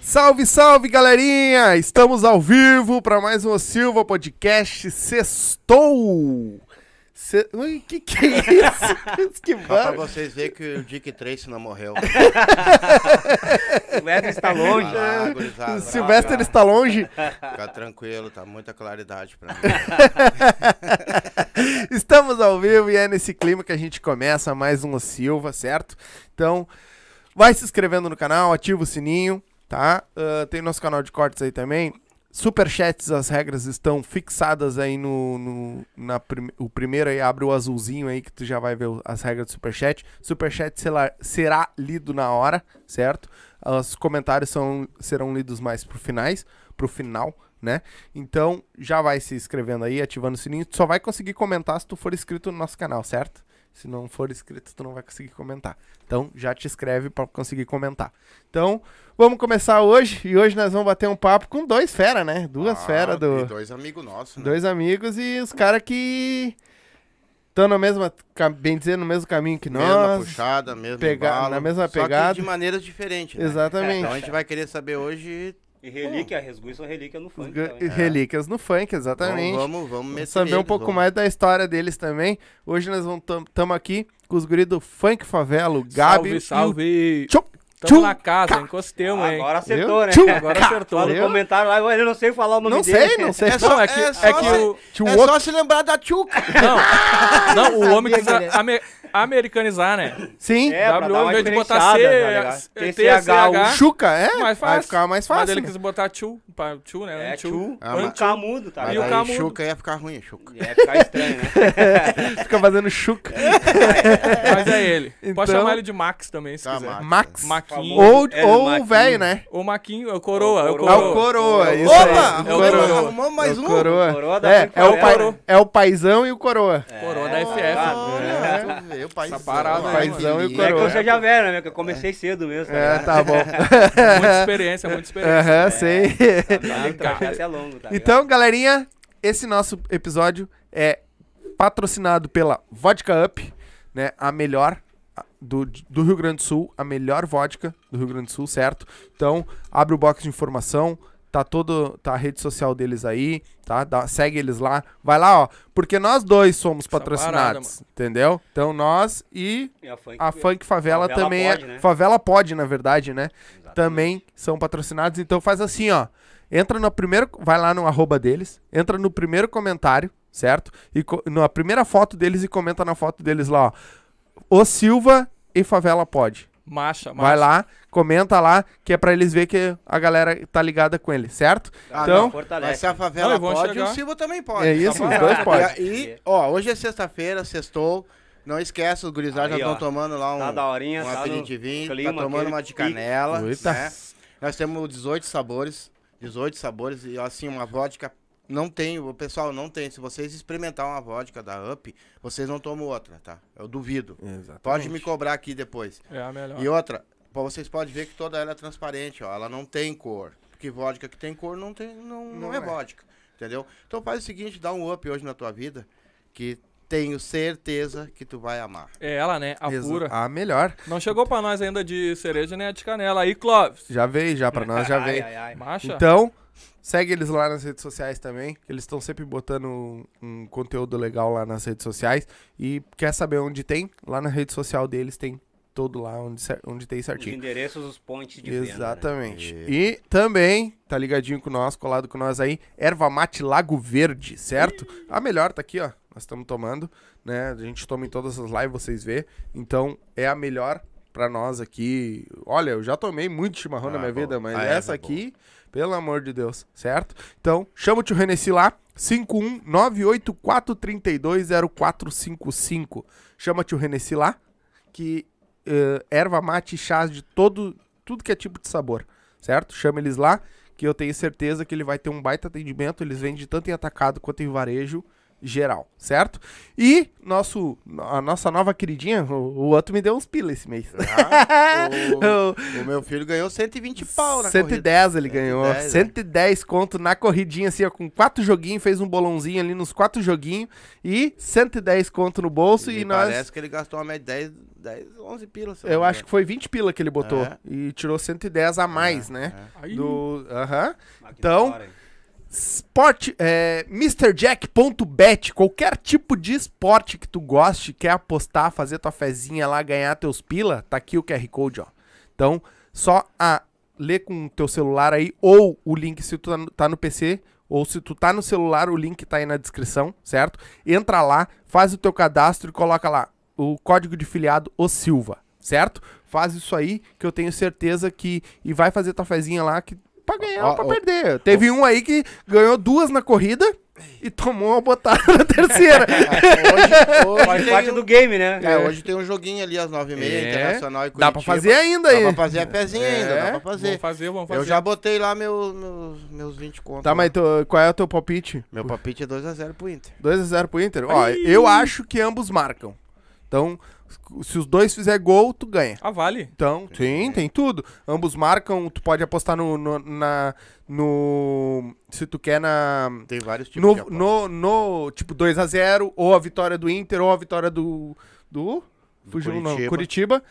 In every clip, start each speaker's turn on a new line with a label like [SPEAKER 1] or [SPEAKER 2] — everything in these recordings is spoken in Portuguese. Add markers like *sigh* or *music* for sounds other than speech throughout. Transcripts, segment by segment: [SPEAKER 1] Salve, salve, galerinha! Estamos ao vivo para mais um Silva Podcast Sextou! Se... Ui, que que é isso? que
[SPEAKER 2] Só pra
[SPEAKER 1] barba.
[SPEAKER 2] vocês verem que o Dick Tracy não morreu.
[SPEAKER 1] *laughs*
[SPEAKER 2] Tá
[SPEAKER 3] O Wesley está longe.
[SPEAKER 2] Vai lá, gurizada.
[SPEAKER 1] é. O Sylvester está longe.
[SPEAKER 2] Fica tranquilo, tá muita claridade pra mim.
[SPEAKER 1] Estamos ao vivo e é nesse clima que a gente começa mais um Silva, certo? Então, vai se inscrevendo no canal, ativa o sininho, tá? Ah, tem nosso canal de cortes aí também. Superchats, as regras estão fixadas aí no. no na prim- o primeiro aí abre o azulzinho aí que tu já vai ver o- as regras do Superchat. Superchat será, será lido na hora, certo? Os comentários são, serão lidos mais pro finais, pro final, né? Então já vai se inscrevendo aí, ativando o sininho. Tu só vai conseguir comentar se tu for inscrito no nosso canal, certo? Se não for inscrito, tu não vai conseguir comentar. Então já te inscreve pra conseguir comentar. Então, vamos começar hoje. E hoje nós vamos bater um papo com dois fera, né? Duas
[SPEAKER 2] Ah,
[SPEAKER 1] fera
[SPEAKER 2] e
[SPEAKER 1] do.
[SPEAKER 2] dois amigos nossos, né?
[SPEAKER 1] Dois amigos e os caras que. Estão na mesma. ca- Bem dizer, no mesmo caminho que
[SPEAKER 2] Mesma
[SPEAKER 1] nós.
[SPEAKER 2] puxada, mesmo
[SPEAKER 1] pega-
[SPEAKER 2] embalo,
[SPEAKER 1] na mesma
[SPEAKER 2] só que
[SPEAKER 1] pegada.
[SPEAKER 2] de maneiras diferentes, né? Então a
[SPEAKER 1] Exatamente.
[SPEAKER 2] gente vai querer saber hoje...
[SPEAKER 3] E relíquia, resgui são relíquia no
[SPEAKER 1] Os
[SPEAKER 3] funk. né?
[SPEAKER 1] ga-
[SPEAKER 3] também.
[SPEAKER 1] Relíquias no funk, exatamente.
[SPEAKER 2] então, Vamos, vamos, vamos meter
[SPEAKER 1] Vamos saber um
[SPEAKER 2] eles,
[SPEAKER 1] pouco
[SPEAKER 2] vamos.
[SPEAKER 1] mais da história deles também. Hoje nós vamos tam, tamo aqui com os guri do Funk Favela, o Gabi.
[SPEAKER 4] Salve, salve.
[SPEAKER 1] E o Tchum,
[SPEAKER 4] Tamo
[SPEAKER 1] tchum.
[SPEAKER 4] na casa, encostemos, hein?
[SPEAKER 3] Agora acertou,
[SPEAKER 1] Viu?
[SPEAKER 3] né?
[SPEAKER 1] Tchum.
[SPEAKER 4] Agora acertou.
[SPEAKER 3] Lá no
[SPEAKER 1] Valeu.
[SPEAKER 3] comentário lá, eu não sei falar o nome
[SPEAKER 1] Não
[SPEAKER 3] dele.
[SPEAKER 1] sei, não sei. um
[SPEAKER 2] *laughs* É só,
[SPEAKER 4] Não,
[SPEAKER 2] é
[SPEAKER 4] é que-
[SPEAKER 2] só
[SPEAKER 4] é que
[SPEAKER 2] se-
[SPEAKER 4] o-
[SPEAKER 1] Tchum,
[SPEAKER 2] é só se lembrar da Tchuca.
[SPEAKER 4] Não, não, o homem quis
[SPEAKER 3] Sabia que ele-
[SPEAKER 4] ame- americanizar, né?
[SPEAKER 1] Sim.
[SPEAKER 3] É, pra
[SPEAKER 4] W,
[SPEAKER 3] dar
[SPEAKER 4] ao
[SPEAKER 3] uma
[SPEAKER 4] invés de botar
[SPEAKER 3] diferenciada,
[SPEAKER 4] C,
[SPEAKER 3] tá ligado?
[SPEAKER 4] é
[SPEAKER 3] TCH,
[SPEAKER 4] TCH.
[SPEAKER 1] Chuca, é?
[SPEAKER 4] Mais
[SPEAKER 1] Vai
[SPEAKER 4] fácil.
[SPEAKER 1] ficar mais
[SPEAKER 4] Mas
[SPEAKER 1] fácil.
[SPEAKER 4] ele quis botar tchu, pra- tchu, né?
[SPEAKER 3] É, tchu.
[SPEAKER 2] Ah,
[SPEAKER 3] Foi um
[SPEAKER 2] mas-
[SPEAKER 3] camudo, tá
[SPEAKER 2] Mas
[SPEAKER 4] E o
[SPEAKER 3] ligado?
[SPEAKER 2] aí
[SPEAKER 4] Camudo?
[SPEAKER 2] Chuca ia ficar ruim, Chuca.
[SPEAKER 3] É, ficar estranho, né?
[SPEAKER 1] Fica fazendo chuca.
[SPEAKER 4] É. Mas é ele.
[SPEAKER 1] Então-
[SPEAKER 4] Pode chamar ele de Max também, se
[SPEAKER 2] Tá,
[SPEAKER 4] quiser.
[SPEAKER 2] Max.
[SPEAKER 1] Max.
[SPEAKER 4] Maquinho.
[SPEAKER 1] Ou,
[SPEAKER 3] É,
[SPEAKER 1] ou o
[SPEAKER 3] Maquinho.
[SPEAKER 1] velho, né?
[SPEAKER 4] Ou Maquinho, é o Coroa. É o
[SPEAKER 1] É o
[SPEAKER 4] Coroa.
[SPEAKER 1] coroa. Isso aí. É
[SPEAKER 2] Opa!
[SPEAKER 1] o coroa.
[SPEAKER 2] Arrumamos arrumamos mais
[SPEAKER 1] É
[SPEAKER 2] um?
[SPEAKER 1] o coroa.
[SPEAKER 3] Coroa da
[SPEAKER 1] é,
[SPEAKER 3] Funk
[SPEAKER 1] é, o
[SPEAKER 3] Favela.
[SPEAKER 1] pai, é o paizão e o coroa.
[SPEAKER 4] *laughs* Coroa da
[SPEAKER 3] Ah,
[SPEAKER 4] FF.
[SPEAKER 2] Olha, tu vê, o paizão.
[SPEAKER 4] parada
[SPEAKER 2] olha
[SPEAKER 4] aí,
[SPEAKER 2] que
[SPEAKER 1] mano.
[SPEAKER 2] lindo.
[SPEAKER 3] É que
[SPEAKER 1] Coroa.
[SPEAKER 3] eu sou já velho, né? Que eu comecei cedo mesmo, tá
[SPEAKER 1] É,
[SPEAKER 3] ligado?
[SPEAKER 1] tá bom.
[SPEAKER 4] Muita experiência, muita experiência.
[SPEAKER 1] Aham, sei.
[SPEAKER 3] Tá, o trajeto é longo, tá ligado?
[SPEAKER 1] Então, galerinha, esse nosso episódio é patrocinado pela Vodka Up, né? A melhor a- do, do Rio Grande do Sul, a melhor vodka do Rio Grande do Sul, certo? Então, abre o box de informação, tá todo tá a rede social deles aí, tá? Dá- segue eles lá. Vai lá, ó, porque nós dois somos
[SPEAKER 4] parada,
[SPEAKER 1] patrocinados, entendeu? Então, nós e
[SPEAKER 3] E a funk-
[SPEAKER 1] a Funk Favela,
[SPEAKER 3] Favela
[SPEAKER 1] também
[SPEAKER 3] pode,
[SPEAKER 1] é.
[SPEAKER 3] né?
[SPEAKER 1] Favela pode, na verdade, né? Também são patrocinados. Então faz assim, ó. Entra no primeiro. Vai lá no arroba deles. Entra no primeiro comentário, certo? E co- na primeira foto deles e comenta na foto deles lá, ó. O Silva e Favela pode.
[SPEAKER 4] Macha, macha.
[SPEAKER 1] Vai lá, comenta lá, que é pra eles ver que a galera tá ligada com ele, certo?
[SPEAKER 2] Ah,
[SPEAKER 1] então,
[SPEAKER 2] não,
[SPEAKER 3] Fortalece.
[SPEAKER 2] Mas se a
[SPEAKER 4] Não,
[SPEAKER 2] favela
[SPEAKER 4] eu vou
[SPEAKER 2] pode,
[SPEAKER 4] enxergar.
[SPEAKER 2] o Silva também pode. tá
[SPEAKER 1] é isso, os
[SPEAKER 4] parada.
[SPEAKER 1] dois podem.
[SPEAKER 2] E, aí, ó, hoje é sexta-feira, sextou. Não esquece, os gurizada já
[SPEAKER 3] Aí, ó.
[SPEAKER 2] estão tomando lá um,
[SPEAKER 3] Tá da horinha,
[SPEAKER 2] um
[SPEAKER 3] tá no
[SPEAKER 2] aperitivinho, tá
[SPEAKER 3] clima,
[SPEAKER 2] tomando
[SPEAKER 3] aquele
[SPEAKER 2] uma de
[SPEAKER 3] pique.
[SPEAKER 2] canela,
[SPEAKER 1] Eita.
[SPEAKER 2] né? Nós temos 18 sabores, 18 sabores e assim, uma vodka não tem, o pessoal não tem. Se vocês experimentar uma vodka da UP, vocês não tomam outra, tá? Eu duvido. Pode me cobrar aqui depois.
[SPEAKER 4] É a melhor.
[SPEAKER 2] E outra, pô, vocês podem ver que toda ela é transparente, ó. Ela não tem cor. Porque vodka que tem cor não, tem, não, não,
[SPEAKER 1] Não
[SPEAKER 2] é,
[SPEAKER 1] é.
[SPEAKER 2] vodka. Entendeu? Então faz o seguinte, dá um up hoje na tua vida, que tenho certeza que tu vai amar.
[SPEAKER 4] É ela, né? A
[SPEAKER 1] Exa-
[SPEAKER 4] pura.
[SPEAKER 1] Ah, melhor.
[SPEAKER 4] Não chegou pra nós ainda de cereja nem a de canela. Aí, Clóvis.
[SPEAKER 1] Já veio, já pra nós, já
[SPEAKER 3] Ai,
[SPEAKER 1] veio.
[SPEAKER 3] ai, ai.
[SPEAKER 4] Macha.
[SPEAKER 1] Então, segue eles lá nas redes sociais também, que eles estão sempre botando um, um conteúdo legal lá nas redes sociais. E quer saber onde tem? Lá na rede social deles tem todo lá onde, cer- onde tem
[SPEAKER 3] Os
[SPEAKER 1] certinho.
[SPEAKER 3] endereços, os pontes de venda, né?
[SPEAKER 1] Exatamente.
[SPEAKER 2] É.
[SPEAKER 1] E também, tá ligadinho com nós, colado com nós aí, erva mate Lago Verde, certo? A melhor tá aqui, ó. Nós estamos tomando, né? A gente toma em todas as lives, vocês vê. Então, é a melhor pra nós aqui. Olha, eu já tomei muito chimarrão na
[SPEAKER 2] Ah,
[SPEAKER 1] minha
[SPEAKER 2] bom.
[SPEAKER 1] vida, mas
[SPEAKER 2] A erva
[SPEAKER 1] essa
[SPEAKER 2] é
[SPEAKER 1] aqui, pelo amor de Deus, certo? Então, chama o tio Renessi lá, 51984320455. Chama o tio Renessi lá, que eh, erva mate e chás de todo tudo que é tipo de sabor, certo? Chama eles lá, que eu tenho certeza que ele vai ter um baita atendimento. Eles vendem tanto em atacado quanto em varejo geral, certo? E nosso, a nossa nova queridinha, o, o outro me deu uns pila esse
[SPEAKER 2] *laughs*
[SPEAKER 1] mês.
[SPEAKER 2] Ah,
[SPEAKER 1] *laughs* O-
[SPEAKER 2] o, o meu filho ganhou 120 pau na
[SPEAKER 1] 110
[SPEAKER 2] corrida.
[SPEAKER 1] ele ganhou.
[SPEAKER 2] 110, né?
[SPEAKER 1] 110 conto na corridinha, assim, ó, com quatro joguinhos, fez um bolãozinho ali nos quatro joguinhos e 110 conto no bolso e,
[SPEAKER 2] E
[SPEAKER 1] nós.
[SPEAKER 2] Parece que ele gastou uma média de 10, 10, 11 pilas.
[SPEAKER 1] Eu acho que foi 20 pila que ele botou.
[SPEAKER 2] tá É.
[SPEAKER 1] E tirou 110 a mais, né?
[SPEAKER 4] Aí,
[SPEAKER 1] Do. Aham.
[SPEAKER 3] Aqui
[SPEAKER 1] Então,
[SPEAKER 3] fora, hein?
[SPEAKER 1] Sport, é, MrJack.bet, qualquer tipo de esporte que tu goste, quer apostar, fazer tua fezinha lá, ganhar teus pila, tá aqui o QR Code, ó. Então, só a ler com o teu celular aí, ou o link se tu tá no, tá no PC, ou se tu tá no celular, o link tá aí na descrição, certo? Entra lá, faz o teu cadastro e coloca lá o código de filiado O Silva, certo? Faz isso aí, que eu tenho certeza que. E vai fazer tua fezinha lá que. Pra ganhar ou
[SPEAKER 2] Ó,
[SPEAKER 1] pra
[SPEAKER 2] ó,
[SPEAKER 1] perder perder. Teve um aí que ganhou duas na corrida e tomou uma botada na
[SPEAKER 2] *laughs*
[SPEAKER 1] terceira.
[SPEAKER 2] hoje, hoje
[SPEAKER 3] Faz
[SPEAKER 2] tem
[SPEAKER 3] parte
[SPEAKER 2] um-
[SPEAKER 3] do game, né?
[SPEAKER 2] É, hoje tem um joguinho ali às 9h30,
[SPEAKER 1] É.
[SPEAKER 2] Internacional e Curitiba.
[SPEAKER 1] Dá pra fazer ainda
[SPEAKER 2] Dá
[SPEAKER 1] aí.
[SPEAKER 2] pra fazer a pezinha
[SPEAKER 1] É.
[SPEAKER 2] ainda, dá pra
[SPEAKER 4] Vamos
[SPEAKER 2] fazer.
[SPEAKER 4] fazer, vamos fazer.
[SPEAKER 2] Eu já botei lá meu, meus, meus 20 contos.
[SPEAKER 1] Tá,
[SPEAKER 2] lá.
[SPEAKER 1] mas tu- qual é o teu palpite?
[SPEAKER 2] Meu palpite é 2x0 pro Inter.
[SPEAKER 1] 2x0 pro Inter? Ó, eu acho que ambos marcam. Então, se os dois fizer gol, tu ganha.
[SPEAKER 4] Ah, vale.
[SPEAKER 1] Então, sim, tem tudo. Ambos marcam, tu pode apostar no. no, na, no se tu quer na.
[SPEAKER 2] Tem vários tipos de
[SPEAKER 1] No,
[SPEAKER 2] aposta.
[SPEAKER 1] no, no, tipo 2x0, ou a vitória do Inter, ou a vitória do. Do. Fugiu o nome, Curitiba.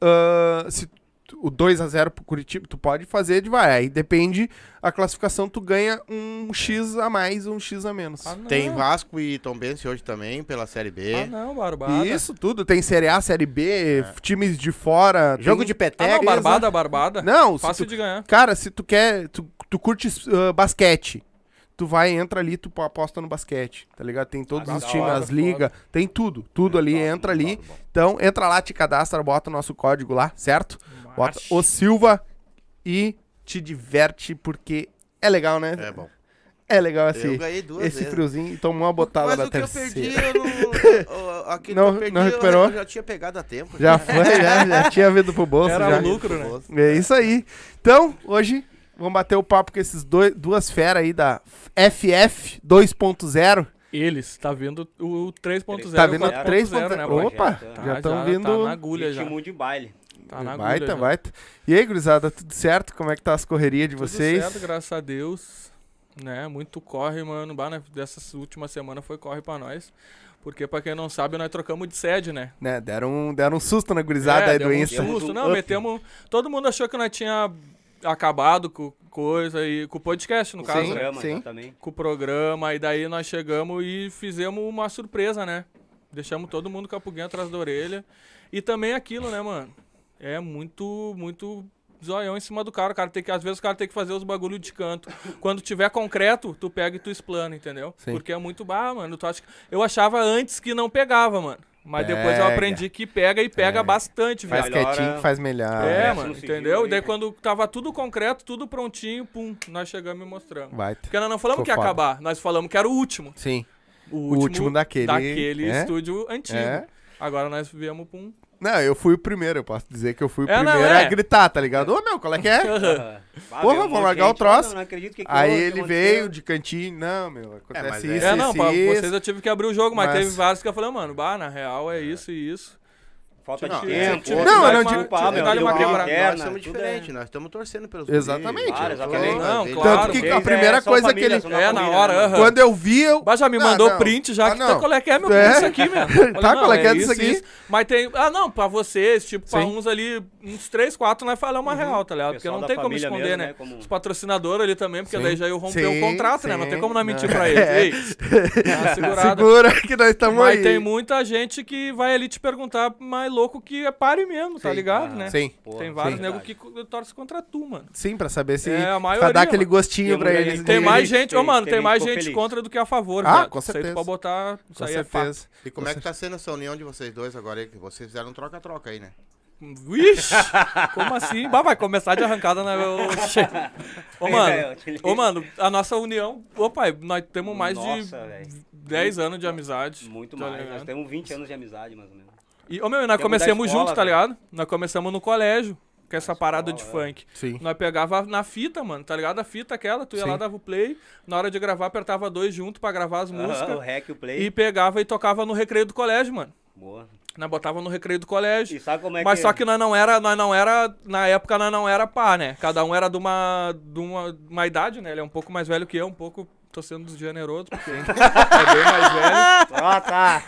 [SPEAKER 1] Ah, se tu- o 2x0 pro Curitiba, tu pode fazer de vai. Aí depende a classificação, tu ganha um X a mais ou um X a menos.
[SPEAKER 4] Ah, não.
[SPEAKER 2] Tem Vasco e Tombense hoje também, pela Série B.
[SPEAKER 4] Ah, não, barbada. É.
[SPEAKER 1] Isso tudo, tem Série A, Série B, times de fora.
[SPEAKER 2] Jogo
[SPEAKER 1] tem-
[SPEAKER 2] de
[SPEAKER 4] Ah,
[SPEAKER 2] peteca.
[SPEAKER 4] não, barbada, barbada.
[SPEAKER 1] Não, se
[SPEAKER 4] Fácil
[SPEAKER 1] tu-
[SPEAKER 4] de ganhar.
[SPEAKER 1] Cara, se tu quer, tu, tu curte ah, basquete, tu vai, entra ali, tu aposta no basquete, tá ligado? Tem todos
[SPEAKER 3] Ah,
[SPEAKER 1] os
[SPEAKER 3] da
[SPEAKER 1] times,
[SPEAKER 4] hora, É,
[SPEAKER 1] as ligas, tem tudo, tudo ali, entra ali. Então, entra lá, te cadastra, bota o nosso código lá, certo? Bota
[SPEAKER 4] Mas-
[SPEAKER 1] o Silva e te diverte, porque é legal, né?
[SPEAKER 2] É bom.
[SPEAKER 1] É, legal assim.
[SPEAKER 2] Eu ganhei duas
[SPEAKER 1] Esse
[SPEAKER 2] vezes.
[SPEAKER 1] friozinho e tomou uma botada
[SPEAKER 2] Mas
[SPEAKER 1] na
[SPEAKER 2] o que
[SPEAKER 1] terceira.
[SPEAKER 2] eu perdi, eu
[SPEAKER 1] *laughs*
[SPEAKER 2] não... o- Aquele
[SPEAKER 1] Não-
[SPEAKER 2] que eu perdi,
[SPEAKER 1] não
[SPEAKER 2] eu-
[SPEAKER 1] recuperou?
[SPEAKER 2] eu já tinha pegado a tempo.
[SPEAKER 1] Já foi, já, já tinha vindo pro bolso.
[SPEAKER 4] Era
[SPEAKER 1] já.
[SPEAKER 4] o lucro, né?
[SPEAKER 3] Ah,
[SPEAKER 1] É isso aí. Então, hoje, vamos bater o papo com esses dois, duas feras aí da FF 2.0.
[SPEAKER 4] Eles, tá vindo o 3.0.
[SPEAKER 1] Tá vindo
[SPEAKER 4] 4.0,
[SPEAKER 1] 3.0,
[SPEAKER 4] né,
[SPEAKER 3] Roger?
[SPEAKER 1] Opa,
[SPEAKER 3] Tá,
[SPEAKER 1] já estão
[SPEAKER 4] Tá
[SPEAKER 1] vindo...
[SPEAKER 4] na agulha já.
[SPEAKER 3] Ritmo de baile.
[SPEAKER 4] Tá na agulha
[SPEAKER 1] Baita,
[SPEAKER 4] já.
[SPEAKER 1] baita. E aí, gurizada, tudo certo? Como é que tá as correrias de
[SPEAKER 4] Tudo
[SPEAKER 1] vocês?
[SPEAKER 4] certo, graças a Deus. Né, muito corre, mano. Bah, né, dessa última semana foi corre pra nós. Porque, pra quem não sabe, nós trocamos de sede, né?
[SPEAKER 1] Né, deram, um, deram um susto na gurizada aí
[SPEAKER 4] deu
[SPEAKER 1] do
[SPEAKER 4] um
[SPEAKER 1] Insta.
[SPEAKER 4] susto. Não,
[SPEAKER 1] Up.
[SPEAKER 4] metemos. Todo mundo achou que nós tinha acabado com coisa e com o podcast, no
[SPEAKER 3] O
[SPEAKER 4] caso,
[SPEAKER 1] Sim.
[SPEAKER 4] né?
[SPEAKER 3] programa,
[SPEAKER 4] *laughs*
[SPEAKER 3] exatamente.
[SPEAKER 4] Com o programa. E daí nós chegamos e fizemos uma surpresa, né? Deixamos todo mundo com a pulguinha atrás da orelha. E também aquilo, né, mano? É muito, muito zoião em cima do cara. O cara tem que, às vezes o cara tem que fazer os bagulho de canto. Quando tiver concreto, tu pega e tu explana, entendeu?
[SPEAKER 1] Sim.
[SPEAKER 4] Porque é muito bah, mano. Tu acha... que- Eu achava antes que não pegava, mano. Mas depois eu
[SPEAKER 1] Pega.
[SPEAKER 4] aprendi que pega e pega bastante, velho.
[SPEAKER 1] Faz
[SPEAKER 3] Melhora.
[SPEAKER 1] quietinho, faz melhor.
[SPEAKER 4] É,
[SPEAKER 3] Ah,
[SPEAKER 4] mano,
[SPEAKER 3] não seguiu
[SPEAKER 4] entendeu? E
[SPEAKER 3] aí.
[SPEAKER 4] daí quando tava tudo concreto, tudo prontinho, pum, nós chegamos e mostramos.
[SPEAKER 1] Baita.
[SPEAKER 4] Porque nós não
[SPEAKER 1] Ficou
[SPEAKER 4] falamos que ia
[SPEAKER 1] foda.
[SPEAKER 4] acabar, nós falamos que era o último.
[SPEAKER 1] Sim.
[SPEAKER 4] O
[SPEAKER 1] último daquele-
[SPEAKER 4] Daquele
[SPEAKER 1] é?
[SPEAKER 4] estúdio antigo.
[SPEAKER 1] É.
[SPEAKER 4] Agora nós viemos
[SPEAKER 1] *laughs*
[SPEAKER 4] um- pum.
[SPEAKER 1] Não, eu fui o primeiro, eu posso dizer que eu fui o
[SPEAKER 4] É, não,
[SPEAKER 1] primeiro
[SPEAKER 4] é.
[SPEAKER 1] a gritar, tá ligado? Ô, meu, qual é que
[SPEAKER 4] *laughs*
[SPEAKER 1] é?
[SPEAKER 3] Porra,
[SPEAKER 1] Porra, vou largar o troço.
[SPEAKER 3] Não, não acredito que que
[SPEAKER 1] Aí
[SPEAKER 3] houve,
[SPEAKER 1] ele
[SPEAKER 3] aconteceu.
[SPEAKER 1] veio de cantinho, não, meu,
[SPEAKER 2] mas
[SPEAKER 1] acontece
[SPEAKER 2] é-
[SPEAKER 1] isso,
[SPEAKER 4] é, não,
[SPEAKER 1] isso,
[SPEAKER 4] pra
[SPEAKER 1] isso.
[SPEAKER 4] vocês eu tive que abrir o jogo, mas,
[SPEAKER 1] Mas-
[SPEAKER 4] teve vários que eu falei, mano, bah, na real é isso e isso.
[SPEAKER 3] Falta de
[SPEAKER 2] Não,
[SPEAKER 3] tempo.
[SPEAKER 4] é,
[SPEAKER 3] outro
[SPEAKER 1] não,
[SPEAKER 3] vai
[SPEAKER 1] eu não
[SPEAKER 3] pra
[SPEAKER 1] digo-
[SPEAKER 3] pá, meu,
[SPEAKER 4] dá-lhe
[SPEAKER 3] deu
[SPEAKER 4] uma
[SPEAKER 3] uma
[SPEAKER 2] tá
[SPEAKER 4] quebrada.
[SPEAKER 2] Nós
[SPEAKER 3] interna,
[SPEAKER 2] somos
[SPEAKER 3] tudo é-
[SPEAKER 2] diferentes, nós estamos torcendo pelos
[SPEAKER 1] Exatamente.
[SPEAKER 2] guris,
[SPEAKER 1] Claro,
[SPEAKER 2] eu tô-
[SPEAKER 3] exatamente.
[SPEAKER 4] Não,
[SPEAKER 2] Eles-
[SPEAKER 4] claro.
[SPEAKER 1] Tanto que
[SPEAKER 3] Vocês
[SPEAKER 1] a primeira
[SPEAKER 3] é só
[SPEAKER 1] coisa
[SPEAKER 3] família,
[SPEAKER 1] que ele-
[SPEAKER 3] só uma
[SPEAKER 4] É, na
[SPEAKER 3] família,
[SPEAKER 4] hora,
[SPEAKER 3] né, mano?
[SPEAKER 4] aham.
[SPEAKER 1] Quando eu vi, eu.
[SPEAKER 4] Bah, já me
[SPEAKER 1] Ah,
[SPEAKER 4] mandou
[SPEAKER 1] não.
[SPEAKER 4] print já
[SPEAKER 1] Ah,
[SPEAKER 4] que
[SPEAKER 1] não.
[SPEAKER 4] tá qual é que é, meu
[SPEAKER 1] É.
[SPEAKER 4] filho,
[SPEAKER 1] *laughs*
[SPEAKER 4] isso aqui, meu. Falei,
[SPEAKER 1] Tá, qual é que é disso aqui?
[SPEAKER 4] Mas tem, ah não, pra vocês, tipo, pra
[SPEAKER 1] Sim.
[SPEAKER 4] uns ali, uns três, quatro, nós falamos uma real, tá ligado? Porque
[SPEAKER 3] Uhum. Pessoal
[SPEAKER 4] não
[SPEAKER 3] da
[SPEAKER 4] tem como
[SPEAKER 3] família
[SPEAKER 4] esconder,
[SPEAKER 3] mesmo,
[SPEAKER 4] né?
[SPEAKER 3] né, como-
[SPEAKER 4] Os patrocinadores ali também, porque
[SPEAKER 1] Sim.
[SPEAKER 4] daí já eu romper o
[SPEAKER 1] Sim,
[SPEAKER 4] contrato, né? Não
[SPEAKER 1] sim.
[SPEAKER 4] tem como nós mentir
[SPEAKER 1] Não. É.
[SPEAKER 4] pra eles. Ei,
[SPEAKER 1] *laughs*
[SPEAKER 4] dá uma segurada.
[SPEAKER 1] Segura que nós estamos
[SPEAKER 4] Mas
[SPEAKER 1] aí.
[SPEAKER 4] tem muita gente que vai ali te perguntar, mas louco que é pare mesmo, tá
[SPEAKER 1] Sim.
[SPEAKER 4] ligado, né?
[SPEAKER 1] Sim.
[SPEAKER 3] Porra,
[SPEAKER 4] Tem vários
[SPEAKER 3] Ah, sim.
[SPEAKER 4] nego que co- torce contra tu, mano.
[SPEAKER 1] Sim, pra saber se.
[SPEAKER 4] É, a
[SPEAKER 1] pra
[SPEAKER 4] maioria,
[SPEAKER 1] dar aquele
[SPEAKER 4] mano.
[SPEAKER 1] gostinho
[SPEAKER 3] Tem
[SPEAKER 1] pra
[SPEAKER 3] mulher
[SPEAKER 1] eles.
[SPEAKER 3] que
[SPEAKER 4] Tem
[SPEAKER 1] de-
[SPEAKER 4] mais
[SPEAKER 3] Tem-
[SPEAKER 4] gente, ô, mano,
[SPEAKER 3] tem
[SPEAKER 4] tem
[SPEAKER 3] gente
[SPEAKER 4] mais
[SPEAKER 3] que ficou
[SPEAKER 4] gente
[SPEAKER 3] feliz.
[SPEAKER 4] contra do que a favor,
[SPEAKER 1] Ah,
[SPEAKER 4] viado.
[SPEAKER 1] com
[SPEAKER 4] Isso aí
[SPEAKER 1] certeza.
[SPEAKER 4] tu pode botar, isso
[SPEAKER 1] Com
[SPEAKER 4] aí é fato.
[SPEAKER 1] certeza.
[SPEAKER 2] E como é que tá sendo essa união de vocês dois agora aí? Que vocês fizeram um troca-troca aí, né?
[SPEAKER 4] Vixe, como assim? Bah, vai começar de arrancada na. Ô, che-
[SPEAKER 3] *laughs* É,
[SPEAKER 4] Ô, mano, ô, mano, a nossa união. Ô, pai, nós temos mais
[SPEAKER 3] Nossa,
[SPEAKER 4] de
[SPEAKER 3] velho.
[SPEAKER 4] 10 anos de amizade.
[SPEAKER 3] Muito
[SPEAKER 4] tá
[SPEAKER 3] mais. Nós
[SPEAKER 4] ligado?
[SPEAKER 3] temos 20 anos de amizade, mais ou menos.
[SPEAKER 4] E, ô, meu, nós
[SPEAKER 3] Temos
[SPEAKER 4] começamos
[SPEAKER 3] da escola,
[SPEAKER 4] juntos, tá
[SPEAKER 3] velho.
[SPEAKER 4] ligado? Nós começamos no colégio, com essa parada de
[SPEAKER 3] escola,
[SPEAKER 4] funk.
[SPEAKER 1] Sim.
[SPEAKER 4] Nós pegava na fita, mano, tá ligado? A fita aquela, tu ia
[SPEAKER 1] Sim.
[SPEAKER 4] lá, dava o play. Na hora de gravar, apertava dois junto pra gravar as
[SPEAKER 3] Aham, o
[SPEAKER 4] músicas.
[SPEAKER 3] hack, o play.
[SPEAKER 4] E pegava e tocava no recreio do colégio, mano.
[SPEAKER 3] Boa.
[SPEAKER 4] Nós botava no recreio do colégio.
[SPEAKER 3] E sabe como é
[SPEAKER 4] Mas
[SPEAKER 3] que...
[SPEAKER 4] só que nós não era, nós não era, na época nós não era pá, né? Cada um era de uma, de uma, de uma idade, né? Ele é um pouco mais velho que eu, um pouco tô sendo generoso, porque *laughs* é bem mais velho.
[SPEAKER 3] Ah, tá.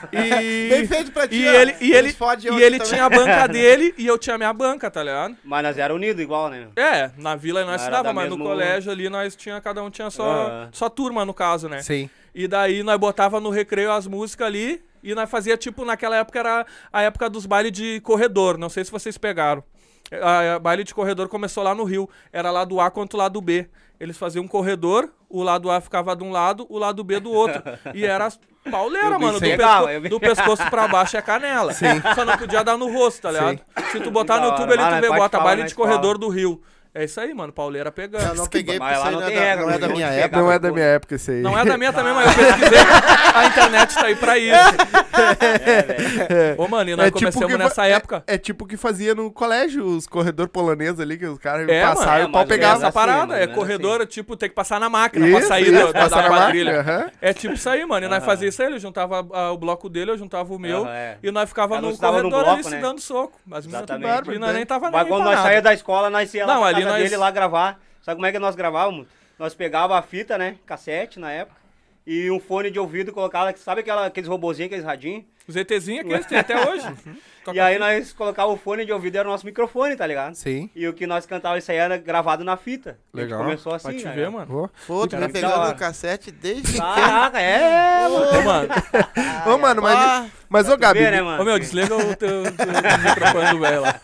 [SPEAKER 2] *laughs*
[SPEAKER 4] E,
[SPEAKER 2] Bem feito pra ti,
[SPEAKER 4] e
[SPEAKER 2] ó.
[SPEAKER 4] ele, e
[SPEAKER 2] Eles
[SPEAKER 4] ele,
[SPEAKER 2] fodem
[SPEAKER 4] e
[SPEAKER 2] hoje
[SPEAKER 4] ele
[SPEAKER 2] também.
[SPEAKER 4] tinha
[SPEAKER 3] *laughs*
[SPEAKER 4] a banca dele e eu tinha a minha banca, tá ligado?
[SPEAKER 3] Mas nós era unido igual, né?
[SPEAKER 4] É, na vila nós
[SPEAKER 3] Era
[SPEAKER 4] se
[SPEAKER 3] da
[SPEAKER 4] dava, mas no
[SPEAKER 3] mesmo-
[SPEAKER 4] colégio ali nós tinha, cada um tinha só,
[SPEAKER 3] Ah.
[SPEAKER 4] só turma, no caso, né?
[SPEAKER 1] Sim.
[SPEAKER 4] E daí nós botava no recreio as músicas ali e nós fazia tipo, naquela época era a época dos bailes de corredor, não sei se vocês pegaram. A, a baile de corredor começou lá no Rio, era lado A quanto lado B. Eles faziam um corredor, o lado A ficava de um lado, o lado B do outro. E era as pauleira,
[SPEAKER 3] Eu vi
[SPEAKER 4] mano, do,
[SPEAKER 3] isso aí. Legal,
[SPEAKER 4] pesco-
[SPEAKER 3] eu vi.
[SPEAKER 4] do pescoço pra baixo é canela. Só não podia dar no rosto, tá ligado? Se tu botar no
[SPEAKER 3] Da hora,
[SPEAKER 4] YouTube ali,
[SPEAKER 3] mas
[SPEAKER 4] tu
[SPEAKER 3] nós
[SPEAKER 4] vê,
[SPEAKER 3] pode
[SPEAKER 4] bota
[SPEAKER 3] falar
[SPEAKER 4] baile
[SPEAKER 3] na
[SPEAKER 4] de corredor
[SPEAKER 3] escola.
[SPEAKER 4] do Rio. É isso aí, mano, pauleira pegando.
[SPEAKER 2] Eu não peguei porque
[SPEAKER 3] Mas
[SPEAKER 2] isso
[SPEAKER 3] lá
[SPEAKER 2] aí
[SPEAKER 3] não
[SPEAKER 2] não é
[SPEAKER 3] tem
[SPEAKER 2] da-
[SPEAKER 3] regra,
[SPEAKER 2] não é da
[SPEAKER 3] não
[SPEAKER 2] minha
[SPEAKER 3] tem
[SPEAKER 2] época.
[SPEAKER 1] Não
[SPEAKER 3] Tava
[SPEAKER 1] é da
[SPEAKER 3] puto.
[SPEAKER 1] minha época isso aí. *laughs*
[SPEAKER 4] Não é da minha também, mas
[SPEAKER 3] *laughs*
[SPEAKER 4] eu pesquisei. A internet tá aí pra isso.
[SPEAKER 3] É.
[SPEAKER 4] Ô, mano, e nós
[SPEAKER 1] É tipo
[SPEAKER 4] começamos
[SPEAKER 1] que fa-
[SPEAKER 4] nessa
[SPEAKER 1] é-
[SPEAKER 4] época.
[SPEAKER 1] É, tipo o que fazia no colégio, os corredor polonês ali, que os caras
[SPEAKER 4] É,
[SPEAKER 1] passavam e
[SPEAKER 3] é,
[SPEAKER 4] mano,
[SPEAKER 1] o
[SPEAKER 3] mais
[SPEAKER 1] pau
[SPEAKER 3] ou menos
[SPEAKER 1] pegava.
[SPEAKER 4] Essa
[SPEAKER 3] assim,
[SPEAKER 4] parada
[SPEAKER 3] mais
[SPEAKER 4] é
[SPEAKER 3] ou menos
[SPEAKER 4] corredor, tipo, tem que passar na máquina pra
[SPEAKER 1] Isso,
[SPEAKER 4] sair
[SPEAKER 1] isso,
[SPEAKER 4] do- da,
[SPEAKER 1] passar na
[SPEAKER 4] da
[SPEAKER 1] máquina,
[SPEAKER 4] quadrilha.
[SPEAKER 1] aham.
[SPEAKER 4] É tipo isso aí, mano. E nós fazia isso aí, ele juntava ah, o bloco dele, eu juntava o meu.
[SPEAKER 3] Aham, é.
[SPEAKER 4] E nós ficava
[SPEAKER 3] Cada um
[SPEAKER 4] no
[SPEAKER 3] estava num
[SPEAKER 4] corredor ali
[SPEAKER 3] bloco,
[SPEAKER 4] se
[SPEAKER 3] né?
[SPEAKER 4] dando soco. Mas menina,
[SPEAKER 3] Exatamente.
[SPEAKER 4] tudo bem, e
[SPEAKER 1] né?
[SPEAKER 4] nós nem tava nem
[SPEAKER 3] Mas
[SPEAKER 4] aí pra
[SPEAKER 3] quando nós
[SPEAKER 4] nada.
[SPEAKER 3] saía da escola, nós ia lá
[SPEAKER 4] Não,
[SPEAKER 3] pra
[SPEAKER 4] ali
[SPEAKER 3] casa
[SPEAKER 4] nós-
[SPEAKER 3] dele lá gravar. Sabe como é que nós gravávamos? Nós pegava a fita, né? Cassete na época. E um fone de ouvido colocava, sabe aquela, aqueles robozinhos, aqueles radinhos?
[SPEAKER 4] Os é ETzinhos aqueles
[SPEAKER 3] *laughs*
[SPEAKER 4] tem até hoje. Uhum.
[SPEAKER 3] e aí nós colocava o fone de ouvido, era o nosso microfone, tá ligado?
[SPEAKER 1] Sim.
[SPEAKER 3] E o que nós cantávamos, isso aí era gravado na fita. E A
[SPEAKER 1] Legal.
[SPEAKER 3] gente começou assim,
[SPEAKER 4] Pra te
[SPEAKER 3] né?
[SPEAKER 4] ver, mano.
[SPEAKER 1] Ô,
[SPEAKER 2] Pô, tu
[SPEAKER 3] Cara,
[SPEAKER 2] tá
[SPEAKER 3] que da
[SPEAKER 2] pegando
[SPEAKER 3] hora.
[SPEAKER 2] o cassete *laughs* desde...
[SPEAKER 3] Caraca, é, mano.
[SPEAKER 4] Ô, mano.
[SPEAKER 1] Ô, mano, mas,
[SPEAKER 2] Ah,
[SPEAKER 1] mas ô, Gabi,
[SPEAKER 3] Vê, né, mano?
[SPEAKER 4] Ô, meu, desliga o teu o teu microfone do velho lá.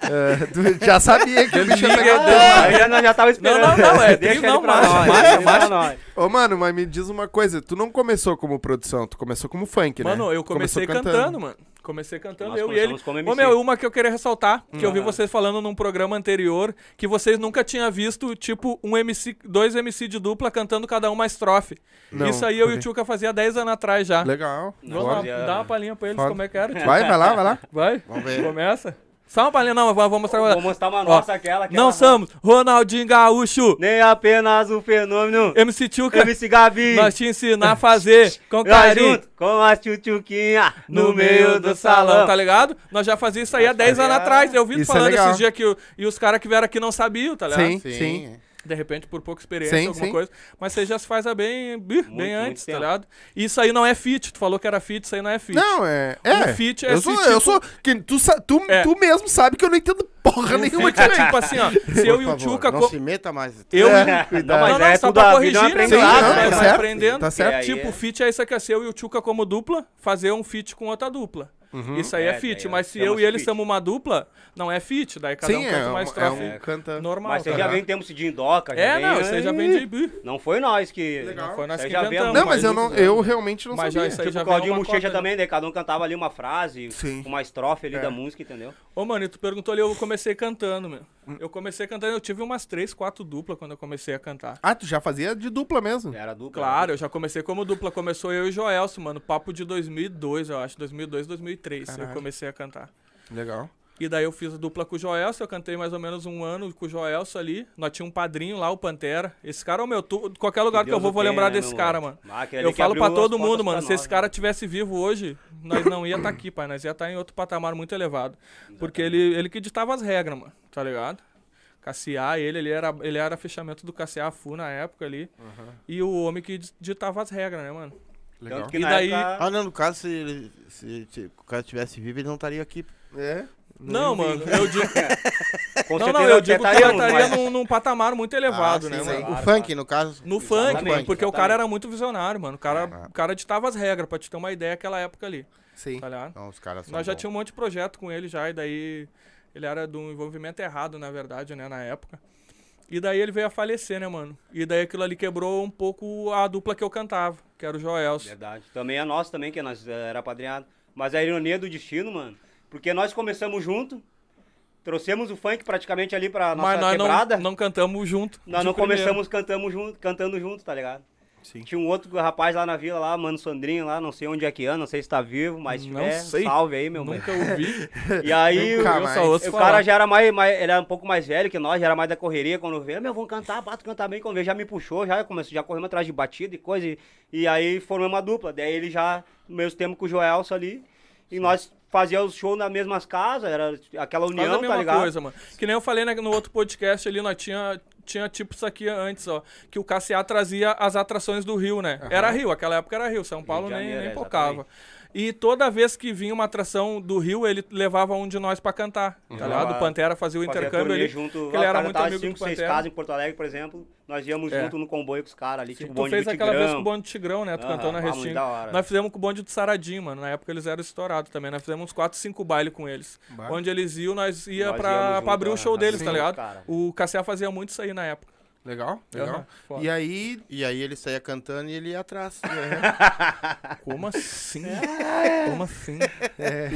[SPEAKER 1] eh, *laughs* tu já sabia que o bicho ia
[SPEAKER 4] Desliga,
[SPEAKER 1] pegar.
[SPEAKER 4] desliga.
[SPEAKER 3] Aí já, nós já tava esperando.
[SPEAKER 4] Não, não,
[SPEAKER 3] *laughs*
[SPEAKER 4] não, é
[SPEAKER 3] Deixa
[SPEAKER 4] trio,
[SPEAKER 3] ele
[SPEAKER 4] não,
[SPEAKER 3] pra
[SPEAKER 4] marcha,
[SPEAKER 3] nós,
[SPEAKER 4] marcha,
[SPEAKER 3] deixa ele pra
[SPEAKER 4] marcha.
[SPEAKER 3] nós.
[SPEAKER 1] Ô, mano, mas me diz uma coisa, tu não começou como produção, tu começou como funk, né?
[SPEAKER 4] Mano, eu
[SPEAKER 1] Começou
[SPEAKER 4] comecei cantando. mano. Comecei cantando,
[SPEAKER 3] Nós
[SPEAKER 4] eu e
[SPEAKER 3] começamos
[SPEAKER 4] ele.
[SPEAKER 3] como
[SPEAKER 4] Ô,
[SPEAKER 3] MC.
[SPEAKER 4] meu, uma que eu queria ressaltar, que eu vi
[SPEAKER 3] Uhum.
[SPEAKER 4] vocês falando num programa anterior, que vocês nunca tinham visto, tipo, um MC, dois MC de dupla cantando cada um uma estrofe.
[SPEAKER 1] Não,
[SPEAKER 4] Isso aí eu e o
[SPEAKER 1] ok.
[SPEAKER 4] Tchuca fazia 10 anos atrás já.
[SPEAKER 1] Legal.
[SPEAKER 4] Vamos
[SPEAKER 1] bora.
[SPEAKER 4] lá,
[SPEAKER 3] fazia-
[SPEAKER 4] dá uma palhinha pra eles
[SPEAKER 1] Foda.
[SPEAKER 4] como é que era, Tchuca.
[SPEAKER 1] Vai, vai lá, vai *laughs* lá.
[SPEAKER 4] Vai,
[SPEAKER 2] ver.
[SPEAKER 4] começa. Só uma palhinha, não, eu vou vou mostrar pra
[SPEAKER 3] Vou
[SPEAKER 4] vocês.
[SPEAKER 3] mostrar uma
[SPEAKER 4] Ó,
[SPEAKER 3] nossa, aquela, aquela.
[SPEAKER 4] Não somos Ronaldinho Gaúcho,
[SPEAKER 3] Nem apenas o fenômeno.
[SPEAKER 4] MC Tchuca,
[SPEAKER 3] MC Gabi.
[SPEAKER 4] nós te ensinar a fazer com
[SPEAKER 3] Lá
[SPEAKER 4] carinho.
[SPEAKER 3] junto com as tchutchuquinha no meio do salão.
[SPEAKER 4] tá ligado? Nós já fazíamos isso aí há 10 anos atrás. Eu vi tu
[SPEAKER 1] Isso é
[SPEAKER 4] falando
[SPEAKER 1] legal.
[SPEAKER 4] esses dias que o- e os caras que vieram aqui não sabiam, tá ligado?
[SPEAKER 1] Sim, sim.
[SPEAKER 2] Sim.
[SPEAKER 4] De repente, por pouca experiência,
[SPEAKER 1] Sim,
[SPEAKER 4] alguma
[SPEAKER 1] sim.
[SPEAKER 4] coisa. Mas você já se faz há bem, bem
[SPEAKER 3] muito
[SPEAKER 4] antes, tá
[SPEAKER 3] tempo.
[SPEAKER 4] ligado? Isso aí não é fit. Tu falou que era fit, isso aí não é fit.
[SPEAKER 1] Não, é. é.
[SPEAKER 4] Um feat é
[SPEAKER 1] eu sou,
[SPEAKER 4] esse
[SPEAKER 1] eu
[SPEAKER 4] tipo-
[SPEAKER 1] sou. Que tu, sa- tu,
[SPEAKER 4] É.
[SPEAKER 1] tu mesmo sabe que eu não entendo porra
[SPEAKER 4] Um
[SPEAKER 1] nenhuma
[SPEAKER 4] feat é
[SPEAKER 1] de
[SPEAKER 4] tipo assim,
[SPEAKER 1] *laughs*
[SPEAKER 4] ó. Se eu
[SPEAKER 2] Por
[SPEAKER 4] e o
[SPEAKER 2] favor,
[SPEAKER 4] Tchuca.
[SPEAKER 2] Não
[SPEAKER 4] co-
[SPEAKER 2] se meta mais.
[SPEAKER 4] Eu
[SPEAKER 1] É,
[SPEAKER 4] e o-
[SPEAKER 1] cuidado.
[SPEAKER 4] Não, não,
[SPEAKER 3] Mas é
[SPEAKER 4] só
[SPEAKER 3] tudo
[SPEAKER 4] pra
[SPEAKER 3] a vida é
[SPEAKER 4] corrigir,
[SPEAKER 3] um
[SPEAKER 4] né?
[SPEAKER 3] aprendizado,
[SPEAKER 4] Claro,
[SPEAKER 1] né?
[SPEAKER 4] mas
[SPEAKER 1] Tá
[SPEAKER 4] vai
[SPEAKER 1] certo,
[SPEAKER 4] aprendendo.
[SPEAKER 1] tá certo.
[SPEAKER 3] E aí
[SPEAKER 4] Tipo,
[SPEAKER 3] é-
[SPEAKER 4] fit é isso aqui, é ser eu e o Tchuca como dupla, fazer um fit com outra dupla.
[SPEAKER 1] Uhum.
[SPEAKER 4] Isso aí é,
[SPEAKER 3] É,
[SPEAKER 4] fit,
[SPEAKER 3] daí
[SPEAKER 4] mas se eu
[SPEAKER 3] chama-se
[SPEAKER 4] e ele
[SPEAKER 3] fit.
[SPEAKER 4] somos uma dupla, não é fit, daí cada um
[SPEAKER 1] Sim, é,
[SPEAKER 4] canta uma
[SPEAKER 1] um, é
[SPEAKER 4] estrofe
[SPEAKER 1] um canta.
[SPEAKER 4] normal.
[SPEAKER 3] Mas você
[SPEAKER 4] tá
[SPEAKER 3] já
[SPEAKER 4] ligado?
[SPEAKER 3] vem tempo de indoca, já
[SPEAKER 4] É,
[SPEAKER 3] vem... né?
[SPEAKER 4] não, isso aí já vem de... Ih,
[SPEAKER 3] Não foi nós que...
[SPEAKER 1] Legal.
[SPEAKER 4] Não foi nós
[SPEAKER 3] Isso aí
[SPEAKER 4] que
[SPEAKER 3] já
[SPEAKER 4] inventamos.
[SPEAKER 1] Não, mas eu,
[SPEAKER 4] isso
[SPEAKER 1] não,
[SPEAKER 4] já-
[SPEAKER 1] eu realmente não
[SPEAKER 4] Mas já
[SPEAKER 1] sabia. Tipo,
[SPEAKER 4] isso aí já
[SPEAKER 3] O
[SPEAKER 4] vem
[SPEAKER 3] Claudinho
[SPEAKER 4] uma
[SPEAKER 3] Bochecha
[SPEAKER 4] cópia, né?
[SPEAKER 3] também, daí cada um cantava ali uma frase,
[SPEAKER 1] Sim. É.
[SPEAKER 3] uma estrofe ali da música, entendeu?
[SPEAKER 4] Ô, mano, e tu perguntou ali, eu comecei cantando, meu. Eu comecei cantando, eu tive umas três, quatro duplas quando eu comecei a cantar.
[SPEAKER 1] Ah, tu já fazia de dupla mesmo?
[SPEAKER 3] Era dupla.
[SPEAKER 4] Claro, eu já comecei como dupla. Começou eu e o Joelso, mano. Papo de 2002, eu acho. 2002, 2003 eu comecei a cantar.
[SPEAKER 1] Legal.
[SPEAKER 4] E daí eu fiz a dupla com o Joelso, eu cantei mais ou menos um ano com o Joelso ali. Nós tinha um padrinho lá, o Pantera. Esse cara, ô meu, tu- qualquer lugar que, eu
[SPEAKER 3] Deus
[SPEAKER 4] vou,
[SPEAKER 3] o
[SPEAKER 4] vou
[SPEAKER 3] tenha,
[SPEAKER 4] lembrar
[SPEAKER 3] né,
[SPEAKER 4] desse
[SPEAKER 3] meu
[SPEAKER 4] cara, mano.
[SPEAKER 3] mano? Ah, aquele
[SPEAKER 4] eu
[SPEAKER 3] ali que
[SPEAKER 4] falo
[SPEAKER 3] abriu
[SPEAKER 4] pra
[SPEAKER 3] as
[SPEAKER 4] todo
[SPEAKER 3] portas
[SPEAKER 4] mundo,
[SPEAKER 3] pra
[SPEAKER 4] mano, se
[SPEAKER 3] nós,
[SPEAKER 4] esse
[SPEAKER 3] né?
[SPEAKER 4] cara tivesse vivo hoje, nós não ia estar aqui, pai. Nós ia estar em outro patamar muito elevado. Porque ele, ele que ditava as regras, mano, tá ligado? Cassiar, ele, ele era, ele era fechamento do Cassiar Fu na época ali. E o homem que ditava as regras, né, mano?
[SPEAKER 3] Tanto
[SPEAKER 1] Legal.
[SPEAKER 3] que
[SPEAKER 4] E
[SPEAKER 3] na
[SPEAKER 4] daí-
[SPEAKER 3] época-
[SPEAKER 2] Ah, não, no caso, se, ele, se, se o cara estivesse vivo, ele não estaria aqui.
[SPEAKER 1] É.
[SPEAKER 4] Não, mano, eu digo.
[SPEAKER 3] *laughs* Com
[SPEAKER 4] não,
[SPEAKER 3] certeza
[SPEAKER 4] não, eu digo que eu
[SPEAKER 3] tentaríamos,
[SPEAKER 4] estaria
[SPEAKER 3] mas-
[SPEAKER 4] num, num patamar muito elevado,
[SPEAKER 2] Ah,
[SPEAKER 4] né,
[SPEAKER 2] sim,
[SPEAKER 4] mano?
[SPEAKER 2] sim. O
[SPEAKER 3] Claro,
[SPEAKER 2] funk, no caso.
[SPEAKER 4] No funk, né?
[SPEAKER 3] Exatamente,
[SPEAKER 4] mano, porque o
[SPEAKER 3] exatamente. É.
[SPEAKER 4] cara era muito visionário, mano. O cara, o cara ditava as regras, pra te ter uma ideia, aquela época ali,
[SPEAKER 1] Sim.
[SPEAKER 4] tá ligado?
[SPEAKER 2] Não, Então, os caras são
[SPEAKER 4] Nós já
[SPEAKER 2] bons.
[SPEAKER 4] tínhamos um monte de projeto com ele já, e daí ele era de um envolvimento errado, na verdade, né, na época. E daí ele veio a falecer, né, mano? E daí aquilo ali quebrou um pouco a dupla que eu cantava, que era o Joelso.
[SPEAKER 3] Verdade. Também é nosso também, que nós eh, era apadrinhado. Mas a ironia do destino, mano. Porque nós começamos junto, trouxemos o funk praticamente ali pra nossa
[SPEAKER 4] Mas nós
[SPEAKER 3] quebrada.
[SPEAKER 4] não, não cantamos junto.
[SPEAKER 3] nós
[SPEAKER 4] de
[SPEAKER 3] não
[SPEAKER 4] primeiro.
[SPEAKER 3] começamos cantamos junto, cantando junto, tá ligado?
[SPEAKER 1] Sim.
[SPEAKER 3] Tinha um outro rapaz lá na vila, lá, mano Sandrinho, lá, não sei onde é que anda, não sei se tá vivo, mas se
[SPEAKER 4] Não
[SPEAKER 3] tiver,
[SPEAKER 4] sei.
[SPEAKER 3] salve aí, meu mano.
[SPEAKER 4] Nunca ouvi.
[SPEAKER 3] E aí,
[SPEAKER 1] Nunca
[SPEAKER 3] o-
[SPEAKER 4] eu
[SPEAKER 1] mais.
[SPEAKER 4] só ouço
[SPEAKER 3] o
[SPEAKER 4] falar.
[SPEAKER 3] cara já era mais, mais- Ele era um pouco mais velho que nós, já era mais da correria. Quando veio, meu, vamos cantar, bato, cantar bem. Quando veio, já me puxou, já começou, já corremos atrás de batida e coisa. E, e aí formamos uma dupla. Daí ele já, no mesmo tempo com o Joelso ali. E nós fazíamos show nas mesmas casas, era aquela
[SPEAKER 4] Faz é a
[SPEAKER 3] união, tá
[SPEAKER 4] mesma
[SPEAKER 3] ligado?
[SPEAKER 4] coisa, mano. Que nem eu falei né, no outro podcast ali, nós tinha tinha tipo isso aqui antes, ó. Que o KCA trazia as atrações do Rio, né? Era Rio, aquela época era Rio. São Paulo
[SPEAKER 3] de
[SPEAKER 4] nem,
[SPEAKER 3] Janeiro,
[SPEAKER 4] nem
[SPEAKER 3] é,
[SPEAKER 4] pocava. E toda vez que vinha uma atração do Rio, ele levava um de nós pra cantar. Tá ligado? O Pantera fazia o
[SPEAKER 3] Então, Fazia
[SPEAKER 4] intercâmbio
[SPEAKER 3] turnê
[SPEAKER 4] ali.
[SPEAKER 3] junto,
[SPEAKER 4] que ele era muito
[SPEAKER 3] cantava
[SPEAKER 4] amigo do
[SPEAKER 3] cinco, seis
[SPEAKER 4] Pantera.
[SPEAKER 3] casas em Porto Alegre, por exemplo. Nós íamos
[SPEAKER 4] É.
[SPEAKER 3] junto no comboio com os caras ali, tipo
[SPEAKER 4] tu
[SPEAKER 3] bonde
[SPEAKER 4] fez
[SPEAKER 3] do
[SPEAKER 4] aquela vez com
[SPEAKER 3] Tigrão.
[SPEAKER 4] o Bonde do Tigrão, né? Tu
[SPEAKER 3] Aham,
[SPEAKER 4] cantou na
[SPEAKER 3] ah, muito
[SPEAKER 4] Restinga.
[SPEAKER 3] da hora.
[SPEAKER 4] Nós fizemos com o Bonde do Saradinho, mano. Na época eles eram estourados também. Nós fizemos uns 4, 5 bailes com eles. Onde eles iam, nós ia
[SPEAKER 3] Nós
[SPEAKER 4] pra,
[SPEAKER 3] íamos
[SPEAKER 4] pra
[SPEAKER 3] junto,
[SPEAKER 4] abrir o
[SPEAKER 3] aham.
[SPEAKER 4] show deles,
[SPEAKER 3] Sim,
[SPEAKER 4] tá ligado?
[SPEAKER 3] cara.
[SPEAKER 4] O KCA fazia muito isso aí na época.
[SPEAKER 1] Legal,
[SPEAKER 4] Aham,
[SPEAKER 1] legal.
[SPEAKER 4] foda.
[SPEAKER 1] e aí,
[SPEAKER 2] E aí ele saía cantando e ele ia
[SPEAKER 4] *laughs*
[SPEAKER 2] atrás. Assim.
[SPEAKER 4] Como
[SPEAKER 1] *laughs*
[SPEAKER 4] assim? Como assim?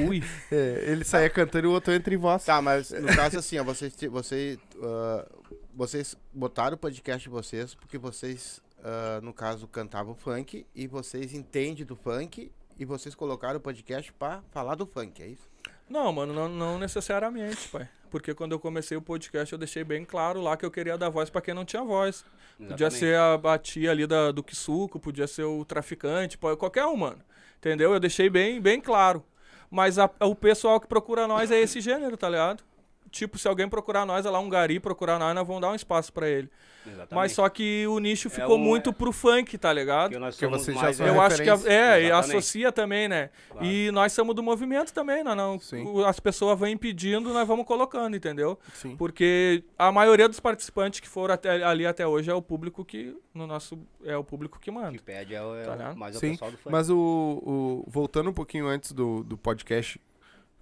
[SPEAKER 4] Ui.
[SPEAKER 1] é, ele saía cantando e o outro entra em voz.
[SPEAKER 2] Tá, mas no caso assim, ó, vocês, ti- vocês, ah, vocês botaram o podcast de vocês porque vocês, ah, no caso, cantavam funk e vocês entendem do funk e vocês colocaram o podcast pra falar do funk, é isso?
[SPEAKER 4] Não, mano, não, não necessariamente, pai. Porque quando eu comecei o podcast, eu deixei bem claro lá que eu queria dar voz pra quem não tinha voz. Podia
[SPEAKER 3] Exatamente.
[SPEAKER 4] ser a batia ali da, do Kisuko, podia ser o traficante, pô, qualquer um, mano. Entendeu? Eu deixei bem, bem claro. Mas a- o pessoal que procura nós é esse gênero, tá ligado? Tipo, se alguém procurar nós, é lá um gari procurar nós, nós vamos dar um espaço pra ele.
[SPEAKER 3] Exatamente.
[SPEAKER 4] Mas só que o nicho ficou
[SPEAKER 3] um-
[SPEAKER 4] muito pro funk, tá ligado?
[SPEAKER 3] Porque nós
[SPEAKER 1] Porque
[SPEAKER 3] somos
[SPEAKER 1] vocês já
[SPEAKER 3] mais...
[SPEAKER 1] são
[SPEAKER 3] é,
[SPEAKER 4] Eu acho que a-
[SPEAKER 1] referência.
[SPEAKER 4] é, e
[SPEAKER 3] Exatamente.
[SPEAKER 4] associa também, né? E nós somos do movimento também, nós não,
[SPEAKER 1] Sim.
[SPEAKER 4] o- as pessoas vão impedindo, nós vamos colocando, entendeu?
[SPEAKER 1] Sim.
[SPEAKER 4] Porque a maioria dos participantes que foram até- ali até hoje é o público que no nosso é o público que manda.
[SPEAKER 3] que pede é, o- é
[SPEAKER 4] Tá
[SPEAKER 3] o-
[SPEAKER 4] ligado?
[SPEAKER 3] mais o
[SPEAKER 1] Sim,
[SPEAKER 3] pessoal do funk.
[SPEAKER 1] mas o, o- voltando um pouquinho antes do, do podcast,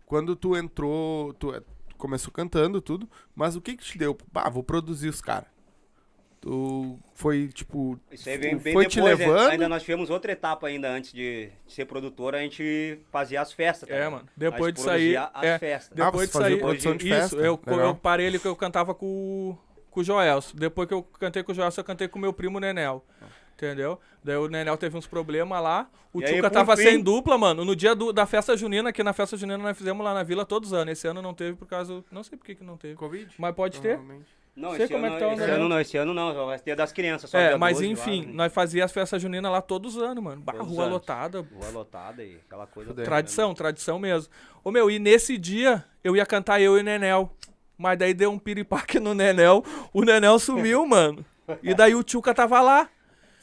[SPEAKER 1] quando tu entrou, tu, eh, tu começou cantando tudo, mas o que que te deu? Bah, vou produzir os caras. Tu foi tipo,
[SPEAKER 3] Isso aí vem
[SPEAKER 1] tu
[SPEAKER 3] bem
[SPEAKER 1] foi te
[SPEAKER 3] depois, né?
[SPEAKER 1] levando?
[SPEAKER 3] Ainda nós tivemos outra etapa ainda antes de ser produtor, a gente fazia as festas. tá
[SPEAKER 4] É,
[SPEAKER 3] ligado?
[SPEAKER 4] mano.
[SPEAKER 3] Nós
[SPEAKER 4] Depois disso aí.
[SPEAKER 3] produzia As
[SPEAKER 4] é,
[SPEAKER 3] festas.
[SPEAKER 1] Ah, você
[SPEAKER 4] Depois disso
[SPEAKER 1] fazia
[SPEAKER 4] aí.
[SPEAKER 1] produção de
[SPEAKER 4] isso,
[SPEAKER 1] festa?
[SPEAKER 4] eu, co-
[SPEAKER 1] Legal.
[SPEAKER 4] eu parei ali que eu cantava com, o- com o Joelso. Depois que eu cantei com o Joelso, eu cantei com o meu primo Nenel. Entendeu? Daí o Nenel teve uns problemas lá. O
[SPEAKER 3] E aí,
[SPEAKER 4] Tchuca
[SPEAKER 3] por
[SPEAKER 4] tava
[SPEAKER 3] fim-
[SPEAKER 4] sem dupla, mano. No dia do- da festa junina, que na festa junina nós fizemos lá na vila todos os anos. Esse ano não teve por causa. Não sei por que que não teve.
[SPEAKER 1] Covid?
[SPEAKER 4] Mas pode ter.
[SPEAKER 3] Não,
[SPEAKER 4] sei
[SPEAKER 3] esse,
[SPEAKER 4] como é
[SPEAKER 3] ano,
[SPEAKER 4] que tá o
[SPEAKER 3] esse
[SPEAKER 4] andamento.
[SPEAKER 3] ano não, esse ano não, só vai ter das crianças. Só
[SPEAKER 4] é,
[SPEAKER 3] dia
[SPEAKER 4] mas
[SPEAKER 3] 12 lá,
[SPEAKER 4] enfim,
[SPEAKER 3] né?
[SPEAKER 4] nós fazia as festas juninas lá todos os anos, mano. Bah,
[SPEAKER 3] Todos os
[SPEAKER 4] rua
[SPEAKER 3] anos.
[SPEAKER 4] lotada.
[SPEAKER 3] Rua lotada e aquela coisa.
[SPEAKER 1] Fudeu.
[SPEAKER 4] Tradição, tradição mesmo. Ô meu, e nesse dia eu ia cantar eu e o Nenel. Mas daí deu um piripaque no Nenel. O Nenel sumiu, mano. E daí o Tchuca tava lá.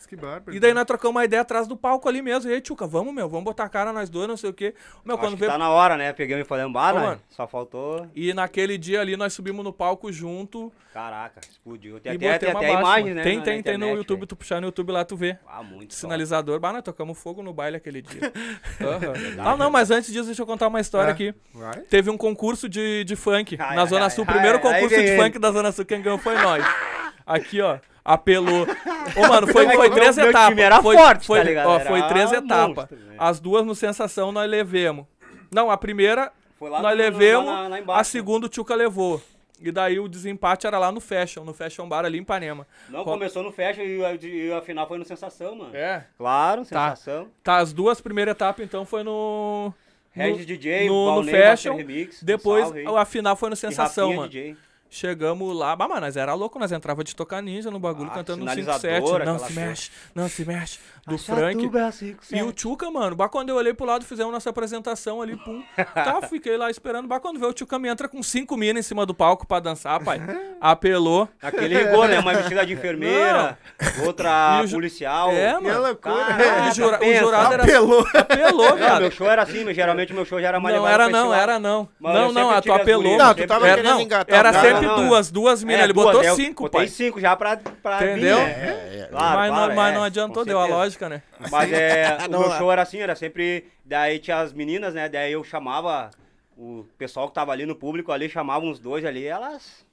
[SPEAKER 1] Que bárbaro.
[SPEAKER 4] E daí nós trocamos uma ideia atrás do palco ali mesmo. E aí, Tchuca, vamos, meu, vamos botar a cara nós dois, não sei o quê. Meu,
[SPEAKER 3] Acho
[SPEAKER 4] quando
[SPEAKER 3] que
[SPEAKER 4] veio.
[SPEAKER 3] tá na hora, né? Peguei e falei, ah,
[SPEAKER 4] Ô,
[SPEAKER 3] né?
[SPEAKER 4] mano.
[SPEAKER 3] só faltou.
[SPEAKER 4] E naquele dia ali nós subimos no palco junto.
[SPEAKER 3] Caraca, explodiu. Tem
[SPEAKER 4] e
[SPEAKER 3] até,
[SPEAKER 4] botei
[SPEAKER 3] tem
[SPEAKER 4] uma
[SPEAKER 3] até
[SPEAKER 4] baixa,
[SPEAKER 3] imagens,
[SPEAKER 4] mano.
[SPEAKER 3] né?
[SPEAKER 4] Tem,
[SPEAKER 3] na-
[SPEAKER 4] tem,
[SPEAKER 3] na
[SPEAKER 4] tem no
[SPEAKER 3] internet,
[SPEAKER 4] YouTube.
[SPEAKER 3] velho.
[SPEAKER 4] Tu puxar no YouTube lá, tu vê.
[SPEAKER 3] Ah, muito Sinalizado.
[SPEAKER 4] Sinalizador. Bah, nós tocamos fogo no baile aquele dia.
[SPEAKER 3] *laughs* É
[SPEAKER 4] Aham. Ah, não, mas antes disso, deixa eu contar uma história
[SPEAKER 1] É.
[SPEAKER 4] aqui.
[SPEAKER 1] Vai?
[SPEAKER 4] Teve um concurso de, de funk
[SPEAKER 3] Ai,
[SPEAKER 4] na
[SPEAKER 3] ai,
[SPEAKER 4] Zona
[SPEAKER 3] ai,
[SPEAKER 4] Sul.
[SPEAKER 3] ai,
[SPEAKER 4] primeiro
[SPEAKER 3] ai,
[SPEAKER 4] concurso
[SPEAKER 3] vem
[SPEAKER 4] de
[SPEAKER 3] ele.
[SPEAKER 4] funk da Zona Sul. Quem ganhou foi nós. Aqui, ó. Apelou. Ô, mano, foi, foi
[SPEAKER 3] Meu-
[SPEAKER 4] três
[SPEAKER 3] meu time
[SPEAKER 4] etapas.
[SPEAKER 3] era
[SPEAKER 4] foi,
[SPEAKER 3] forte,
[SPEAKER 4] foi,
[SPEAKER 3] tá ligado?
[SPEAKER 4] ó,
[SPEAKER 3] Era
[SPEAKER 4] foi três
[SPEAKER 3] monstro,
[SPEAKER 4] etapas.
[SPEAKER 3] né?
[SPEAKER 4] As duas no Sensação nós levemos. Não, a primeira
[SPEAKER 3] Foi lá
[SPEAKER 4] nós
[SPEAKER 3] no-
[SPEAKER 4] levemos,
[SPEAKER 3] lá- lá embaixo, né?
[SPEAKER 4] a segunda o Tchuca levou. E daí o desempate era lá no Fashion, no Fashion Bar ali em Ipanema.
[SPEAKER 3] Não,
[SPEAKER 4] Qual-
[SPEAKER 3] começou no Fashion e, a- de- e a final foi no Sensação, mano.
[SPEAKER 4] É?
[SPEAKER 3] Claro, Sensação.
[SPEAKER 4] Tá, as duas primeiras etapas então foi no...
[SPEAKER 3] Regis
[SPEAKER 4] no-
[SPEAKER 3] DJ,
[SPEAKER 4] no, no
[SPEAKER 3] Valnei,
[SPEAKER 4] Fashion,
[SPEAKER 3] Master Remix,
[SPEAKER 4] depois
[SPEAKER 3] salve aí.
[SPEAKER 4] a final foi no
[SPEAKER 3] E
[SPEAKER 4] Sensação,
[SPEAKER 3] Rafinha
[SPEAKER 4] mano.
[SPEAKER 3] DJ.
[SPEAKER 4] Chegamos lá, bah, mano, nós era louco, nós entrava de tocar ninja no bagulho,
[SPEAKER 3] Ah,
[SPEAKER 4] cantando um
[SPEAKER 3] sinalizador,
[SPEAKER 4] 5-7, não
[SPEAKER 3] aquela
[SPEAKER 4] se
[SPEAKER 3] coisa.
[SPEAKER 4] mexe, não se mexe, do
[SPEAKER 3] Acha
[SPEAKER 4] Frank.
[SPEAKER 3] tudo, é assim que
[SPEAKER 4] E o
[SPEAKER 3] serve.
[SPEAKER 4] Tchuca, mano, bah, quando eu olhei pro lado, fizemos nossa apresentação ali,
[SPEAKER 3] *laughs*
[SPEAKER 4] pum. Tá, fiquei lá esperando. Bah, quando veio o Tchuca me entra com cinco minas em cima do palco pra dançar, pai. Apelou.
[SPEAKER 3] Aquele rigor, né? Uma vestida de enfermeira, outra
[SPEAKER 4] E o ju-
[SPEAKER 3] policial. Tá.
[SPEAKER 4] É,
[SPEAKER 1] Que
[SPEAKER 4] mano.
[SPEAKER 1] loucura.
[SPEAKER 3] Caraca,
[SPEAKER 2] né?
[SPEAKER 4] o, jura- o
[SPEAKER 3] pensa.
[SPEAKER 4] jurado era.
[SPEAKER 1] Apelou.
[SPEAKER 4] Apelou,
[SPEAKER 3] Não, meu
[SPEAKER 4] cara.
[SPEAKER 3] show era assim, mas geralmente meu show já era mais
[SPEAKER 4] Tá. Não,
[SPEAKER 3] levado
[SPEAKER 4] era
[SPEAKER 3] pra esse
[SPEAKER 4] não,
[SPEAKER 3] lado.
[SPEAKER 4] era não.
[SPEAKER 3] Mano, eu
[SPEAKER 4] não, não,
[SPEAKER 3] sempre
[SPEAKER 4] a tu
[SPEAKER 3] tive as
[SPEAKER 4] apelou.
[SPEAKER 3] gurias,
[SPEAKER 2] Não, tu
[SPEAKER 3] sempre-
[SPEAKER 2] tava
[SPEAKER 4] era,
[SPEAKER 2] querendo
[SPEAKER 4] não,
[SPEAKER 2] engatar
[SPEAKER 4] era
[SPEAKER 2] o cara.
[SPEAKER 4] sempre
[SPEAKER 3] Não, não,
[SPEAKER 4] duas, duas minas.
[SPEAKER 3] É,
[SPEAKER 4] ele
[SPEAKER 3] duas,
[SPEAKER 4] botou
[SPEAKER 3] eu
[SPEAKER 4] cinco,
[SPEAKER 3] Botei
[SPEAKER 4] pai.
[SPEAKER 3] cinco já pra, pra vir,
[SPEAKER 4] Entendeu?
[SPEAKER 3] né? Claro,
[SPEAKER 4] mas,
[SPEAKER 3] claro,
[SPEAKER 4] não, mas
[SPEAKER 3] é,
[SPEAKER 4] não
[SPEAKER 3] com
[SPEAKER 4] adiantou, deu a
[SPEAKER 3] certeza.
[SPEAKER 4] lógica, né?
[SPEAKER 3] Mas é,
[SPEAKER 2] Ah,
[SPEAKER 3] o
[SPEAKER 2] não,
[SPEAKER 3] meu
[SPEAKER 2] lá.
[SPEAKER 3] show era assim, era sempre. Daí tinha as meninas, né? Daí eu chamava o pessoal que tava ali no público ali, chamava uns dois ali, elas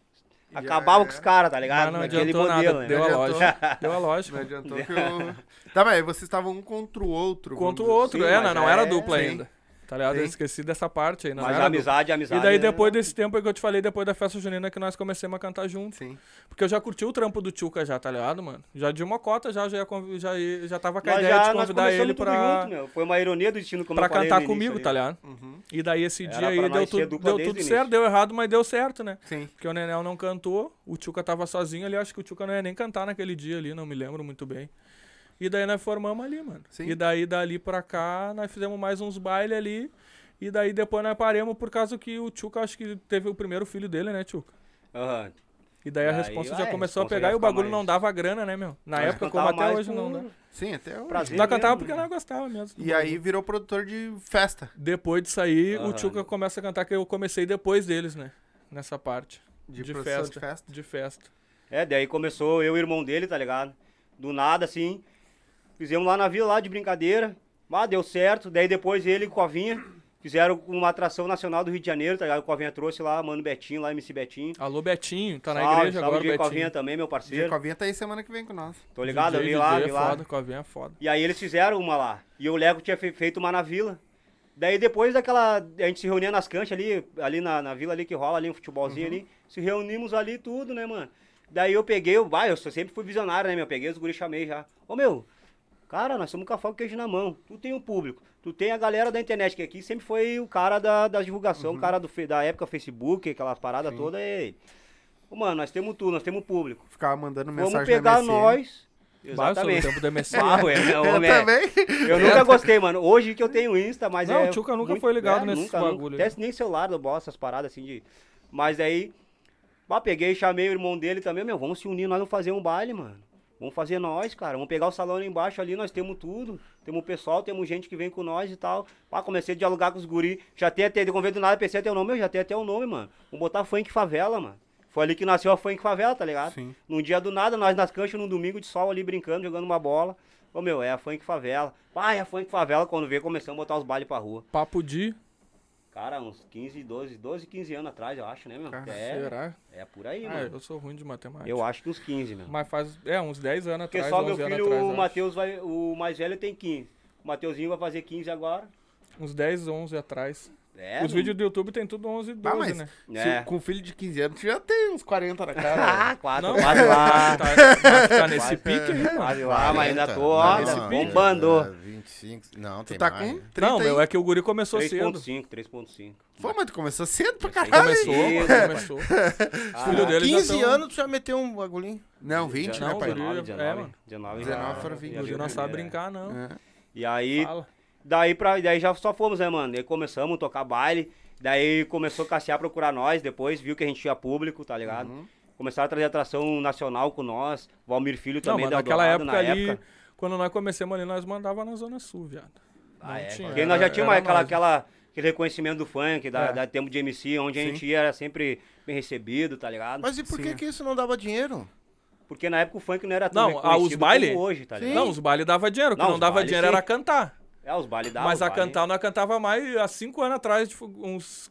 [SPEAKER 3] acabavam com os caras, tá ligado?
[SPEAKER 4] Mas Ah, não
[SPEAKER 3] Naquele
[SPEAKER 4] adiantou
[SPEAKER 3] modelo,
[SPEAKER 4] nada.
[SPEAKER 3] né?
[SPEAKER 4] Deu a
[SPEAKER 1] Não
[SPEAKER 4] lógica. Deu a
[SPEAKER 1] Não
[SPEAKER 4] lógica.
[SPEAKER 1] né, adiantou que eu...
[SPEAKER 4] *laughs*
[SPEAKER 1] Tá, mas aí vocês estavam um contra o outro. vamos
[SPEAKER 4] Contra o
[SPEAKER 1] dizer.
[SPEAKER 4] outro.
[SPEAKER 3] Sim,
[SPEAKER 4] é,
[SPEAKER 3] mas
[SPEAKER 4] não, não era
[SPEAKER 3] é-
[SPEAKER 4] dupla
[SPEAKER 1] Sim.
[SPEAKER 4] ainda. Tá ligado? Eu
[SPEAKER 1] Sim.
[SPEAKER 4] esqueci dessa parte aí. Não
[SPEAKER 3] Mas
[SPEAKER 4] era
[SPEAKER 3] a
[SPEAKER 4] dupla.
[SPEAKER 3] amizade, a amizade.
[SPEAKER 4] E daí,
[SPEAKER 3] né?
[SPEAKER 4] depois desse tempo aí que eu te falei, depois da festa junina, que nós começamos a cantar junto.
[SPEAKER 1] assim. Sim.
[SPEAKER 4] Porque eu já curti o trampo do Tchuca já, tá ligado, mano? Já de uma cota, já, já, ia conv- já, ia- já tava com a
[SPEAKER 3] Nós
[SPEAKER 4] ideia
[SPEAKER 3] já-
[SPEAKER 4] de
[SPEAKER 3] nós
[SPEAKER 4] convidar
[SPEAKER 3] começamos
[SPEAKER 4] ele
[SPEAKER 3] tudo
[SPEAKER 4] pra,
[SPEAKER 3] junto, meu. Foi uma ironia do destino, como
[SPEAKER 4] pra
[SPEAKER 3] eu falei
[SPEAKER 4] cantar
[SPEAKER 3] no início
[SPEAKER 4] comigo,
[SPEAKER 3] ali.
[SPEAKER 4] tá ligado?
[SPEAKER 1] Uhum.
[SPEAKER 4] E daí esse
[SPEAKER 3] Era
[SPEAKER 4] dia aí
[SPEAKER 3] pra
[SPEAKER 4] deu
[SPEAKER 3] nós ser
[SPEAKER 4] tudo,
[SPEAKER 3] dupla
[SPEAKER 4] deu
[SPEAKER 3] desde o
[SPEAKER 4] tudo
[SPEAKER 3] início.
[SPEAKER 4] certo, deu errado, mas deu certo, né?
[SPEAKER 1] Sim.
[SPEAKER 4] Porque o Nenel não cantou, o Tchuca tava sozinho ali, acho que o Tchuca não ia nem cantar naquele dia ali, não me lembro muito bem. E daí nós formamos ali, mano.
[SPEAKER 1] Sim.
[SPEAKER 4] E daí dali pra cá, nós fizemos mais uns bailes ali. E daí depois nós paremos por causa que o Tchuca acho que teve o primeiro filho dele, né, Tchuca?
[SPEAKER 3] Aham.
[SPEAKER 4] E daí a
[SPEAKER 3] Daí,
[SPEAKER 4] responsa
[SPEAKER 3] ah,
[SPEAKER 4] já
[SPEAKER 3] é,
[SPEAKER 4] começou a
[SPEAKER 3] responsa
[SPEAKER 4] pegar
[SPEAKER 3] já
[SPEAKER 4] e o
[SPEAKER 3] fica
[SPEAKER 4] bagulho
[SPEAKER 3] mais-
[SPEAKER 4] não dava grana, né, meu? Na época, como
[SPEAKER 3] Cantava
[SPEAKER 4] até
[SPEAKER 3] mais
[SPEAKER 4] hoje, não
[SPEAKER 3] por
[SPEAKER 4] dá.
[SPEAKER 1] Sim, até hoje.
[SPEAKER 3] Prazer.
[SPEAKER 4] Nós cantava
[SPEAKER 3] mesmo,
[SPEAKER 4] porque
[SPEAKER 3] né?
[SPEAKER 4] nós gostava mesmo.
[SPEAKER 1] E aí virou produtor de festa.
[SPEAKER 4] Depois de sair, o
[SPEAKER 3] Aham.
[SPEAKER 4] Tchuca começa a cantar, que eu comecei depois deles, né? Nessa parte.
[SPEAKER 1] De
[SPEAKER 4] De,
[SPEAKER 1] produção
[SPEAKER 4] festa,
[SPEAKER 1] de festa.
[SPEAKER 4] De festa.
[SPEAKER 3] É, daí começou eu e o irmão dele, tá ligado? Do nada, assim. Fizemos lá na vila, lá de brincadeira. Ah, deu certo. Daí depois ele e o Covinha fizeram uma atração nacional do Rio de Janeiro, tá ligado? O Covinha trouxe lá, mano Betinho, lá MC Betinho.
[SPEAKER 4] Alô, Betinho, tá na
[SPEAKER 3] Salve,
[SPEAKER 4] igreja
[SPEAKER 3] salve,
[SPEAKER 4] agora,
[SPEAKER 3] DJ
[SPEAKER 4] Betinho.
[SPEAKER 3] Covinha também, meu
[SPEAKER 1] O
[SPEAKER 3] parceiro.
[SPEAKER 1] Covinha tá aí semana que vem com nós.
[SPEAKER 3] Tô ligado, eu
[SPEAKER 4] DJ,
[SPEAKER 3] vi lá,
[SPEAKER 4] DJ
[SPEAKER 3] vi
[SPEAKER 4] é
[SPEAKER 3] lá.
[SPEAKER 4] foda, Covinha é foda.
[SPEAKER 3] E aí eles fizeram uma lá. E eu, o Lego tinha fe- feito uma na vila. Daí depois daquela. A gente se reunia nas canchas ali, ali na, na vila ali que rola ali um futebolzinho ali. Se reunimos ali tudo, né, mano? Daí eu peguei o bairro, eu sou- sempre fui visionário, né, meu? Peguei os guris, chamei já. Ô meu, cara, nós somos um café com queijo na mão. Tu tem o público, tu tem a galera da internet, que aqui sempre foi o cara da, da divulgação, o cara do, fe- da época Facebook, aquelas paradas todas. E... Ô, mano, nós temos tudo, nós temos público.
[SPEAKER 1] Ficava mandando mensagem
[SPEAKER 3] Vamos
[SPEAKER 1] na
[SPEAKER 3] pegar
[SPEAKER 1] MSN.
[SPEAKER 3] nós.
[SPEAKER 4] Bah, sobre o
[SPEAKER 3] Exatamente.
[SPEAKER 4] tempo do
[SPEAKER 3] *laughs*
[SPEAKER 4] MSN.
[SPEAKER 3] Barro, é, é,
[SPEAKER 1] *laughs* Eu
[SPEAKER 3] homem, é.
[SPEAKER 1] também.
[SPEAKER 3] Eu nunca gostei, mano. Hoje que eu tenho Insta, mas
[SPEAKER 4] Não,
[SPEAKER 3] é...
[SPEAKER 4] o Tchuca nunca
[SPEAKER 3] muito-
[SPEAKER 4] foi ligado
[SPEAKER 3] é,
[SPEAKER 4] nesses
[SPEAKER 3] nunca, nunca.
[SPEAKER 4] bagulho aí.
[SPEAKER 3] Até nem celular do bosta, essas paradas assim de... Mas aí... Bah, peguei, chamei o irmão dele também. Meu, vamos se unir, nós vamos fazer um baile, mano. Vamos fazer nós, cara. Vamos pegar o salão ali embaixo ali, nós temos tudo. Temos pessoal, temos gente que vem com nós e tal. Pá, comecei a dialogar com os guri. Já tem até, de convênio do nada, pensei até o nome, eu já tenho até o nome, mano. Vamos botar funk favela, mano. Foi ali que nasceu a funk favela, tá ligado?
[SPEAKER 1] Sim.
[SPEAKER 3] Num dia do nada, nós nas canchas, num domingo de sol ali brincando, jogando uma bola. Ô meu, é a funk favela. Pai, é a funk favela. Quando veio, começamos a botar os bailes pra rua.
[SPEAKER 4] Papo de.
[SPEAKER 3] Cara, uns 15, 12, 12, 15 anos atrás, eu acho, né, meu?
[SPEAKER 1] Cara,
[SPEAKER 3] É,
[SPEAKER 4] Será?
[SPEAKER 3] é por aí,
[SPEAKER 4] Ah,
[SPEAKER 3] mano.
[SPEAKER 4] eu sou ruim de matemática.
[SPEAKER 3] Eu acho que uns 15, meu.
[SPEAKER 4] Mas faz, é, uns 10 anos
[SPEAKER 3] Porque
[SPEAKER 4] atrás,
[SPEAKER 3] só
[SPEAKER 4] 11
[SPEAKER 3] meu
[SPEAKER 4] anos
[SPEAKER 3] filho,
[SPEAKER 4] atrás. eu
[SPEAKER 3] o Matheus, vai, o mais velho tem 15. O Mateuzinho vai fazer 15 agora.
[SPEAKER 4] acho. Uns 10, 11 atrás.
[SPEAKER 3] É,
[SPEAKER 4] Os
[SPEAKER 3] não-
[SPEAKER 4] vídeos do YouTube tem tudo 11 e 12,
[SPEAKER 1] Ah, mas
[SPEAKER 4] né?
[SPEAKER 1] se-
[SPEAKER 3] É.
[SPEAKER 1] com um filho de 15 anos, tu já tem uns né? 40 na cara.
[SPEAKER 3] Ah, quatro,
[SPEAKER 4] Não,
[SPEAKER 3] quase lá.
[SPEAKER 4] mas *laughs* tá, mas tá nesse pique aí, mano.
[SPEAKER 3] Quase lá, Ah, mas ainda
[SPEAKER 2] 40,
[SPEAKER 3] tô, ó,
[SPEAKER 2] nesse pique.
[SPEAKER 3] bombando.
[SPEAKER 2] É, 25, não,
[SPEAKER 1] tu
[SPEAKER 2] tem
[SPEAKER 1] tá
[SPEAKER 2] mais.
[SPEAKER 1] com 30
[SPEAKER 4] Não, meu,
[SPEAKER 1] e...
[SPEAKER 4] é que o guri começou cedo.
[SPEAKER 3] 3.5, 3.5
[SPEAKER 1] Pô, mas tu começou cedo pra
[SPEAKER 3] Comecei-
[SPEAKER 1] caralho.
[SPEAKER 4] Começou,
[SPEAKER 3] Isso,
[SPEAKER 4] mano, começou. Os
[SPEAKER 3] Ah,
[SPEAKER 4] filhos dele já
[SPEAKER 2] 15
[SPEAKER 3] Então-
[SPEAKER 4] tão-
[SPEAKER 2] anos tu já meteu um bagulhinho.
[SPEAKER 1] Não, 20,
[SPEAKER 4] Não,
[SPEAKER 1] né, pai?
[SPEAKER 4] guri.
[SPEAKER 3] 19,
[SPEAKER 4] É,
[SPEAKER 3] 19,
[SPEAKER 4] mano.
[SPEAKER 3] 19,
[SPEAKER 1] 19
[SPEAKER 3] já-
[SPEAKER 1] foram
[SPEAKER 3] já
[SPEAKER 4] O
[SPEAKER 1] vinte.
[SPEAKER 3] vi
[SPEAKER 4] guri
[SPEAKER 3] o
[SPEAKER 4] não sabe
[SPEAKER 3] primeiro,
[SPEAKER 4] brincar, não.
[SPEAKER 1] É.
[SPEAKER 3] é. E aí,
[SPEAKER 4] Fala.
[SPEAKER 3] daí, pra, daí já só fomos, né, mano? Daí começamos a tocar baile. Daí começou a Cassiar procurar nós, depois viu que a gente tinha público, tá ligado? Começaram a trazer atração nacional com nós. Valmir Filho
[SPEAKER 4] Não,
[SPEAKER 3] também
[SPEAKER 4] mano,
[SPEAKER 3] da
[SPEAKER 4] naquela
[SPEAKER 3] Eldorado,
[SPEAKER 4] época
[SPEAKER 3] na
[SPEAKER 4] ali,
[SPEAKER 3] época.
[SPEAKER 4] quando nós começamos ali, nós mandava na Zona Sul, viado.
[SPEAKER 3] Ah, é.
[SPEAKER 4] tinha,
[SPEAKER 3] Porque nós já
[SPEAKER 4] era-
[SPEAKER 3] tínhamos
[SPEAKER 4] era
[SPEAKER 3] aquela,
[SPEAKER 4] nós.
[SPEAKER 3] aquela, aquele reconhecimento do funk, da,
[SPEAKER 4] É.
[SPEAKER 3] da tempo de MC, onde a gente ia era sempre bem recebido, tá ligado?
[SPEAKER 2] Mas e por que
[SPEAKER 1] Sim.
[SPEAKER 2] que isso não dava dinheiro?
[SPEAKER 3] Porque na época o funk não era tão
[SPEAKER 4] Não, ah, os
[SPEAKER 3] reconhecido
[SPEAKER 4] baile?
[SPEAKER 3] como hoje, tá ligado?
[SPEAKER 4] Não, os bailes dava dinheiro. O que
[SPEAKER 3] Não,
[SPEAKER 4] não
[SPEAKER 3] os
[SPEAKER 4] dava
[SPEAKER 3] baile,
[SPEAKER 4] dinheiro
[SPEAKER 3] sim.
[SPEAKER 4] era cantar.
[SPEAKER 3] É, os baile davam.
[SPEAKER 4] Mas a
[SPEAKER 3] baile.
[SPEAKER 4] cantar nós cantava mais há cinco anos atrás, de, uns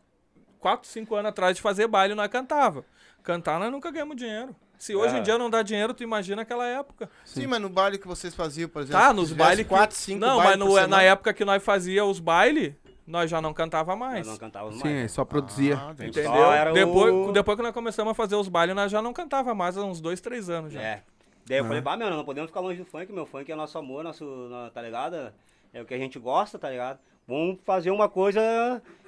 [SPEAKER 4] 4, 5 anos atrás de fazer baile, nós cantava. Cantar nós nunca ganhamos dinheiro. Se hoje em
[SPEAKER 3] É.
[SPEAKER 4] dia não dá dinheiro, tu imagina aquela época.
[SPEAKER 2] Sim, mas no baile que vocês faziam, por exemplo.
[SPEAKER 4] Tá,
[SPEAKER 2] se
[SPEAKER 4] nos
[SPEAKER 2] tivesse
[SPEAKER 4] bailes.
[SPEAKER 2] quatro, cinco
[SPEAKER 4] Não,
[SPEAKER 2] bailes
[SPEAKER 4] mas no- é,
[SPEAKER 2] por
[SPEAKER 4] na
[SPEAKER 2] semana-
[SPEAKER 4] época que nós fazia os bailes, nós já não cantava mais.
[SPEAKER 3] Nós não cantávamos
[SPEAKER 1] Sim,
[SPEAKER 3] mais.
[SPEAKER 1] aí só produzia.
[SPEAKER 2] Ah, tem-
[SPEAKER 3] Entendeu?
[SPEAKER 4] Entendeu?
[SPEAKER 3] era o-
[SPEAKER 4] depois, depois que nós começamos a fazer os bailes, nós já não cantava mais há uns dois, três anos já. Ah.
[SPEAKER 3] É. Daí eu falei, bah, meu, não podemos ficar longe do funk, meu. Funk é nosso amor, nosso. no- tá ligado? É o que a gente gosta, tá ligado? Vamos fazer uma coisa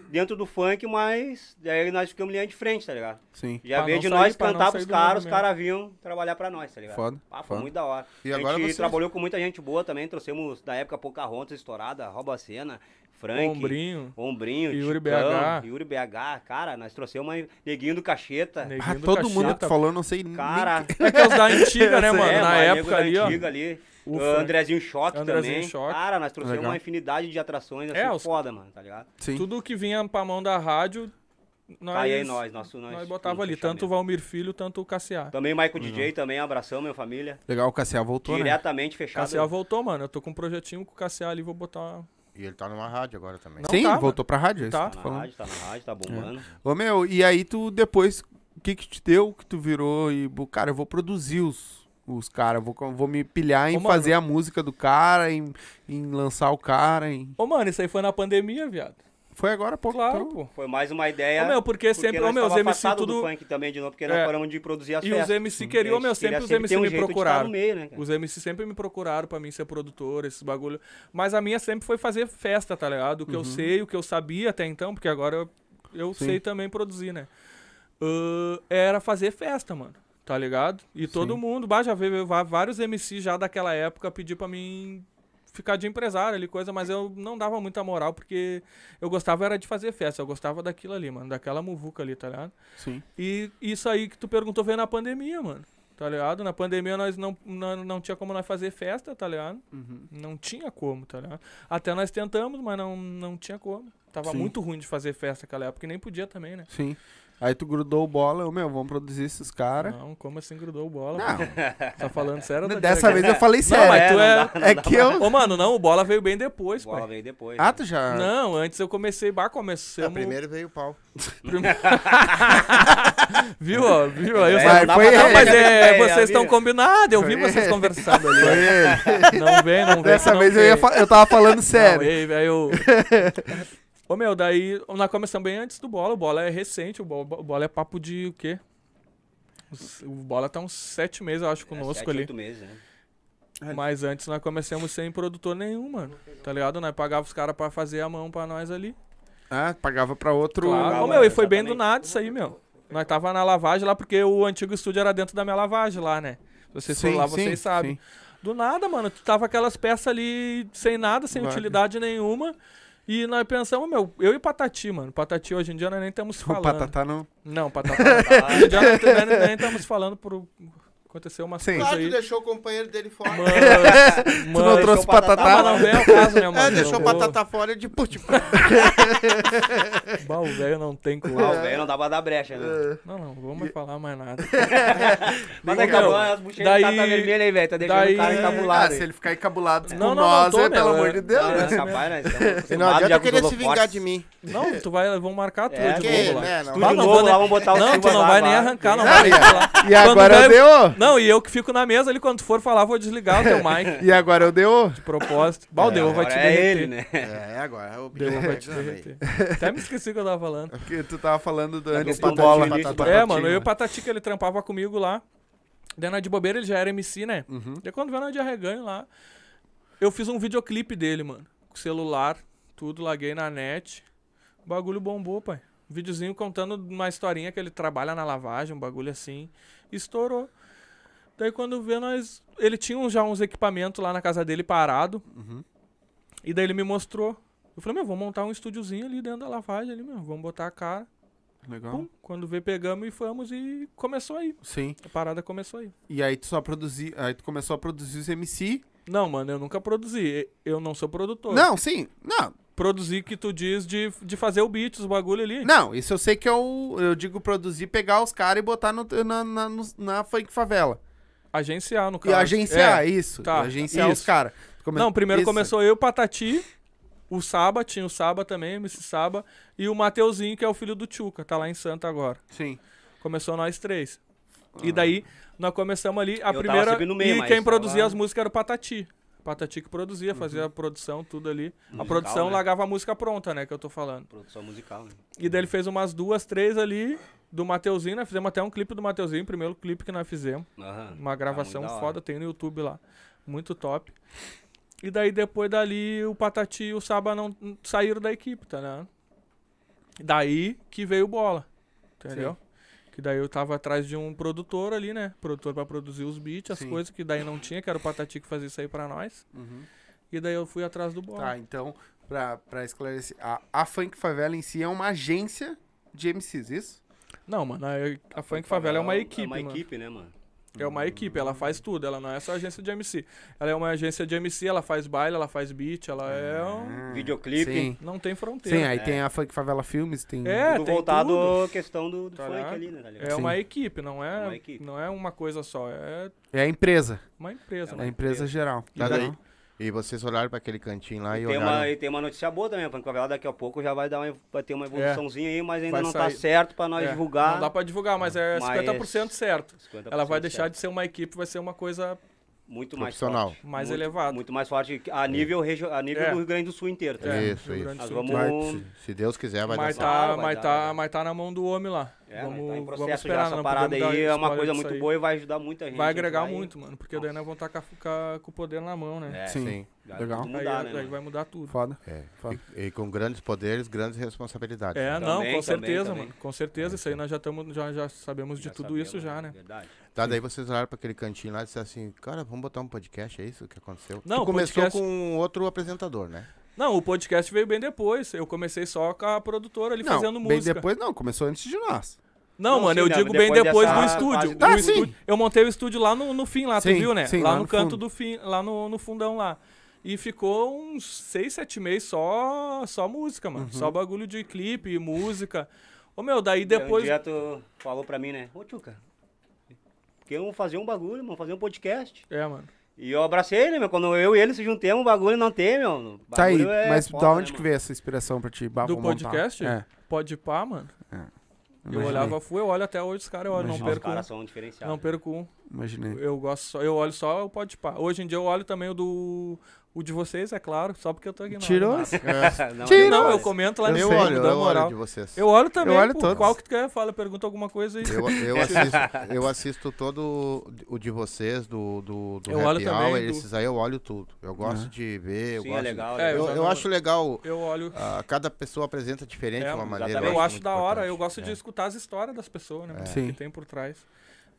[SPEAKER 3] dentro do funk, mas daí nós ficamos linha de frente, tá ligado?
[SPEAKER 1] Sim.
[SPEAKER 3] Já
[SPEAKER 4] Pra
[SPEAKER 3] veio
[SPEAKER 4] não
[SPEAKER 3] de
[SPEAKER 4] sair-
[SPEAKER 3] nós
[SPEAKER 4] pra não
[SPEAKER 3] cantar
[SPEAKER 4] sair
[SPEAKER 3] pros
[SPEAKER 4] do meio
[SPEAKER 3] caras, os
[SPEAKER 4] mesmo.
[SPEAKER 3] caras vinham trabalhar pra nós, tá ligado?
[SPEAKER 1] Foda,
[SPEAKER 3] Ah, foi
[SPEAKER 1] foda.
[SPEAKER 3] muito da hora.
[SPEAKER 2] E
[SPEAKER 3] a gente
[SPEAKER 2] agora vocês?
[SPEAKER 3] trabalhou com muita gente boa também, trouxemos da época Pocahontas estourada, Rouba Cena, Frank.
[SPEAKER 4] Ombrinho.
[SPEAKER 3] Ombrinho,
[SPEAKER 4] Yuri
[SPEAKER 3] Chicão,
[SPEAKER 4] BH.
[SPEAKER 3] Yuri BH, cara, nós trouxemos uma neguinho do cacheta.
[SPEAKER 4] Neguinho
[SPEAKER 1] Ah,
[SPEAKER 4] do
[SPEAKER 1] todo mundo que
[SPEAKER 4] Cacheta.
[SPEAKER 1] tu falou, eu não sei nem
[SPEAKER 3] Cara,
[SPEAKER 4] É que é os da
[SPEAKER 3] *laughs*
[SPEAKER 4] antiga, né,
[SPEAKER 1] Essa
[SPEAKER 4] mano?
[SPEAKER 3] é,
[SPEAKER 4] na
[SPEAKER 3] mano,
[SPEAKER 4] época
[SPEAKER 3] nego
[SPEAKER 4] ali,
[SPEAKER 3] da
[SPEAKER 4] ó.
[SPEAKER 3] antiga ali.
[SPEAKER 4] O
[SPEAKER 3] Ah,
[SPEAKER 4] Frank.
[SPEAKER 3] Andrezinho Choque
[SPEAKER 4] Andrezinho
[SPEAKER 3] também.
[SPEAKER 4] Choque.
[SPEAKER 3] Cara, nós trouxemos
[SPEAKER 1] Legal.
[SPEAKER 3] uma infinidade de atrações assim,
[SPEAKER 4] É, os-
[SPEAKER 3] foda, mano, tá ligado?
[SPEAKER 1] Sim.
[SPEAKER 4] Tudo que vinha pra mão da rádio, nós,
[SPEAKER 3] Aí aí nós, nosso, nós,
[SPEAKER 4] nós, botava ali. Tanto o
[SPEAKER 3] fechamento.
[SPEAKER 4] Valmir Filho, tanto o Cassiá.
[SPEAKER 3] Também o Michael DJ também, abração, minha família.
[SPEAKER 1] Legal, o Cassiá voltou, né?
[SPEAKER 3] Diretamente fechado.
[SPEAKER 4] Cassiá voltou, mano. Eu tô com um projetinho com o Cassiá ali, vou botar...
[SPEAKER 2] E ele tá numa rádio agora também.
[SPEAKER 1] Sim,
[SPEAKER 4] tá, mano.
[SPEAKER 1] voltou pra rádio, é isso
[SPEAKER 4] Tá.
[SPEAKER 1] que tu
[SPEAKER 3] Tá na
[SPEAKER 1] falando.
[SPEAKER 3] rádio, tá na rádio, tá bombando.
[SPEAKER 1] Ô meu, e aí tu depois, o que que te deu que tu virou e, bo- cara, eu vou produzir os, os caras, vou, co- vou me pilhar em
[SPEAKER 4] Ô, mano.
[SPEAKER 1] fazer a música do cara, em, em lançar o cara, em...
[SPEAKER 4] Ô, mano, isso aí foi na pandemia, viado.
[SPEAKER 1] Foi agora há pouco
[SPEAKER 4] Claro,
[SPEAKER 1] então.
[SPEAKER 4] pô.
[SPEAKER 3] Foi mais uma ideia.
[SPEAKER 4] Ô, meu, porque sempre-
[SPEAKER 3] É, nós
[SPEAKER 4] ô, meu, os
[SPEAKER 3] tava
[SPEAKER 4] MC
[SPEAKER 3] afastado do
[SPEAKER 4] tudo-
[SPEAKER 3] funk tá Uhum. também de novo, porque nós
[SPEAKER 4] É.
[SPEAKER 3] paramos de produzir as
[SPEAKER 4] E
[SPEAKER 3] festas.
[SPEAKER 4] os MC queriam,
[SPEAKER 3] A gente
[SPEAKER 4] meu, sempre
[SPEAKER 3] queria
[SPEAKER 4] os MC
[SPEAKER 3] ter um
[SPEAKER 4] me
[SPEAKER 3] jeito de estar
[SPEAKER 4] procuraram.
[SPEAKER 3] no meio, né, cara?
[SPEAKER 4] Os MC sempre me procuraram pra mim ser produtor, esses bagulho. Mas a minha sempre foi fazer festa, tá ligado? O que eu sei, o que eu sabia até então, porque agora eu, eu sei também produzir, né? Ahn, era fazer festa, mano. Tá ligado? E todo mundo, bah, já veio veio va- vários MC já daquela época pedir pra mim ficar de empresário ali, coisa, mas eu não dava muita moral, porque eu gostava era de fazer festa, eu gostava daquilo ali, mano, daquela muvuca ali, tá ligado?
[SPEAKER 2] Sim.
[SPEAKER 4] E isso aí que tu perguntou veio na pandemia, mano. Tá ligado? Na pandemia nós não, não, não tinha como nós fazer festa, tá ligado?
[SPEAKER 1] Uhum.
[SPEAKER 4] Não tinha como, tá ligado? Até nós tentamos, mas não, não tinha como. Tava
[SPEAKER 1] Sim.
[SPEAKER 4] muito ruim de fazer festa naquela época, e nem podia também, né?
[SPEAKER 1] Sim. Aí tu grudou o bola, eu, meu, vamos produzir esses caras.
[SPEAKER 4] Não, como assim grudou o bola?
[SPEAKER 1] É? Não.
[SPEAKER 4] pô? *laughs* Tá falando sério? ou tá
[SPEAKER 1] Dessa
[SPEAKER 4] de
[SPEAKER 1] vez eu falei
[SPEAKER 4] Não,
[SPEAKER 1] sério.
[SPEAKER 4] mas tu
[SPEAKER 3] não
[SPEAKER 4] é-
[SPEAKER 3] dá- não
[SPEAKER 1] é
[SPEAKER 3] dá
[SPEAKER 1] que
[SPEAKER 3] pra-
[SPEAKER 1] eu.
[SPEAKER 4] Ô, mano, não, o bola veio bem depois,
[SPEAKER 3] Bola
[SPEAKER 4] pai.
[SPEAKER 3] veio depois.
[SPEAKER 1] Ah, tu já.
[SPEAKER 4] Não, antes eu comecei bar, comecei.
[SPEAKER 2] É, primeiro veio o pau.
[SPEAKER 4] *laughs* Viu, ó, viu? Aí eu
[SPEAKER 3] É,
[SPEAKER 4] só-
[SPEAKER 1] Mas
[SPEAKER 3] dá
[SPEAKER 1] foi
[SPEAKER 3] pra dar
[SPEAKER 4] *laughs* Não,
[SPEAKER 1] ele.
[SPEAKER 3] uma
[SPEAKER 4] mas
[SPEAKER 3] olhada pra
[SPEAKER 4] é,
[SPEAKER 3] ele,
[SPEAKER 4] vocês estão
[SPEAKER 3] amigo.
[SPEAKER 4] combinados, eu vi vocês conversando ali.
[SPEAKER 1] Foi ele.
[SPEAKER 4] Não vem, não vem.
[SPEAKER 1] Dessa
[SPEAKER 4] não
[SPEAKER 1] vez eu,
[SPEAKER 4] vem.
[SPEAKER 1] ia fa- eu tava falando
[SPEAKER 4] Não,
[SPEAKER 1] sério.
[SPEAKER 4] ei,
[SPEAKER 1] *laughs*
[SPEAKER 4] aí eu... Ô, meu, daí nós começamos bem antes do bola. O bola é recente, o bola, o bola é papo de o quê? Os- O bola tá uns sete meses, eu acho, conosco
[SPEAKER 3] É, Sete,
[SPEAKER 4] ali.
[SPEAKER 3] oito meses, né?
[SPEAKER 4] Mas antes nós começamos sem produtor nenhum, mano. Tá ligado? Nós pagava os caras pra fazer a mão pra nós ali.
[SPEAKER 1] Ah, pagava pra outro. *laughs*
[SPEAKER 4] Claro. Ô,
[SPEAKER 1] é,
[SPEAKER 4] meu, e foi bem do nada isso aí, meu. Nós tava na lavagem lá, porque o antigo estúdio era dentro da minha lavagem lá, né? Vocês foram
[SPEAKER 1] Sim,
[SPEAKER 4] lá,
[SPEAKER 1] sim,
[SPEAKER 4] vocês sabem.
[SPEAKER 1] sim.
[SPEAKER 4] Do nada, mano, tu tava aquelas peças ali sem nada, sem
[SPEAKER 1] Vaga.
[SPEAKER 4] utilidade nenhuma. E nós pensamos, meu, eu e Patati, mano. Patati hoje em dia nós nem estamos
[SPEAKER 1] O
[SPEAKER 4] falando.
[SPEAKER 1] Patatá não.
[SPEAKER 4] Não, Patati. hoje em dia nós nós nem- nem estamos falando por. Aconteceu umas
[SPEAKER 1] Sim.
[SPEAKER 4] coisas
[SPEAKER 2] Claro, tu
[SPEAKER 4] aí.
[SPEAKER 2] deixou o companheiro dele fora.
[SPEAKER 4] Mas,
[SPEAKER 1] Tu não trouxe o
[SPEAKER 3] o Patatá,
[SPEAKER 1] Patatá?
[SPEAKER 4] tá, mas não vem ao caso, né, mano?
[SPEAKER 2] É, deixou
[SPEAKER 4] Eu
[SPEAKER 2] a
[SPEAKER 4] vou-
[SPEAKER 2] batata fora de tipo, putz.
[SPEAKER 4] Bah, o velho não tem como.
[SPEAKER 2] É.
[SPEAKER 3] Ah, o velho não dá pra dar brecha, né?
[SPEAKER 4] Não, não, vamos mais falar mais nada.
[SPEAKER 3] Mas
[SPEAKER 4] Meu,
[SPEAKER 3] acabou as bochechas
[SPEAKER 4] daí-
[SPEAKER 3] tá, tá vermelha aí, velho. Tá deixando
[SPEAKER 4] daí-
[SPEAKER 3] o cara
[SPEAKER 1] Ah,
[SPEAKER 3] encabulado.
[SPEAKER 1] se
[SPEAKER 3] aí.
[SPEAKER 1] ele ficar encabulado com
[SPEAKER 4] Não, não, não
[SPEAKER 1] nós,
[SPEAKER 4] tô,
[SPEAKER 1] é, pelo
[SPEAKER 4] meu,
[SPEAKER 1] amor de Deus.
[SPEAKER 4] é.
[SPEAKER 1] né?
[SPEAKER 3] Não,
[SPEAKER 2] *laughs*
[SPEAKER 3] capaz, né?
[SPEAKER 2] E
[SPEAKER 4] Ah,
[SPEAKER 2] não adianta querer se vingar de
[SPEAKER 3] mim.
[SPEAKER 2] mim.
[SPEAKER 4] Não, tu vai, vamos marcar tudo
[SPEAKER 3] É,
[SPEAKER 4] de
[SPEAKER 2] que,
[SPEAKER 4] novo lá.
[SPEAKER 2] né, não.
[SPEAKER 3] Tudo
[SPEAKER 4] Bah, não
[SPEAKER 3] novo
[SPEAKER 4] vou
[SPEAKER 3] lá,
[SPEAKER 4] nem-
[SPEAKER 3] vamos botar o
[SPEAKER 4] Não,
[SPEAKER 3] Silva
[SPEAKER 4] tu não
[SPEAKER 3] lá,
[SPEAKER 4] vai nem
[SPEAKER 3] vai.
[SPEAKER 4] arrancar, não
[SPEAKER 3] *laughs*
[SPEAKER 4] vai nem falar.
[SPEAKER 1] E
[SPEAKER 4] Quando
[SPEAKER 1] agora eu
[SPEAKER 4] vai-
[SPEAKER 1] deu.
[SPEAKER 4] Não, e eu que fico na mesa ali, quando tu for falar, vou desligar o teu mic.
[SPEAKER 1] E agora eu deu.
[SPEAKER 4] De propósito. Baldeu, vai te
[SPEAKER 3] Agora *laughs* é
[SPEAKER 4] derreter.
[SPEAKER 3] ele, né?
[SPEAKER 2] É, agora. O bicho
[SPEAKER 4] Deu, vai
[SPEAKER 2] vai
[SPEAKER 4] te
[SPEAKER 2] ganhar, velho.
[SPEAKER 4] derreter. Até me esqueci o que eu tava falando.
[SPEAKER 1] Que tu tava falando do antes
[SPEAKER 3] questão
[SPEAKER 1] do
[SPEAKER 3] do
[SPEAKER 1] bola.
[SPEAKER 3] Felipe,
[SPEAKER 1] Patatá.
[SPEAKER 3] do
[SPEAKER 4] É,
[SPEAKER 1] Patatinho,
[SPEAKER 4] mano, eu e o
[SPEAKER 1] né?
[SPEAKER 4] Patatica, ele trampava comigo lá. Daí nós de bobeira, ele já era MC, né? Daí quando veio nós de arreganho lá, eu fiz um videoclipe dele, mano. Com celular, tudo, larguei na net. O bagulho bombou, pai. Um videozinho contando uma historinha que ele trabalha na lavagem, um bagulho assim. Estourou. Daí quando vê, nós. Ele tinha uns- já uns equipamentos lá na casa dele parado. E daí ele me mostrou. Eu falei, meu, vamos montar um estúdiozinho ali dentro da lavagem ali, meu. Vamos botar a cara.
[SPEAKER 1] Legal.
[SPEAKER 4] Pum, Então, quando vê, pegamos e fomos e começou aí.
[SPEAKER 1] Sim.
[SPEAKER 4] A parada começou aí.
[SPEAKER 1] E aí tu só produzi, aí tu começou a produzir os MC.
[SPEAKER 4] Não, mano, eu nunca produzi. Eu não sou produtor.
[SPEAKER 1] Não, sim. Não,
[SPEAKER 4] Produzi que tu diz de, de fazer o beat, os bagulho ali.
[SPEAKER 1] não, isso eu sei que é o eu digo produzir, pegar os caras e botar no, na, na, no- na funk favela.
[SPEAKER 4] Agenciar, no
[SPEAKER 1] E
[SPEAKER 4] caso.
[SPEAKER 1] agenciar,
[SPEAKER 4] É.
[SPEAKER 1] isso.
[SPEAKER 4] Tá,
[SPEAKER 1] agenciar
[SPEAKER 4] isso.
[SPEAKER 1] os caras. Come-
[SPEAKER 4] Não, primeiro
[SPEAKER 1] isso.
[SPEAKER 4] começou eu, Patati, o Saba, tinha o Saba também, MC Saba, e o Mateuzinho, que é o filho do Tchuca, tá lá em Santa agora.
[SPEAKER 1] Sim.
[SPEAKER 4] Começou nós três. E daí, nós começamos ali,
[SPEAKER 3] Ah.
[SPEAKER 4] a
[SPEAKER 3] tava
[SPEAKER 4] primeira...
[SPEAKER 3] sempre no meio,
[SPEAKER 4] e
[SPEAKER 3] mas tava-
[SPEAKER 4] quem
[SPEAKER 3] Uhum.
[SPEAKER 4] produzia as músicas era o Patati. Patati que produzia, fazia a produção, tudo ali. a produção
[SPEAKER 3] né?
[SPEAKER 4] largava a música pronta, né, que eu tô falando.
[SPEAKER 3] *laughs* Produção musical, né?
[SPEAKER 4] E daí ele fez umas duas, três ali do Mateuzinho, né? Fizemos até um clipe do Mateuzinho, o primeiro clipe que nós fizemos.
[SPEAKER 3] Aham.
[SPEAKER 4] Uma gravação
[SPEAKER 3] Tá da hora.
[SPEAKER 4] foda, tem no YouTube lá. Muito top. E daí depois dali o Patati e o Saba não não saíram da equipe, tá ligado? Daí que veio o bola. Entendeu? Que daí eu tava atrás de um produtor ali, né? Produtor pra produzir os beats, as
[SPEAKER 1] Sim.
[SPEAKER 4] coisas que daí não tinha, que era o Patati que fazia isso aí pra nós. E daí eu fui atrás do bola.
[SPEAKER 1] Tá, então, pra, pra esclarecer, a, a Funk Favela em si é uma agência de MCs, isso?
[SPEAKER 4] Não, mano, a, a Funk Favela é uma equipe,
[SPEAKER 3] É uma
[SPEAKER 4] mano.
[SPEAKER 3] equipe, né, mano?
[SPEAKER 4] É uma equipe, ela faz tudo, ela não é só agência de MC. Ela é uma agência de MC, ela faz baile, ela faz beat, ela é.
[SPEAKER 2] Ah,
[SPEAKER 4] um-
[SPEAKER 3] Videoclipe.
[SPEAKER 1] Sim.
[SPEAKER 4] Não tem
[SPEAKER 1] Sim,
[SPEAKER 4] fronteira.
[SPEAKER 1] aí tem a Funk Favela Filmes, tem...
[SPEAKER 4] É,
[SPEAKER 3] Tudo
[SPEAKER 4] tem
[SPEAKER 3] voltado
[SPEAKER 4] tudo.
[SPEAKER 3] à questão do, do
[SPEAKER 4] Tá
[SPEAKER 3] funk
[SPEAKER 4] ligado?
[SPEAKER 3] ali, né? Tá ligado?
[SPEAKER 4] É uma
[SPEAKER 1] Sim.
[SPEAKER 4] equipe, não é,
[SPEAKER 3] Uma equipe.
[SPEAKER 4] não é uma coisa só, é
[SPEAKER 1] É a empresa,
[SPEAKER 4] uma empresa.
[SPEAKER 1] é
[SPEAKER 4] né?
[SPEAKER 1] a empresa geral.
[SPEAKER 2] Tá daí.
[SPEAKER 1] Então,
[SPEAKER 2] E vocês olharam pra aquele cantinho lá e,
[SPEAKER 3] Tem
[SPEAKER 2] olharam.
[SPEAKER 3] uma, e tem uma notícia boa também, Funk Favela daqui a pouco já vai, dar uma, vai ter uma evoluçãozinha aí, mas ainda
[SPEAKER 4] É. Vai
[SPEAKER 3] não
[SPEAKER 4] sair.
[SPEAKER 3] tá certo pra nós
[SPEAKER 4] É,
[SPEAKER 3] divulgar.
[SPEAKER 4] Não dá pra divulgar, mas é
[SPEAKER 3] Mas-
[SPEAKER 4] 50% certo.
[SPEAKER 3] 50%
[SPEAKER 4] Ela vai deixar
[SPEAKER 3] certo.
[SPEAKER 4] de ser uma equipe, vai ser uma coisa.
[SPEAKER 3] muito mais
[SPEAKER 2] Profissional.
[SPEAKER 3] forte.
[SPEAKER 4] Mais
[SPEAKER 3] muito,
[SPEAKER 4] elevado.
[SPEAKER 3] Muito mais forte a nível, regio- a nível
[SPEAKER 4] É.
[SPEAKER 3] do Rio Grande do Sul inteiro. Tá?
[SPEAKER 4] É,
[SPEAKER 3] ligado?
[SPEAKER 2] Isso,
[SPEAKER 4] Rio
[SPEAKER 2] isso.
[SPEAKER 4] Grande do
[SPEAKER 3] Nós
[SPEAKER 4] Sul.
[SPEAKER 3] vamos-
[SPEAKER 2] Mas, se, se Deus quiser, vai dar
[SPEAKER 4] Mas
[SPEAKER 2] certo.
[SPEAKER 4] tá,
[SPEAKER 3] Vai, vai
[SPEAKER 4] mas
[SPEAKER 3] dar,
[SPEAKER 4] tá,
[SPEAKER 3] vai.
[SPEAKER 4] mas tá na mão do homem lá.
[SPEAKER 3] É,
[SPEAKER 4] Vamos-
[SPEAKER 3] mas tá em
[SPEAKER 4] vamos
[SPEAKER 3] processo
[SPEAKER 4] esperar,
[SPEAKER 3] já essa
[SPEAKER 4] não
[SPEAKER 3] parada
[SPEAKER 4] podemos
[SPEAKER 3] aí. É
[SPEAKER 4] dar
[SPEAKER 3] uma
[SPEAKER 4] spoiler
[SPEAKER 3] coisa
[SPEAKER 4] disso
[SPEAKER 3] muito
[SPEAKER 4] aí.
[SPEAKER 3] boa e vai ajudar muita gente.
[SPEAKER 4] Vai agregar
[SPEAKER 3] vai-
[SPEAKER 4] muito, mano, porque daí nós vamos estar com o poder na mão, né?
[SPEAKER 3] É,
[SPEAKER 1] Sim.
[SPEAKER 3] vai
[SPEAKER 1] Legal.
[SPEAKER 3] tudo
[SPEAKER 4] Aí-
[SPEAKER 3] Mudar, né,
[SPEAKER 4] aí
[SPEAKER 3] mano?
[SPEAKER 4] vai mudar tudo.
[SPEAKER 1] Foda.
[SPEAKER 2] É.
[SPEAKER 1] Foda.
[SPEAKER 2] E, e com grandes poderes, grandes responsabilidades.
[SPEAKER 4] É,
[SPEAKER 2] né?
[SPEAKER 4] não,
[SPEAKER 3] Também,
[SPEAKER 4] com
[SPEAKER 3] também,
[SPEAKER 4] certeza,
[SPEAKER 3] também.
[SPEAKER 4] mano. Com certeza, isso aí nós já, tamo, já, já sabemos de
[SPEAKER 3] Já
[SPEAKER 4] tudo
[SPEAKER 3] sabia,
[SPEAKER 4] isso já, né?
[SPEAKER 3] Tá Verdade.
[SPEAKER 2] Tá, daí vocês olharam pra aquele cantinho lá e disseram assim, cara, vamos botar um podcast, é isso que aconteceu?
[SPEAKER 4] Não,
[SPEAKER 2] tu começou
[SPEAKER 4] podcast-
[SPEAKER 2] com outro apresentador, né?
[SPEAKER 4] Não, o podcast veio bem depois. Eu comecei só com a produtora ali
[SPEAKER 5] Não,
[SPEAKER 4] fazendo
[SPEAKER 5] bem
[SPEAKER 4] música.
[SPEAKER 5] depois não, começou antes de nós.
[SPEAKER 4] Não,
[SPEAKER 3] Não,
[SPEAKER 4] mano,
[SPEAKER 3] sim,
[SPEAKER 4] eu
[SPEAKER 3] não,
[SPEAKER 4] digo
[SPEAKER 3] depois
[SPEAKER 4] bem depois
[SPEAKER 3] dessa
[SPEAKER 4] do
[SPEAKER 3] fase
[SPEAKER 4] estúdio.
[SPEAKER 3] do-
[SPEAKER 4] O
[SPEAKER 5] Ah, sim.
[SPEAKER 4] estúdio- Eu montei o estúdio lá no, no fim, lá,
[SPEAKER 5] Sim,
[SPEAKER 4] tu viu, né?
[SPEAKER 5] sim,
[SPEAKER 4] lá,
[SPEAKER 5] lá
[SPEAKER 4] no,
[SPEAKER 5] no
[SPEAKER 4] canto
[SPEAKER 5] fundo.
[SPEAKER 4] do fim, lá no, no fundão lá. E ficou uns seis, sete meses só, só música, mano. Só bagulho de clipe, música. Ô, meu, daí
[SPEAKER 3] Depois...
[SPEAKER 4] depois.
[SPEAKER 3] Um dia tu falou pra mim, né? Ô, Tchuca, porque vamos fazer um bagulho, vamos fazer um podcast.
[SPEAKER 4] É, mano.
[SPEAKER 3] E eu abracei ele, meu. Quando eu e ele se juntemos, o bagulho não tem, meu. O
[SPEAKER 1] Tá aí,
[SPEAKER 3] bagulho é
[SPEAKER 1] mas
[SPEAKER 3] foda,
[SPEAKER 1] da
[SPEAKER 3] né,
[SPEAKER 1] onde que
[SPEAKER 3] mano?
[SPEAKER 1] veio essa inspiração pra ti? Bah,
[SPEAKER 4] Do
[SPEAKER 1] Ah, vou montar.
[SPEAKER 4] podcast?
[SPEAKER 1] É.
[SPEAKER 4] Pode pá, mano. Eu
[SPEAKER 1] imaginei.
[SPEAKER 4] olhava, fui, eu olho até hoje os caras, eu olho, não
[SPEAKER 1] Imaginei.
[SPEAKER 3] Os
[SPEAKER 4] perco
[SPEAKER 3] caras
[SPEAKER 4] um.
[SPEAKER 3] são diferenciados. *laughs*
[SPEAKER 4] Não perco um.
[SPEAKER 1] Imaginei.
[SPEAKER 4] Eu gosto só, eu olho só o pode pá. Hoje em dia eu olho também o do. O de vocês, é claro, só porque eu tô aqui.
[SPEAKER 1] Tirou?
[SPEAKER 4] Não,
[SPEAKER 3] não, é
[SPEAKER 4] não,
[SPEAKER 1] Tira.
[SPEAKER 4] não, eu
[SPEAKER 3] mas-
[SPEAKER 4] comento lá
[SPEAKER 2] eu
[SPEAKER 4] no
[SPEAKER 1] sei,
[SPEAKER 4] Facebook,
[SPEAKER 2] olho,
[SPEAKER 4] dá
[SPEAKER 2] eu olho
[SPEAKER 4] moral.
[SPEAKER 2] de vocês.
[SPEAKER 4] Eu olho também,
[SPEAKER 1] Eu olho
[SPEAKER 4] pô.
[SPEAKER 1] todos.
[SPEAKER 4] Qual que tu quer? Fala, pergunta alguma coisa aí.
[SPEAKER 2] Eu, eu assisto,
[SPEAKER 4] *laughs*
[SPEAKER 2] eu assisto todo o de vocês, do, do, do
[SPEAKER 4] Eu olho
[SPEAKER 2] Happy
[SPEAKER 4] também
[SPEAKER 2] Hour,
[SPEAKER 4] do-
[SPEAKER 2] esses aí eu olho tudo. Eu gosto de ver, eu
[SPEAKER 3] Sim,
[SPEAKER 2] gosto
[SPEAKER 3] é
[SPEAKER 2] de-
[SPEAKER 3] legal.
[SPEAKER 4] É,
[SPEAKER 2] Eu,
[SPEAKER 3] é legal.
[SPEAKER 4] já
[SPEAKER 2] eu
[SPEAKER 4] não-
[SPEAKER 2] acho legal,
[SPEAKER 4] *laughs* Eu olho.
[SPEAKER 2] ah, cada pessoa apresenta diferente
[SPEAKER 4] É,
[SPEAKER 2] uma maneira.
[SPEAKER 3] exatamente.
[SPEAKER 4] Eu acho
[SPEAKER 2] muito
[SPEAKER 4] da hora,
[SPEAKER 2] importante.
[SPEAKER 4] eu gosto de
[SPEAKER 2] É.
[SPEAKER 4] escutar as histórias das pessoas, né? mano,
[SPEAKER 1] Sim.
[SPEAKER 4] Que tem por trás.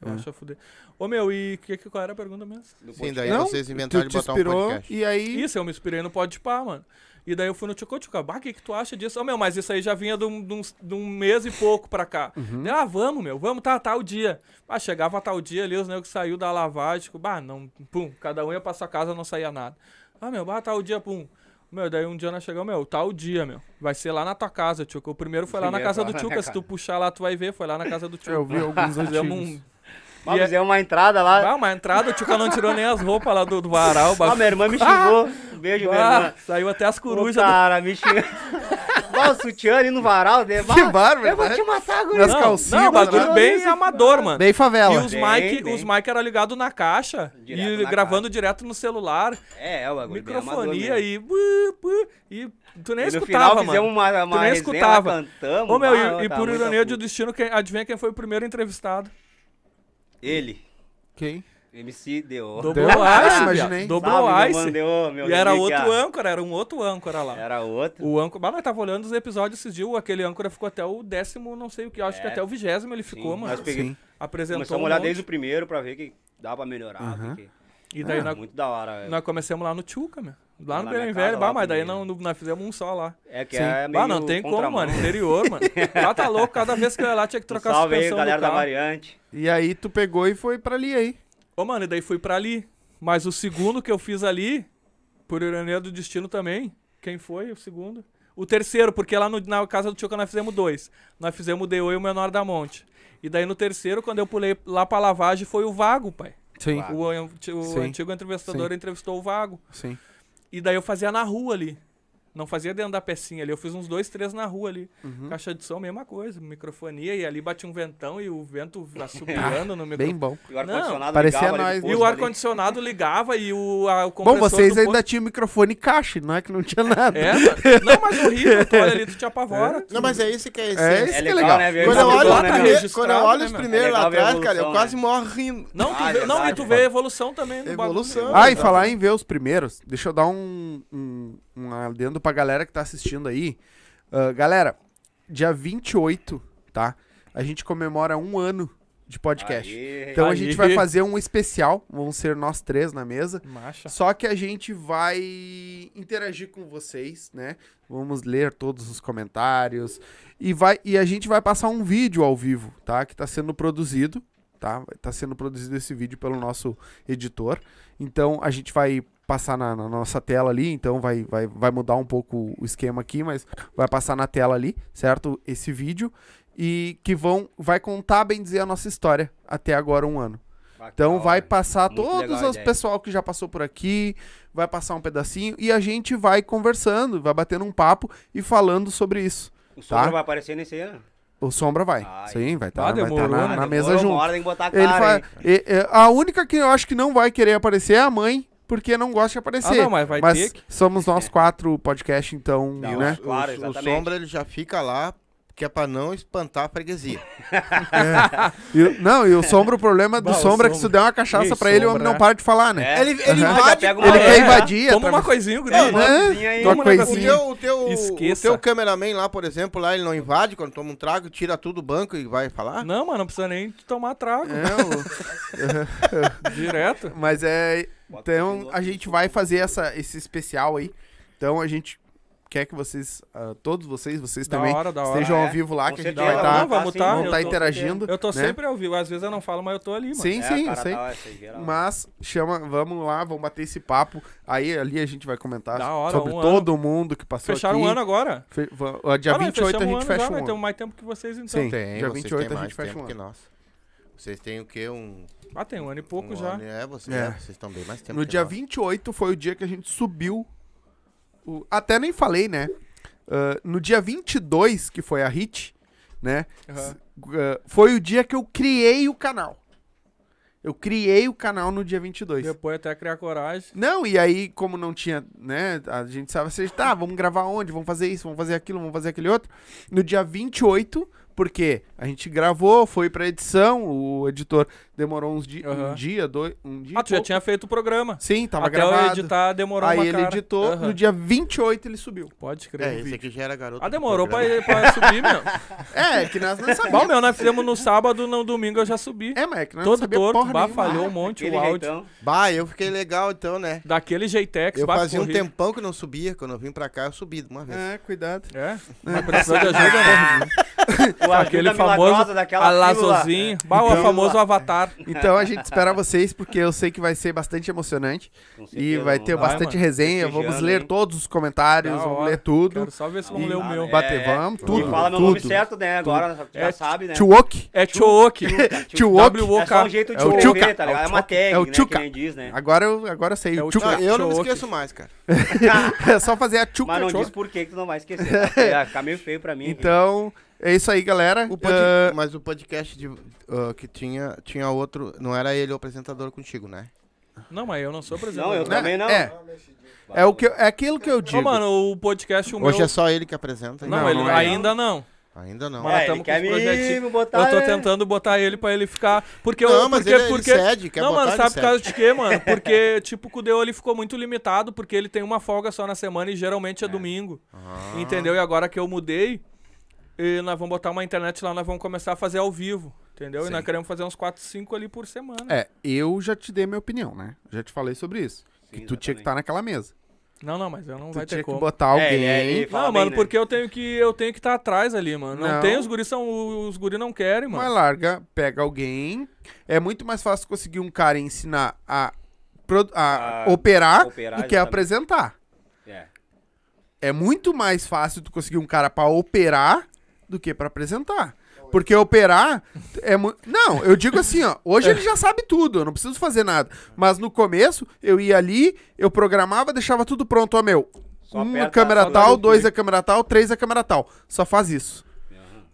[SPEAKER 4] Eu acho a fuder. Ô meu, e que, que, qual era a pergunta mesmo?
[SPEAKER 2] Sim, daí
[SPEAKER 1] Não,
[SPEAKER 2] vocês inventaram
[SPEAKER 1] tu
[SPEAKER 2] de
[SPEAKER 1] te
[SPEAKER 2] botar um
[SPEAKER 1] inspirou
[SPEAKER 2] podcast.
[SPEAKER 1] E aí. *laughs*
[SPEAKER 4] Isso, eu me inspirei no Pode Pá, mano. E daí eu fui no Tchocô Tchocô, bah, o que, que tu acha disso? Ô meu, mas isso aí já vinha de um, de uns- de um mês e pouco pra cá.
[SPEAKER 1] Uhum.
[SPEAKER 4] Daí, ah, vamos, meu, vamos, tá, tal dia. Ah, chegava tal dia ali, os negros que saiu da lavagem, tipo, bah, não, pum, cada um ia pra sua casa, não saía nada. Ah, meu, bah, tal dia, pum. Meu, daí um dia nós chegamos, meu, tal dia, meu. Vai ser lá na tua casa, Tchuca. O primeiro foi lá na
[SPEAKER 3] Primeiro
[SPEAKER 4] casa
[SPEAKER 3] lá
[SPEAKER 4] do
[SPEAKER 3] na
[SPEAKER 4] Tchuca. Se tu puxar lá, tu vai ver, foi lá
[SPEAKER 1] *laughs*
[SPEAKER 4] na casa do Tchuca.
[SPEAKER 1] Eu vi alguns
[SPEAKER 4] Fizemos
[SPEAKER 1] antigos.
[SPEAKER 4] um.
[SPEAKER 3] Mas fizemos uma entrada lá.
[SPEAKER 4] Ah, uma entrada, o Tchuca não tirou nem as roupas lá do, do varal, o
[SPEAKER 3] Ah,
[SPEAKER 4] bagulho.
[SPEAKER 3] minha irmã me xingou. Beijo, minha
[SPEAKER 4] Ah,
[SPEAKER 3] irmã.
[SPEAKER 4] saiu até as corujas
[SPEAKER 3] O cara, me xingou.
[SPEAKER 4] *laughs*
[SPEAKER 3] Dá o sutiã ali no varal, né? Bah,
[SPEAKER 1] bárbaro,
[SPEAKER 3] Eu vou
[SPEAKER 1] né?
[SPEAKER 3] te matar, guri.
[SPEAKER 1] Nas
[SPEAKER 4] Não,
[SPEAKER 1] calcinhas,
[SPEAKER 4] não, bagulho
[SPEAKER 1] né?
[SPEAKER 4] bem amador, mano.
[SPEAKER 1] Bem
[SPEAKER 4] e
[SPEAKER 1] favela.
[SPEAKER 4] os
[SPEAKER 3] Bem,
[SPEAKER 4] mic,
[SPEAKER 3] bem.
[SPEAKER 4] os mic era ligado na caixa
[SPEAKER 3] Direto
[SPEAKER 4] e
[SPEAKER 3] na
[SPEAKER 4] gravando direto no celular,
[SPEAKER 3] É, é o bagulho bem amador
[SPEAKER 4] microfonia
[SPEAKER 3] mesmo.
[SPEAKER 4] e bu, bu, e tu nem
[SPEAKER 3] E no
[SPEAKER 4] escutava,
[SPEAKER 3] final fizemos
[SPEAKER 4] mano.
[SPEAKER 3] uma, uma
[SPEAKER 4] nem
[SPEAKER 3] resenha,
[SPEAKER 4] escutava.
[SPEAKER 3] lá cantamos.
[SPEAKER 4] Ô, meu,
[SPEAKER 3] bah,
[SPEAKER 4] e-
[SPEAKER 3] eu
[SPEAKER 4] e,
[SPEAKER 3] tava
[SPEAKER 4] por
[SPEAKER 3] muito
[SPEAKER 4] ironia do
[SPEAKER 3] puto.
[SPEAKER 4] destino, quem, adivinha quem foi o primeiro entrevistado?
[SPEAKER 3] Ele,
[SPEAKER 1] Quem?
[SPEAKER 3] MC deu.
[SPEAKER 4] Dobrou
[SPEAKER 1] Deu? Ah,
[SPEAKER 4] Ice,
[SPEAKER 1] imaginei.
[SPEAKER 4] viado. Dobrou
[SPEAKER 3] Salve, meu mano,
[SPEAKER 4] Ice.
[SPEAKER 3] deu, meu É.
[SPEAKER 4] E era
[SPEAKER 3] relíquia.
[SPEAKER 4] outro âncora, era um outro âncora lá.
[SPEAKER 3] Era outro.
[SPEAKER 4] O âncora, mas nós tava olhando os episódios esses dias, aquele âncora ficou até o décimo, não sei o que, acho que
[SPEAKER 3] É.
[SPEAKER 4] até o vigésimo ele
[SPEAKER 3] Sim,
[SPEAKER 4] ficou,
[SPEAKER 3] Nós
[SPEAKER 4] mano.
[SPEAKER 3] peguei,
[SPEAKER 1] Sim.
[SPEAKER 4] Apresentou
[SPEAKER 3] começamos
[SPEAKER 4] um
[SPEAKER 3] a olhar
[SPEAKER 4] monte.
[SPEAKER 3] desde o primeiro pra ver que dá pra melhorar. porque- é
[SPEAKER 4] E daí nós,
[SPEAKER 3] Ah, Muito da hora. velho.
[SPEAKER 4] nós começamos lá no Tchuca, meu. Lá
[SPEAKER 3] Lá
[SPEAKER 4] no
[SPEAKER 3] na
[SPEAKER 4] Belém
[SPEAKER 3] minha casa,
[SPEAKER 4] Velho,
[SPEAKER 3] lá
[SPEAKER 4] bah, mas daí
[SPEAKER 3] também,
[SPEAKER 4] não, nós fizemos um só lá.
[SPEAKER 3] É que é meio
[SPEAKER 4] Ah, não tem como,
[SPEAKER 3] contramão,
[SPEAKER 4] mano.
[SPEAKER 3] né?
[SPEAKER 4] Interior,
[SPEAKER 3] *laughs*
[SPEAKER 4] mano. Lá tá louco, cada vez que eu ia lá tinha que trocar a
[SPEAKER 3] Um Salve aí,
[SPEAKER 4] suspensão
[SPEAKER 3] galera
[SPEAKER 4] do
[SPEAKER 3] da
[SPEAKER 4] carro.
[SPEAKER 3] variante.
[SPEAKER 1] E aí tu pegou e foi pra ali aí.
[SPEAKER 4] Ô, mano, e daí fui pra ali. Mas o segundo que eu fiz ali, por ironia do destino também, quem foi o segundo? O terceiro, porque lá no- na casa do Tchuca nós fizemos dois. Nós fizemos o D.O. e o Menor da Monte. E daí no terceiro, quando eu pulei lá pra lavagem, foi o Vago, pai.
[SPEAKER 1] Sim.
[SPEAKER 4] O, an- o
[SPEAKER 1] Sim.
[SPEAKER 4] antigo entrevistador entrevistou o Vago.
[SPEAKER 1] Sim.
[SPEAKER 4] E daí eu fazia na rua ali. Não fazia dentro da pecinha ali. Eu fiz uns dois, três na rua ali.
[SPEAKER 1] Uhum.
[SPEAKER 4] Caixa de som, mesma coisa. Microfonia. E ali batia um ventão e
[SPEAKER 1] *laughs*
[SPEAKER 4] o vento assobiando no
[SPEAKER 1] Bem
[SPEAKER 4] microfone.
[SPEAKER 1] bom.
[SPEAKER 3] E o ar-condicionado
[SPEAKER 1] parecia
[SPEAKER 3] ligava ali
[SPEAKER 1] nós,
[SPEAKER 3] do
[SPEAKER 4] E
[SPEAKER 3] posto
[SPEAKER 4] o
[SPEAKER 3] ali.
[SPEAKER 4] ar-condicionado ligava e o, a, o
[SPEAKER 1] Bom,
[SPEAKER 4] compressor
[SPEAKER 1] vocês
[SPEAKER 4] do
[SPEAKER 1] ainda
[SPEAKER 4] posto-
[SPEAKER 1] tinham microfone caixa, não é que não tinha nada.
[SPEAKER 4] É, mano. Não, mas horrível. Tu olha
[SPEAKER 1] *laughs*
[SPEAKER 4] ali, tu te apavora.
[SPEAKER 2] Não, mas é isso que é
[SPEAKER 1] É
[SPEAKER 2] esse.
[SPEAKER 1] isso
[SPEAKER 3] É
[SPEAKER 1] que é
[SPEAKER 3] legal,
[SPEAKER 1] legal.
[SPEAKER 3] né, ver
[SPEAKER 2] Quando
[SPEAKER 3] Tá
[SPEAKER 2] eu olho,
[SPEAKER 3] bom,
[SPEAKER 2] os
[SPEAKER 4] lá tá
[SPEAKER 3] né, meu?
[SPEAKER 2] primeiros- quando eu
[SPEAKER 4] registrado,
[SPEAKER 2] olho
[SPEAKER 4] né,
[SPEAKER 2] os
[SPEAKER 4] meu?
[SPEAKER 2] primeiros
[SPEAKER 3] É legal
[SPEAKER 2] lá
[SPEAKER 3] ver a
[SPEAKER 2] atrás, cara, eu
[SPEAKER 3] evolução,
[SPEAKER 2] quase morro rindo.
[SPEAKER 4] Não, tu
[SPEAKER 3] Ah,
[SPEAKER 4] vê, não, e
[SPEAKER 3] verdade,
[SPEAKER 4] tu
[SPEAKER 3] mano.
[SPEAKER 4] vê a evolução também. no um bagulho. né?
[SPEAKER 2] Evolução.
[SPEAKER 1] Ah, e falar em ver os primeiros, deixa eu dar um, um, um adendo pra galera que tá assistindo aí. Ah, galera, dia 28, tá? A gente comemora um ano de podcast.
[SPEAKER 3] Aí.
[SPEAKER 1] Então a
[SPEAKER 4] Aí.
[SPEAKER 1] gente vai fazer um especial, vão ser nós três na mesa.
[SPEAKER 4] Macha.
[SPEAKER 1] Só que a gente vai interagir com vocês, né? Vamos ler todos os comentários e vai e a gente vai passar um vídeo ao vivo, tá? Que tá sendo produzido, tá? Tá sendo produzido esse vídeo pelo nosso editor. Então a gente vai passar na, na nossa tela ali, então vai, vai, vai mudar um pouco o esquema aqui, mas vai passar na tela ali, certo? Esse vídeo e que vão vai contar bem dizer a nossa história até agora um ano.
[SPEAKER 3] Bacana,
[SPEAKER 1] Então vai
[SPEAKER 3] né?
[SPEAKER 1] passar
[SPEAKER 3] Muito
[SPEAKER 1] todos
[SPEAKER 3] legal
[SPEAKER 1] os
[SPEAKER 3] a ideia.
[SPEAKER 1] pessoal que já passou por aqui, vai passar um pedacinho e a gente vai conversando, vai batendo um papo e falando sobre isso.
[SPEAKER 3] O Sombra
[SPEAKER 1] tá?
[SPEAKER 3] vai aparecer nesse né? ano.
[SPEAKER 1] O Sombra vai.
[SPEAKER 3] Ai.
[SPEAKER 1] Sim, vai
[SPEAKER 4] Ah,
[SPEAKER 1] estar vai tá na,
[SPEAKER 4] demorou, né?
[SPEAKER 1] na
[SPEAKER 3] Demorou
[SPEAKER 1] mesa
[SPEAKER 3] uma
[SPEAKER 1] junto.
[SPEAKER 3] hora, tem que botar a
[SPEAKER 1] Ele
[SPEAKER 3] cara,
[SPEAKER 1] fala-
[SPEAKER 3] hein?
[SPEAKER 1] e- e- a única que eu acho que não vai querer aparecer é a mãe, porque não gosta de aparecer.
[SPEAKER 4] Ah, não, mas vai ter que. *laughs*
[SPEAKER 1] somos nós quatro podcast, então,
[SPEAKER 3] Não,
[SPEAKER 1] né?
[SPEAKER 2] O-
[SPEAKER 3] Claro,
[SPEAKER 2] o,
[SPEAKER 3] exatamente.
[SPEAKER 2] Sombra ele já fica lá que é pra não espantar a freguesia.
[SPEAKER 1] E o- não, e o Sombra, o problema do
[SPEAKER 4] Bah, o
[SPEAKER 1] Sombra é que se tu
[SPEAKER 4] Sombra.
[SPEAKER 1] der uma cachaça
[SPEAKER 4] Ih,
[SPEAKER 1] pra ele, o homem
[SPEAKER 4] Sombra.
[SPEAKER 1] não para de falar, né?
[SPEAKER 3] É.
[SPEAKER 2] Ele, ele
[SPEAKER 1] Aham.
[SPEAKER 3] Já
[SPEAKER 2] invade.
[SPEAKER 3] pega uma
[SPEAKER 1] Ele
[SPEAKER 3] É.
[SPEAKER 1] quer invadir.
[SPEAKER 4] Ah, Toma uma
[SPEAKER 1] através-
[SPEAKER 4] coisinha, guri.
[SPEAKER 3] É,
[SPEAKER 4] mano.
[SPEAKER 1] né?
[SPEAKER 3] coisinha aí.
[SPEAKER 1] Tua
[SPEAKER 4] Toma um
[SPEAKER 2] O
[SPEAKER 1] coisinha.
[SPEAKER 4] negocinho.
[SPEAKER 2] teu, o, teu, o
[SPEAKER 4] Esqueça.
[SPEAKER 2] teu cameraman lá, por exemplo, lá ele não invade quando toma um trago, tira tudo do banco e vai
[SPEAKER 1] Ah.
[SPEAKER 2] falar?
[SPEAKER 4] Não, mano, não precisa nem tomar trago.
[SPEAKER 1] É.
[SPEAKER 4] Direto.
[SPEAKER 1] Mas é.
[SPEAKER 3] Bota o
[SPEAKER 1] Então
[SPEAKER 3] piloto
[SPEAKER 1] a
[SPEAKER 3] no
[SPEAKER 1] gente vai fazer essa, esse especial aí. Então a gente quer que vocês, ah, todos vocês, vocês
[SPEAKER 4] Da
[SPEAKER 1] também,
[SPEAKER 4] hora, da hora.
[SPEAKER 1] estejam
[SPEAKER 3] Ah,
[SPEAKER 1] ao
[SPEAKER 3] é?
[SPEAKER 1] vivo lá,
[SPEAKER 3] Com
[SPEAKER 1] que a gente
[SPEAKER 3] certeza,
[SPEAKER 1] vai estar
[SPEAKER 4] não, vai mutar,
[SPEAKER 1] vão
[SPEAKER 4] eu
[SPEAKER 1] tá
[SPEAKER 3] tô-
[SPEAKER 1] interagindo.
[SPEAKER 4] Eu tô
[SPEAKER 1] né?
[SPEAKER 4] sempre ao vivo. Às vezes eu não falo, mas eu tô ali, mano.
[SPEAKER 1] Sim,
[SPEAKER 3] É,
[SPEAKER 1] sim, eu
[SPEAKER 3] cara,
[SPEAKER 1] sei.
[SPEAKER 3] tá, essa aí, geral.
[SPEAKER 1] Mas chama, vamos lá, vamos bater esse papo. Aí ali a gente vai comentar
[SPEAKER 4] Da hora,
[SPEAKER 1] sobre
[SPEAKER 4] um
[SPEAKER 1] todo mundo que passou
[SPEAKER 4] Fecharam
[SPEAKER 1] aqui.
[SPEAKER 4] um ano agora.
[SPEAKER 1] Fe- va- ó, Dia
[SPEAKER 4] Ah, não,
[SPEAKER 1] 28 a
[SPEAKER 4] fechamos um
[SPEAKER 1] gente
[SPEAKER 4] ano
[SPEAKER 1] fecha
[SPEAKER 4] já,
[SPEAKER 1] um
[SPEAKER 4] Vai ter
[SPEAKER 1] ano.
[SPEAKER 4] mais tempo que vocês, então.
[SPEAKER 1] Sim. Dia
[SPEAKER 2] vocês
[SPEAKER 1] 28 a gente
[SPEAKER 2] mais
[SPEAKER 1] fecha
[SPEAKER 2] tempo
[SPEAKER 1] um
[SPEAKER 2] que
[SPEAKER 1] ano.
[SPEAKER 2] nós. Vocês têm o quê? Um,
[SPEAKER 4] Ah, tem um ano e pouco
[SPEAKER 2] um
[SPEAKER 4] já.
[SPEAKER 2] ano, É, vocês,
[SPEAKER 1] É.
[SPEAKER 2] é, vocês estão bem mais tempo
[SPEAKER 1] No
[SPEAKER 2] que
[SPEAKER 1] dia
[SPEAKER 2] nós.
[SPEAKER 1] 28 foi o dia que a gente subiu. o- Até nem falei, né? Ah, no dia 22, que foi a hit, né?
[SPEAKER 4] Aham.
[SPEAKER 1] Ah, foi o dia que eu criei o canal. Eu criei o canal no dia 22.
[SPEAKER 4] Depois até criar coragem.
[SPEAKER 1] Não, e aí, como não tinha, né? A gente sabe, vocês, tá, vamos gravar onde? Vamos fazer isso, vamos fazer aquilo, vamos fazer aquele outro. No dia 28, porque a gente gravou, foi pra edição, o editor demorou uns dias, um
[SPEAKER 4] Aham.
[SPEAKER 1] dia, dois, um dia. e
[SPEAKER 4] Ah, tu já
[SPEAKER 1] pouco.
[SPEAKER 4] tinha feito o programa.
[SPEAKER 1] Sim, tava
[SPEAKER 4] até eu
[SPEAKER 1] gravado.
[SPEAKER 4] editar demorou
[SPEAKER 1] Aí
[SPEAKER 4] uma
[SPEAKER 1] ele
[SPEAKER 4] cara.
[SPEAKER 1] editou,
[SPEAKER 4] Aham.
[SPEAKER 1] no dia 28 ele subiu.
[SPEAKER 4] Pode
[SPEAKER 2] É,
[SPEAKER 4] crer.
[SPEAKER 2] esse aqui já era garoto.
[SPEAKER 4] ah,
[SPEAKER 2] do
[SPEAKER 4] demorou pra,
[SPEAKER 2] programa.
[SPEAKER 4] pra subir, meu.
[SPEAKER 1] *laughs* É, que nós
[SPEAKER 4] *laughs*
[SPEAKER 1] não
[SPEAKER 4] Bom,
[SPEAKER 1] sabíamos.
[SPEAKER 4] meu, nós fizemos no sábado, no domingo eu já subi.
[SPEAKER 1] É, mas é que nós não
[SPEAKER 4] Todo
[SPEAKER 1] sabíamos
[SPEAKER 4] torto,
[SPEAKER 1] porra
[SPEAKER 4] bah,
[SPEAKER 1] nenhuma.
[SPEAKER 4] falhou um monte
[SPEAKER 3] Aquele
[SPEAKER 4] o áudio.
[SPEAKER 3] jeitão.
[SPEAKER 2] Bah, eu fiquei legal então, né?
[SPEAKER 4] Daquele jeitex,
[SPEAKER 2] Eu
[SPEAKER 4] bah,
[SPEAKER 2] fazia um
[SPEAKER 4] corri.
[SPEAKER 2] tempão que não subia. Quando eu vim pra cá, eu subi de uma vez.
[SPEAKER 1] É, cuidado. *laughs*
[SPEAKER 4] É, mas precisou de ajuda, né?
[SPEAKER 3] O
[SPEAKER 4] Aquele
[SPEAKER 3] ajuda milagrosa
[SPEAKER 4] famoso
[SPEAKER 3] daquela
[SPEAKER 4] alazozinho. Bah, o
[SPEAKER 1] Então-
[SPEAKER 4] famoso avatar.
[SPEAKER 1] Então a gente espera vocês, porque eu sei que vai ser bastante emocionante.
[SPEAKER 3] pílula. Com
[SPEAKER 1] E vai ter
[SPEAKER 3] certeza, vamos lá.
[SPEAKER 4] vai,
[SPEAKER 1] bastante
[SPEAKER 4] mano.
[SPEAKER 1] resenha.
[SPEAKER 3] Festejando,
[SPEAKER 1] Vamos ler
[SPEAKER 3] hein?
[SPEAKER 1] todos os comentários,
[SPEAKER 4] Da
[SPEAKER 1] vamos
[SPEAKER 4] hora.
[SPEAKER 1] ler tudo.
[SPEAKER 4] Quero só ver se
[SPEAKER 1] E
[SPEAKER 4] vão ler o meu.
[SPEAKER 1] bater, vamos,
[SPEAKER 3] E
[SPEAKER 1] tudo.
[SPEAKER 3] fala meu
[SPEAKER 1] tudo.
[SPEAKER 3] nome certo, né? Agora já
[SPEAKER 4] É,
[SPEAKER 3] sabe, né?
[SPEAKER 1] Tchuok.
[SPEAKER 4] É Chook.
[SPEAKER 1] Tchuok.
[SPEAKER 3] É só um jeito
[SPEAKER 1] É
[SPEAKER 3] de
[SPEAKER 1] o
[SPEAKER 3] escrever,
[SPEAKER 1] Tchuca.
[SPEAKER 3] tá
[SPEAKER 1] É
[SPEAKER 3] ligado?
[SPEAKER 1] o
[SPEAKER 3] É uma
[SPEAKER 1] Tchuca. É o
[SPEAKER 3] tag, né?
[SPEAKER 1] Tchuca.
[SPEAKER 3] Que nem diz, né?
[SPEAKER 1] Agora eu, agora eu sei.
[SPEAKER 4] É o
[SPEAKER 1] tchuca.
[SPEAKER 2] Ah, eu não me
[SPEAKER 4] Choque.
[SPEAKER 2] esqueço mais, cara.
[SPEAKER 1] *laughs* É só fazer a tchuca.
[SPEAKER 3] Mas não diz né?
[SPEAKER 1] tchuca.
[SPEAKER 3] por que que tu não vai esquecer. tá? Porque Vai ficar meio feio pra mim.
[SPEAKER 1] Então, é isso aí, galera.
[SPEAKER 2] O pod-
[SPEAKER 1] Ah,
[SPEAKER 2] Mas o podcast de- ah, que tinha, tinha outro. Não era ele o apresentador contigo, né?
[SPEAKER 4] Não, mas eu não sou
[SPEAKER 3] Não, eu
[SPEAKER 4] apresentador.
[SPEAKER 1] né?
[SPEAKER 3] também não.
[SPEAKER 1] É. É, o que, eu- é aquilo que eu digo.
[SPEAKER 4] Ô, mano, o podcast, o meu...
[SPEAKER 2] Hoje é só ele que apresenta.
[SPEAKER 4] Não,
[SPEAKER 2] então.
[SPEAKER 4] ele-
[SPEAKER 1] não é.
[SPEAKER 4] ainda não.
[SPEAKER 2] Ainda não.
[SPEAKER 4] Mas
[SPEAKER 3] É,
[SPEAKER 4] tamo
[SPEAKER 3] ele
[SPEAKER 4] com
[SPEAKER 3] quer
[SPEAKER 4] os
[SPEAKER 3] me
[SPEAKER 4] projetinhos.
[SPEAKER 3] botar-
[SPEAKER 4] Eu tô tentando botar ele pra ele ficar. Porque
[SPEAKER 2] Não,
[SPEAKER 4] eu,
[SPEAKER 2] mas
[SPEAKER 4] porque,
[SPEAKER 2] ele- ele
[SPEAKER 4] porque...
[SPEAKER 2] cede, quer
[SPEAKER 4] Não,
[SPEAKER 2] botar,
[SPEAKER 4] mano,
[SPEAKER 2] ele
[SPEAKER 4] sabe por
[SPEAKER 2] cede.
[SPEAKER 4] causa de quê, mano? Porque, *laughs* tipo, o Deo ele ficou muito limitado, porque ele tem uma folga só na semana e geralmente é, domingo. Entendeu? E agora que eu mudei, e nós vamos botar uma internet lá, nós vamos começar a fazer ao vivo. Entendeu? E nós queremos fazer uns 4, 5 ali por semana.
[SPEAKER 1] É, eu já te dei minha opinião, né? Já te falei sobre isso. que tu tinha que
[SPEAKER 3] exatamente.
[SPEAKER 1] estar naquela mesa.
[SPEAKER 4] Não, não, mas eu não
[SPEAKER 1] Tu
[SPEAKER 4] vai
[SPEAKER 1] tinha
[SPEAKER 4] ter
[SPEAKER 1] que
[SPEAKER 4] como.
[SPEAKER 1] botar alguém.
[SPEAKER 3] É, ele- ele fala
[SPEAKER 4] Não,
[SPEAKER 3] bem,
[SPEAKER 4] mano,
[SPEAKER 3] né?
[SPEAKER 4] porque eu tenho que eu tenho que estar atrás ali, mano. Não,
[SPEAKER 1] Não.
[SPEAKER 4] tem, os guris são os guris não querem,
[SPEAKER 1] Mas
[SPEAKER 4] mano.
[SPEAKER 1] larga, pega alguém. É muito mais fácil conseguir um cara ensinar a, produ- a
[SPEAKER 3] A
[SPEAKER 1] operar,
[SPEAKER 3] operar,
[SPEAKER 1] do que
[SPEAKER 3] exatamente.
[SPEAKER 1] apresentar.
[SPEAKER 3] É.
[SPEAKER 1] É muito mais fácil tu conseguir um cara pra operar do que pra apresentar. Porque operar é muito. Não, eu digo assim, ó. Hoje ele já sabe tudo, eu não preciso fazer nada. Mas no começo, eu ia ali, eu programava, deixava tudo pronto, ó, meu.
[SPEAKER 3] Só
[SPEAKER 1] uma
[SPEAKER 3] aperta-
[SPEAKER 1] câmera
[SPEAKER 3] só dá
[SPEAKER 1] tal,
[SPEAKER 3] um
[SPEAKER 1] dois
[SPEAKER 3] clique.
[SPEAKER 1] a câmera tal, três a câmera tal. Só faz isso.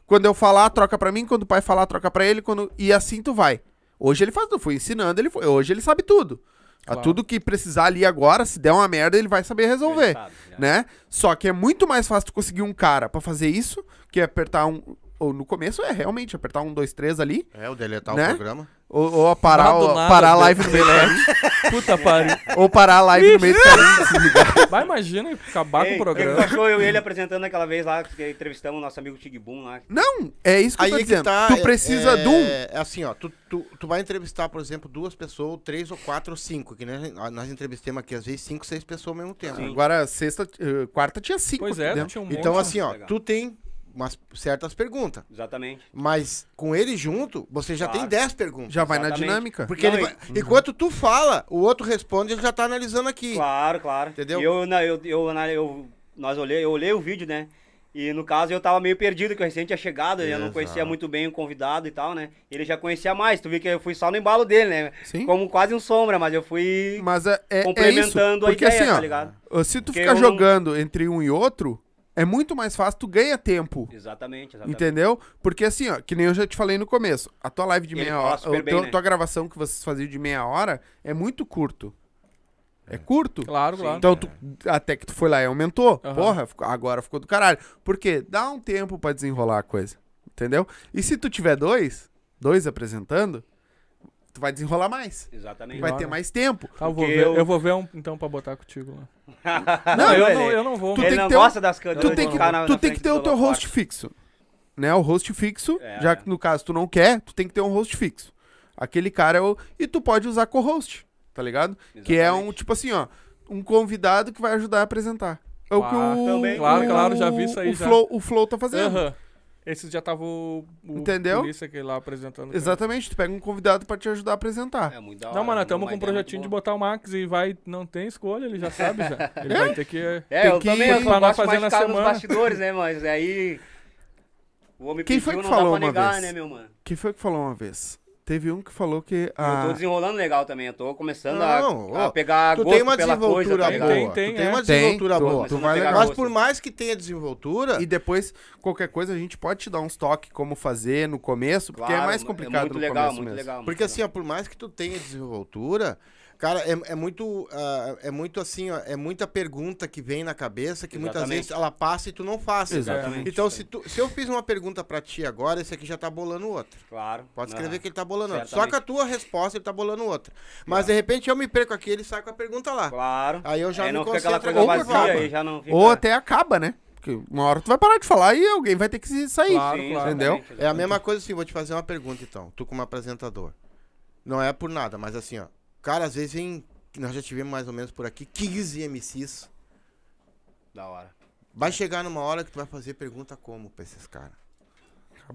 [SPEAKER 1] Quando eu falar, troca pra mim. Quando o pai falar, troca pra ele. Quando... E assim tu vai. Hoje ele faz tudo. Fui ensinando, ele foi... hoje ele sabe tudo. A
[SPEAKER 4] Claro.
[SPEAKER 1] Tudo que precisar ali agora, se der uma merda, ele vai saber resolver.
[SPEAKER 3] Ele sabe, já.
[SPEAKER 1] né? Só que é muito mais fácil tu conseguir um cara pra fazer isso, que é apertar um... Ou no começo é realmente apertar um, dois, três ali.
[SPEAKER 2] É, o deletar
[SPEAKER 1] Né?
[SPEAKER 2] o programa.
[SPEAKER 1] Ou, ou parar,
[SPEAKER 4] Nada,
[SPEAKER 1] o-
[SPEAKER 4] nada,
[SPEAKER 1] parar a
[SPEAKER 4] Deus.
[SPEAKER 1] live no meio do caminho.
[SPEAKER 4] Puta pariu.
[SPEAKER 1] Ou parar a live no meio do caminho. desligar.
[SPEAKER 4] Vai, imagina acabar com
[SPEAKER 3] Ei,
[SPEAKER 4] o
[SPEAKER 3] tu
[SPEAKER 4] programa.
[SPEAKER 3] achou eu e ele apresentando aquela vez lá, que entrevistamos o nosso amigo Tigbum lá.
[SPEAKER 1] Não, é isso que eu tô
[SPEAKER 2] é que
[SPEAKER 1] dizendo. tu
[SPEAKER 2] é-
[SPEAKER 1] precisa
[SPEAKER 2] é,
[SPEAKER 1] de um...
[SPEAKER 2] É assim, ó. Tu, tu, tu vai entrevistar, por exemplo, duas pessoas, ou três ou quatro ou cinco. Que nós, nós entrevistamos aqui, às vezes, cinco, seis pessoas ao mesmo tempo.
[SPEAKER 1] Agora, sexta, eh, quarta tinha cinco.
[SPEAKER 4] Pois
[SPEAKER 1] aqui
[SPEAKER 4] é,
[SPEAKER 1] dentro.
[SPEAKER 4] tinha um monte.
[SPEAKER 2] Então, assim, ó,
[SPEAKER 3] Legal.
[SPEAKER 2] tu tem umas certas perguntas.
[SPEAKER 3] Exatamente.
[SPEAKER 2] Mas com ele junto, você já tem
[SPEAKER 3] Claro.
[SPEAKER 2] dez perguntas.
[SPEAKER 1] Já vai na
[SPEAKER 3] Exatamente.
[SPEAKER 1] dinâmica.
[SPEAKER 2] Porque
[SPEAKER 3] Não,
[SPEAKER 2] ele vai- enquanto tu fala, o outro responde, ele já tá analisando aqui.
[SPEAKER 3] Claro, claro.
[SPEAKER 2] Entendeu?
[SPEAKER 3] E Eu, na- eu, eu, na- eu- nós olhei, eu olhei o vídeo, né? E no caso eu tava meio perdido, que eu recente tinha chegado, né? eu não
[SPEAKER 2] Exato.
[SPEAKER 3] conhecia muito bem o convidado e tal, né? Ele já conhecia mais, tu viu que eu fui só no embalo dele, né?
[SPEAKER 1] Sim.
[SPEAKER 3] Como quase um sombra, mas eu fui
[SPEAKER 1] Mas é, é, é isso.
[SPEAKER 3] complementando
[SPEAKER 1] Porque
[SPEAKER 3] a ideia,
[SPEAKER 1] assim, ó,
[SPEAKER 3] tá ligado?
[SPEAKER 1] se tu
[SPEAKER 3] Porque
[SPEAKER 1] ficar
[SPEAKER 3] eu não-
[SPEAKER 1] jogando entre um e outro, é muito mais fácil, tu ganha tempo.
[SPEAKER 3] Exatamente, exatamente.
[SPEAKER 1] Entendeu? Porque assim, ó, que nem eu já te falei no começo, a tua live de
[SPEAKER 3] Ele
[SPEAKER 1] meia
[SPEAKER 3] fala
[SPEAKER 1] hora,
[SPEAKER 3] super
[SPEAKER 1] a
[SPEAKER 3] bem,
[SPEAKER 1] tua,
[SPEAKER 3] né?
[SPEAKER 1] tua gravação que vocês faziam de meia hora é muito curto. É curto.
[SPEAKER 4] Claro, claro.
[SPEAKER 1] Então, tu, até que tu foi lá e aumentou.
[SPEAKER 4] Aham.
[SPEAKER 1] Porra, ficou- agora ficou do caralho. Por quê? Dá um tempo pra desenrolar a coisa. Entendeu? E se tu tiver dois, dois apresentando, tu vai desenrolar mais.
[SPEAKER 3] Exatamente. *laughs*
[SPEAKER 1] Vai
[SPEAKER 4] Claro.
[SPEAKER 1] ter mais tempo.
[SPEAKER 4] Tá, eu vou
[SPEAKER 3] Porque
[SPEAKER 4] ver,
[SPEAKER 3] eu-
[SPEAKER 4] eu vou ver um, então pra botar contigo lá.
[SPEAKER 1] Não,
[SPEAKER 4] eu,
[SPEAKER 3] ele-
[SPEAKER 4] não, eu não vou.
[SPEAKER 1] tu
[SPEAKER 3] ele
[SPEAKER 1] tem
[SPEAKER 3] não
[SPEAKER 1] que ter um-
[SPEAKER 3] gosta das câmeras.
[SPEAKER 1] tu
[SPEAKER 3] de
[SPEAKER 1] tem que,
[SPEAKER 3] ficar na-
[SPEAKER 1] tu
[SPEAKER 3] na
[SPEAKER 1] tem
[SPEAKER 3] frente
[SPEAKER 1] que ter
[SPEAKER 3] do
[SPEAKER 1] o teu host
[SPEAKER 3] holofote.
[SPEAKER 1] fixo. Né? O host fixo,
[SPEAKER 3] É.
[SPEAKER 1] já que no caso tu não quer, tu tem que ter um host fixo. Aquele cara é o. E tu pode usar co-host, tá ligado? Que é um,
[SPEAKER 3] Exatamente.
[SPEAKER 1] tipo assim, ó, um convidado que vai ajudar a apresentar. É o que
[SPEAKER 4] Ah,
[SPEAKER 1] o.
[SPEAKER 3] também.
[SPEAKER 4] Claro,
[SPEAKER 1] o-
[SPEAKER 4] claro, já vi isso aí
[SPEAKER 1] O
[SPEAKER 4] já.
[SPEAKER 1] Flow, o Flow tá fazendo.
[SPEAKER 3] Uhum.
[SPEAKER 4] Aham. Esse já tava o, o
[SPEAKER 1] Entendeu?
[SPEAKER 4] polícia que lá apresentando.
[SPEAKER 1] Exatamente, tu pega um convidado pra te ajudar a apresentar.
[SPEAKER 3] É muito da hora.
[SPEAKER 4] Não, mano,
[SPEAKER 3] uma
[SPEAKER 4] estamos com um
[SPEAKER 3] ideia é muito
[SPEAKER 4] projetinho de
[SPEAKER 3] boa.
[SPEAKER 4] botar o Max e vai. Não tem escolha, ele já sabe já. Ele vai ter que.
[SPEAKER 3] É,
[SPEAKER 1] Tem
[SPEAKER 3] eu
[SPEAKER 1] que
[SPEAKER 3] também eu
[SPEAKER 4] continuar
[SPEAKER 3] só gosto mais
[SPEAKER 4] fazendo
[SPEAKER 3] de
[SPEAKER 4] a
[SPEAKER 3] ficar nos
[SPEAKER 4] semana.
[SPEAKER 3] bastidores, né, mas aí... O homem
[SPEAKER 1] Quem
[SPEAKER 3] pediu,
[SPEAKER 1] foi que
[SPEAKER 3] não
[SPEAKER 1] falou
[SPEAKER 3] dá
[SPEAKER 1] uma
[SPEAKER 3] pra negar,
[SPEAKER 1] vez?
[SPEAKER 3] né, meu mano?
[SPEAKER 1] Quem foi que falou uma vez? Teve um que falou que.
[SPEAKER 3] Eu tô
[SPEAKER 1] A...
[SPEAKER 3] desenrolando legal também, eu tô começando
[SPEAKER 2] Não,
[SPEAKER 3] a, a
[SPEAKER 2] ó,
[SPEAKER 3] pegar
[SPEAKER 2] tu
[SPEAKER 3] gosto
[SPEAKER 2] tem uma
[SPEAKER 3] pela coisa,
[SPEAKER 2] desenvoltura
[SPEAKER 3] tá
[SPEAKER 2] boa.
[SPEAKER 3] ligado?
[SPEAKER 4] Tem, tem,
[SPEAKER 2] tu tem
[SPEAKER 4] é.
[SPEAKER 2] uma
[SPEAKER 1] Tem,
[SPEAKER 2] desenvoltura
[SPEAKER 1] tu- tu
[SPEAKER 2] boa.
[SPEAKER 3] Começando a
[SPEAKER 1] vai
[SPEAKER 3] pegar
[SPEAKER 1] legal.
[SPEAKER 2] Mas
[SPEAKER 3] gosto.
[SPEAKER 2] por mais que tenha desenvoltura,
[SPEAKER 1] E depois, qualquer coisa, a gente pode te dar uns toques como fazer no começo, porque é
[SPEAKER 3] Claro,
[SPEAKER 1] mais complicado
[SPEAKER 3] muito
[SPEAKER 1] no
[SPEAKER 3] legal,
[SPEAKER 1] começo
[SPEAKER 3] muito
[SPEAKER 1] mesmo.
[SPEAKER 3] legal. muito
[SPEAKER 2] Porque
[SPEAKER 3] legal.
[SPEAKER 2] assim, ó, por mais que tu tenha desenvoltura, cara, é, é muito. ah, é muito assim, ó, é muita pergunta que vem na cabeça que muitas
[SPEAKER 3] Exatamente.
[SPEAKER 2] vezes ela passa e tu não faz.
[SPEAKER 1] Exatamente.
[SPEAKER 2] Então, se, tu- se eu fiz uma pergunta pra ti agora, esse aqui já tá bolando outra.
[SPEAKER 3] Claro.
[SPEAKER 2] Pode
[SPEAKER 3] Aham.
[SPEAKER 2] escrever que ele tá bolando outra. Só
[SPEAKER 3] Ah, Certamente.
[SPEAKER 2] com a tua resposta ele tá bolando outra. Mas de repente eu me perco aqui ele sai com a pergunta lá.
[SPEAKER 3] Claro.
[SPEAKER 2] Aí é. eu já
[SPEAKER 3] aí
[SPEAKER 2] me
[SPEAKER 3] não fica aquela
[SPEAKER 2] concentro
[SPEAKER 3] coisa
[SPEAKER 2] em outra
[SPEAKER 3] vazia
[SPEAKER 2] forma.
[SPEAKER 3] aí, já não fica...
[SPEAKER 1] Ou até acaba, né? Porque uma hora tu vai parar de falar e alguém vai ter que se sair.
[SPEAKER 4] Claro,
[SPEAKER 3] Sim,
[SPEAKER 4] claro.
[SPEAKER 1] é entendeu?
[SPEAKER 3] exatamente,
[SPEAKER 2] É a mesma coisa assim, vou te fazer uma pergunta então. Tu como apresentador. Não é por nada, mas assim, ó. Cara, às vezes vem. Nós já tivemos mais ou menos por aqui 15 MCs.
[SPEAKER 3] Da hora.
[SPEAKER 2] Vai chegar numa hora que tu vai fazer pergunta como pra esses caras.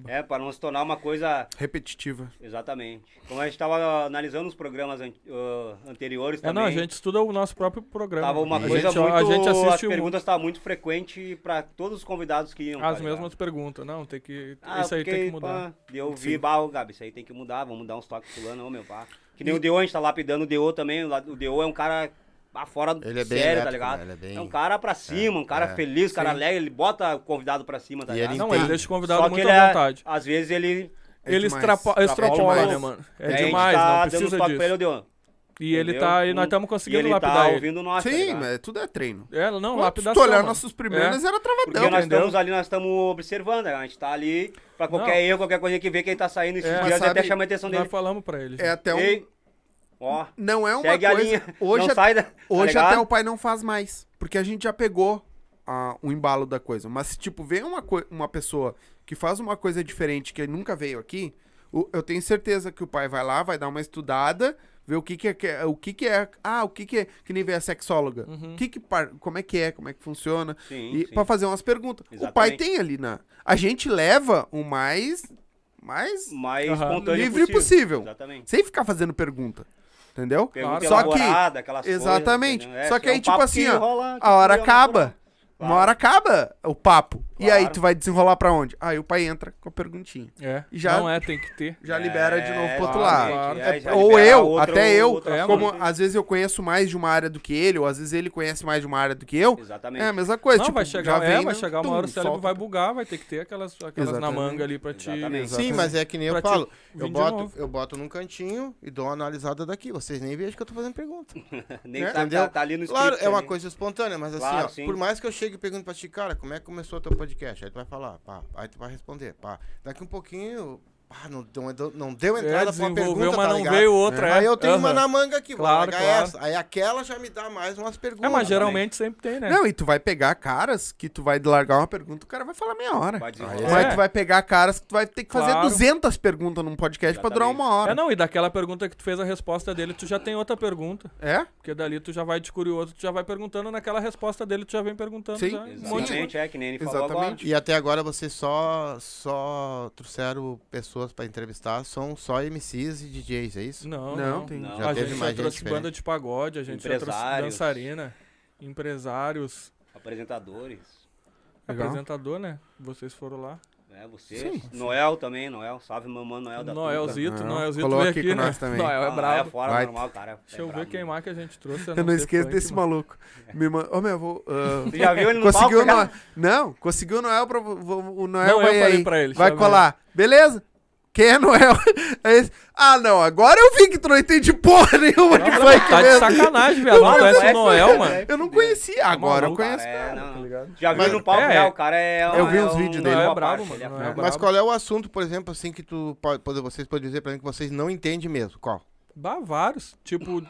[SPEAKER 3] É, pra não se tornar uma coisa...
[SPEAKER 1] Repetitiva.
[SPEAKER 3] Exatamente. Como a gente tava analisando os programas an- ah, anteriores
[SPEAKER 4] É,
[SPEAKER 3] também...
[SPEAKER 4] não, a gente estuda o nosso próprio programa.
[SPEAKER 3] Tava uma
[SPEAKER 4] a
[SPEAKER 3] coisa
[SPEAKER 4] gente, ó,
[SPEAKER 3] muito...
[SPEAKER 4] A gente
[SPEAKER 3] as
[SPEAKER 4] assiste um- o-
[SPEAKER 3] perguntas estavam muito frequentes pra todos os convidados que iam, tá
[SPEAKER 4] as
[SPEAKER 3] ligado?
[SPEAKER 4] mesmas perguntas. Não, tem que.
[SPEAKER 3] Ah,
[SPEAKER 4] isso aí
[SPEAKER 3] porque,
[SPEAKER 4] tem que mudar.
[SPEAKER 3] pá, Deu vi, bah, ô, Gabi, isso aí tem que mudar, vamos dar uns toques fulano, ô meu pá. Que nem o Deo, a gente tá lapidando o Deo também. o la- O Deo é um cara lá fora do
[SPEAKER 2] Ele é bem
[SPEAKER 3] sério,
[SPEAKER 2] elétrico,
[SPEAKER 3] tá ligado?
[SPEAKER 2] né? Ele é bem-
[SPEAKER 3] um cara pra cima, um cara feliz, um cara alegre, ele bota o convidado pra cima, tá
[SPEAKER 2] E ele
[SPEAKER 3] ligado?
[SPEAKER 4] Ah, Não,
[SPEAKER 2] entende.
[SPEAKER 4] ele deixa o
[SPEAKER 3] Só
[SPEAKER 4] convidado
[SPEAKER 3] que
[SPEAKER 4] muito
[SPEAKER 3] ele é-
[SPEAKER 4] à vontade.
[SPEAKER 3] Às vezes ele.
[SPEAKER 4] ele
[SPEAKER 1] é demais. Tá
[SPEAKER 4] extrapo- extrapola,
[SPEAKER 1] demais.
[SPEAKER 4] né, mano? É
[SPEAKER 3] Aí a gente
[SPEAKER 4] demais,
[SPEAKER 3] tá
[SPEAKER 4] não
[SPEAKER 3] dando uns
[SPEAKER 4] precisa
[SPEAKER 3] toques pra ele,
[SPEAKER 4] disso.
[SPEAKER 3] ô, Deo.
[SPEAKER 4] E ele
[SPEAKER 3] entendeu?
[SPEAKER 4] tá. E
[SPEAKER 3] Um-
[SPEAKER 4] nós estamos
[SPEAKER 3] E
[SPEAKER 4] conseguindo
[SPEAKER 3] ele
[SPEAKER 4] lapidar
[SPEAKER 3] tá
[SPEAKER 4] ele.
[SPEAKER 3] ouvindo nós, tá
[SPEAKER 1] Sim,
[SPEAKER 3] ligado?
[SPEAKER 1] mas tudo é treino.
[SPEAKER 4] É, não,
[SPEAKER 1] Quando se
[SPEAKER 4] lapidação.
[SPEAKER 1] tu olhar
[SPEAKER 4] mano. É,
[SPEAKER 1] nossos primeiros, era travadão.
[SPEAKER 3] É. Porque nós
[SPEAKER 4] entendeu?
[SPEAKER 3] estamos ali, nós estamos observando, a gente tá ali pra qualquer
[SPEAKER 4] Não.
[SPEAKER 3] erro, qualquer coisa que vê que ele tá saindo esses
[SPEAKER 4] É.
[SPEAKER 1] Mas
[SPEAKER 3] dias,
[SPEAKER 1] sabe-
[SPEAKER 3] até chama a atenção
[SPEAKER 4] Nós
[SPEAKER 3] dele.
[SPEAKER 4] falamos pra ele.
[SPEAKER 1] É até um...
[SPEAKER 3] Ei, ó,
[SPEAKER 1] Não é uma
[SPEAKER 3] segue a
[SPEAKER 1] coisa...
[SPEAKER 3] linha,
[SPEAKER 1] Hoje,
[SPEAKER 3] não
[SPEAKER 1] a-
[SPEAKER 3] sai da... tá
[SPEAKER 1] hoje é
[SPEAKER 3] ligado?
[SPEAKER 1] até um o pai não faz mais. Porque a gente já pegou ah, o embalo da coisa. Mas se, tipo, vem uma, coi- uma pessoa que faz uma coisa diferente que nunca veio aqui, o- eu tenho certeza que o pai vai lá, vai dar uma estudada... Ver o que que é, que é- o que que é, ah, o que que é, que nem veio a sexóloga,
[SPEAKER 3] Uhum.
[SPEAKER 1] o que que, par- como é que é, como é que funciona,
[SPEAKER 3] Sim,
[SPEAKER 1] e
[SPEAKER 3] sim.
[SPEAKER 1] para fazer umas perguntas. O pai
[SPEAKER 3] Exatamente.
[SPEAKER 1] tem ali na. A gente leva o mais. mais
[SPEAKER 3] mais
[SPEAKER 4] Aham.
[SPEAKER 3] espontâneo
[SPEAKER 1] livre possível.
[SPEAKER 3] Exatamente.
[SPEAKER 1] Sem ficar fazendo pergunta. Entendeu?
[SPEAKER 3] Pergunta
[SPEAKER 4] Claro.
[SPEAKER 1] Só
[SPEAKER 3] elaborada,
[SPEAKER 1] que.
[SPEAKER 3] aquelas coisas,
[SPEAKER 1] Exatamente.
[SPEAKER 3] entendeu? É,
[SPEAKER 1] Só que
[SPEAKER 3] é
[SPEAKER 1] aí,
[SPEAKER 3] um
[SPEAKER 1] tipo
[SPEAKER 3] papo
[SPEAKER 1] assim,
[SPEAKER 3] que
[SPEAKER 1] ó.
[SPEAKER 3] rola, que
[SPEAKER 1] a hora
[SPEAKER 3] é natural.
[SPEAKER 1] acaba.
[SPEAKER 3] Claro.
[SPEAKER 1] Uma hora acaba o papo. E aí
[SPEAKER 3] Claro.
[SPEAKER 1] tu vai desenrolar pra onde? Aí o pai entra com a perguntinha.
[SPEAKER 4] É.
[SPEAKER 1] E já-
[SPEAKER 4] Não é, tem que ter.
[SPEAKER 1] Já libera de novo pro outro
[SPEAKER 4] claro,
[SPEAKER 1] lado.
[SPEAKER 3] exatamente,
[SPEAKER 4] É,
[SPEAKER 3] é, já
[SPEAKER 1] ou
[SPEAKER 3] libera
[SPEAKER 1] eu,
[SPEAKER 3] outro-
[SPEAKER 1] até eu,
[SPEAKER 3] outro
[SPEAKER 4] é,
[SPEAKER 1] como
[SPEAKER 3] assunto.
[SPEAKER 1] às vezes eu conheço mais de uma área do que ele, ou às vezes ele conhece mais de uma área do que eu.
[SPEAKER 3] Exatamente.
[SPEAKER 1] É a mesma coisa.
[SPEAKER 4] não,
[SPEAKER 1] tipo,
[SPEAKER 4] vai
[SPEAKER 1] já
[SPEAKER 4] chegar, é,
[SPEAKER 1] vem,
[SPEAKER 4] vai
[SPEAKER 1] né?
[SPEAKER 4] chegar uma
[SPEAKER 1] Tum,
[SPEAKER 4] hora o cérebro
[SPEAKER 1] solta.
[SPEAKER 4] vai bugar, vai ter que ter aquelas, aquelas na
[SPEAKER 1] Exatamente.
[SPEAKER 4] manga ali pra te.
[SPEAKER 3] Exatamente.
[SPEAKER 2] Sim, mas é que nem eu
[SPEAKER 4] Pra te
[SPEAKER 2] falo.
[SPEAKER 4] vir
[SPEAKER 2] Eu
[SPEAKER 4] de
[SPEAKER 2] boto,
[SPEAKER 4] novo.
[SPEAKER 2] eu boto num cantinho e dou uma analisada daqui. Vocês nem vejam que eu tô fazendo pergunta.
[SPEAKER 3] Nem
[SPEAKER 1] É,
[SPEAKER 3] tá,
[SPEAKER 2] Entendeu?
[SPEAKER 3] tá- tá ali no
[SPEAKER 2] Claro,
[SPEAKER 3] script
[SPEAKER 2] é uma
[SPEAKER 3] ali.
[SPEAKER 2] coisa espontânea, mas assim,
[SPEAKER 3] Claro,
[SPEAKER 2] ó,
[SPEAKER 3] sim.
[SPEAKER 2] por mais que eu chegue e pergunte pra ti, cara, como é que começou o teu podcast? Aí tu vai falar, pá, aí tu vai responder, pá. Daqui um pouquinho, pá, não deu, não deu entrada
[SPEAKER 4] É,
[SPEAKER 2] pra uma
[SPEAKER 4] desenvolveu,
[SPEAKER 2] pergunta,
[SPEAKER 4] mas
[SPEAKER 2] tá
[SPEAKER 4] não
[SPEAKER 2] ligado?
[SPEAKER 4] veio outra, é.
[SPEAKER 2] Aí eu tenho uma
[SPEAKER 4] Aham.
[SPEAKER 2] na manga aqui,
[SPEAKER 4] Claro,
[SPEAKER 2] vou largar
[SPEAKER 4] claro.
[SPEAKER 2] essa. Aí aquela já me dá mais umas perguntas.
[SPEAKER 4] É, mas geralmente sempre tem, né?
[SPEAKER 1] Não, e tu vai pegar caras que tu vai largar uma pergunta, o cara vai falar meia hora.
[SPEAKER 3] Vai desenrolar.
[SPEAKER 1] Mas
[SPEAKER 4] É.
[SPEAKER 1] tu vai pegar caras que tu vai ter que fazer
[SPEAKER 4] Claro.
[SPEAKER 1] 200 perguntas num podcast pra durar
[SPEAKER 3] Exatamente.
[SPEAKER 1] uma hora.
[SPEAKER 4] É, não, e daquela pergunta que tu fez a resposta dele, tu já tem outra pergunta.
[SPEAKER 1] É?
[SPEAKER 4] Porque dali tu já vai de curioso, tu já vai perguntando, naquela resposta dele tu já vem perguntando.
[SPEAKER 1] Sim.
[SPEAKER 4] já, um
[SPEAKER 1] Exato.
[SPEAKER 4] monte de-
[SPEAKER 3] Exatamente, é que nem ele falou agora.
[SPEAKER 1] Exatamente.
[SPEAKER 2] E até agora vocês só, só trouxeram pessoas pra entrevistar, são só MCs e DJs, é isso?
[SPEAKER 4] Não,
[SPEAKER 1] Não,
[SPEAKER 4] não.
[SPEAKER 1] tem-
[SPEAKER 3] Não.
[SPEAKER 2] Já
[SPEAKER 4] a
[SPEAKER 2] teve
[SPEAKER 4] gente
[SPEAKER 2] mais
[SPEAKER 4] já trouxe
[SPEAKER 2] gente
[SPEAKER 4] banda de pagode, a gente já trouxe
[SPEAKER 3] Empresários.
[SPEAKER 4] dançarina, empresários,
[SPEAKER 3] Apresentadores.
[SPEAKER 1] Legal.
[SPEAKER 4] apresentador, né? Vocês foram lá.
[SPEAKER 3] É, você. Noel também, Noel. Salve, mamãe Noel É da turma.
[SPEAKER 4] Noelzito,
[SPEAKER 1] Não,
[SPEAKER 4] Noelzito
[SPEAKER 1] colou
[SPEAKER 4] veio
[SPEAKER 1] aqui
[SPEAKER 4] aqui,
[SPEAKER 1] com
[SPEAKER 4] né?
[SPEAKER 1] nós também.
[SPEAKER 4] Noel
[SPEAKER 3] Ah,
[SPEAKER 4] é
[SPEAKER 3] Noel
[SPEAKER 4] bravo.
[SPEAKER 3] fora,
[SPEAKER 1] Vai.
[SPEAKER 3] normal, cara.
[SPEAKER 4] Deixa eu
[SPEAKER 3] É
[SPEAKER 4] ver
[SPEAKER 3] brabo.
[SPEAKER 4] queimar que a gente trouxe.
[SPEAKER 1] Eu não
[SPEAKER 4] ser
[SPEAKER 1] esqueço
[SPEAKER 4] funk,
[SPEAKER 1] desse
[SPEAKER 4] mano.
[SPEAKER 1] maluco. Me man... Ô, meu, vou.
[SPEAKER 3] *laughs*
[SPEAKER 1] ah,
[SPEAKER 3] Tu já viu ele no
[SPEAKER 1] conseguiu o
[SPEAKER 3] palco? né?
[SPEAKER 1] Noel.
[SPEAKER 3] cara?
[SPEAKER 1] Não, conseguiu o Noel pra. vou- O Noel
[SPEAKER 4] Não, eu
[SPEAKER 1] vai
[SPEAKER 4] falei
[SPEAKER 1] aí,
[SPEAKER 4] pra ele,
[SPEAKER 1] Vai
[SPEAKER 4] chama
[SPEAKER 1] colar. Beleza? Quem é Noel? *laughs* É esse. Ah, não, agora eu vi que tu não entende porra nenhuma que foi que
[SPEAKER 4] Tá de
[SPEAKER 1] mesmo.
[SPEAKER 4] sacanagem, velho. Não conhece o Noel, mano.
[SPEAKER 1] Eu não conhecia agora, eu
[SPEAKER 4] maluco,
[SPEAKER 1] conheço.
[SPEAKER 3] É,
[SPEAKER 1] cara, tá
[SPEAKER 3] não.
[SPEAKER 1] ligado?
[SPEAKER 3] Já viu
[SPEAKER 2] Mas-
[SPEAKER 3] no palco,
[SPEAKER 4] é,
[SPEAKER 3] já, o cara é...
[SPEAKER 1] eu vi
[SPEAKER 3] é
[SPEAKER 1] uns
[SPEAKER 3] um-
[SPEAKER 1] vídeos
[SPEAKER 3] não,
[SPEAKER 1] dele.
[SPEAKER 3] é
[SPEAKER 4] Não
[SPEAKER 3] uma
[SPEAKER 4] é brabo,
[SPEAKER 3] parte, ele é
[SPEAKER 4] mano.
[SPEAKER 3] brabo.
[SPEAKER 2] Mas qual é o assunto, por exemplo, assim, que tu pode, pode- vocês podem dizer pra mim que vocês não entendem mesmo? Qual?
[SPEAKER 4] Bah, vários.
[SPEAKER 3] *laughs*
[SPEAKER 4] Tipo,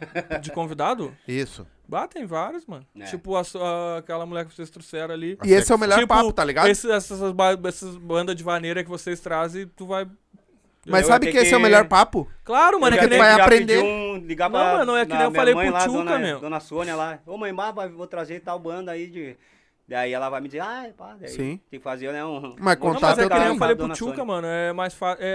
[SPEAKER 4] de convidado?
[SPEAKER 2] Isso.
[SPEAKER 4] Bah, tem vários, mano.
[SPEAKER 3] É.
[SPEAKER 4] Tipo, a su- a- aquela mulher que vocês trouxeram ali.
[SPEAKER 1] E esse é o melhor
[SPEAKER 4] tipo,
[SPEAKER 1] papo, tá ligado?
[SPEAKER 4] esse- essas, ba- essas bandas de vaneira que vocês trazem, tu vai.
[SPEAKER 1] Mas
[SPEAKER 3] Eu
[SPEAKER 1] sabe
[SPEAKER 3] ia ter
[SPEAKER 1] que esse é o
[SPEAKER 3] que-
[SPEAKER 1] melhor papo?
[SPEAKER 4] Claro, mano, é
[SPEAKER 3] já
[SPEAKER 4] que
[SPEAKER 1] tu
[SPEAKER 4] nem.
[SPEAKER 1] vai
[SPEAKER 3] pedi- já
[SPEAKER 1] aprender.
[SPEAKER 3] pedi Um, ligar
[SPEAKER 4] Não,
[SPEAKER 3] pra,
[SPEAKER 4] mano, é que
[SPEAKER 3] na
[SPEAKER 4] nem eu
[SPEAKER 3] minha
[SPEAKER 4] falei
[SPEAKER 3] mãe
[SPEAKER 4] pro
[SPEAKER 3] lá,
[SPEAKER 4] Tchuca,
[SPEAKER 3] dona,
[SPEAKER 4] meu.
[SPEAKER 3] Dona Sônia lá, ô mãe, bah, vai- vou trazer tal banda aí de... Daí ela vai me dizer, ah, pá, daí
[SPEAKER 1] Sim.
[SPEAKER 3] tem que fazer, né, um...
[SPEAKER 1] Mas
[SPEAKER 3] vou
[SPEAKER 4] Não,
[SPEAKER 1] contato
[SPEAKER 4] mas
[SPEAKER 3] mandar
[SPEAKER 1] tá? eu
[SPEAKER 4] é que nem
[SPEAKER 1] tenho.
[SPEAKER 4] eu
[SPEAKER 3] pra
[SPEAKER 4] falei pro
[SPEAKER 3] dona
[SPEAKER 4] Tchuca,
[SPEAKER 3] Sônia.
[SPEAKER 4] mano. É mais fácil.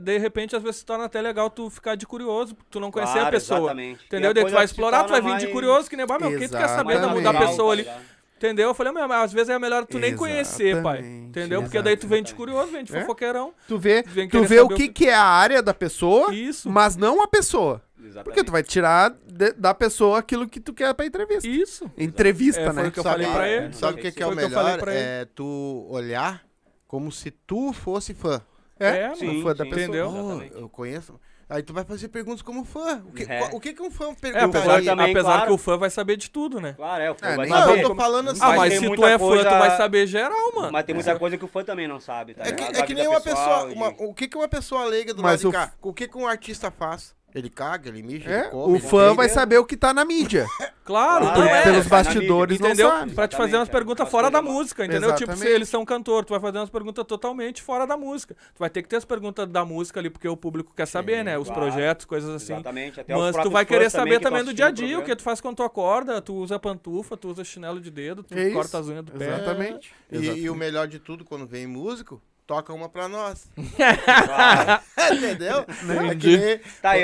[SPEAKER 4] de repente, às vezes, se torna até legal tu ficar de curioso, porque tu não conhecer a
[SPEAKER 3] Claro,
[SPEAKER 4] pessoa.
[SPEAKER 3] exatamente. E
[SPEAKER 4] Entendeu?
[SPEAKER 3] a
[SPEAKER 4] Daí tu
[SPEAKER 3] coisa
[SPEAKER 4] vai
[SPEAKER 3] se
[SPEAKER 4] explorar, tu vai vir
[SPEAKER 3] torna
[SPEAKER 4] de
[SPEAKER 3] mais-
[SPEAKER 4] curioso, que nem, ah, meu, o que tu quer saber
[SPEAKER 3] Mais
[SPEAKER 4] da, da
[SPEAKER 1] Exatamente.
[SPEAKER 4] pessoa ali?
[SPEAKER 3] natural, tá ligado?
[SPEAKER 4] Entendeu? Eu falei, meu, às vezes é melhor tu nem conhecer, pai.
[SPEAKER 1] Exatamente,
[SPEAKER 4] Entendeu? Porque daí tu vem de
[SPEAKER 3] exatamente.
[SPEAKER 4] curioso, vem de
[SPEAKER 1] É?
[SPEAKER 4] fofoqueirão.
[SPEAKER 1] Tu vê,
[SPEAKER 4] Vem
[SPEAKER 1] tu
[SPEAKER 4] querer
[SPEAKER 1] vê o
[SPEAKER 4] saber
[SPEAKER 1] que,
[SPEAKER 4] o
[SPEAKER 1] que é a área da pessoa,
[SPEAKER 4] Isso.
[SPEAKER 1] Ah, mas não a pessoa. Porque tu
[SPEAKER 3] Exatamente.
[SPEAKER 1] vai tirar de- da pessoa aquilo que tu quer pra entrevista.
[SPEAKER 4] Isso.
[SPEAKER 1] Entrevista,
[SPEAKER 4] É, foi
[SPEAKER 1] né?
[SPEAKER 4] o que eu falei
[SPEAKER 2] Sabe-
[SPEAKER 4] pra
[SPEAKER 3] é,
[SPEAKER 4] ele.
[SPEAKER 3] não
[SPEAKER 2] Sabe o que,
[SPEAKER 3] sei
[SPEAKER 2] que é o
[SPEAKER 4] se foi o que eu falei
[SPEAKER 2] melhor?
[SPEAKER 4] pra ele.
[SPEAKER 2] É tu olhar como se tu fosse fã.
[SPEAKER 1] É,
[SPEAKER 4] É,
[SPEAKER 1] sou
[SPEAKER 3] sim,
[SPEAKER 1] fã da
[SPEAKER 3] sim.
[SPEAKER 1] pessoa.
[SPEAKER 4] Entendeu?
[SPEAKER 2] Oh,
[SPEAKER 3] Exatamente.
[SPEAKER 2] eu conheço. Aí tu vai fazer perguntas como fã. O que,
[SPEAKER 3] É.
[SPEAKER 2] qual- o que, que um fã
[SPEAKER 4] É,
[SPEAKER 2] perguntaria?
[SPEAKER 4] apesar,
[SPEAKER 3] fã também,
[SPEAKER 4] apesar
[SPEAKER 3] claro.
[SPEAKER 4] que o fã vai saber de tudo, né?
[SPEAKER 3] Claro, é, o fã
[SPEAKER 1] É,
[SPEAKER 3] vai
[SPEAKER 1] nem-
[SPEAKER 3] saber.
[SPEAKER 2] Não,
[SPEAKER 4] Mas
[SPEAKER 2] eu tô
[SPEAKER 4] como-
[SPEAKER 2] falando assim.
[SPEAKER 4] Ah,
[SPEAKER 3] Mas
[SPEAKER 4] mas
[SPEAKER 3] tem
[SPEAKER 4] se tu
[SPEAKER 3] muita
[SPEAKER 4] é fã, tu
[SPEAKER 3] coisa-
[SPEAKER 4] vai saber geral, mano.
[SPEAKER 3] Mas tem muita coisa que o fã também não sabe, tá
[SPEAKER 2] É que,
[SPEAKER 3] ligado?
[SPEAKER 2] é
[SPEAKER 3] Da
[SPEAKER 2] que
[SPEAKER 3] vida
[SPEAKER 2] nem uma
[SPEAKER 3] pessoal,
[SPEAKER 2] pessoa.
[SPEAKER 3] de-
[SPEAKER 2] uma- o que, que uma pessoa leiga do
[SPEAKER 1] Mas
[SPEAKER 2] lado
[SPEAKER 1] o
[SPEAKER 2] de cá? O que, que um artista faz? Ele caga, ele mija,
[SPEAKER 1] É,
[SPEAKER 2] ele come.
[SPEAKER 1] o
[SPEAKER 2] ele
[SPEAKER 1] fã
[SPEAKER 2] deita.
[SPEAKER 1] vai saber o que tá na mídia.
[SPEAKER 4] Claro,
[SPEAKER 3] Ah,
[SPEAKER 4] tu
[SPEAKER 1] Por-
[SPEAKER 3] é,
[SPEAKER 1] pelos
[SPEAKER 3] tá na
[SPEAKER 1] bastidores não
[SPEAKER 4] Entendeu?
[SPEAKER 1] sabe.
[SPEAKER 4] Pra te fazer
[SPEAKER 3] Exatamente,
[SPEAKER 4] umas
[SPEAKER 3] é.
[SPEAKER 4] perguntas
[SPEAKER 3] Umas
[SPEAKER 4] fora da
[SPEAKER 3] coisas-
[SPEAKER 4] música, entendeu? Tipo, se
[SPEAKER 1] Exatamente.
[SPEAKER 4] eles são cantor, tu vai fazer umas perguntas totalmente fora da música. Tu vai ter que ter as perguntas da música ali, porque o público quer saber, né? Os
[SPEAKER 3] claro.
[SPEAKER 4] projetos, coisas assim.
[SPEAKER 3] Exatamente, até os
[SPEAKER 4] Mas tu
[SPEAKER 3] próprios
[SPEAKER 4] vai querer
[SPEAKER 3] fãs também
[SPEAKER 4] saber
[SPEAKER 3] que tão
[SPEAKER 4] também do dia a
[SPEAKER 3] assistindo o
[SPEAKER 4] dia, o que
[SPEAKER 3] programa.
[SPEAKER 4] tu faz quando tu acorda, tu usa pantufa, tu usa chinelo de dedo, tu
[SPEAKER 1] É isso.
[SPEAKER 4] corta as unhas do pé. É.
[SPEAKER 1] Exatamente.
[SPEAKER 2] E- E, o melhor de tudo, quando vem músico, toca uma pra
[SPEAKER 4] *laughs*
[SPEAKER 2] nós. *laughs*
[SPEAKER 3] Claro.
[SPEAKER 2] Entendeu? É que nem-
[SPEAKER 3] Tá aí.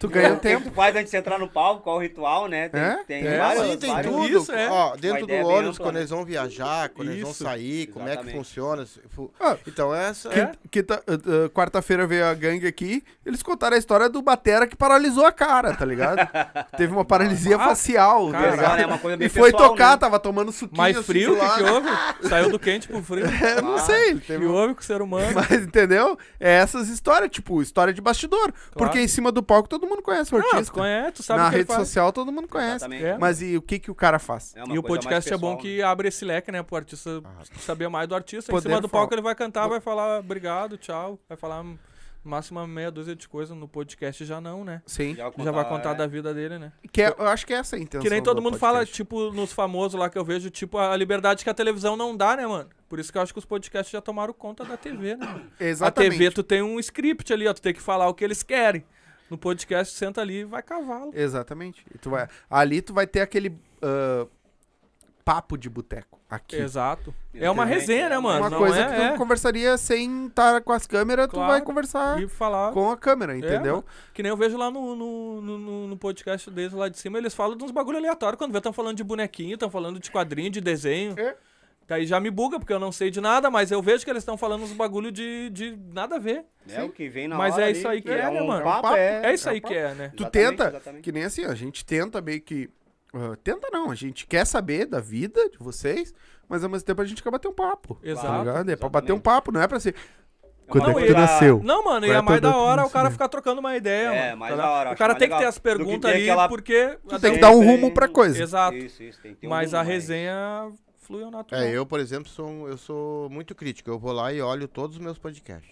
[SPEAKER 1] Tu ganha
[SPEAKER 3] O que
[SPEAKER 1] tempo.
[SPEAKER 3] tu faz antes de entrar no palco, qual o ritual, né? Tem,
[SPEAKER 1] É?
[SPEAKER 3] tem
[SPEAKER 4] É,
[SPEAKER 3] vários,
[SPEAKER 2] Sim, tem
[SPEAKER 3] vários-
[SPEAKER 2] tudo.
[SPEAKER 4] Isso, é.
[SPEAKER 2] Ó,
[SPEAKER 3] Uma
[SPEAKER 2] dentro do
[SPEAKER 3] ideia bem
[SPEAKER 2] ônibus,
[SPEAKER 3] ampla,
[SPEAKER 2] quando
[SPEAKER 3] né?
[SPEAKER 2] eles vão viajar, quando eles vão
[SPEAKER 4] Isso.
[SPEAKER 2] sair, como é que
[SPEAKER 3] Exatamente.
[SPEAKER 2] funciona. se fu-
[SPEAKER 1] Ah,
[SPEAKER 2] Então essa
[SPEAKER 1] Que-
[SPEAKER 2] é.
[SPEAKER 1] que tá- uh, uh, Quarta-feira veio a gangue aqui, eles contaram a história do Batera que paralisou a cara, tá
[SPEAKER 4] *laughs*
[SPEAKER 1] ligado? Teve uma paralisia
[SPEAKER 4] Ah,
[SPEAKER 1] facial, tá
[SPEAKER 4] cara,
[SPEAKER 1] ligado?
[SPEAKER 3] é uma coisa bem
[SPEAKER 1] e foi
[SPEAKER 3] pessoal,
[SPEAKER 1] tocar,
[SPEAKER 3] né?
[SPEAKER 1] tava tomando suquinho.
[SPEAKER 4] Mais
[SPEAKER 1] assim
[SPEAKER 4] frio, o
[SPEAKER 1] do
[SPEAKER 4] que,
[SPEAKER 1] *laughs*
[SPEAKER 4] que
[SPEAKER 1] lado.
[SPEAKER 4] houve? Saiu do quente
[SPEAKER 1] *laughs*
[SPEAKER 4] pro frio.
[SPEAKER 1] Eu não sei, ele teve um-
[SPEAKER 4] que houve com o ser humano?
[SPEAKER 1] *laughs* Mas entendeu? É essas histórias, tipo, história de bastidor. Porque em cima do palco todo mundo conhece o
[SPEAKER 4] Ah,
[SPEAKER 1] artista.
[SPEAKER 4] tu conhece, tu sabe
[SPEAKER 1] Na
[SPEAKER 4] o que ele
[SPEAKER 1] rede
[SPEAKER 4] faz.
[SPEAKER 1] social todo mundo conhece.
[SPEAKER 3] Exatamente.
[SPEAKER 4] É.
[SPEAKER 1] Mas e o que, que o cara faz?
[SPEAKER 3] É uma
[SPEAKER 4] e o
[SPEAKER 3] coisa mais
[SPEAKER 4] podcast é bom
[SPEAKER 3] pessoal,
[SPEAKER 4] que abre esse leque, né? Pro artista saber mais do artista.
[SPEAKER 1] Ah, Poder
[SPEAKER 4] em cima do palco
[SPEAKER 1] falar.
[SPEAKER 4] ele vai cantar, vai falar obrigado, tchau. Vai falar no máximo meia dúzia de coisa no podcast já não, né?
[SPEAKER 1] Sim.
[SPEAKER 3] né?
[SPEAKER 4] Já vai contar
[SPEAKER 3] é.
[SPEAKER 4] da vida dele, né?
[SPEAKER 1] Que é- eu acho que é essa a intenção.
[SPEAKER 4] Que nem todo
[SPEAKER 1] do
[SPEAKER 4] mundo fala,
[SPEAKER 1] podcast.
[SPEAKER 4] tipo, nos famosos lá que eu vejo, tipo, a liberdade que a televisão não dá, né, mano? Por isso que eu acho que os podcasts já tomaram conta da
[SPEAKER 1] *laughs*
[SPEAKER 4] TV, né? mano?
[SPEAKER 1] Exatamente.
[SPEAKER 4] A TV, tu tem um script ali, ó, tu tem que falar o que eles querem. No podcast, tu senta ali e vai cavalo.
[SPEAKER 1] Exatamente. E tu vai... Ali tu vai ter aquele ah, papo de boteco. Aqui.
[SPEAKER 4] Exato. É uma
[SPEAKER 3] Exatamente.
[SPEAKER 4] resenha, né, mano?
[SPEAKER 1] Uma
[SPEAKER 4] Não
[SPEAKER 1] coisa
[SPEAKER 4] é-
[SPEAKER 1] que tu
[SPEAKER 4] é.
[SPEAKER 1] conversaria sem estar com as câmeras, tu
[SPEAKER 4] Claro.
[SPEAKER 1] vai conversar
[SPEAKER 4] E falar.
[SPEAKER 1] com a câmera, entendeu?
[SPEAKER 4] mano. É, Que nem eu vejo lá no, no, no- no- no podcast deles lá de cima, eles falam de uns bagulho aleatório. Quando vê, estão falando de bonequinho, estão falando de quadrinho, de desenho.
[SPEAKER 1] É.
[SPEAKER 4] Daí já me buga, porque eu não sei de nada, mas eu vejo que eles estão falando uns bagulho de, de nada a ver.
[SPEAKER 3] É o que vem na
[SPEAKER 4] Mas
[SPEAKER 3] hora
[SPEAKER 4] é isso
[SPEAKER 3] ali,
[SPEAKER 4] aí que é, né,
[SPEAKER 3] um
[SPEAKER 4] mano?
[SPEAKER 3] papo,
[SPEAKER 1] papo.
[SPEAKER 4] É,
[SPEAKER 3] é.
[SPEAKER 4] isso aí que é, né?
[SPEAKER 1] Tu
[SPEAKER 3] Exatamente,
[SPEAKER 1] tenta,
[SPEAKER 3] exatamente.
[SPEAKER 1] que nem assim, a gente tenta meio que. ah, tenta não, a gente quer saber da vida de vocês, mas ao mesmo tempo a gente quer bater um papo. Tá
[SPEAKER 4] Exato,
[SPEAKER 1] ligado? É pra
[SPEAKER 3] exatamente.
[SPEAKER 1] bater um papo, não é pra ser. Quando é
[SPEAKER 4] Não,
[SPEAKER 1] que
[SPEAKER 4] e-
[SPEAKER 1] tu
[SPEAKER 3] a-
[SPEAKER 1] nasceu?
[SPEAKER 4] Não, mano, e
[SPEAKER 1] Vai
[SPEAKER 4] é mais
[SPEAKER 1] todo
[SPEAKER 4] da hora
[SPEAKER 1] mundo
[SPEAKER 4] o cara
[SPEAKER 1] se
[SPEAKER 4] ficar trocando uma ideia,
[SPEAKER 3] É,
[SPEAKER 4] mano.
[SPEAKER 3] mais
[SPEAKER 4] tá
[SPEAKER 3] da
[SPEAKER 4] ligado?
[SPEAKER 3] hora,
[SPEAKER 4] O
[SPEAKER 3] acho
[SPEAKER 4] cara
[SPEAKER 3] mais
[SPEAKER 4] tem que ter
[SPEAKER 3] legal.
[SPEAKER 4] as
[SPEAKER 3] Do que
[SPEAKER 4] perguntas
[SPEAKER 3] ter
[SPEAKER 4] ali,
[SPEAKER 3] aquela-
[SPEAKER 4] porque...
[SPEAKER 1] Tu tem que
[SPEAKER 3] Sempre
[SPEAKER 1] dar um
[SPEAKER 3] tem-
[SPEAKER 1] rumo pra coisa.
[SPEAKER 4] Exato.
[SPEAKER 3] Isso, isso, tem que ter um
[SPEAKER 4] Mas a
[SPEAKER 3] rumo,
[SPEAKER 4] resenha fluiu natural.
[SPEAKER 2] É, eu, por exemplo, sou, um- eu sou muito crítico. Eu vou lá e olho todos os meus podcasts.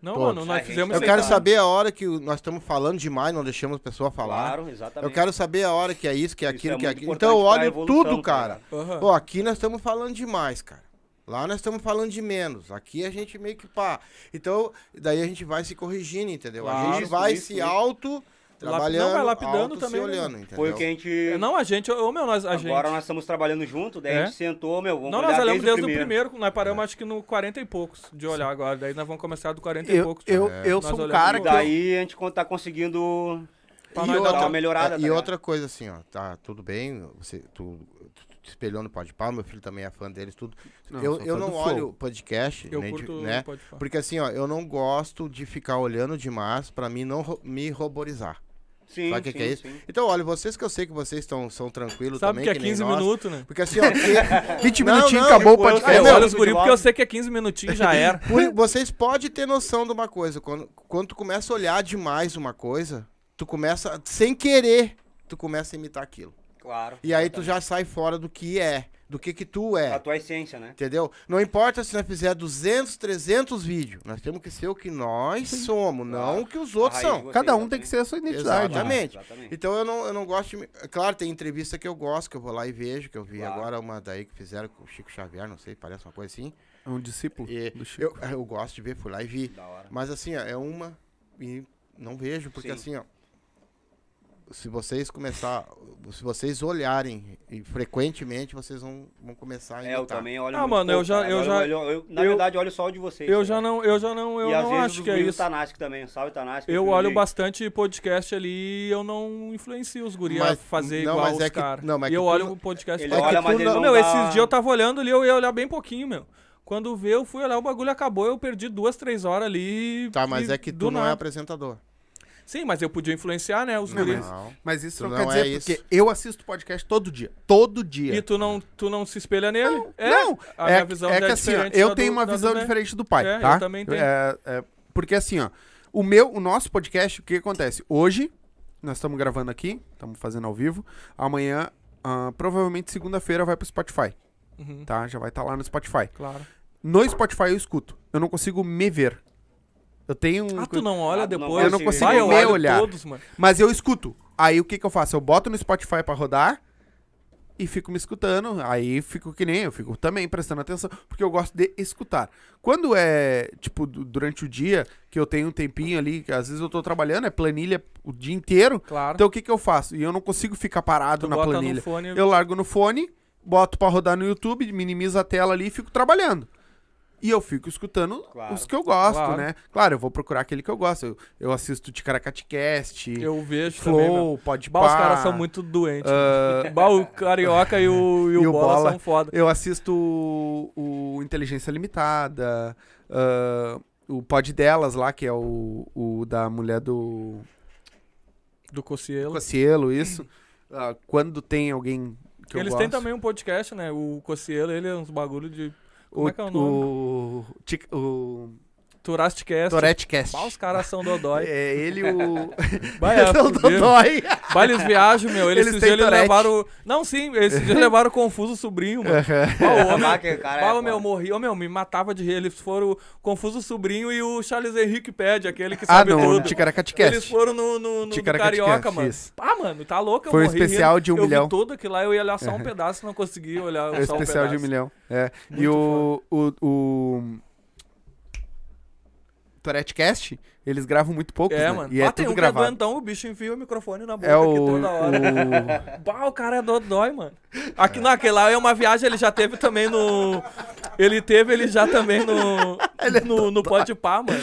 [SPEAKER 4] Não,
[SPEAKER 2] Todos.
[SPEAKER 4] mano,
[SPEAKER 3] A
[SPEAKER 4] nós
[SPEAKER 3] gente-
[SPEAKER 4] fizemos...
[SPEAKER 2] Eu
[SPEAKER 4] isso aí,
[SPEAKER 2] quero
[SPEAKER 4] tá?
[SPEAKER 2] saber a hora que o- nós estamos falando demais, não deixamos a pessoa falar.
[SPEAKER 3] Claro, exatamente.
[SPEAKER 2] Eu quero saber a hora que é isso, que é
[SPEAKER 3] Isso
[SPEAKER 2] aquilo,
[SPEAKER 3] é
[SPEAKER 2] que é
[SPEAKER 3] muito
[SPEAKER 2] aquilo. Então
[SPEAKER 3] importante
[SPEAKER 2] eu
[SPEAKER 3] pra
[SPEAKER 2] olho
[SPEAKER 3] evolução,
[SPEAKER 2] tudo, cara.
[SPEAKER 3] cara.
[SPEAKER 4] Aham.
[SPEAKER 2] Pô, aqui nós estamos falando demais, cara. Lá nós estamos falando de menos. Aqui a gente meio que pá. Então, daí a gente vai se corrigindo, entendeu? a
[SPEAKER 4] Claro,
[SPEAKER 2] gente
[SPEAKER 3] isso,
[SPEAKER 2] vai
[SPEAKER 3] isso,
[SPEAKER 2] se
[SPEAKER 3] isso.
[SPEAKER 2] auto trabalhando,
[SPEAKER 4] vai lapidando
[SPEAKER 2] auto
[SPEAKER 4] também,
[SPEAKER 2] se
[SPEAKER 4] né,
[SPEAKER 2] olhando,
[SPEAKER 4] mano?
[SPEAKER 2] entendeu?
[SPEAKER 3] Foi o que a gente...
[SPEAKER 4] É, Não, a gente... Ô, meu, nós, a gente...
[SPEAKER 3] Agora nós estamos trabalhando junto, daí
[SPEAKER 4] É.
[SPEAKER 3] a gente sentou, meu, vamos
[SPEAKER 4] Não,
[SPEAKER 3] olhar
[SPEAKER 4] nós olhamos
[SPEAKER 3] desde
[SPEAKER 4] desde o primeiro,
[SPEAKER 2] É.
[SPEAKER 4] nós paramos acho que no 40 e poucos de olhar agora, daí nós vamos começar do 40 e
[SPEAKER 1] Eu,
[SPEAKER 4] poucos.
[SPEAKER 1] eu,
[SPEAKER 4] né?
[SPEAKER 1] eu
[SPEAKER 4] Nós
[SPEAKER 1] sou um
[SPEAKER 4] olhamos
[SPEAKER 1] cara
[SPEAKER 3] E
[SPEAKER 1] que. eu-
[SPEAKER 3] daí a gente con- tá conseguindo...
[SPEAKER 4] Pra
[SPEAKER 2] E
[SPEAKER 4] nós
[SPEAKER 2] outra,
[SPEAKER 4] dar
[SPEAKER 3] uma melhorada,
[SPEAKER 2] é,
[SPEAKER 3] tá
[SPEAKER 2] e
[SPEAKER 3] ligado?
[SPEAKER 2] outra coisa assim, ó, tá tudo bem, você tu, tu, tu te espelhou no Pode Pau, meu filho também é fã deles, tudo.
[SPEAKER 1] Não,
[SPEAKER 2] eu
[SPEAKER 1] sou
[SPEAKER 2] eu
[SPEAKER 1] fã
[SPEAKER 2] não um
[SPEAKER 1] do
[SPEAKER 2] olho
[SPEAKER 1] Flow.
[SPEAKER 2] podcast,
[SPEAKER 4] Eu
[SPEAKER 2] nem de-
[SPEAKER 4] curto
[SPEAKER 2] né?
[SPEAKER 4] o Pode Pá.
[SPEAKER 2] Porque assim, ó, eu não gosto de ficar olhando demais pra mim não ro- me roborizar.
[SPEAKER 3] Sim,
[SPEAKER 2] Sabe o que, que é
[SPEAKER 3] sim,
[SPEAKER 2] isso?
[SPEAKER 3] sim.
[SPEAKER 2] Então, olha, vocês que eu sei que vocês estão, são tranquilos
[SPEAKER 4] Sabe
[SPEAKER 2] também.
[SPEAKER 4] que é
[SPEAKER 2] nem
[SPEAKER 4] 15
[SPEAKER 2] nós. *laughs*
[SPEAKER 4] minutos, né?
[SPEAKER 2] Porque assim, ó, porque-
[SPEAKER 1] 20
[SPEAKER 2] Não,
[SPEAKER 1] minutinhos,
[SPEAKER 2] não,
[SPEAKER 1] acabou o
[SPEAKER 3] depois-
[SPEAKER 4] Ah,
[SPEAKER 2] é
[SPEAKER 1] podcast.
[SPEAKER 4] eu
[SPEAKER 3] meu,
[SPEAKER 4] olho os
[SPEAKER 3] de
[SPEAKER 4] guri porque
[SPEAKER 3] volta.
[SPEAKER 4] eu sei que é 15 minutinhos
[SPEAKER 2] *laughs*
[SPEAKER 4] já era.
[SPEAKER 2] por- vocês podem ter noção de uma coisa. Quando, quando tu começa a olhar demais uma coisa, tu começa, sem querer, tu começa a imitar aquilo.
[SPEAKER 3] Claro.
[SPEAKER 2] E aí tu já sai fora do que é, do que que tu
[SPEAKER 3] A
[SPEAKER 2] é.
[SPEAKER 3] tua essência, né?
[SPEAKER 2] Entendeu? Não importa se nós fizer 200, 300 vídeos. Nós temos que ser o que nós somos, não o que os outros
[SPEAKER 3] A raiz
[SPEAKER 2] são.
[SPEAKER 3] de
[SPEAKER 1] Cada
[SPEAKER 3] vocês,
[SPEAKER 1] um tem
[SPEAKER 3] exatamente.
[SPEAKER 1] que ser a sua identidade. né?
[SPEAKER 2] Exatamente.
[SPEAKER 3] Exatamente.
[SPEAKER 2] Então eu não, eu não gosto de. me- é Claro, tem entrevista que eu gosto, que eu vou lá e vejo, que eu vi
[SPEAKER 3] Claro.
[SPEAKER 2] agora uma daí que fizeram com o Chico Xavier, não sei, parece uma coisa assim.
[SPEAKER 1] É um discípulo
[SPEAKER 2] E
[SPEAKER 1] do Chico.
[SPEAKER 2] eu, eu gosto de ver, fui lá e vi.
[SPEAKER 3] Da hora.
[SPEAKER 2] Mas assim, ó, é uma e não vejo, porque
[SPEAKER 3] Sim.
[SPEAKER 2] assim, ó. Se vocês começar, se vocês olharem e frequentemente, vocês vão, vão começar a
[SPEAKER 3] É, eu
[SPEAKER 2] imitar.
[SPEAKER 3] também olho
[SPEAKER 4] Ah,
[SPEAKER 3] muito
[SPEAKER 4] mano, eu
[SPEAKER 3] pouco,
[SPEAKER 4] já-
[SPEAKER 3] cara.
[SPEAKER 4] eu
[SPEAKER 3] Agora
[SPEAKER 4] já-
[SPEAKER 3] olho- eu- na
[SPEAKER 4] eu-
[SPEAKER 3] verdade, olho só o de vocês.
[SPEAKER 4] Eu
[SPEAKER 3] tá
[SPEAKER 4] já
[SPEAKER 3] ligado?
[SPEAKER 4] não, eu já não, eu
[SPEAKER 3] e às
[SPEAKER 4] não
[SPEAKER 3] vezes
[SPEAKER 4] acho
[SPEAKER 3] os
[SPEAKER 4] que é
[SPEAKER 3] guri do
[SPEAKER 2] tá
[SPEAKER 4] isso.
[SPEAKER 3] Tanask também, salve Tanask.
[SPEAKER 4] Eu olho bastante podcast ali e eu não influencio os guri a
[SPEAKER 2] Mas-
[SPEAKER 4] fazer
[SPEAKER 2] não,
[SPEAKER 4] igual
[SPEAKER 2] mas
[SPEAKER 4] os
[SPEAKER 2] é que-
[SPEAKER 4] caras.
[SPEAKER 2] não, mas
[SPEAKER 4] E
[SPEAKER 2] é
[SPEAKER 4] eu
[SPEAKER 2] que tu
[SPEAKER 4] olho
[SPEAKER 2] não-
[SPEAKER 4] o podcast.
[SPEAKER 3] Ele
[SPEAKER 2] É que
[SPEAKER 3] olha,
[SPEAKER 2] tu
[SPEAKER 3] mas ele
[SPEAKER 2] não-
[SPEAKER 3] não
[SPEAKER 4] Meu,
[SPEAKER 3] dá-
[SPEAKER 4] esses dias eu tava olhando ali, eu ia olhar bem pouquinho, meu. Quando vê, eu fui olhar o bagulho, acabou, eu perdi duas, três horas ali. e-
[SPEAKER 2] Tá, mas
[SPEAKER 4] e
[SPEAKER 2] é que
[SPEAKER 4] do
[SPEAKER 2] tu não é
[SPEAKER 4] nada.
[SPEAKER 2] apresentador.
[SPEAKER 4] Sim, mas eu podia influenciar, né, os guris.
[SPEAKER 2] Não.
[SPEAKER 1] Mas isso
[SPEAKER 2] Tu
[SPEAKER 1] Então não,
[SPEAKER 2] não
[SPEAKER 1] quer
[SPEAKER 2] é
[SPEAKER 1] dizer,
[SPEAKER 2] isso.
[SPEAKER 1] porque eu assisto podcast todo dia. Todo dia.
[SPEAKER 4] E tu não, tu não se espelha nele? é,
[SPEAKER 1] não,
[SPEAKER 4] a
[SPEAKER 1] é,
[SPEAKER 4] minha visão
[SPEAKER 1] é
[SPEAKER 4] já
[SPEAKER 1] que
[SPEAKER 4] é
[SPEAKER 1] assim, ó,
[SPEAKER 4] diferente
[SPEAKER 1] eu
[SPEAKER 4] da
[SPEAKER 1] tenho
[SPEAKER 4] do-
[SPEAKER 1] uma
[SPEAKER 4] da do
[SPEAKER 1] visão
[SPEAKER 4] Ben.
[SPEAKER 1] diferente do pai,
[SPEAKER 4] É, eu
[SPEAKER 1] tá?
[SPEAKER 4] também tenho.
[SPEAKER 1] É, é, porque assim, ó, o meu, o nosso podcast, o que acontece? Hoje, nós estamos gravando aqui, estamos fazendo ao vivo, amanhã, ah, provavelmente segunda-feira vai pro Spotify,
[SPEAKER 4] Uhum,
[SPEAKER 1] tá? Já vai estar lá no Spotify.
[SPEAKER 4] claro.
[SPEAKER 1] No Spotify eu escuto, eu não consigo me ver. Eu tenho um...
[SPEAKER 4] Ah, tu não olha
[SPEAKER 3] Ah, tu não
[SPEAKER 4] depois?
[SPEAKER 3] olha
[SPEAKER 1] Eu não
[SPEAKER 3] esse
[SPEAKER 1] consigo
[SPEAKER 3] vídeo.
[SPEAKER 4] Vai, eu
[SPEAKER 1] me
[SPEAKER 4] olho
[SPEAKER 1] olhar.
[SPEAKER 4] todos, mano.
[SPEAKER 1] Mas eu escuto. Aí o que que eu faço? Eu boto no Spotify pra rodar e fico me escutando. Aí fico que nem eu, fico também prestando atenção, porque eu gosto de escutar. Quando é, tipo, du- durante o dia, que eu tenho um tempinho ali, que às vezes eu tô trabalhando, é planilha o dia inteiro.
[SPEAKER 4] Claro.
[SPEAKER 1] Então o que que eu faço? E eu não consigo ficar parado
[SPEAKER 4] Tu
[SPEAKER 1] na
[SPEAKER 4] bota no
[SPEAKER 1] planilha.
[SPEAKER 4] fone-
[SPEAKER 1] Eu largo no fone, boto pra rodar no YouTube, minimizo a tela ali e fico trabalhando. E eu fico escutando
[SPEAKER 3] Claro.
[SPEAKER 1] os que eu gosto,
[SPEAKER 4] Claro.
[SPEAKER 1] né? Claro, eu vou procurar aquele que eu gosto. Eu, eu assisto Ticaracatecast.
[SPEAKER 4] Eu vejo também, meu.
[SPEAKER 1] Flow, Ah. pode
[SPEAKER 4] Bah, os caras são muito doentes. mano. Bah, o Carioca e
[SPEAKER 1] *laughs*
[SPEAKER 4] o, e o Bola, são foda.
[SPEAKER 1] Eu assisto o, o Inteligência Limitada, ah, o Pod Delas lá, que é o, o da mulher do
[SPEAKER 4] Do Cocielo.
[SPEAKER 1] Cocielo, isso. Ah, quando tem alguém que eu
[SPEAKER 4] Eles
[SPEAKER 1] gosto.
[SPEAKER 4] têm também um podcast, né? O Cocielo, ele é uns bagulho de... Como
[SPEAKER 1] o,
[SPEAKER 4] é que é o nome?
[SPEAKER 1] O, Tic- o
[SPEAKER 4] Turastcast.
[SPEAKER 1] Toretcast.
[SPEAKER 4] Bah, os caras são
[SPEAKER 1] *laughs*
[SPEAKER 4] dodói.
[SPEAKER 1] É ele e *laughs*
[SPEAKER 4] *laughs*
[SPEAKER 1] o...
[SPEAKER 4] Bah, é,
[SPEAKER 1] Não,
[SPEAKER 4] fuderam.
[SPEAKER 1] dodói.
[SPEAKER 4] Bah, eles viajam, meu. Eles,
[SPEAKER 1] Eles
[SPEAKER 4] esses
[SPEAKER 1] têm
[SPEAKER 4] dias eles
[SPEAKER 1] Tourette.
[SPEAKER 4] levaram... Não, sim.
[SPEAKER 1] *laughs*
[SPEAKER 4] Esses dias levaram o Confuso Sobrinho, mano. Bah, o homem...
[SPEAKER 3] Caraca, cara,
[SPEAKER 4] bah,
[SPEAKER 3] é
[SPEAKER 4] o meu,
[SPEAKER 3] foda.
[SPEAKER 4] morri, ô, meu, me matava de rir. Eles foram o Confuso Sobrinho e o Charles Henrique Pede, aquele que
[SPEAKER 1] Ah,
[SPEAKER 4] sabe
[SPEAKER 1] não, o
[SPEAKER 4] tudo. Eles
[SPEAKER 1] Ticaracatecast.
[SPEAKER 4] foram no, no, no do
[SPEAKER 1] Ticaracatica,
[SPEAKER 4] Carioca, mano.
[SPEAKER 1] isso.
[SPEAKER 4] Ah, mano, tá louco. eu
[SPEAKER 1] Foi um
[SPEAKER 4] morri rindo.
[SPEAKER 1] especial de um
[SPEAKER 4] eu
[SPEAKER 1] milhão.
[SPEAKER 4] Vi todo aquilo lá, eu ia olhar só um pedaço, não consegui olhar
[SPEAKER 1] É o
[SPEAKER 4] só um
[SPEAKER 1] especial
[SPEAKER 4] pedaço.
[SPEAKER 1] de um milhão. É. e
[SPEAKER 4] Muito
[SPEAKER 1] o, o, o. Toretcast, eles gravam muito pouco.
[SPEAKER 4] É, mano.
[SPEAKER 1] E é
[SPEAKER 4] Ah, tem
[SPEAKER 1] tudo
[SPEAKER 4] um que é
[SPEAKER 1] gravado.
[SPEAKER 4] doentão, o bicho enfia o microfone na boca
[SPEAKER 1] É
[SPEAKER 4] aqui
[SPEAKER 1] o.
[SPEAKER 4] toda hora.
[SPEAKER 1] *laughs* o-
[SPEAKER 4] Bah, o cara é dodói, mano. Aqui, não, aquele lá é uma viagem, ele já teve também no... Ele teve, ele já
[SPEAKER 1] *laughs*
[SPEAKER 4] também no... no, no Pode Pá, mano.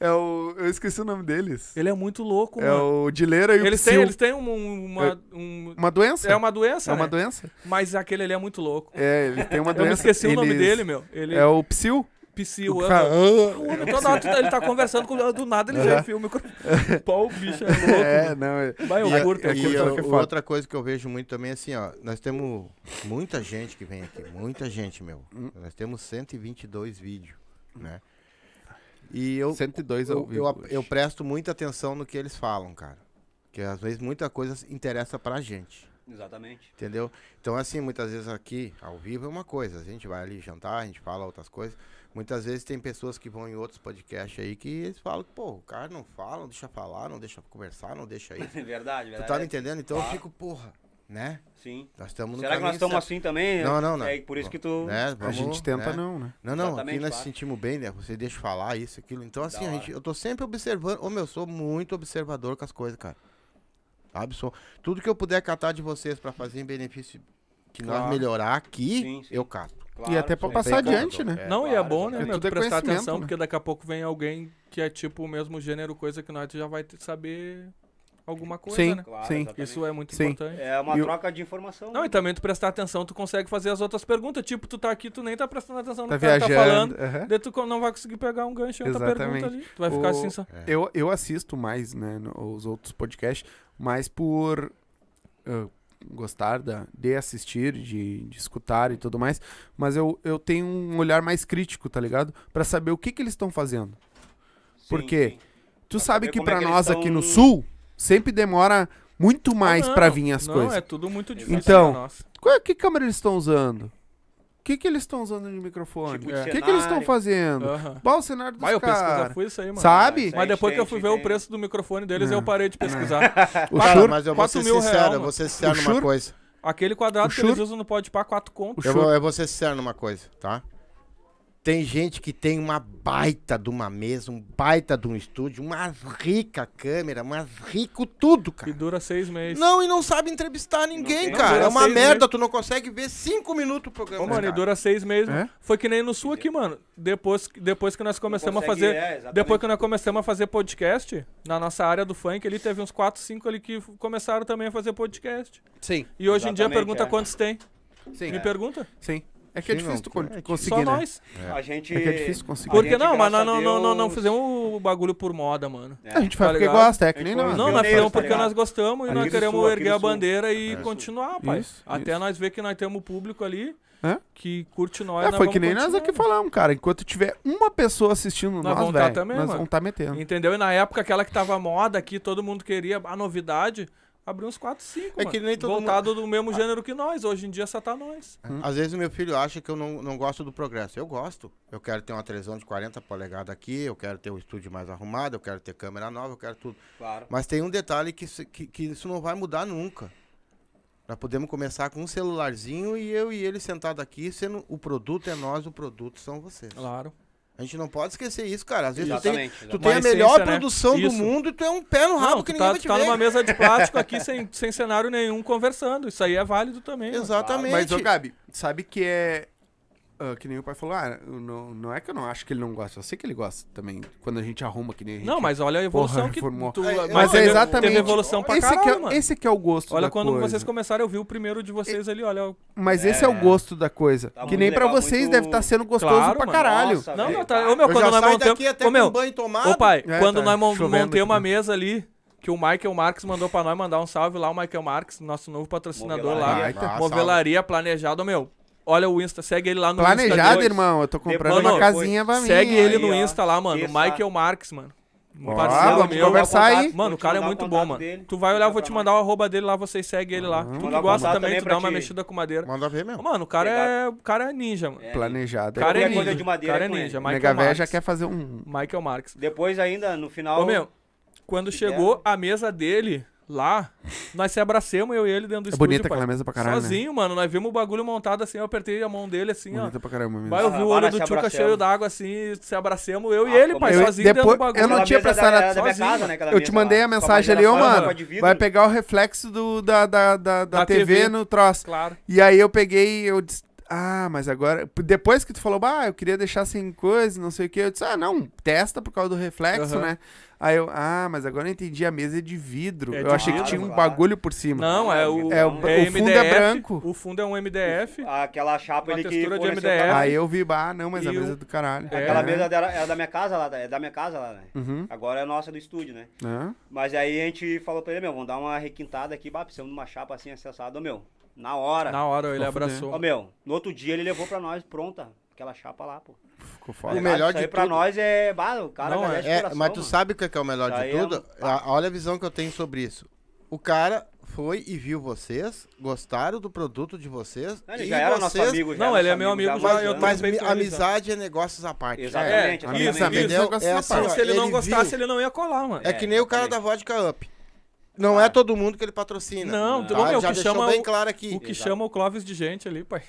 [SPEAKER 1] é o. Eu esqueci o nome deles.
[SPEAKER 4] Ele é muito louco,
[SPEAKER 1] É
[SPEAKER 4] mano.
[SPEAKER 1] o Dileira e o
[SPEAKER 4] Eles têm,
[SPEAKER 1] Psyu.
[SPEAKER 4] eles têm um- um- uma... um-
[SPEAKER 1] Uma doença?
[SPEAKER 4] É uma doença,
[SPEAKER 1] É uma
[SPEAKER 4] né?
[SPEAKER 1] doença?
[SPEAKER 4] Mas aquele ali é muito louco.
[SPEAKER 1] É, ele tem uma doença.
[SPEAKER 4] Eu me esqueci o nome
[SPEAKER 1] Eles-
[SPEAKER 4] dele, meu. Ele é
[SPEAKER 1] É o Psyu.
[SPEAKER 4] Psyu,
[SPEAKER 1] O
[SPEAKER 4] eu-
[SPEAKER 1] que fala, "Ah".
[SPEAKER 4] O homem, toda hora tu tá- ele tá conversando com do nada ele já enfia o microfone. Pau, o bicho é louco.
[SPEAKER 1] *laughs* É,
[SPEAKER 4] mano.
[SPEAKER 1] não. é-
[SPEAKER 4] Vai, eu
[SPEAKER 2] E-
[SPEAKER 4] curto, eu
[SPEAKER 2] e
[SPEAKER 4] curto.
[SPEAKER 1] eu-
[SPEAKER 2] o-
[SPEAKER 1] que é foda.
[SPEAKER 2] outra coisa que eu vejo muito também, assim, ó, nós temos muita gente que vem aqui, muita gente, meu.
[SPEAKER 3] Hum.
[SPEAKER 2] Nós temos 122 vídeos, né? E eu,
[SPEAKER 1] 102 ao
[SPEAKER 2] eu,
[SPEAKER 1] vivo
[SPEAKER 2] eu, ap-
[SPEAKER 1] hoje.
[SPEAKER 2] eu presto muita atenção no que eles falam, cara. Porque às vezes muita coisa interessa pra gente,
[SPEAKER 3] Exatamente. *laughs*
[SPEAKER 2] entendeu? Então, assim, muitas vezes aqui, ao vivo, é uma coisa. A gente vai ali jantar, a gente fala outras coisas. Muitas vezes tem pessoas que vão em outros podcasts aí que eles falam que, pô, o cara não fala, não deixa falar, não deixa conversar, não deixa isso. Tu
[SPEAKER 3] Verdade, verdade.
[SPEAKER 2] tá me entendendo? Então eu
[SPEAKER 3] Claro.
[SPEAKER 2] fico, porra, né?
[SPEAKER 3] Sim.
[SPEAKER 2] Nós estamos tá no
[SPEAKER 3] Será que nós
[SPEAKER 2] caminho
[SPEAKER 3] estamos
[SPEAKER 2] certo.
[SPEAKER 3] assim também?
[SPEAKER 2] Não, não, não.
[SPEAKER 3] É por isso que tu.
[SPEAKER 2] Né?
[SPEAKER 1] A
[SPEAKER 2] Vamos,
[SPEAKER 1] gente tenta,
[SPEAKER 2] né?
[SPEAKER 1] não, né?
[SPEAKER 2] Não, não, aqui
[SPEAKER 3] Exatamente,
[SPEAKER 2] nós
[SPEAKER 3] claro.
[SPEAKER 2] sentimos bem, né? Você deixa falar isso, aquilo. Então, assim,
[SPEAKER 3] Da
[SPEAKER 2] a
[SPEAKER 3] hora.
[SPEAKER 2] gente, eu tô sempre observando. Ô, meu, eu sou muito observador com as coisas, cara. Sabe? Sou, tudo que eu puder catar de vocês pra fazer em benefício que nós
[SPEAKER 1] Claro.
[SPEAKER 2] melhorar aqui,
[SPEAKER 3] Sim, sim.
[SPEAKER 2] eu cato.
[SPEAKER 1] E até pra
[SPEAKER 3] sim.
[SPEAKER 1] passar
[SPEAKER 2] Bem
[SPEAKER 1] adiante,
[SPEAKER 2] cato,
[SPEAKER 1] né?
[SPEAKER 2] é.
[SPEAKER 4] Não, e é
[SPEAKER 3] claro,
[SPEAKER 4] bom, né,
[SPEAKER 1] exatamente.
[SPEAKER 4] meu?
[SPEAKER 1] Tudo é
[SPEAKER 4] Tu prestar
[SPEAKER 1] conhecimento,
[SPEAKER 4] atenção,
[SPEAKER 1] né?
[SPEAKER 4] porque daqui a pouco vem alguém que é tipo o mesmo gênero, coisa que nós, tu já vai ter- saber alguma coisa,
[SPEAKER 1] Sim,
[SPEAKER 4] né?
[SPEAKER 3] Claro,
[SPEAKER 1] sim.
[SPEAKER 3] exatamente.
[SPEAKER 4] Isso é muito
[SPEAKER 1] Sim.
[SPEAKER 4] importante.
[SPEAKER 3] É uma
[SPEAKER 1] E o-
[SPEAKER 3] troca de informação.
[SPEAKER 4] Não, então,
[SPEAKER 3] né?
[SPEAKER 4] e também tu prestar atenção, tu consegue fazer as outras perguntas. Tipo, tu tá aqui, tu nem tá prestando atenção no
[SPEAKER 1] Tá
[SPEAKER 4] que o cara tá
[SPEAKER 1] viajando.
[SPEAKER 4] falando.
[SPEAKER 1] aham.
[SPEAKER 4] Daí tu co- não vai conseguir pegar um gancho em outra
[SPEAKER 1] Exatamente.
[SPEAKER 4] pergunta ali. Tu vai ficar
[SPEAKER 1] O-
[SPEAKER 4] assim só.
[SPEAKER 3] É.
[SPEAKER 1] Eu, eu assisto mais, né, no- os outros podcasts, mais por ah, gostar da, de assistir, de, de escutar e tudo mais. Mas eu, eu tenho um olhar mais crítico, tá ligado? Pra saber o que, que eles estão fazendo.
[SPEAKER 3] Sim,
[SPEAKER 1] Por quê?
[SPEAKER 3] sim.
[SPEAKER 1] Tu
[SPEAKER 3] Pra
[SPEAKER 1] sabe
[SPEAKER 3] saber
[SPEAKER 1] que
[SPEAKER 3] como é
[SPEAKER 1] pra
[SPEAKER 3] que eles
[SPEAKER 1] nós aqui no
[SPEAKER 3] tão-
[SPEAKER 1] sul, sempre demora muito mais
[SPEAKER 4] Ah, não,
[SPEAKER 1] pra vir as
[SPEAKER 4] não,
[SPEAKER 1] coisas.
[SPEAKER 4] é tudo muito difícil.
[SPEAKER 1] Então,
[SPEAKER 4] pra nós.
[SPEAKER 1] Qual é, que câmera eles estão usando? O que, que eles estão usando de microfone?
[SPEAKER 3] Tipo
[SPEAKER 1] O que,
[SPEAKER 3] de
[SPEAKER 1] que eles estão
[SPEAKER 3] cenário.
[SPEAKER 1] fazendo?
[SPEAKER 4] Aham.
[SPEAKER 1] Qual o cenário dos
[SPEAKER 4] Vai, eu pesquisar
[SPEAKER 1] caras?
[SPEAKER 4] fui isso aí, mano.
[SPEAKER 1] Sabe?
[SPEAKER 3] Isso aí.
[SPEAKER 4] Mas depois que eu
[SPEAKER 3] Tem,
[SPEAKER 4] fui
[SPEAKER 3] tem,
[SPEAKER 4] ver o
[SPEAKER 3] tem.
[SPEAKER 4] preço do microfone deles, eu parei
[SPEAKER 1] *laughs*
[SPEAKER 4] de pesquisar.
[SPEAKER 1] O
[SPEAKER 2] Cara,
[SPEAKER 1] Shur-
[SPEAKER 2] mas eu vou
[SPEAKER 4] quatro
[SPEAKER 2] ser
[SPEAKER 4] mil
[SPEAKER 2] sincero,
[SPEAKER 4] real,
[SPEAKER 2] eu
[SPEAKER 4] mano.
[SPEAKER 2] vou ser sincero
[SPEAKER 1] O
[SPEAKER 2] numa
[SPEAKER 1] Shur-
[SPEAKER 2] coisa.
[SPEAKER 4] Aquele quadrado
[SPEAKER 1] O
[SPEAKER 4] que eles
[SPEAKER 1] chur-
[SPEAKER 4] usam no Pode Par 4 conto.
[SPEAKER 1] O
[SPEAKER 2] Eu
[SPEAKER 1] Shur-
[SPEAKER 2] vou, eu vou ser sincero numa coisa, tá? Tem gente que tem uma baita de uma mesa, um baita de um estúdio, uma rica câmera, mas rico tudo,
[SPEAKER 4] E
[SPEAKER 2] cara.
[SPEAKER 4] dura seis meses.
[SPEAKER 2] Não, e não sabe entrevistar ninguém,
[SPEAKER 3] tem.
[SPEAKER 2] cara.
[SPEAKER 4] Não,
[SPEAKER 2] é uma
[SPEAKER 4] seis
[SPEAKER 2] merda, tu não consegue ver cinco minutos o programa.
[SPEAKER 4] Ô, mano, e
[SPEAKER 2] cara.
[SPEAKER 4] dura seis meses.
[SPEAKER 1] É?
[SPEAKER 4] Foi que nem no sul aqui, mano. Depois, que- depois que nós começamos a
[SPEAKER 3] consegue,
[SPEAKER 4] fazer.
[SPEAKER 3] é, exatamente.
[SPEAKER 4] depois que nós começamos a fazer podcast, na nossa área do funk, ali teve uns 4, 5 ali que f- começaram também a fazer podcast.
[SPEAKER 1] Sim,
[SPEAKER 4] E hoje em dia
[SPEAKER 3] Exatamente,
[SPEAKER 4] pergunta
[SPEAKER 3] é.
[SPEAKER 4] quantos tem.
[SPEAKER 1] sim.
[SPEAKER 4] Me pergunta.
[SPEAKER 1] Sim. É que é
[SPEAKER 2] Sim,
[SPEAKER 1] difícil
[SPEAKER 2] não,
[SPEAKER 1] tu
[SPEAKER 2] é
[SPEAKER 1] con-
[SPEAKER 2] difícil.
[SPEAKER 1] conseguir,
[SPEAKER 4] Só
[SPEAKER 1] né?
[SPEAKER 4] nós.
[SPEAKER 3] A gente.
[SPEAKER 1] É que é difícil conseguir.
[SPEAKER 3] a
[SPEAKER 1] Por
[SPEAKER 4] Porque
[SPEAKER 3] gente,
[SPEAKER 4] não, mas nós
[SPEAKER 3] graças
[SPEAKER 4] não,
[SPEAKER 3] a
[SPEAKER 4] não, não, não
[SPEAKER 3] Deus,
[SPEAKER 4] fizemos o bagulho por moda, mano.
[SPEAKER 1] A gente
[SPEAKER 4] Tá
[SPEAKER 1] faz porque
[SPEAKER 4] ligado?
[SPEAKER 1] gosta, é que nem
[SPEAKER 3] A gente
[SPEAKER 1] nós.
[SPEAKER 3] faz-
[SPEAKER 4] um Não,
[SPEAKER 3] viu,
[SPEAKER 4] nós
[SPEAKER 3] né, tá
[SPEAKER 4] fizemos porque
[SPEAKER 3] ligado?
[SPEAKER 4] nós gostamos e
[SPEAKER 3] Aqui
[SPEAKER 4] nós
[SPEAKER 3] no
[SPEAKER 4] queremos
[SPEAKER 3] sul, aqui
[SPEAKER 4] erguer
[SPEAKER 3] no
[SPEAKER 4] a
[SPEAKER 3] sul. É,
[SPEAKER 4] bandeira e
[SPEAKER 3] no sul.
[SPEAKER 4] continuar, pai.
[SPEAKER 1] Isso,
[SPEAKER 4] Até nós ver que nós temos público ali
[SPEAKER 1] É.
[SPEAKER 4] que curte nós.
[SPEAKER 1] É,
[SPEAKER 4] nós
[SPEAKER 1] foi
[SPEAKER 4] vamos
[SPEAKER 1] que nem nós
[SPEAKER 4] continuar, né?
[SPEAKER 1] aqui
[SPEAKER 4] mano.
[SPEAKER 1] falamos, cara. Enquanto tiver uma pessoa assistindo nós,
[SPEAKER 4] vamos tá
[SPEAKER 1] velho,
[SPEAKER 4] também,
[SPEAKER 1] nós
[SPEAKER 4] mano.
[SPEAKER 1] vamos estar metendo.
[SPEAKER 4] Entendeu? E na época, aquela que tava moda aqui, todo mundo queria a novidade, abriu uns 4, 5.
[SPEAKER 2] É que nem todo Ah.
[SPEAKER 4] Voltado do mesmo gênero que nós. Hoje em dia só tá nós.
[SPEAKER 2] Às vezes o meu filho acha que eu não, não gosto do progresso. Eu gosto. Eu quero ter uma televisão de 40 polegadas aqui, eu quero ter o estúdio mais arrumado, eu quero ter câmera nova, eu quero tudo.
[SPEAKER 3] Claro.
[SPEAKER 2] Mas tem um detalhe que, isso- que, que isso não vai mudar nunca. Nós podemos começar com um celularzinho e eu e ele sentado aqui, sendo o produto é nós, o produto são vocês.
[SPEAKER 4] Claro.
[SPEAKER 2] A gente não pode esquecer isso, cara. Às vezes tu tem,
[SPEAKER 3] Exatamente,
[SPEAKER 2] tu
[SPEAKER 3] exatamente.
[SPEAKER 2] tem a
[SPEAKER 4] Uma essência,
[SPEAKER 2] melhor
[SPEAKER 4] né?
[SPEAKER 2] produção do
[SPEAKER 4] Isso.
[SPEAKER 2] mundo e tu é um pé no rabo
[SPEAKER 4] Não,
[SPEAKER 2] que
[SPEAKER 4] tu
[SPEAKER 2] ninguém
[SPEAKER 4] tá,
[SPEAKER 2] vai te
[SPEAKER 4] tu tá
[SPEAKER 2] ver.
[SPEAKER 4] numa mesa de
[SPEAKER 2] *laughs*
[SPEAKER 4] plástico aqui sem, sem cenário nenhum, conversando. Isso aí é válido também. mano.
[SPEAKER 2] Exatamente.
[SPEAKER 1] Mas, ô Gabi, sabe que é. ah, que nem o pai falou, ah, eu não, não é que eu não acho que ele não gosta, eu sei que ele gosta também, quando a gente arruma que nem a gente.
[SPEAKER 4] Não, mas olha a evolução
[SPEAKER 1] Porra,
[SPEAKER 4] que
[SPEAKER 1] reformou.
[SPEAKER 4] tu,
[SPEAKER 2] É,
[SPEAKER 1] Mas
[SPEAKER 2] Não,
[SPEAKER 1] é
[SPEAKER 4] teve-
[SPEAKER 1] exatamente.
[SPEAKER 4] Teve evolução pra
[SPEAKER 1] esse,
[SPEAKER 4] caralho,
[SPEAKER 1] que é,
[SPEAKER 4] mano.
[SPEAKER 1] esse que é o gosto
[SPEAKER 4] Olha
[SPEAKER 1] da
[SPEAKER 4] quando
[SPEAKER 1] coisa.
[SPEAKER 4] vocês começaram, eu vi o primeiro de vocês ali, olha. o-
[SPEAKER 1] Mas esse é o gosto da coisa.
[SPEAKER 3] Tá
[SPEAKER 1] que
[SPEAKER 3] muito
[SPEAKER 1] nem pra
[SPEAKER 3] legal,
[SPEAKER 1] vocês
[SPEAKER 3] muito-
[SPEAKER 1] deve estar sendo gostoso
[SPEAKER 4] Claro,
[SPEAKER 1] pra
[SPEAKER 4] mano.
[SPEAKER 1] caralho.
[SPEAKER 3] Nossa,
[SPEAKER 4] Não,
[SPEAKER 3] velho.
[SPEAKER 4] não, tá. Ô, meu,
[SPEAKER 2] Eu
[SPEAKER 4] quando
[SPEAKER 2] já
[SPEAKER 4] nós
[SPEAKER 2] saio daqui
[SPEAKER 4] montamos.
[SPEAKER 2] até
[SPEAKER 4] Ô,
[SPEAKER 2] com
[SPEAKER 4] meu,
[SPEAKER 2] banho tomado.
[SPEAKER 4] Ô, pai,
[SPEAKER 1] É,
[SPEAKER 4] quando
[SPEAKER 1] tá
[SPEAKER 4] nós mon-
[SPEAKER 1] chovendo
[SPEAKER 4] montei
[SPEAKER 1] aqui
[SPEAKER 4] uma
[SPEAKER 1] também.
[SPEAKER 4] mesa ali, que o Michael Marques mandou pra nós mandar um salve lá, o Michael Marques, nosso novo patrocinador
[SPEAKER 3] Movelaria.
[SPEAKER 1] Baita.
[SPEAKER 4] lá.
[SPEAKER 2] Ah,
[SPEAKER 4] Movelaria Planejado, meu. Olha o Insta, segue ele lá no Insta.
[SPEAKER 1] Planejado,
[SPEAKER 4] dele.
[SPEAKER 1] irmão. Eu tô comprando
[SPEAKER 4] Mano,
[SPEAKER 1] uma casinha pra mim.
[SPEAKER 4] Segue ele no
[SPEAKER 3] Aí, ó.
[SPEAKER 4] Insta lá, mano.
[SPEAKER 3] Isso,
[SPEAKER 4] O Michael Marques, mano. Um parceiro
[SPEAKER 1] vamos
[SPEAKER 4] meu.
[SPEAKER 1] conversar aí.
[SPEAKER 4] Mano, o cara é muito bom, mano. Tu vai olhar, eu vou te mandar o arroba dele lá, vocês seguem ele lá. Tu que
[SPEAKER 3] Mandar o
[SPEAKER 4] gosta
[SPEAKER 3] contato
[SPEAKER 4] também,
[SPEAKER 3] também
[SPEAKER 4] tu
[SPEAKER 3] pra
[SPEAKER 4] dá uma
[SPEAKER 3] ti.
[SPEAKER 4] mexida com madeira.
[SPEAKER 2] Manda ver mesmo.
[SPEAKER 4] Mano, o cara é, o cara é ninja, mano.
[SPEAKER 1] Planejado.
[SPEAKER 4] O cara é
[SPEAKER 3] Qualquer coisa
[SPEAKER 4] ninja.
[SPEAKER 3] de
[SPEAKER 4] O
[SPEAKER 3] madeira
[SPEAKER 4] cara é
[SPEAKER 3] é com ele.
[SPEAKER 4] ninja.
[SPEAKER 1] Mega
[SPEAKER 4] Michael
[SPEAKER 1] Véia já
[SPEAKER 4] Marques.
[SPEAKER 1] quer fazer um.
[SPEAKER 4] Michael Marques.
[SPEAKER 3] Depois ainda, no final.
[SPEAKER 4] Ô, meu, quando chegou a mesa dele lá, nós se abracemos, eu e ele, dentro do
[SPEAKER 1] É
[SPEAKER 4] estúdio.
[SPEAKER 1] bonita
[SPEAKER 4] pai.
[SPEAKER 1] aquela mesa pra caralho.
[SPEAKER 4] Sozinho, mano. Nós vimos o bagulho montado assim, eu apertei a mão dele assim,
[SPEAKER 1] Né? Bonita
[SPEAKER 4] ó.
[SPEAKER 1] pra caramba mesmo.
[SPEAKER 4] Vai, eu vi
[SPEAKER 3] Vai,
[SPEAKER 4] o olho
[SPEAKER 3] nós
[SPEAKER 4] do
[SPEAKER 3] Ah, se
[SPEAKER 4] Tchuca
[SPEAKER 3] abracemos.
[SPEAKER 4] cheio d'água assim, se abraçamos, eu e
[SPEAKER 3] Ah,
[SPEAKER 4] ele,
[SPEAKER 3] como
[SPEAKER 4] pai,
[SPEAKER 1] eu-
[SPEAKER 4] sozinho dentro do
[SPEAKER 1] depois-
[SPEAKER 4] bagulho.
[SPEAKER 1] eu não
[SPEAKER 3] Aquela
[SPEAKER 1] tinha
[SPEAKER 3] mesa
[SPEAKER 1] pensado
[SPEAKER 3] da- da minha
[SPEAKER 4] sozinho,
[SPEAKER 3] casa,
[SPEAKER 4] mano.
[SPEAKER 3] né, aquela
[SPEAKER 1] Eu
[SPEAKER 3] mesa
[SPEAKER 1] te mandei
[SPEAKER 3] lá.
[SPEAKER 1] a
[SPEAKER 3] Com
[SPEAKER 1] mensagem ali,
[SPEAKER 3] madeira
[SPEAKER 1] ô,
[SPEAKER 3] fora,
[SPEAKER 1] mano.
[SPEAKER 3] copa de vidro.
[SPEAKER 1] Vai pegar o reflexo do, da, da, da, da
[SPEAKER 4] Da
[SPEAKER 1] TV,
[SPEAKER 4] TV.
[SPEAKER 1] no troço.
[SPEAKER 4] Claro.
[SPEAKER 1] E aí eu peguei eu disse, ah, mas agora. Depois que tu falou, bah, eu queria deixar sem coisa, não sei o quê. Eu disse, ah, não, testa por causa do reflexo,
[SPEAKER 4] Aham.
[SPEAKER 1] né? Aí eu, ah, mas agora eu entendi, a mesa é de vidro.
[SPEAKER 4] É
[SPEAKER 1] eu
[SPEAKER 4] de
[SPEAKER 1] achei
[SPEAKER 4] vidro,
[SPEAKER 1] que tinha um
[SPEAKER 3] claro.
[SPEAKER 1] bagulho por cima.
[SPEAKER 4] Não, é o,
[SPEAKER 1] É,
[SPEAKER 4] é,
[SPEAKER 1] o- o fundo é
[SPEAKER 4] MDF,
[SPEAKER 1] branco.
[SPEAKER 4] O fundo é um MDF.
[SPEAKER 3] Aquela chapa
[SPEAKER 4] Uma
[SPEAKER 3] ali que.
[SPEAKER 4] textura de
[SPEAKER 3] forneceu
[SPEAKER 4] MDF.
[SPEAKER 3] pra-
[SPEAKER 1] Aí eu vi, bah, não, mas a
[SPEAKER 4] é. E o-
[SPEAKER 1] mesa é do caralho.
[SPEAKER 4] É.
[SPEAKER 3] Aquela mesa dela- era da minha casa lá, da- é da minha casa lá, né?
[SPEAKER 1] Uhum.
[SPEAKER 3] Agora é nossa do estúdio, né?
[SPEAKER 1] Né?
[SPEAKER 3] Mas aí a gente falou pra ele, meu, vamos dar uma requintada aqui, bah, precisamos de uma chapa assim acessada, Ô, meu. Na hora.
[SPEAKER 4] Na hora ele
[SPEAKER 1] Só
[SPEAKER 4] abraçou.
[SPEAKER 3] Ô, meu, no outro dia ele levou pra nós pronta, aquela chapa lá, pô.
[SPEAKER 1] Ficou
[SPEAKER 2] O
[SPEAKER 1] foda.
[SPEAKER 2] me- melhor
[SPEAKER 3] Isso aí
[SPEAKER 2] de
[SPEAKER 3] pra
[SPEAKER 2] tudo-
[SPEAKER 3] nós é. Bah, o cara
[SPEAKER 4] Não,
[SPEAKER 3] agradece de
[SPEAKER 2] É,
[SPEAKER 3] coração,
[SPEAKER 2] mas tu
[SPEAKER 3] mano.
[SPEAKER 2] sabe o que é que é o melhor
[SPEAKER 3] Isso
[SPEAKER 2] de
[SPEAKER 3] aí é um-
[SPEAKER 2] tudo? A- olha a visão que eu tenho sobre isso. O cara foi e viu vocês, gostaram do produto de vocês.
[SPEAKER 3] Não, Ele
[SPEAKER 2] e
[SPEAKER 3] já era
[SPEAKER 2] vocês,
[SPEAKER 3] nosso amigo, né? já
[SPEAKER 4] Não,
[SPEAKER 3] era
[SPEAKER 4] ele é
[SPEAKER 3] nosso
[SPEAKER 4] meu amigo
[SPEAKER 3] há
[SPEAKER 4] já,
[SPEAKER 3] mais
[SPEAKER 4] eu
[SPEAKER 3] anos.
[SPEAKER 2] Mas
[SPEAKER 4] também
[SPEAKER 2] mi-
[SPEAKER 4] penso isso.
[SPEAKER 2] amizade é negócios à parte.
[SPEAKER 3] Exatamente.
[SPEAKER 4] É,
[SPEAKER 3] Exatamente,
[SPEAKER 4] isso,
[SPEAKER 1] exatamente.
[SPEAKER 4] isso.
[SPEAKER 2] Entendeu?
[SPEAKER 1] negócio
[SPEAKER 2] É
[SPEAKER 1] à
[SPEAKER 2] assim,
[SPEAKER 1] parte.
[SPEAKER 2] ó,
[SPEAKER 4] Se ele não
[SPEAKER 2] ele
[SPEAKER 4] gostasse,
[SPEAKER 2] viu.
[SPEAKER 4] ele não ia colar, mano.
[SPEAKER 2] É, que nem o cara da Vodka Up. Não é todo mundo que ele patrocina.
[SPEAKER 4] Não,
[SPEAKER 2] tá?
[SPEAKER 4] não, meu,
[SPEAKER 2] Ele
[SPEAKER 4] o
[SPEAKER 2] já
[SPEAKER 4] que
[SPEAKER 2] deixou
[SPEAKER 4] chama
[SPEAKER 2] bem
[SPEAKER 4] o-
[SPEAKER 2] claro aqui.
[SPEAKER 4] O que chama o Clóvis de gente ali, pai.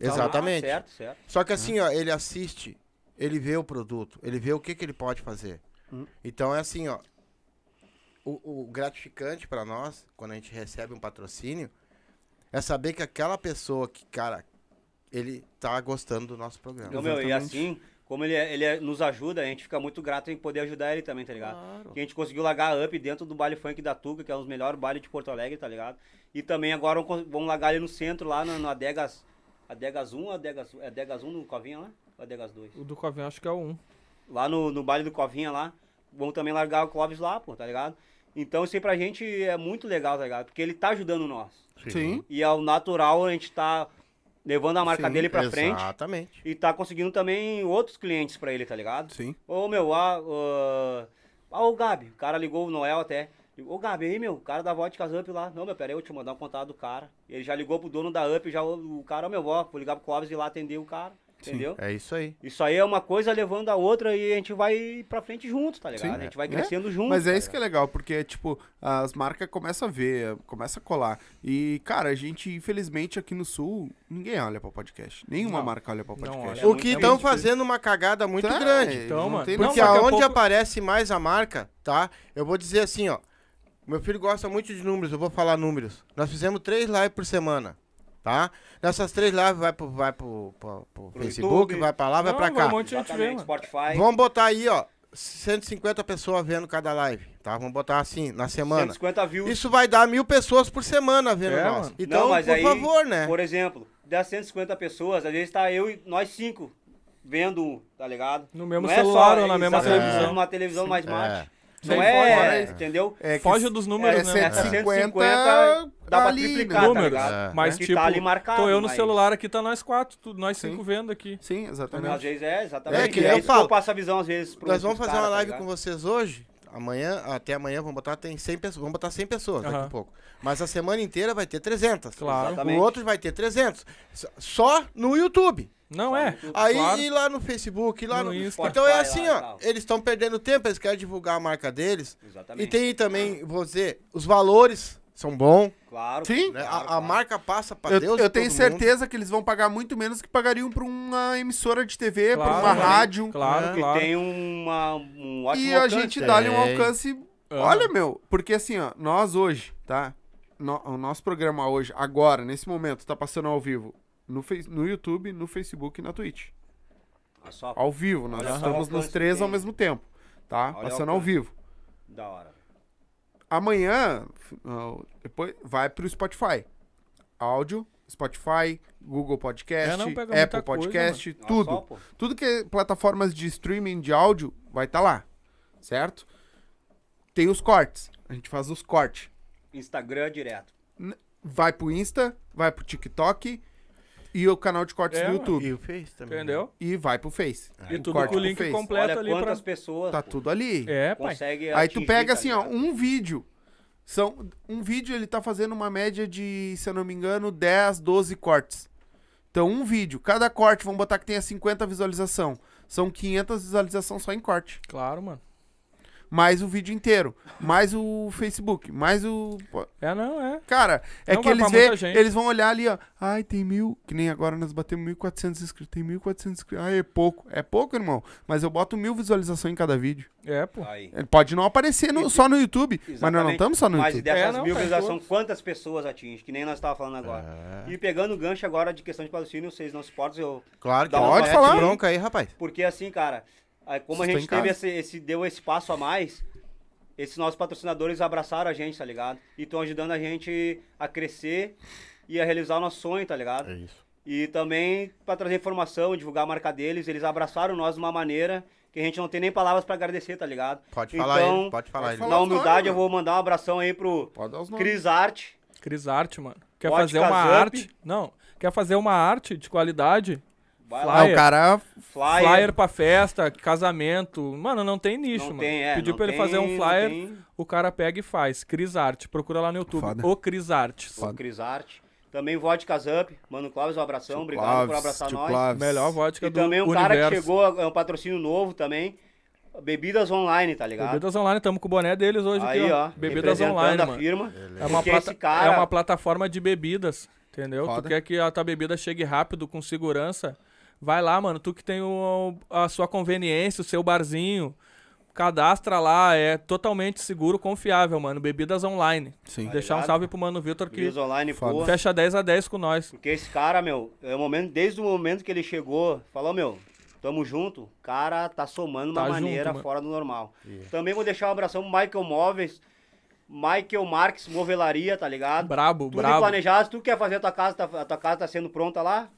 [SPEAKER 2] Exatamente.
[SPEAKER 3] Ah, certo, certo.
[SPEAKER 2] Só
[SPEAKER 1] Né?
[SPEAKER 2] que assim, ó, ele assiste, ele vê o produto, ele vê o que, que ele pode fazer.
[SPEAKER 1] Hum.
[SPEAKER 2] Então é assim, ó. O, o gratificante pra nós, quando a gente recebe um patrocínio, é saber que aquela pessoa que, cara, ele tá gostando do nosso programa.
[SPEAKER 3] Então, meu, e
[SPEAKER 1] Exatamente.
[SPEAKER 3] assim, Como ele, é- ele é- nos ajuda, a gente fica muito grato em poder ajudar ele também, tá ligado? Que a gente conseguiu largar a Up dentro do baile funk da Tuca, que é um dos melhores bailes de Porto Alegre, tá ligado? E também agora vão- vão largar ele no centro, lá na, na Adegas... Adegas 1 ou Adegas... É Adegas 1 no Covinha lá? Ou Adegas 2?
[SPEAKER 4] O do Covinho acho que é o 1.
[SPEAKER 3] lá no, no baile do Covinha lá, vão também largar o Clóvis lá, pô, tá ligado? Então isso aí pra gente é muito legal, tá ligado? Porque ele tá ajudando nós.
[SPEAKER 1] Sim.
[SPEAKER 3] E ao natural a gente tá levando a marca
[SPEAKER 1] Sim,
[SPEAKER 3] dele pra frente
[SPEAKER 2] Exatamente.
[SPEAKER 3] e tá conseguindo também outros clientes pra ele, tá ligado?
[SPEAKER 1] Sim.
[SPEAKER 3] Ô meu, ah, ah, ah, o Gabi, o cara ligou o Noel até. Ligou, Ô Gabi, aí meu, o cara da Vodka Up lá. Não, meu, pera aí, eu vou te mandar um contato do cara. Ele já ligou pro dono da Up, já o o cara, ô meu, ó, vou ligar pro Clóvis e lá atender o cara, entendeu?
[SPEAKER 2] É isso aí.
[SPEAKER 3] Isso aí é uma coisa levando a outra e a gente vai pra frente junto, tá ligado?
[SPEAKER 1] Sim.
[SPEAKER 3] a gente vai
[SPEAKER 1] É.
[SPEAKER 3] crescendo junto.
[SPEAKER 1] Mas é
[SPEAKER 3] tá
[SPEAKER 1] isso que é
[SPEAKER 4] né?
[SPEAKER 3] ligado?
[SPEAKER 1] legal, porque, tipo, as marcas começam a ver, começam a colar. E, cara, a gente, infelizmente, aqui no Sul, ninguém olha pra podcast. Nenhuma
[SPEAKER 4] Não.
[SPEAKER 1] marca olha pra
[SPEAKER 4] Não
[SPEAKER 1] podcast.
[SPEAKER 4] olha.
[SPEAKER 2] O
[SPEAKER 4] muito-
[SPEAKER 2] que
[SPEAKER 4] é
[SPEAKER 2] estão
[SPEAKER 4] muito difícil.
[SPEAKER 2] fazendo uma cagada muito
[SPEAKER 1] Tá,
[SPEAKER 2] grande.
[SPEAKER 1] é,
[SPEAKER 4] Então,
[SPEAKER 1] não
[SPEAKER 4] mano,
[SPEAKER 1] tem-
[SPEAKER 4] não,
[SPEAKER 1] Porque
[SPEAKER 2] Porque
[SPEAKER 4] daqui a
[SPEAKER 2] aonde
[SPEAKER 4] pouco-
[SPEAKER 2] aparece mais a marca, tá? Eu vou dizer assim, ó. Meu filho gosta muito de números, eu vou falar números. Nós fizemos três lives por semana, tá? Nessas três lives vai pro, vai pro, pro- pro
[SPEAKER 3] Pro
[SPEAKER 2] Facebook,
[SPEAKER 3] YouTube.
[SPEAKER 2] vai pra lá, vai
[SPEAKER 4] Não,
[SPEAKER 2] pra cá.
[SPEAKER 4] Um monte de gente vê,
[SPEAKER 3] Exatamente,
[SPEAKER 4] mano.
[SPEAKER 3] Spotify,
[SPEAKER 2] Vamos botar aí, ó, 150 pessoas vendo cada live, tá? Vamos botar assim, na semana.
[SPEAKER 3] 150 views.
[SPEAKER 2] Isso vai dar mil pessoas por semana vendo
[SPEAKER 4] É,
[SPEAKER 2] nós.
[SPEAKER 4] mano.
[SPEAKER 2] Então,
[SPEAKER 3] Não, mas
[SPEAKER 2] por
[SPEAKER 3] aí,
[SPEAKER 2] favor, né?
[SPEAKER 3] Por exemplo, das 150 pessoas, às vezes tá eu e nós cinco vendo, um, tá ligado?
[SPEAKER 4] No mesmo
[SPEAKER 3] Não
[SPEAKER 4] celular
[SPEAKER 3] é só,
[SPEAKER 4] ou na mesma
[SPEAKER 3] exatamente,
[SPEAKER 4] televisão.
[SPEAKER 3] Numa televisão mais mate.
[SPEAKER 4] É.
[SPEAKER 3] Não
[SPEAKER 4] Sim,
[SPEAKER 2] né?
[SPEAKER 3] é,
[SPEAKER 1] fora-
[SPEAKER 3] entendeu?
[SPEAKER 1] É que
[SPEAKER 4] Foge dos números,
[SPEAKER 1] é
[SPEAKER 4] né?
[SPEAKER 1] 150
[SPEAKER 3] dá pra
[SPEAKER 1] ali, né?
[SPEAKER 3] triplicar, tá
[SPEAKER 4] Números.
[SPEAKER 3] ligado?
[SPEAKER 4] Mas,
[SPEAKER 3] Que
[SPEAKER 4] tipo,
[SPEAKER 3] tá ali marcado,
[SPEAKER 4] tô eu no
[SPEAKER 3] mas-
[SPEAKER 4] celular aqui, tá nós quatro, tu- nós
[SPEAKER 1] Sim.
[SPEAKER 4] cinco vendo aqui.
[SPEAKER 1] Sim,
[SPEAKER 3] Às
[SPEAKER 1] exatamente.
[SPEAKER 3] vezes é, exatamente.
[SPEAKER 2] É, que
[SPEAKER 3] E
[SPEAKER 2] nem eu
[SPEAKER 3] isso que
[SPEAKER 2] falo.
[SPEAKER 3] passo a visão às vezes pro
[SPEAKER 2] Nós vamos
[SPEAKER 3] pros
[SPEAKER 2] fazer
[SPEAKER 3] cara,
[SPEAKER 2] uma
[SPEAKER 3] tá
[SPEAKER 2] live
[SPEAKER 3] ligado?
[SPEAKER 2] com vocês hoje. Amanhã, até amanhã, vamos botar tem 100 pessoas, vamos botar 100 pessoas daqui a
[SPEAKER 4] Aham.
[SPEAKER 2] pouco. Mas a semana inteira vai ter 300.
[SPEAKER 4] Claro.
[SPEAKER 3] Exatamente.
[SPEAKER 2] O outro vai ter 300. S- Só no YouTube.
[SPEAKER 4] Não é?
[SPEAKER 2] Aí
[SPEAKER 4] Claro.
[SPEAKER 2] e lá no Facebook, e lá
[SPEAKER 4] No
[SPEAKER 2] no,
[SPEAKER 4] Insta.
[SPEAKER 2] Então é
[SPEAKER 3] Spotify
[SPEAKER 2] assim,
[SPEAKER 3] lá e
[SPEAKER 2] ó.
[SPEAKER 3] tal.
[SPEAKER 2] Eles estão perdendo tempo, eles querem divulgar a marca deles. E
[SPEAKER 3] Exatamente.
[SPEAKER 2] tem também, vou dizer, os valores são bons.
[SPEAKER 3] Claro.
[SPEAKER 1] Sim.
[SPEAKER 2] né? A-
[SPEAKER 3] claro,
[SPEAKER 2] a,
[SPEAKER 3] claro.
[SPEAKER 2] marca passa pra
[SPEAKER 1] Eu,
[SPEAKER 2] Deus.
[SPEAKER 1] eu
[SPEAKER 2] e
[SPEAKER 1] tenho
[SPEAKER 2] todo
[SPEAKER 1] certeza que eles vão pagar muito menos que pagariam pra uma emissora de TV, pra
[SPEAKER 4] Claro,
[SPEAKER 1] uma
[SPEAKER 4] né?
[SPEAKER 1] rádio.
[SPEAKER 4] Claro,
[SPEAKER 3] que
[SPEAKER 4] claro.
[SPEAKER 3] tem uma, um ótimo
[SPEAKER 1] E a
[SPEAKER 3] alcance.
[SPEAKER 1] gente dá-lhe um
[SPEAKER 2] É.
[SPEAKER 1] alcance. Olha, meu, porque assim, ó, nós hoje, tá? No- o nosso programa hoje, agora, nesse momento, tá passando ao vivo no, Face- no YouTube, no Facebook e na Twitch.
[SPEAKER 3] Ah, só
[SPEAKER 1] Ao vivo, nós
[SPEAKER 3] Olha só o
[SPEAKER 1] estamos
[SPEAKER 3] alcance
[SPEAKER 1] nos
[SPEAKER 3] que
[SPEAKER 1] três ao
[SPEAKER 3] tem.
[SPEAKER 1] mesmo tempo, tá?
[SPEAKER 3] Olha o
[SPEAKER 1] passando ao
[SPEAKER 3] alcance.
[SPEAKER 1] vivo.
[SPEAKER 3] da hora.
[SPEAKER 1] Amanhã, f- ah, depois, vai pro Spotify. Áudio, Spotify, Google Podcast,
[SPEAKER 4] É, não pega muita
[SPEAKER 1] Apple
[SPEAKER 4] coisa,
[SPEAKER 1] Podcast,
[SPEAKER 3] mano.
[SPEAKER 1] tudo.
[SPEAKER 3] Olha só, pô.
[SPEAKER 1] tudo que é plataformas de streaming de áudio vai estar lá, certo? Tem os cortes. A gente faz os cortes.
[SPEAKER 3] Instagram direto.
[SPEAKER 1] N- Vai pro Insta, vai pro TikTok e o canal de cortes
[SPEAKER 4] É,
[SPEAKER 1] do
[SPEAKER 4] mano.
[SPEAKER 2] mundo.
[SPEAKER 1] YouTube.
[SPEAKER 2] E o Face
[SPEAKER 3] um
[SPEAKER 2] também.
[SPEAKER 4] Entendeu?
[SPEAKER 1] E vai pro Face.
[SPEAKER 4] E
[SPEAKER 1] O
[SPEAKER 4] tudo
[SPEAKER 1] corte
[SPEAKER 4] com o
[SPEAKER 1] pro
[SPEAKER 4] link
[SPEAKER 1] Face.
[SPEAKER 4] completo
[SPEAKER 3] Olha
[SPEAKER 4] ali
[SPEAKER 3] quantas
[SPEAKER 4] pra...
[SPEAKER 3] pessoas
[SPEAKER 1] Tá
[SPEAKER 3] pô,
[SPEAKER 1] tudo ali.
[SPEAKER 4] É, pai.
[SPEAKER 3] consegue
[SPEAKER 1] Aí tu
[SPEAKER 3] atingir,
[SPEAKER 1] pega
[SPEAKER 3] tá
[SPEAKER 1] assim, ó,
[SPEAKER 3] ligado?
[SPEAKER 1] um vídeo. São, um vídeo ele tá fazendo uma média de, se eu não me engano, 10, 12 cortes. Então, um vídeo, cada corte, vamos botar que tenha 50 visualização. São 500 visualizações só em corte.
[SPEAKER 4] Claro, mano.
[SPEAKER 1] Mais o vídeo inteiro, mais o Facebook, mais o. pô,
[SPEAKER 4] É, não, é.
[SPEAKER 1] Cara, é
[SPEAKER 4] Não
[SPEAKER 1] que
[SPEAKER 4] vai
[SPEAKER 1] eles
[SPEAKER 4] pra muita
[SPEAKER 1] vê,
[SPEAKER 4] gente.
[SPEAKER 1] eles vão olhar ali, ó. Ai, tem mil. Que nem agora nós batemos 1.400 inscritos. Tem 1.400 inscritos. Ai, é pouco. É pouco, irmão. Mas eu boto mil visualizações em cada vídeo.
[SPEAKER 4] É,
[SPEAKER 1] um
[SPEAKER 4] pô.
[SPEAKER 3] Aí.
[SPEAKER 1] Ele pode não aparecer no- só no YouTube, mas nós não
[SPEAKER 3] Exatamente.
[SPEAKER 1] estamos só no
[SPEAKER 3] Mas
[SPEAKER 1] YouTube.
[SPEAKER 4] É,
[SPEAKER 3] dessas
[SPEAKER 4] não,
[SPEAKER 3] mil
[SPEAKER 4] tá
[SPEAKER 3] visualizações,
[SPEAKER 4] todo.
[SPEAKER 3] quantas pessoas atinge? Que nem nós estávamos falando agora.
[SPEAKER 2] É,
[SPEAKER 1] É.
[SPEAKER 3] E pegando o gancho agora de questão de patrocínio, vocês não se portam, eu...
[SPEAKER 2] Claro que
[SPEAKER 3] Dá
[SPEAKER 2] não,
[SPEAKER 3] uma
[SPEAKER 2] mete
[SPEAKER 1] falar.
[SPEAKER 2] bronca aí, rapaz.
[SPEAKER 3] Porque assim, cara, aí como a
[SPEAKER 1] Vocês
[SPEAKER 3] gente
[SPEAKER 1] tão em
[SPEAKER 3] teve
[SPEAKER 1] casa.
[SPEAKER 3] esse, esse- deu esse passo a mais, esses nossos patrocinadores abraçaram a gente, tá ligado? E estão ajudando a gente a crescer e a realizar o nosso sonho, tá
[SPEAKER 1] É
[SPEAKER 4] É.
[SPEAKER 3] ligado?
[SPEAKER 2] isso.
[SPEAKER 3] E também para trazer informação, divulgar a marca deles, eles abraçaram nós de uma maneira que a gente não tem nem palavras para agradecer, tá ligado?
[SPEAKER 2] Pode falar
[SPEAKER 3] Então,
[SPEAKER 2] ele, pode falar
[SPEAKER 1] pode
[SPEAKER 2] ele.
[SPEAKER 1] falar.
[SPEAKER 3] Na humildade,
[SPEAKER 1] Fala os nomes,
[SPEAKER 3] eu vou mandar um abração aí pro
[SPEAKER 1] Pode dar os nomes.
[SPEAKER 3] Cris Arte.
[SPEAKER 4] Cris Arte, mano. Quer
[SPEAKER 3] Vodka
[SPEAKER 4] fazer uma
[SPEAKER 3] Zup.
[SPEAKER 4] arte? Não. Quer fazer uma arte de qualidade?
[SPEAKER 3] Vai
[SPEAKER 1] Ah,
[SPEAKER 4] Flyer.
[SPEAKER 1] o cara.
[SPEAKER 3] lá.
[SPEAKER 4] Flyer, pra festa, casamento. Mano, não tem nicho,
[SPEAKER 3] Não
[SPEAKER 4] mano.
[SPEAKER 3] tem, é,
[SPEAKER 4] Pediu
[SPEAKER 3] não
[SPEAKER 4] pra ele
[SPEAKER 3] tem-
[SPEAKER 4] fazer um
[SPEAKER 3] não
[SPEAKER 4] flyer,
[SPEAKER 3] tem.
[SPEAKER 4] o cara pega e faz. Cris Arte. Procura lá no YouTube.
[SPEAKER 1] Foda.
[SPEAKER 4] O Cris Artes.
[SPEAKER 3] O Cris Arte. Também Vodka Zup. Mano Clóvis, um abração. Obrigado por
[SPEAKER 1] Clóvis,
[SPEAKER 3] abraçar
[SPEAKER 1] tio
[SPEAKER 3] nós.
[SPEAKER 1] Clóvis.
[SPEAKER 4] Melhor vodka
[SPEAKER 3] E
[SPEAKER 4] é do
[SPEAKER 3] também um
[SPEAKER 4] universo.
[SPEAKER 3] cara que chegou, é um patrocínio novo também. Bebidas online, tá ligado?
[SPEAKER 4] Bebidas Online, estamos com o boné deles hoje
[SPEAKER 3] Aí,
[SPEAKER 4] aqui,
[SPEAKER 3] ó.
[SPEAKER 4] ó. Bebidas
[SPEAKER 3] representando
[SPEAKER 4] Online,
[SPEAKER 3] a
[SPEAKER 4] mano.
[SPEAKER 3] firma.
[SPEAKER 4] É uma,
[SPEAKER 3] porque
[SPEAKER 4] plata-
[SPEAKER 3] esse cara,
[SPEAKER 4] é uma plataforma de bebidas, entendeu?
[SPEAKER 1] Foda.
[SPEAKER 4] Tu quer que a tua bebida chegue rápido, com segurança, vai lá, mano. Tu que tem o- a sua conveniência, o seu barzinho, cadastra lá, é totalmente seguro, confiável, mano. Bebidas online.
[SPEAKER 1] Sim.
[SPEAKER 4] Deixar um
[SPEAKER 3] Tá ligado?
[SPEAKER 4] salve pro mano Vitor que
[SPEAKER 3] Bebidas online,
[SPEAKER 1] Foda.
[SPEAKER 3] pô.
[SPEAKER 4] fecha 10 a 10 com nós.
[SPEAKER 3] Porque esse cara, meu, é o momento, desde o momento que ele chegou, falou, meu, Tamo junto. Cara, tá somando de uma
[SPEAKER 4] Tá junto,
[SPEAKER 3] maneira
[SPEAKER 4] mano.
[SPEAKER 3] fora do normal. Também vou deixar um abração pro Michael Móveis, Michael Marques Movelaria, tá ligado?
[SPEAKER 4] Brabo,
[SPEAKER 3] Tudo
[SPEAKER 4] brabo.
[SPEAKER 3] planejado. Se tu quer fazer a tua casa, tá- a tua casa tá sendo pronta lá.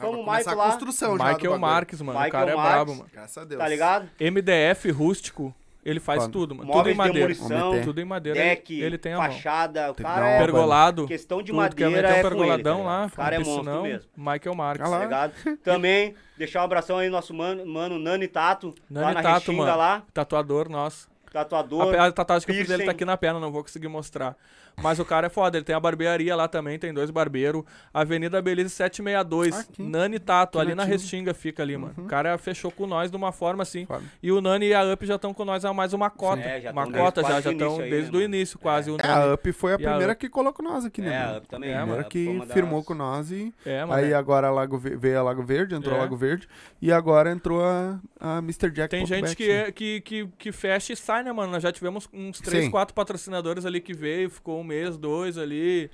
[SPEAKER 1] Ah,
[SPEAKER 3] Vamos,
[SPEAKER 1] Vai começar
[SPEAKER 3] Michael
[SPEAKER 1] a
[SPEAKER 3] lá.
[SPEAKER 1] construção já do
[SPEAKER 4] Michael
[SPEAKER 1] bagulho.
[SPEAKER 4] Marques, mano.
[SPEAKER 3] Michael
[SPEAKER 4] o cara
[SPEAKER 3] Marques.
[SPEAKER 4] é brabo, mano.
[SPEAKER 1] Graças a Deus.
[SPEAKER 3] Tá ligado?
[SPEAKER 4] MDF rústico, ele faz
[SPEAKER 1] Foda.
[SPEAKER 4] tudo, mano. Tudo em
[SPEAKER 3] Móveis de
[SPEAKER 4] madeira.
[SPEAKER 1] Vamos
[SPEAKER 3] demolição,
[SPEAKER 1] meter.
[SPEAKER 4] Tudo em madeira. ele-
[SPEAKER 3] deck,
[SPEAKER 4] ele tem a mão.
[SPEAKER 3] fachada.
[SPEAKER 1] Tem
[SPEAKER 3] O
[SPEAKER 1] que
[SPEAKER 3] cara
[SPEAKER 1] dar uma
[SPEAKER 3] é...
[SPEAKER 1] pergola.
[SPEAKER 4] Pergolado.
[SPEAKER 3] Questão de
[SPEAKER 4] tudo,
[SPEAKER 3] madeira
[SPEAKER 4] Quer meter
[SPEAKER 3] é
[SPEAKER 4] um
[SPEAKER 3] com ele,
[SPEAKER 4] pergoladão
[SPEAKER 3] tá
[SPEAKER 4] lá.
[SPEAKER 3] ligado? O cara
[SPEAKER 4] um
[SPEAKER 3] é monstro
[SPEAKER 4] piscinão.
[SPEAKER 3] mesmo.
[SPEAKER 4] Michael Marques.
[SPEAKER 1] Ah lá.
[SPEAKER 3] Tá ligado? Também, deixar um abração aí nosso mano, mano Nani Tato, lá
[SPEAKER 4] Nani
[SPEAKER 3] na
[SPEAKER 4] Tato,
[SPEAKER 3] Restinga
[SPEAKER 4] mano.
[SPEAKER 3] lá,
[SPEAKER 4] Tatuador nosso.
[SPEAKER 3] tatuador.
[SPEAKER 4] A, a tatuagem que eu fiz dele tá
[SPEAKER 3] piercing.
[SPEAKER 4] aqui na perna, não vou conseguir mostrar. Mas o cara é foda, ele tem a barbearia lá também, tem dois barbeiros. Avenida Belize
[SPEAKER 1] Ah,
[SPEAKER 4] 762, Nani Tato, ali na Restinga fica ali, mano. O cara fechou com nós de uma forma assim.
[SPEAKER 1] Uhum. Foda.
[SPEAKER 4] E o Nani e a Up já estão com nós há mais uma cota.
[SPEAKER 3] É, já
[SPEAKER 4] uma
[SPEAKER 3] tão desde
[SPEAKER 4] cota já,
[SPEAKER 3] quase
[SPEAKER 4] já
[SPEAKER 3] o início
[SPEAKER 4] estão
[SPEAKER 3] aí,
[SPEAKER 4] desde
[SPEAKER 3] né,
[SPEAKER 4] o
[SPEAKER 3] mano?
[SPEAKER 4] início quase. um- O
[SPEAKER 1] É, a
[SPEAKER 4] Nani.
[SPEAKER 1] Up foi a
[SPEAKER 4] E a
[SPEAKER 1] primeira
[SPEAKER 4] Up.
[SPEAKER 1] que colocou nós aqui, né?
[SPEAKER 3] É,
[SPEAKER 1] mano?
[SPEAKER 3] a Up também,
[SPEAKER 1] A
[SPEAKER 3] né,
[SPEAKER 1] primeira
[SPEAKER 3] mano? Foi
[SPEAKER 1] que
[SPEAKER 3] uma das-
[SPEAKER 1] firmou com nós e.
[SPEAKER 4] É, mano.
[SPEAKER 1] Aí agora a Lago Ve- veio a Lago Verde, entrou
[SPEAKER 4] É.
[SPEAKER 1] a Lago Verde, e agora entrou a, a Mr. Jack.
[SPEAKER 4] Tem gente
[SPEAKER 1] Pokeback,
[SPEAKER 4] que,
[SPEAKER 1] né?
[SPEAKER 4] é- que, que, que fecha e sai, né, mano? Nós já tivemos uns três,
[SPEAKER 1] Sim.
[SPEAKER 4] quatro patrocinadores ali que veio, ficou um mês, dois ali.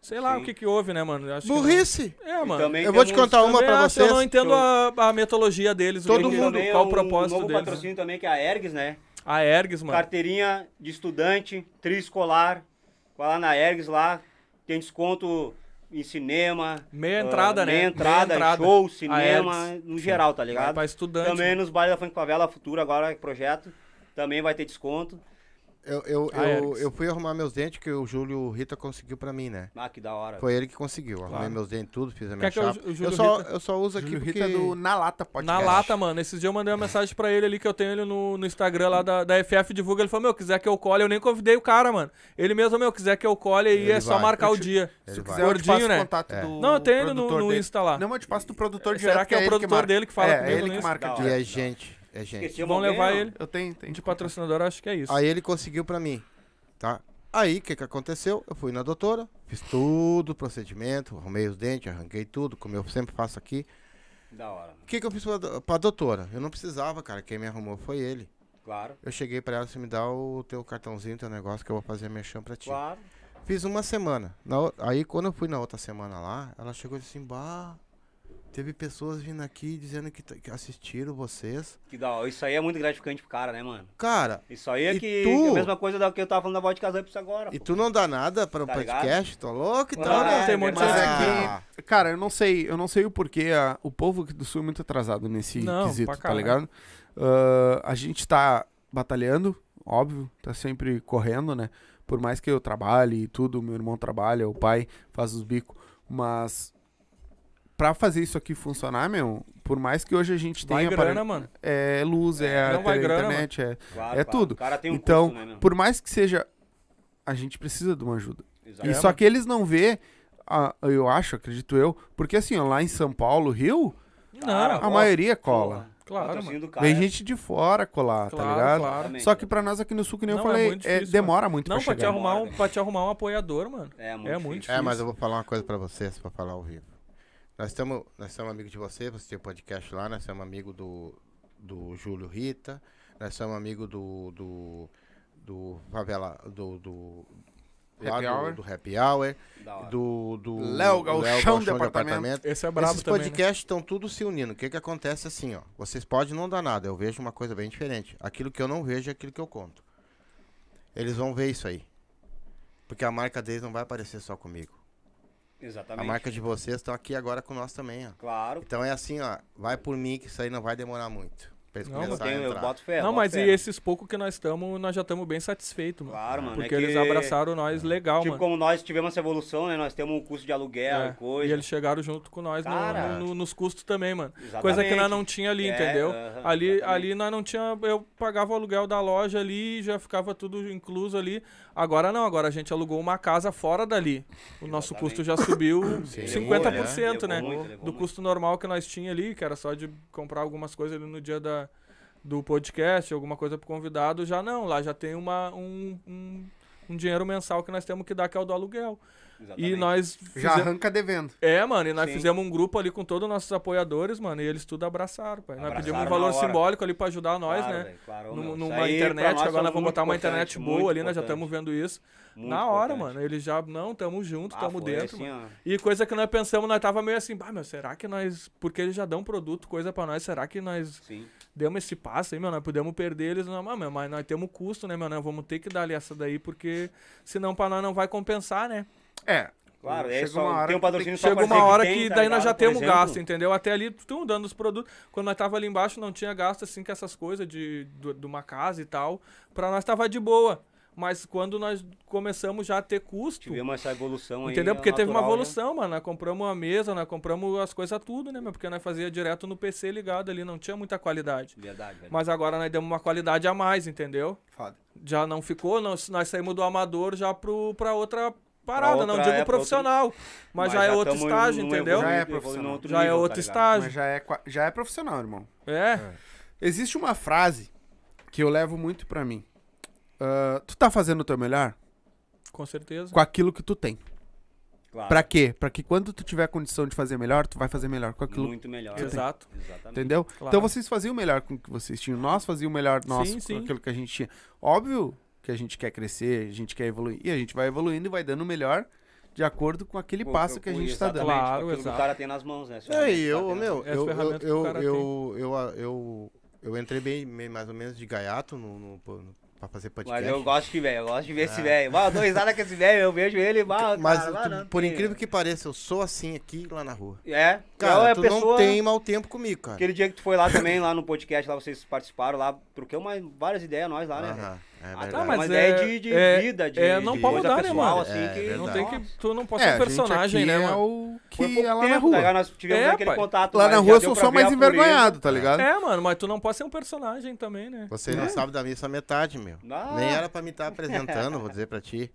[SPEAKER 4] Sei lá
[SPEAKER 3] Sim.
[SPEAKER 4] o que que houve, né, mano? Eu Acho que-
[SPEAKER 2] Burrice!
[SPEAKER 4] É, mano.
[SPEAKER 3] Também
[SPEAKER 2] Eu vou te
[SPEAKER 3] temos
[SPEAKER 1] um
[SPEAKER 2] contar uma
[SPEAKER 4] Também
[SPEAKER 2] pra
[SPEAKER 4] acho, Eu não
[SPEAKER 2] vocês.
[SPEAKER 4] entendo a, a metodologia deles, o
[SPEAKER 2] Todo
[SPEAKER 4] que-
[SPEAKER 2] mundo,
[SPEAKER 3] também
[SPEAKER 4] qual
[SPEAKER 3] é
[SPEAKER 4] o
[SPEAKER 3] um
[SPEAKER 4] propósito
[SPEAKER 3] novo
[SPEAKER 4] deles.
[SPEAKER 3] patrocínio também, que é a Ergs, né?
[SPEAKER 4] A Ergs, mano.
[SPEAKER 3] Carteirinha de estudante, triescolar. Vai lá na Ergs lá, tem desconto em cinema.
[SPEAKER 4] Meia
[SPEAKER 3] ah,
[SPEAKER 4] entrada, né?
[SPEAKER 3] meia
[SPEAKER 4] Meia
[SPEAKER 3] entrada,
[SPEAKER 4] entrada.
[SPEAKER 3] show,
[SPEAKER 4] A
[SPEAKER 3] cinema,
[SPEAKER 4] Ergs.
[SPEAKER 3] no geral, tá ligado?
[SPEAKER 4] Pra estudante.
[SPEAKER 3] Também
[SPEAKER 4] mano.
[SPEAKER 3] nos bailes da Funk Favela Futura, agora projeto, também vai ter desconto.
[SPEAKER 2] Eu, eu,
[SPEAKER 4] Ah,
[SPEAKER 2] eu,
[SPEAKER 4] Erickson.
[SPEAKER 2] eu fui arrumar meus dentes que o Júlio Rita conseguiu pra mim, né?
[SPEAKER 3] Ah, que da hora.
[SPEAKER 2] Foi ele que conseguiu. Arrumei meus dentes, tudo, fiz a minha
[SPEAKER 4] Quer que eu-
[SPEAKER 2] chapa.
[SPEAKER 4] o
[SPEAKER 2] Eu,
[SPEAKER 4] Júlio
[SPEAKER 2] só,
[SPEAKER 4] Rita-
[SPEAKER 2] eu só uso aqui
[SPEAKER 1] Júlio
[SPEAKER 2] porque...
[SPEAKER 1] Rita é do Na Lata
[SPEAKER 4] é Na
[SPEAKER 1] Podcast.
[SPEAKER 4] lata, mano. Esses dias eu mandei uma mensagem pra ele ali que eu tenho ele no, no Instagram lá da, da FF Divulga. Ele falou, meu, quiser que eu colhe. Eu nem convidei o cara, mano. Ele mesmo, meu, quiser que eu colhe aí,
[SPEAKER 2] Ele
[SPEAKER 4] é só
[SPEAKER 2] vai.
[SPEAKER 4] marcar
[SPEAKER 2] Eu
[SPEAKER 4] o
[SPEAKER 2] te-
[SPEAKER 4] dia.
[SPEAKER 2] Ele vai.
[SPEAKER 1] Se quiser, eu te passo
[SPEAKER 4] Gordinho,
[SPEAKER 1] o
[SPEAKER 4] né?
[SPEAKER 1] contato
[SPEAKER 2] É.
[SPEAKER 1] do
[SPEAKER 4] Não, eu tenho ele no-
[SPEAKER 1] produtor
[SPEAKER 4] no
[SPEAKER 1] dele.
[SPEAKER 4] Insta lá.
[SPEAKER 1] Não, mas eu te passo do produtor
[SPEAKER 4] Será
[SPEAKER 1] direto.
[SPEAKER 4] que é o
[SPEAKER 1] ele
[SPEAKER 4] produtor
[SPEAKER 1] marca.
[SPEAKER 4] dele que fala
[SPEAKER 1] É,
[SPEAKER 4] comigo
[SPEAKER 1] é ele
[SPEAKER 4] no
[SPEAKER 1] que
[SPEAKER 4] Insta?
[SPEAKER 1] marca
[SPEAKER 3] Da
[SPEAKER 2] E
[SPEAKER 1] direto.
[SPEAKER 3] hora.
[SPEAKER 2] é gente, é gente.
[SPEAKER 3] Esquecemos
[SPEAKER 4] Vão
[SPEAKER 3] alguém,
[SPEAKER 4] levar
[SPEAKER 3] não?
[SPEAKER 4] ele.
[SPEAKER 1] Eu tenho, tenho.
[SPEAKER 4] De patrocinador, acho que é isso.
[SPEAKER 2] Aí ele conseguiu pra mim, tá? Aí, o que que aconteceu? Eu fui na doutora, fiz tudo, o procedimento, arrumei os dentes, arranquei tudo, como eu sempre faço aqui.
[SPEAKER 3] Da hora,
[SPEAKER 2] O que que eu fiz pra, do- pra doutora? Eu não precisava, cara, quem me arrumou foi ele.
[SPEAKER 3] claro.
[SPEAKER 2] Eu cheguei pra ela, você me dá o teu cartãozinho, teu negócio, que eu vou fazer a merchan pra ti.
[SPEAKER 3] Claro.
[SPEAKER 2] Fiz uma semana. Na o- aí, quando eu fui na outra semana lá, ela chegou e disse assim, bah, teve pessoas vindo aqui dizendo que, t- que assistiram vocês.
[SPEAKER 3] Que da hora. Isso aí é muito gratificante pro cara, né, mano?
[SPEAKER 2] Cara,
[SPEAKER 3] Isso aí é
[SPEAKER 2] E
[SPEAKER 3] que
[SPEAKER 2] tu?
[SPEAKER 3] é a mesma coisa da que eu tava falando da voz de casa antes agora.
[SPEAKER 2] e
[SPEAKER 3] pô.
[SPEAKER 2] tu não dá nada para o
[SPEAKER 3] Tá ligado?
[SPEAKER 2] podcast? Tô louco, então,
[SPEAKER 4] Claro,
[SPEAKER 2] né?
[SPEAKER 4] tem um monte de
[SPEAKER 1] Mas
[SPEAKER 4] gente
[SPEAKER 2] Ah.
[SPEAKER 1] é que, cara, eu não sei, eu não sei o porquê. a- o povo aqui do Sul é muito atrasado nesse
[SPEAKER 4] Não,
[SPEAKER 1] quesito,
[SPEAKER 4] pra
[SPEAKER 1] tá
[SPEAKER 4] caralho.
[SPEAKER 1] ligado? Ah, a gente tá batalhando, óbvio, tá sempre correndo, né? Por mais que eu trabalhe e tudo, meu irmão trabalha, o pai faz os bicos, mas pra fazer isso aqui funcionar, meu, por mais que hoje a gente
[SPEAKER 4] Vai
[SPEAKER 1] tenha
[SPEAKER 4] grana,
[SPEAKER 1] aparelho-
[SPEAKER 4] mano.
[SPEAKER 1] é luz, é, a
[SPEAKER 4] Não vai
[SPEAKER 1] tele-
[SPEAKER 4] grana,
[SPEAKER 1] internet, é,
[SPEAKER 3] Claro,
[SPEAKER 1] é
[SPEAKER 3] claro.
[SPEAKER 1] tudo.
[SPEAKER 3] O cara tem um
[SPEAKER 1] então,
[SPEAKER 3] custo, né, meu?
[SPEAKER 1] por mais que seja, a gente precisa de uma ajuda.
[SPEAKER 3] Exato.
[SPEAKER 1] E só que eles não vê, ah, eu acho, acredito eu, porque assim, ó, lá em São Paulo, Rio,
[SPEAKER 4] Não,
[SPEAKER 3] Cara,
[SPEAKER 1] a
[SPEAKER 3] Ó,
[SPEAKER 1] maioria cola.
[SPEAKER 3] Porra,
[SPEAKER 4] Claro,
[SPEAKER 3] patrocínio
[SPEAKER 4] mano.
[SPEAKER 3] do cara. né? é.
[SPEAKER 1] Vem gente de fora colar,
[SPEAKER 4] Claro,
[SPEAKER 1] tá ligado?
[SPEAKER 4] claro.
[SPEAKER 3] Exatamente.
[SPEAKER 1] Só que pra nós aqui no sul, que nem eu
[SPEAKER 4] Não, é
[SPEAKER 1] falei,
[SPEAKER 4] muito
[SPEAKER 1] é-
[SPEAKER 4] difícil,
[SPEAKER 1] demora muito
[SPEAKER 4] Não,
[SPEAKER 1] pra
[SPEAKER 4] pra te,
[SPEAKER 1] chegar.
[SPEAKER 4] arrumar um,
[SPEAKER 3] Demora,
[SPEAKER 4] pra te arrumar um apoiador, mano.
[SPEAKER 3] É muito
[SPEAKER 4] É muito
[SPEAKER 3] difícil.
[SPEAKER 2] É, mas eu vou falar uma coisa pra vocês, pra falar ao vivo. Nós estamos nós estamos amigos de vocês, você tem o podcast lá, nós somos amigos do, do Júlio Rita, nós somos amigos do, do, do Favela, do, do, lá
[SPEAKER 1] Happy
[SPEAKER 2] do-
[SPEAKER 1] Hour.
[SPEAKER 2] do Happy Hour,
[SPEAKER 3] É,
[SPEAKER 4] É
[SPEAKER 3] Da hora.
[SPEAKER 2] do, do
[SPEAKER 1] Léo Galchão
[SPEAKER 2] de
[SPEAKER 1] Departamento.
[SPEAKER 4] Esse é brabo
[SPEAKER 2] Esses
[SPEAKER 4] também. né?
[SPEAKER 2] podcasts estão tudo se unindo. O que que acontece assim, ó, vocês podem não dar nada, eu vejo uma coisa bem diferente. Aquilo que eu não vejo é aquilo que eu conto. Eles vão ver isso aí. Porque a marca deles não vai aparecer só comigo. A
[SPEAKER 3] Exatamente.
[SPEAKER 2] marca de vocês estão aqui agora com nós também, ó.
[SPEAKER 4] tá
[SPEAKER 3] Claro.
[SPEAKER 2] Então é assim, ó. Vai por mim que isso aí não vai demorar muito. Pra eles
[SPEAKER 4] Não,
[SPEAKER 3] Eu,
[SPEAKER 2] começarem
[SPEAKER 3] tenho,
[SPEAKER 2] a
[SPEAKER 3] eu
[SPEAKER 2] entrar.
[SPEAKER 3] boto fé.
[SPEAKER 4] Não,
[SPEAKER 3] boto
[SPEAKER 4] mas e
[SPEAKER 3] fé.
[SPEAKER 4] esses poucos que nós estamos, nós já estamos bem satisfeitos, mano.
[SPEAKER 3] Claro, mano. é
[SPEAKER 4] Porque
[SPEAKER 3] que-
[SPEAKER 4] eles abraçaram nós legal,
[SPEAKER 3] Tipo,
[SPEAKER 4] mano.
[SPEAKER 3] como nós tivemos essa evolução, né? Nós temos um custo de aluguel
[SPEAKER 4] É,
[SPEAKER 3] e coisa.
[SPEAKER 4] E eles chegaram junto com nós no-
[SPEAKER 3] Cara.
[SPEAKER 4] no- no- nos custos também, mano.
[SPEAKER 3] Exatamente.
[SPEAKER 4] Coisa que nós não tinha ali,
[SPEAKER 3] É,
[SPEAKER 4] entendeu?
[SPEAKER 3] aham,
[SPEAKER 4] ali,
[SPEAKER 3] exatamente.
[SPEAKER 4] ali nós não tinha. Eu pagava o aluguel da loja ali, já ficava tudo incluso ali. Agora não, agora a gente alugou uma casa fora dali. O nosso custo já subiu
[SPEAKER 3] elevou, né? Elevou
[SPEAKER 4] 50%, né?
[SPEAKER 3] muito, elevou
[SPEAKER 4] Do
[SPEAKER 3] muito.
[SPEAKER 4] custo normal que nós tinha ali, que era só de comprar algumas coisas ali no dia da, do podcast, alguma coisa pro convidado, já não. Lá já tem uma, um, um, um dinheiro mensal que nós temos que dar, que é o do aluguel. E
[SPEAKER 3] Exatamente.
[SPEAKER 4] nós.
[SPEAKER 5] Já
[SPEAKER 4] fizemos-
[SPEAKER 5] arranca devendo.
[SPEAKER 4] É, mano, e nós
[SPEAKER 3] Sim.
[SPEAKER 4] fizemos um grupo ali com todos os nossos apoiadores, mano, e eles tudo abraçaram, pai. Nós
[SPEAKER 3] Abraçaram
[SPEAKER 4] pedimos um
[SPEAKER 3] na
[SPEAKER 4] valor
[SPEAKER 3] hora.
[SPEAKER 4] simbólico ali pra ajudar nós,
[SPEAKER 3] Claro,
[SPEAKER 4] né?
[SPEAKER 3] velho, claro,
[SPEAKER 4] Num-
[SPEAKER 3] meu. Isso
[SPEAKER 4] numa
[SPEAKER 3] aí, pra
[SPEAKER 4] internet,
[SPEAKER 3] nós,
[SPEAKER 4] agora
[SPEAKER 3] é
[SPEAKER 4] nós vamos
[SPEAKER 3] muito
[SPEAKER 4] botar uma
[SPEAKER 3] importante,
[SPEAKER 4] internet boa
[SPEAKER 3] muito
[SPEAKER 4] ali, nós já
[SPEAKER 3] importante.
[SPEAKER 4] estamos vendo isso.
[SPEAKER 3] Muito
[SPEAKER 4] Na hora,
[SPEAKER 3] importante.
[SPEAKER 4] mano, eles já, não, tamo junto,
[SPEAKER 3] Ah,
[SPEAKER 4] tamo
[SPEAKER 3] foi
[SPEAKER 4] dentro,
[SPEAKER 3] assim,
[SPEAKER 4] mano.
[SPEAKER 3] ó.
[SPEAKER 4] E coisa que nós pensamos, nós tava meio assim, bah, meu, será que nós, porque eles já dão produto, coisa pra nós, será que nós
[SPEAKER 3] Sim.
[SPEAKER 4] demos esse passo aí, meu, nós podemos perder eles, não, mas, meu, mas nós temos custo, né, meu, nós vamos ter que dar ali essa daí, porque senão pra nós não vai compensar, né?
[SPEAKER 5] É.
[SPEAKER 3] Claro, é
[SPEAKER 5] Chega
[SPEAKER 3] só
[SPEAKER 5] uma hora
[SPEAKER 3] tem um
[SPEAKER 5] que
[SPEAKER 3] patrocínio só
[SPEAKER 4] Chega
[SPEAKER 3] pra
[SPEAKER 4] uma
[SPEAKER 3] dizer
[SPEAKER 4] hora que,
[SPEAKER 3] tem, tá
[SPEAKER 4] daí nós
[SPEAKER 3] ligado?
[SPEAKER 4] já
[SPEAKER 3] Por
[SPEAKER 4] temos
[SPEAKER 3] exemplo,
[SPEAKER 4] gasto, entendeu? Até ali, estão dando os produtos. Quando nós tava ali embaixo, não tinha gasto, assim, com essas coisas de, do- de uma casa e tal. Pra nós tava de boa. Mas quando nós começamos já a ter custo,
[SPEAKER 3] Tivemos essa evolução aí.
[SPEAKER 4] entendeu? Porque teve uma
[SPEAKER 3] natural, né?
[SPEAKER 4] evolução, mano. Nós compramos a mesa, nós compramos as coisas tudo, né, meu? Porque nós fazia direto no PC ligado ali, não tinha muita qualidade.
[SPEAKER 3] Verdade, velho.
[SPEAKER 4] Mas agora nós demos uma qualidade a mais, entendeu?
[SPEAKER 5] Foda.
[SPEAKER 4] já não ficou, não, nós saímos do amador já pro, pra outra parada, não
[SPEAKER 3] outra-
[SPEAKER 4] digo
[SPEAKER 3] é, pra
[SPEAKER 4] profissional, mas, já, é outro
[SPEAKER 3] tamo
[SPEAKER 4] estágio,
[SPEAKER 3] num
[SPEAKER 4] entendeu?
[SPEAKER 5] Já
[SPEAKER 3] evoluído,
[SPEAKER 5] é
[SPEAKER 3] evoluído
[SPEAKER 5] profissional.
[SPEAKER 3] num outro
[SPEAKER 4] Já é
[SPEAKER 3] nível, tá
[SPEAKER 4] outro
[SPEAKER 3] ligado?
[SPEAKER 4] estágio.
[SPEAKER 5] Mas já é, qua- já é profissional, irmão.
[SPEAKER 4] É,
[SPEAKER 5] Existe uma frase que eu levo muito pra mim. Ah, tu tá fazendo o teu melhor
[SPEAKER 4] com certeza.
[SPEAKER 5] com aquilo que tu tem.
[SPEAKER 3] Tá. Claro,
[SPEAKER 5] Pra quê? Pra que quando tu tiver condição de fazer melhor, tu vai fazer melhor com aquilo.
[SPEAKER 3] muito melhor.
[SPEAKER 4] Exato.
[SPEAKER 3] Exatamente.
[SPEAKER 5] Entendeu?
[SPEAKER 4] Claro.
[SPEAKER 5] Então vocês faziam o melhor com o que vocês tinham. Nós fazíamos o melhor nosso
[SPEAKER 4] Sim,
[SPEAKER 5] com
[SPEAKER 4] sim.
[SPEAKER 5] aquilo que a gente tinha. Óbvio que a gente quer crescer, a gente quer evoluir. E a gente vai evoluindo e vai dando o melhor de acordo com aquele
[SPEAKER 3] Com o
[SPEAKER 5] passo que a
[SPEAKER 3] eu-
[SPEAKER 5] gente tá dando.
[SPEAKER 3] exatamente, com
[SPEAKER 4] Claro,
[SPEAKER 3] aquilo que
[SPEAKER 4] exato.
[SPEAKER 3] O cara tem nas mãos, né?
[SPEAKER 2] É, e
[SPEAKER 3] Tá
[SPEAKER 2] eu,
[SPEAKER 3] tendo-
[SPEAKER 2] meu,
[SPEAKER 4] É as
[SPEAKER 2] eu, eu,
[SPEAKER 4] ferramentas que o
[SPEAKER 2] eu,
[SPEAKER 4] cara
[SPEAKER 2] eu, eu, eu, eu entrei bem, bem- mais ou menos de gaiato no, no, no- pra fazer podcast.
[SPEAKER 3] Mas eu gosto de velho, eu gosto de ver esse velho. Bah, eu dou risada com esse velho, eu vejo ele, bah,
[SPEAKER 2] Ah. Mas
[SPEAKER 3] cara,
[SPEAKER 2] tu-
[SPEAKER 3] lá na-
[SPEAKER 2] por incrível que pareça, eu sou assim aqui e lá na rua.
[SPEAKER 3] É,
[SPEAKER 2] Cara,
[SPEAKER 3] é a
[SPEAKER 2] tu
[SPEAKER 3] pessoa...
[SPEAKER 2] não tem mau tempo comigo, cara.
[SPEAKER 3] Aquele dia que tu foi lá também, lá no podcast, lá vocês participaram, lá, troquei uma, várias ideias nós lá, né?
[SPEAKER 2] Aham,
[SPEAKER 3] velho?
[SPEAKER 2] é
[SPEAKER 3] Ah,
[SPEAKER 2] verdade.
[SPEAKER 3] tá,
[SPEAKER 4] mas
[SPEAKER 3] mas
[SPEAKER 4] é-
[SPEAKER 3] é, de, de
[SPEAKER 4] é-
[SPEAKER 3] vida, de,
[SPEAKER 4] é, não
[SPEAKER 3] de
[SPEAKER 4] pode
[SPEAKER 3] coisa
[SPEAKER 4] mudar, né,
[SPEAKER 3] pessoal,
[SPEAKER 4] mano?
[SPEAKER 3] assim,
[SPEAKER 2] É,
[SPEAKER 3] que
[SPEAKER 4] Não
[SPEAKER 2] verdade.
[SPEAKER 4] tem
[SPEAKER 3] Nossa,
[SPEAKER 4] que. Tu não pode
[SPEAKER 5] É,
[SPEAKER 4] ser
[SPEAKER 5] a
[SPEAKER 4] um
[SPEAKER 5] gente
[SPEAKER 4] personagem,
[SPEAKER 5] aqui
[SPEAKER 4] né,
[SPEAKER 5] é
[SPEAKER 4] mano?
[SPEAKER 5] o
[SPEAKER 3] Foi
[SPEAKER 5] que
[SPEAKER 3] pouco
[SPEAKER 5] é lá na
[SPEAKER 3] tempo, tá ligado?
[SPEAKER 5] rua.
[SPEAKER 3] Nós tivemos
[SPEAKER 4] É,
[SPEAKER 3] aquele
[SPEAKER 4] pai.
[SPEAKER 3] contato.
[SPEAKER 5] Lá
[SPEAKER 3] mas
[SPEAKER 5] na
[SPEAKER 3] já
[SPEAKER 5] rua eu
[SPEAKER 3] deu
[SPEAKER 5] sou
[SPEAKER 3] pra
[SPEAKER 5] só
[SPEAKER 3] ver
[SPEAKER 5] mais
[SPEAKER 3] a
[SPEAKER 5] envergonhado, tá ligado?
[SPEAKER 4] É, mano, mas tu não pode ser um personagem também, né?
[SPEAKER 2] Você
[SPEAKER 3] É.
[SPEAKER 2] não sabe da missa metade, meu.
[SPEAKER 3] Ah.
[SPEAKER 2] Nem era pra me estar apresentando, vou dizer pra ti.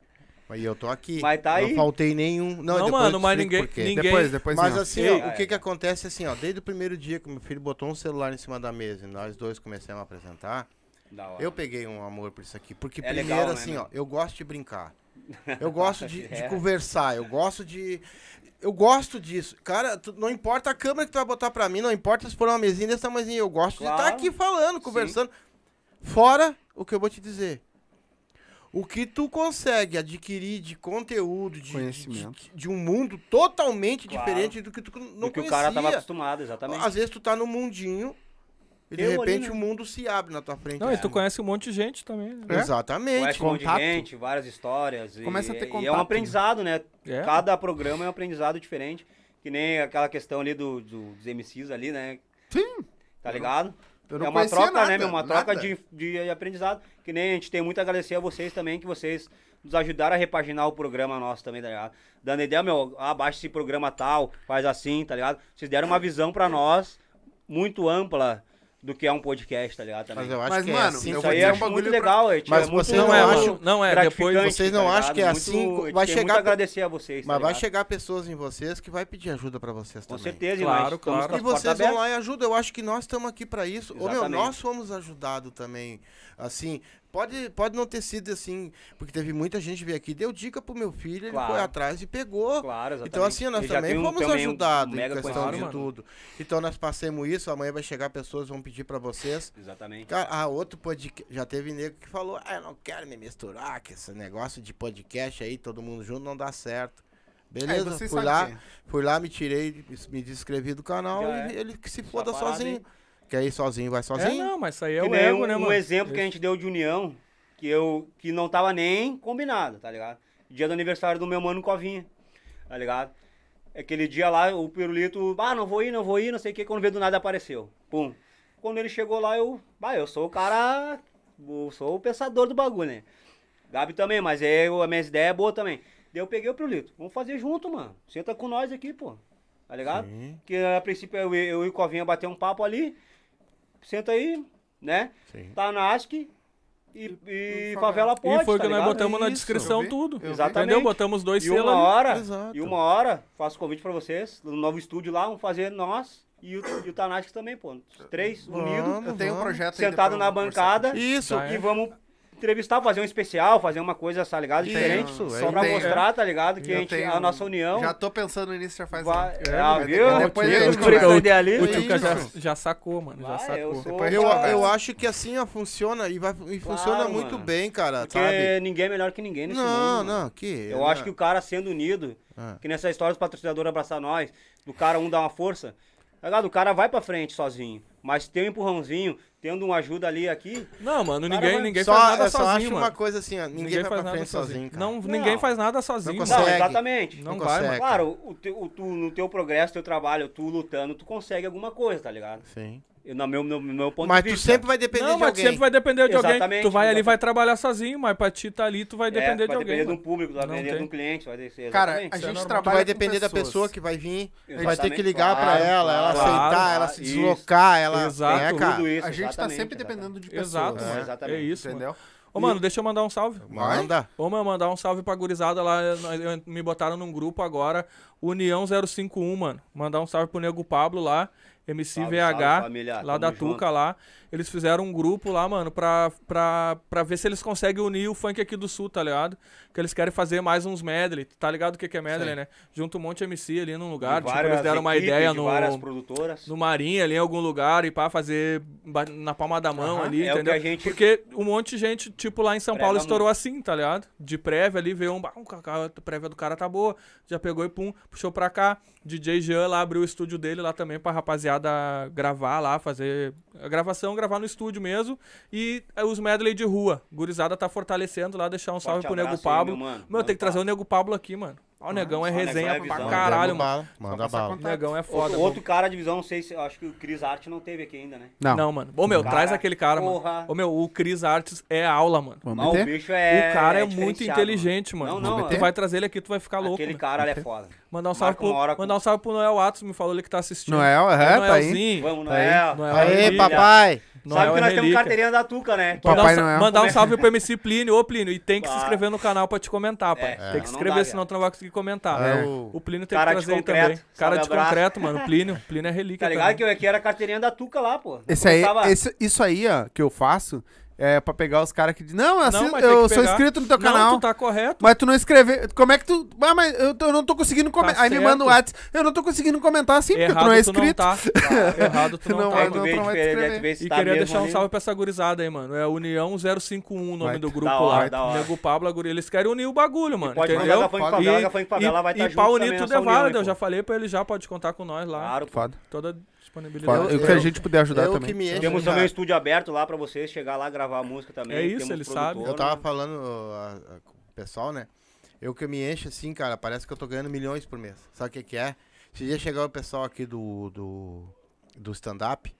[SPEAKER 2] E eu tô aqui.
[SPEAKER 3] Mas tá aí.
[SPEAKER 2] Não faltei nenhum. Não,
[SPEAKER 4] Não,
[SPEAKER 2] depois
[SPEAKER 4] mano,
[SPEAKER 2] eu te
[SPEAKER 4] mas
[SPEAKER 2] explico
[SPEAKER 4] ninguém-
[SPEAKER 2] por quê.
[SPEAKER 4] ninguém-
[SPEAKER 5] Depois, depois.
[SPEAKER 2] Mas
[SPEAKER 5] não.
[SPEAKER 2] assim,
[SPEAKER 4] Ei.
[SPEAKER 3] é.
[SPEAKER 2] ó, o que que acontece assim, ó, desde o primeiro dia que meu filho botou um celular em cima da mesa e nós dois começamos a apresentar,
[SPEAKER 3] Da hora.
[SPEAKER 2] eu peguei um amor por isso aqui, porque
[SPEAKER 3] É
[SPEAKER 2] primeiro
[SPEAKER 3] legal, né,
[SPEAKER 2] assim,
[SPEAKER 3] meu?
[SPEAKER 2] ó, eu gosto de
[SPEAKER 3] *laughs*
[SPEAKER 2] brincar. Eu gosto de, de
[SPEAKER 3] É.
[SPEAKER 2] conversar, eu gosto de eu gosto disso. Cara, tu- não importa a câmera que tu vai botar pra mim, não importa se for uma mesinha desse tamanhozinho, eu gosto de estar
[SPEAKER 3] Claro.
[SPEAKER 2] aqui falando, conversando. Fora o que eu vou te dizer. O que tu consegue adquirir de conteúdo, de,
[SPEAKER 5] Conhecimento.
[SPEAKER 2] de- de um mundo totalmente
[SPEAKER 3] Claro.
[SPEAKER 2] diferente do que tu não
[SPEAKER 3] Do que o
[SPEAKER 2] conhecia.
[SPEAKER 3] cara tava acostumado, exatamente.
[SPEAKER 2] Às vezes tu tá no mundinho e de
[SPEAKER 3] Eu ali,
[SPEAKER 2] repente
[SPEAKER 3] né?
[SPEAKER 2] o mundo se abre na tua frente.
[SPEAKER 4] Não, e tu
[SPEAKER 2] assim.
[SPEAKER 4] conhece um monte de gente também, né?
[SPEAKER 2] Exatamente.
[SPEAKER 3] Conhece um monte de
[SPEAKER 5] contato.
[SPEAKER 3] gente, várias histórias. e-
[SPEAKER 5] Começa a ter
[SPEAKER 3] E é um
[SPEAKER 5] contato.
[SPEAKER 3] aprendizado, né?
[SPEAKER 4] É.
[SPEAKER 3] Cada programa é um aprendizado diferente. Que nem aquela questão ali do, do- dos MCs ali, né?
[SPEAKER 5] Sim.
[SPEAKER 3] Tá ligado?
[SPEAKER 5] Eu não
[SPEAKER 3] é uma
[SPEAKER 5] conhecia
[SPEAKER 3] troca,
[SPEAKER 5] nada,
[SPEAKER 3] né, meu? Uma troca
[SPEAKER 5] nada.
[SPEAKER 3] de, de aprendizado. Que nem a gente tem muito a agradecer a vocês também, que vocês nos ajudaram a repaginar o programa nosso também, tá ligado? Dando ideia, meu, ah, baixa esse programa tal, faz assim, tá ligado? Vocês deram uma visão pra nós muito ampla do que é um podcast, tá ligado? Também.
[SPEAKER 2] Mas eu acho
[SPEAKER 5] Mas,
[SPEAKER 2] que
[SPEAKER 5] mano,
[SPEAKER 2] é assim.
[SPEAKER 5] eu
[SPEAKER 3] Isso
[SPEAKER 5] vou
[SPEAKER 2] vai-
[SPEAKER 3] aí
[SPEAKER 5] dizer
[SPEAKER 3] é
[SPEAKER 5] um bagulho
[SPEAKER 3] muito
[SPEAKER 5] pra-
[SPEAKER 3] legal, gente.
[SPEAKER 2] Mas
[SPEAKER 3] é muito
[SPEAKER 2] vocês não
[SPEAKER 4] acham- não é, depois
[SPEAKER 3] gratificante,
[SPEAKER 2] vocês não
[SPEAKER 3] tá
[SPEAKER 2] acham que é
[SPEAKER 3] ligado?
[SPEAKER 2] assim,
[SPEAKER 3] Muito-
[SPEAKER 2] vai
[SPEAKER 3] tem
[SPEAKER 2] chegar
[SPEAKER 3] muito a
[SPEAKER 2] pe-
[SPEAKER 3] agradecer a vocês. tá
[SPEAKER 2] Mas vai
[SPEAKER 3] ligado?
[SPEAKER 2] chegar pessoas em vocês que vai pedir ajuda pra vocês
[SPEAKER 3] Com
[SPEAKER 2] também.
[SPEAKER 3] certeza,
[SPEAKER 4] Claro,
[SPEAKER 3] nós estamos
[SPEAKER 4] claro.
[SPEAKER 3] com
[SPEAKER 2] E
[SPEAKER 3] as portas
[SPEAKER 2] vocês vão
[SPEAKER 3] abertas.
[SPEAKER 2] lá e ajudam. Eu acho que nós estamos aqui pra isso. Ô, meu,
[SPEAKER 3] Exatamente.
[SPEAKER 2] nós fomos ajudados também. Assim, pode, pode não ter sido assim, porque teve muita gente que veio aqui, deu dica pro meu filho, ele
[SPEAKER 3] Claro.
[SPEAKER 2] foi atrás e pegou.
[SPEAKER 3] Claro, exatamente.
[SPEAKER 2] Então, assim, nós
[SPEAKER 3] Ele já
[SPEAKER 2] também
[SPEAKER 3] tem um-
[SPEAKER 2] fomos
[SPEAKER 3] também um
[SPEAKER 2] ajudados em
[SPEAKER 3] mega
[SPEAKER 2] questão
[SPEAKER 4] conhecimento.
[SPEAKER 2] de
[SPEAKER 4] Claro, mano.
[SPEAKER 2] tudo. Então, nós passemos isso, amanhã vai chegar pessoas, vão pedir pra vocês.
[SPEAKER 3] Exatamente.
[SPEAKER 2] Cara, ah, outro podcast. Já teve nego que falou: Ah, eu não quero me misturar, que esse negócio de podcast aí, todo mundo junto, não dá certo. Beleza,
[SPEAKER 5] vocês
[SPEAKER 2] fui
[SPEAKER 5] sabem
[SPEAKER 2] lá,
[SPEAKER 5] quem é.
[SPEAKER 2] fui lá, me tirei, me desinscrevi do canal
[SPEAKER 3] Já
[SPEAKER 2] e
[SPEAKER 3] é.
[SPEAKER 2] ele que se
[SPEAKER 3] Essa
[SPEAKER 2] foda
[SPEAKER 3] parada
[SPEAKER 2] sozinho.
[SPEAKER 3] aí.
[SPEAKER 2] Que aí sozinho vai
[SPEAKER 4] É,
[SPEAKER 2] sozinho.
[SPEAKER 4] não, mas isso aí é
[SPEAKER 3] Que
[SPEAKER 4] o
[SPEAKER 3] nem
[SPEAKER 4] ego,
[SPEAKER 3] um,
[SPEAKER 4] né, mano?
[SPEAKER 3] um exemplo que a gente deu de união, que eu que não tava nem combinado, tá ligado? Dia do aniversário do meu mano Covinha, tá ligado? Aquele dia lá, o Pirulito, ah, não vou ir, não vou ir, não sei o que, quando veio do nada apareceu. Pum. Quando ele chegou lá, eu, bah, eu sou o cara, eu sou o pensador do bagulho, né? Gabi também, mas eu, a minha ideia é boa também. Daí eu peguei o Pirulito, vamos fazer junto, mano. Senta com nós aqui, pô. Tá ligado? Que a princípio eu, eu e o Covinha bater um papo ali. Senta aí, né?
[SPEAKER 2] Sim.
[SPEAKER 3] Tá na ASC e, e
[SPEAKER 5] E favela.
[SPEAKER 3] favela pode,
[SPEAKER 4] e foi
[SPEAKER 3] tá
[SPEAKER 4] que nós
[SPEAKER 3] ligado?
[SPEAKER 4] botamos na
[SPEAKER 5] É Isso, eu
[SPEAKER 4] descrição
[SPEAKER 5] vi,
[SPEAKER 4] tudo.
[SPEAKER 5] eu vi.
[SPEAKER 4] Entendeu?
[SPEAKER 3] Exatamente.
[SPEAKER 4] Botamos dois
[SPEAKER 3] E
[SPEAKER 4] selos
[SPEAKER 3] uma
[SPEAKER 4] ali.
[SPEAKER 3] hora,
[SPEAKER 2] Exato.
[SPEAKER 3] e uma hora, faço convite pra vocês, no novo estúdio lá, vamos fazer nós e o, e o Tanask também, pô. Os três unidos,
[SPEAKER 2] Vamos,
[SPEAKER 5] Eu tenho um
[SPEAKER 2] vamos.
[SPEAKER 5] projeto ainda
[SPEAKER 3] sentado
[SPEAKER 5] pra eu
[SPEAKER 3] na
[SPEAKER 5] conversar
[SPEAKER 3] bancada
[SPEAKER 2] Isso.
[SPEAKER 4] Tá, é.
[SPEAKER 3] e vamos entrevistar, fazer um especial, fazer uma coisa, tá ligado?
[SPEAKER 1] Tem,
[SPEAKER 3] Diferente.
[SPEAKER 1] isso,
[SPEAKER 3] só
[SPEAKER 1] eu
[SPEAKER 3] pra
[SPEAKER 1] tenho.
[SPEAKER 3] mostrar, tá ligado? Que
[SPEAKER 1] Eu
[SPEAKER 3] a, gente,
[SPEAKER 1] tenho-
[SPEAKER 3] a nossa união.
[SPEAKER 1] um- Já tô pensando nisso já faz
[SPEAKER 5] um
[SPEAKER 3] vai,
[SPEAKER 1] tempo.
[SPEAKER 3] é,
[SPEAKER 1] vai ter-
[SPEAKER 3] viu?
[SPEAKER 1] depois a
[SPEAKER 4] Eu
[SPEAKER 1] gente
[SPEAKER 4] tiro-
[SPEAKER 1] conversa.
[SPEAKER 4] eu-
[SPEAKER 3] Idealismo.
[SPEAKER 4] O
[SPEAKER 5] É
[SPEAKER 4] tio Ca já,
[SPEAKER 1] Isso.
[SPEAKER 4] já sacou, mano.
[SPEAKER 3] Vai,
[SPEAKER 4] Já
[SPEAKER 3] eu
[SPEAKER 4] sacou.
[SPEAKER 3] sou-
[SPEAKER 1] Depois
[SPEAKER 2] Eu,
[SPEAKER 1] Claro.
[SPEAKER 2] eu acho que assim ó, funciona e, vai, e funciona muito
[SPEAKER 3] mano.
[SPEAKER 2] bem, cara,
[SPEAKER 3] Porque
[SPEAKER 2] sabe?
[SPEAKER 3] ninguém é melhor que ninguém nesse
[SPEAKER 2] Não,
[SPEAKER 3] mundo. mano.
[SPEAKER 2] não, que.
[SPEAKER 3] Eu acho que o cara sendo unido,
[SPEAKER 2] Ah.
[SPEAKER 3] que nessa história dos patrocinadores abraçar nós, do cara um dar uma força, tá ligado? O cara vai pra frente sozinho. Mas tem um empurrãozinho, tendo uma ajuda ali aqui,
[SPEAKER 4] Não, mano,
[SPEAKER 3] Cara,
[SPEAKER 4] ninguém,
[SPEAKER 3] mas
[SPEAKER 4] ninguém
[SPEAKER 2] só,
[SPEAKER 4] faz nada
[SPEAKER 2] eu só
[SPEAKER 4] sozinho,
[SPEAKER 2] acho
[SPEAKER 4] mano.
[SPEAKER 2] uma coisa assim, ó, ninguém, vai pra frente sozinho, cara.
[SPEAKER 4] Não, ninguém faz nada sozinho,
[SPEAKER 2] consegue.
[SPEAKER 3] Não,
[SPEAKER 4] mano.
[SPEAKER 3] exatamente.
[SPEAKER 4] Não
[SPEAKER 2] Não
[SPEAKER 4] vai, mano.
[SPEAKER 2] consegue.
[SPEAKER 3] Claro, o teu, o tu- no teu progresso, teu trabalho, tu lutando, tu consegue alguma coisa, tá ligado?
[SPEAKER 2] Sim.
[SPEAKER 3] Eu, no, meu, no meu ponto
[SPEAKER 2] Mas
[SPEAKER 3] de
[SPEAKER 2] tu
[SPEAKER 3] vista.
[SPEAKER 2] sempre vai depender
[SPEAKER 4] Não,
[SPEAKER 2] de
[SPEAKER 4] mas tu
[SPEAKER 2] alguém.
[SPEAKER 4] sempre vai depender de alguém.
[SPEAKER 3] Exatamente,
[SPEAKER 4] Tu vai ali,
[SPEAKER 3] exatamente.
[SPEAKER 4] vai trabalhar sozinho, mas pra ti tá ali, tu vai depender
[SPEAKER 3] é,
[SPEAKER 4] de
[SPEAKER 3] vai
[SPEAKER 4] alguém.
[SPEAKER 3] depender de um
[SPEAKER 4] mano.
[SPEAKER 3] público, vai
[SPEAKER 4] Não
[SPEAKER 3] depender de
[SPEAKER 4] tem.
[SPEAKER 3] um cliente, vai depender.
[SPEAKER 1] Cara,
[SPEAKER 3] exatamente.
[SPEAKER 1] a
[SPEAKER 4] Isso é
[SPEAKER 1] gente
[SPEAKER 4] normal.
[SPEAKER 2] Tu vai
[SPEAKER 1] trabalha com
[SPEAKER 2] depender da
[SPEAKER 1] pessoas.
[SPEAKER 2] pessoa que vai vir. Vai ter
[SPEAKER 3] Exatamente,
[SPEAKER 2] que ligar pra
[SPEAKER 3] claro,
[SPEAKER 2] ela, ela
[SPEAKER 3] claro,
[SPEAKER 2] aceitar,
[SPEAKER 4] claro,
[SPEAKER 2] ela se
[SPEAKER 3] isso.
[SPEAKER 2] deslocar, ela.
[SPEAKER 4] Exato,
[SPEAKER 2] é,
[SPEAKER 4] tudo
[SPEAKER 2] cara.
[SPEAKER 3] isso,
[SPEAKER 1] A gente tá
[SPEAKER 3] exatamente,
[SPEAKER 1] sempre
[SPEAKER 3] exatamente.
[SPEAKER 1] dependendo de pessoas.
[SPEAKER 4] Exato,
[SPEAKER 1] né?
[SPEAKER 4] mano.
[SPEAKER 3] Exatamente.
[SPEAKER 4] É isso, mano.
[SPEAKER 1] Entendeu?
[SPEAKER 4] Ô, mano, deixa eu mandar um salve.
[SPEAKER 2] Manda.
[SPEAKER 4] Ô, mano, mandar um salve pra gurizada lá. eu- eu- Me botaram num grupo agora, União 051, mano. Mandar um salve pro Nego Pablo lá, MC
[SPEAKER 3] Salve,
[SPEAKER 4] VH,
[SPEAKER 3] salve, família.
[SPEAKER 4] lá
[SPEAKER 3] Tamo
[SPEAKER 4] da
[SPEAKER 3] junto.
[SPEAKER 4] Tuca lá. Eles fizeram um grupo lá, mano, pra, pra, pra ver se eles conseguem unir o funk aqui do Sul, tá ligado? Que eles querem fazer mais uns medley. Tá ligado o que que é medley, né? Junta um monte de MC ali num lugar. Tipo, eles
[SPEAKER 3] Várias
[SPEAKER 4] deram uma
[SPEAKER 3] equipes
[SPEAKER 4] ideia
[SPEAKER 3] de
[SPEAKER 4] no,
[SPEAKER 3] várias produtoras.
[SPEAKER 4] no Marinha, ali em algum lugar, e pá, fazer ba- na palma da mão ali,
[SPEAKER 3] É o que
[SPEAKER 4] entendeu?
[SPEAKER 3] a gente-
[SPEAKER 4] Porque um monte de gente, tipo, lá em São
[SPEAKER 3] Prega
[SPEAKER 4] Paulo estourou assim, tá ligado? De prévia ali, veio um, bah, um ca- ca- a prévia do cara tá boa, já pegou e pum, puxou pra cá. DJ Jean lá abriu o estúdio dele lá também pra rapaziada gravar lá, fazer a gravação, gravar no estúdio mesmo. E eh, os medley de rua, gurizada tá fortalecendo lá, deixar um salve pro Nego
[SPEAKER 3] abraço aí,
[SPEAKER 4] Pablo.
[SPEAKER 3] meu mano.
[SPEAKER 4] Meu,
[SPEAKER 3] Mano,
[SPEAKER 4] tem que trazer
[SPEAKER 3] tá.
[SPEAKER 4] o Nego Pablo aqui, mano. Ó, o Negão é
[SPEAKER 3] o Negão é
[SPEAKER 4] resenha pra
[SPEAKER 3] visão.
[SPEAKER 4] caralho, mano.
[SPEAKER 2] bala. Manda bala.
[SPEAKER 4] O Negão é foda.
[SPEAKER 3] outro,
[SPEAKER 4] mano.
[SPEAKER 3] outro cara de visão, não sei se. eu Acho que o Cris Arte não teve aqui ainda, né?
[SPEAKER 5] Não.
[SPEAKER 4] Não, mano. Ô, meu,
[SPEAKER 3] Cara,
[SPEAKER 4] traz aquele cara, mano.
[SPEAKER 3] porra.
[SPEAKER 4] Ô, meu, o Chris Artes é aula, mano.
[SPEAKER 5] Vamos
[SPEAKER 3] Mas o
[SPEAKER 5] meter?
[SPEAKER 3] bicho é.
[SPEAKER 4] o cara é,
[SPEAKER 3] diferenciado,
[SPEAKER 4] muito inteligente, mano.
[SPEAKER 3] Não, não,
[SPEAKER 4] tu
[SPEAKER 3] é-
[SPEAKER 4] vai trazer ele aqui, tu vai ficar louco.
[SPEAKER 3] Aquele
[SPEAKER 4] meu.
[SPEAKER 3] cara, ele é foda.
[SPEAKER 4] Mandar um salve
[SPEAKER 3] Marca uma
[SPEAKER 4] pro,
[SPEAKER 3] hora com-
[SPEAKER 4] mandar um salve pro Noel Atos, me falou ele que tá assistindo.
[SPEAKER 5] Noel, aham,
[SPEAKER 4] Ô,
[SPEAKER 5] tá aí.
[SPEAKER 4] Noelzinho.
[SPEAKER 3] Vamos,
[SPEAKER 5] aí.
[SPEAKER 3] Noel.
[SPEAKER 4] Noel é
[SPEAKER 2] Aê,
[SPEAKER 4] relíquia.
[SPEAKER 2] papai!
[SPEAKER 4] Noel
[SPEAKER 3] Sabe que
[SPEAKER 4] é
[SPEAKER 3] nós temos
[SPEAKER 4] relíquia.
[SPEAKER 3] carteirinha da Tuca, né?
[SPEAKER 4] Mandar um
[SPEAKER 5] Papai
[SPEAKER 4] sa-
[SPEAKER 5] Noel.
[SPEAKER 4] Mandar um salve pro MC Plínio. Ô, Plínio, e tem que se
[SPEAKER 3] Bah.
[SPEAKER 4] inscrever no canal pra te comentar, pai.
[SPEAKER 3] É,
[SPEAKER 4] Tem que se
[SPEAKER 3] não
[SPEAKER 4] inscrever,
[SPEAKER 3] dá,
[SPEAKER 4] senão tu não vai conseguir comentar.
[SPEAKER 2] É,
[SPEAKER 4] o...
[SPEAKER 2] o-
[SPEAKER 4] Plínio tem
[SPEAKER 3] Cara
[SPEAKER 4] que
[SPEAKER 3] de
[SPEAKER 4] trazer aí
[SPEAKER 3] concreto,
[SPEAKER 4] também. Cara de
[SPEAKER 3] salve, abraço.
[SPEAKER 4] concreto, mano. Plínio. Plínio é relíquia.
[SPEAKER 3] Tá ligado que eu aqui era a carteirinha da Tuca lá, pô.
[SPEAKER 5] Esse aí,
[SPEAKER 3] Começava-
[SPEAKER 5] esse- isso aí, ó, que eu faço é pra pegar os caras que dizem, não, eu, assisto-
[SPEAKER 4] mas tem
[SPEAKER 5] eu
[SPEAKER 4] que
[SPEAKER 5] sou
[SPEAKER 4] pegar.
[SPEAKER 5] inscrito no teu
[SPEAKER 4] Não,
[SPEAKER 5] canal.
[SPEAKER 4] tu tá correto.
[SPEAKER 5] Mas tu não escreveu. Como é que tu. Ah, mas eu, tô- eu não tô conseguindo comentar. Aí me
[SPEAKER 4] Tá certo.
[SPEAKER 5] manda o WhatsApp. Eu não tô conseguindo comentar assim, porque tu
[SPEAKER 4] Errado
[SPEAKER 5] não é
[SPEAKER 4] tu não
[SPEAKER 5] inscrito.
[SPEAKER 4] tá. Errado
[SPEAKER 3] *laughs*
[SPEAKER 4] tu não
[SPEAKER 5] Não,
[SPEAKER 4] tá.
[SPEAKER 5] mas
[SPEAKER 3] Aí
[SPEAKER 2] é
[SPEAKER 3] tu
[SPEAKER 4] mano.
[SPEAKER 3] vê
[SPEAKER 5] não vai
[SPEAKER 3] diferente,
[SPEAKER 5] escrever.
[SPEAKER 3] aí tu vê se
[SPEAKER 4] E
[SPEAKER 3] tá
[SPEAKER 4] queria
[SPEAKER 3] é mesmo
[SPEAKER 4] deixar um
[SPEAKER 3] ali.
[SPEAKER 4] salve pra essa gurizada aí, mano. É União 051 o nome do grupo
[SPEAKER 3] Da hora, da
[SPEAKER 4] lá.
[SPEAKER 3] hora.
[SPEAKER 4] Nego Pablo, a guria. Eles querem unir o bagulho, mano.
[SPEAKER 3] Pode mandar
[SPEAKER 4] entendeu?
[SPEAKER 3] Gafanho Favela, Gafanho Favela vai
[SPEAKER 4] e
[SPEAKER 3] estar junto
[SPEAKER 4] pra unir
[SPEAKER 3] também
[SPEAKER 4] tudo
[SPEAKER 3] nessa
[SPEAKER 4] é
[SPEAKER 3] união,
[SPEAKER 4] válido.
[SPEAKER 3] hein,
[SPEAKER 4] Eu já
[SPEAKER 3] pô.
[SPEAKER 4] falei pra ele já, pode contar com nós lá.
[SPEAKER 3] Claro, pô.
[SPEAKER 5] Foda.
[SPEAKER 4] Toda
[SPEAKER 5] Foda.
[SPEAKER 4] disponibilidade.
[SPEAKER 5] E o que
[SPEAKER 2] eu-
[SPEAKER 5] a gente puder ajudar
[SPEAKER 2] eu
[SPEAKER 5] também.
[SPEAKER 2] que me enche.
[SPEAKER 3] Temos
[SPEAKER 2] já.
[SPEAKER 3] também um estúdio aberto lá pra vocês chegar lá gravar a música também.
[SPEAKER 4] É isso,
[SPEAKER 3] Temos
[SPEAKER 4] ele
[SPEAKER 3] produtor, né?
[SPEAKER 4] sabe.
[SPEAKER 2] Eu tava falando ó, a- a- com o pessoal, né? Eu que me encho assim, cara, parece que eu tô ganhando milhões por mês. Sabe o que que é? Se ia chegar o pessoal aqui do, do, do stand-up,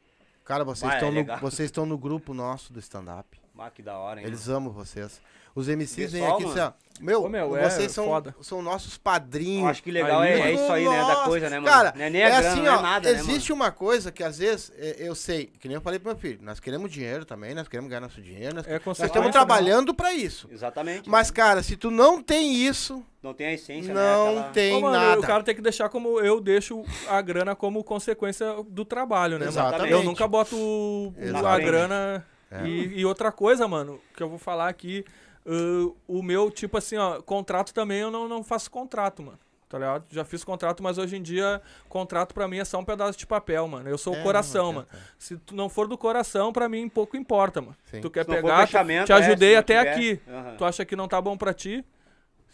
[SPEAKER 2] cara, vocês
[SPEAKER 3] Vai, é
[SPEAKER 2] estão no,
[SPEAKER 3] legal.
[SPEAKER 2] vocês estão no grupo nosso do stand-up.
[SPEAKER 3] Ah, que da hora, hein?
[SPEAKER 2] Eles amam vocês. Os MCs vêm
[SPEAKER 3] Pessoal,
[SPEAKER 2] aqui e dizem, assim, ó,
[SPEAKER 3] mano.
[SPEAKER 2] meu,
[SPEAKER 4] Ô, meu, é
[SPEAKER 2] vocês
[SPEAKER 4] foda.
[SPEAKER 2] são, são nossos
[SPEAKER 3] Eu
[SPEAKER 2] padrinhos.
[SPEAKER 3] acho que legal
[SPEAKER 4] Aí,
[SPEAKER 3] é,
[SPEAKER 4] mano.
[SPEAKER 3] é isso aí, né? Da
[SPEAKER 2] Nossa,
[SPEAKER 3] coisa, né, mano?
[SPEAKER 2] Cara,
[SPEAKER 3] não é nem a grana,
[SPEAKER 2] assim,
[SPEAKER 3] não
[SPEAKER 2] ó,
[SPEAKER 3] é nada,
[SPEAKER 2] existe uma coisa que às vezes é, eu sei, que nem eu falei pro meu filho, nós queremos dinheiro também, nós queremos ganhar nosso dinheiro, nós,
[SPEAKER 4] É
[SPEAKER 2] nós
[SPEAKER 4] consequência,
[SPEAKER 2] estamos
[SPEAKER 4] né?
[SPEAKER 2] trabalhando pra isso.
[SPEAKER 3] né? Exatamente.
[SPEAKER 2] Mas, cara, se tu não tem isso,
[SPEAKER 3] Não tem a essência,
[SPEAKER 2] não
[SPEAKER 3] né? Aquela-
[SPEAKER 2] tem
[SPEAKER 4] Ô, mano,
[SPEAKER 2] nada.
[SPEAKER 4] O cara tem que deixar como eu deixo a grana como consequência do trabalho, né,
[SPEAKER 2] Exatamente.
[SPEAKER 4] mano? Eu nunca boto o- a
[SPEAKER 2] Exatamente. É.
[SPEAKER 4] grana. E, e outra coisa, mano, que eu vou falar aqui. ãh, o meu, tipo assim, ó, contrato também eu não, não faço contrato, mano. Tá ligado? Já fiz contrato, mas hoje em dia, contrato pra mim é só um pedaço de papel, mano. Eu sou o
[SPEAKER 2] É,
[SPEAKER 4] coração,
[SPEAKER 2] não
[SPEAKER 4] mano.
[SPEAKER 2] adianta.
[SPEAKER 4] Se tu não for do coração, pra mim pouco importa, mano.
[SPEAKER 2] Sim.
[SPEAKER 4] Tu quer
[SPEAKER 3] Se não for
[SPEAKER 4] pegar, tu-
[SPEAKER 3] fechamento,
[SPEAKER 4] te
[SPEAKER 3] é,
[SPEAKER 4] ajudei
[SPEAKER 3] se não
[SPEAKER 4] até
[SPEAKER 3] tiver,
[SPEAKER 4] aqui.
[SPEAKER 3] aham.
[SPEAKER 4] Tu acha que não tá bom pra ti,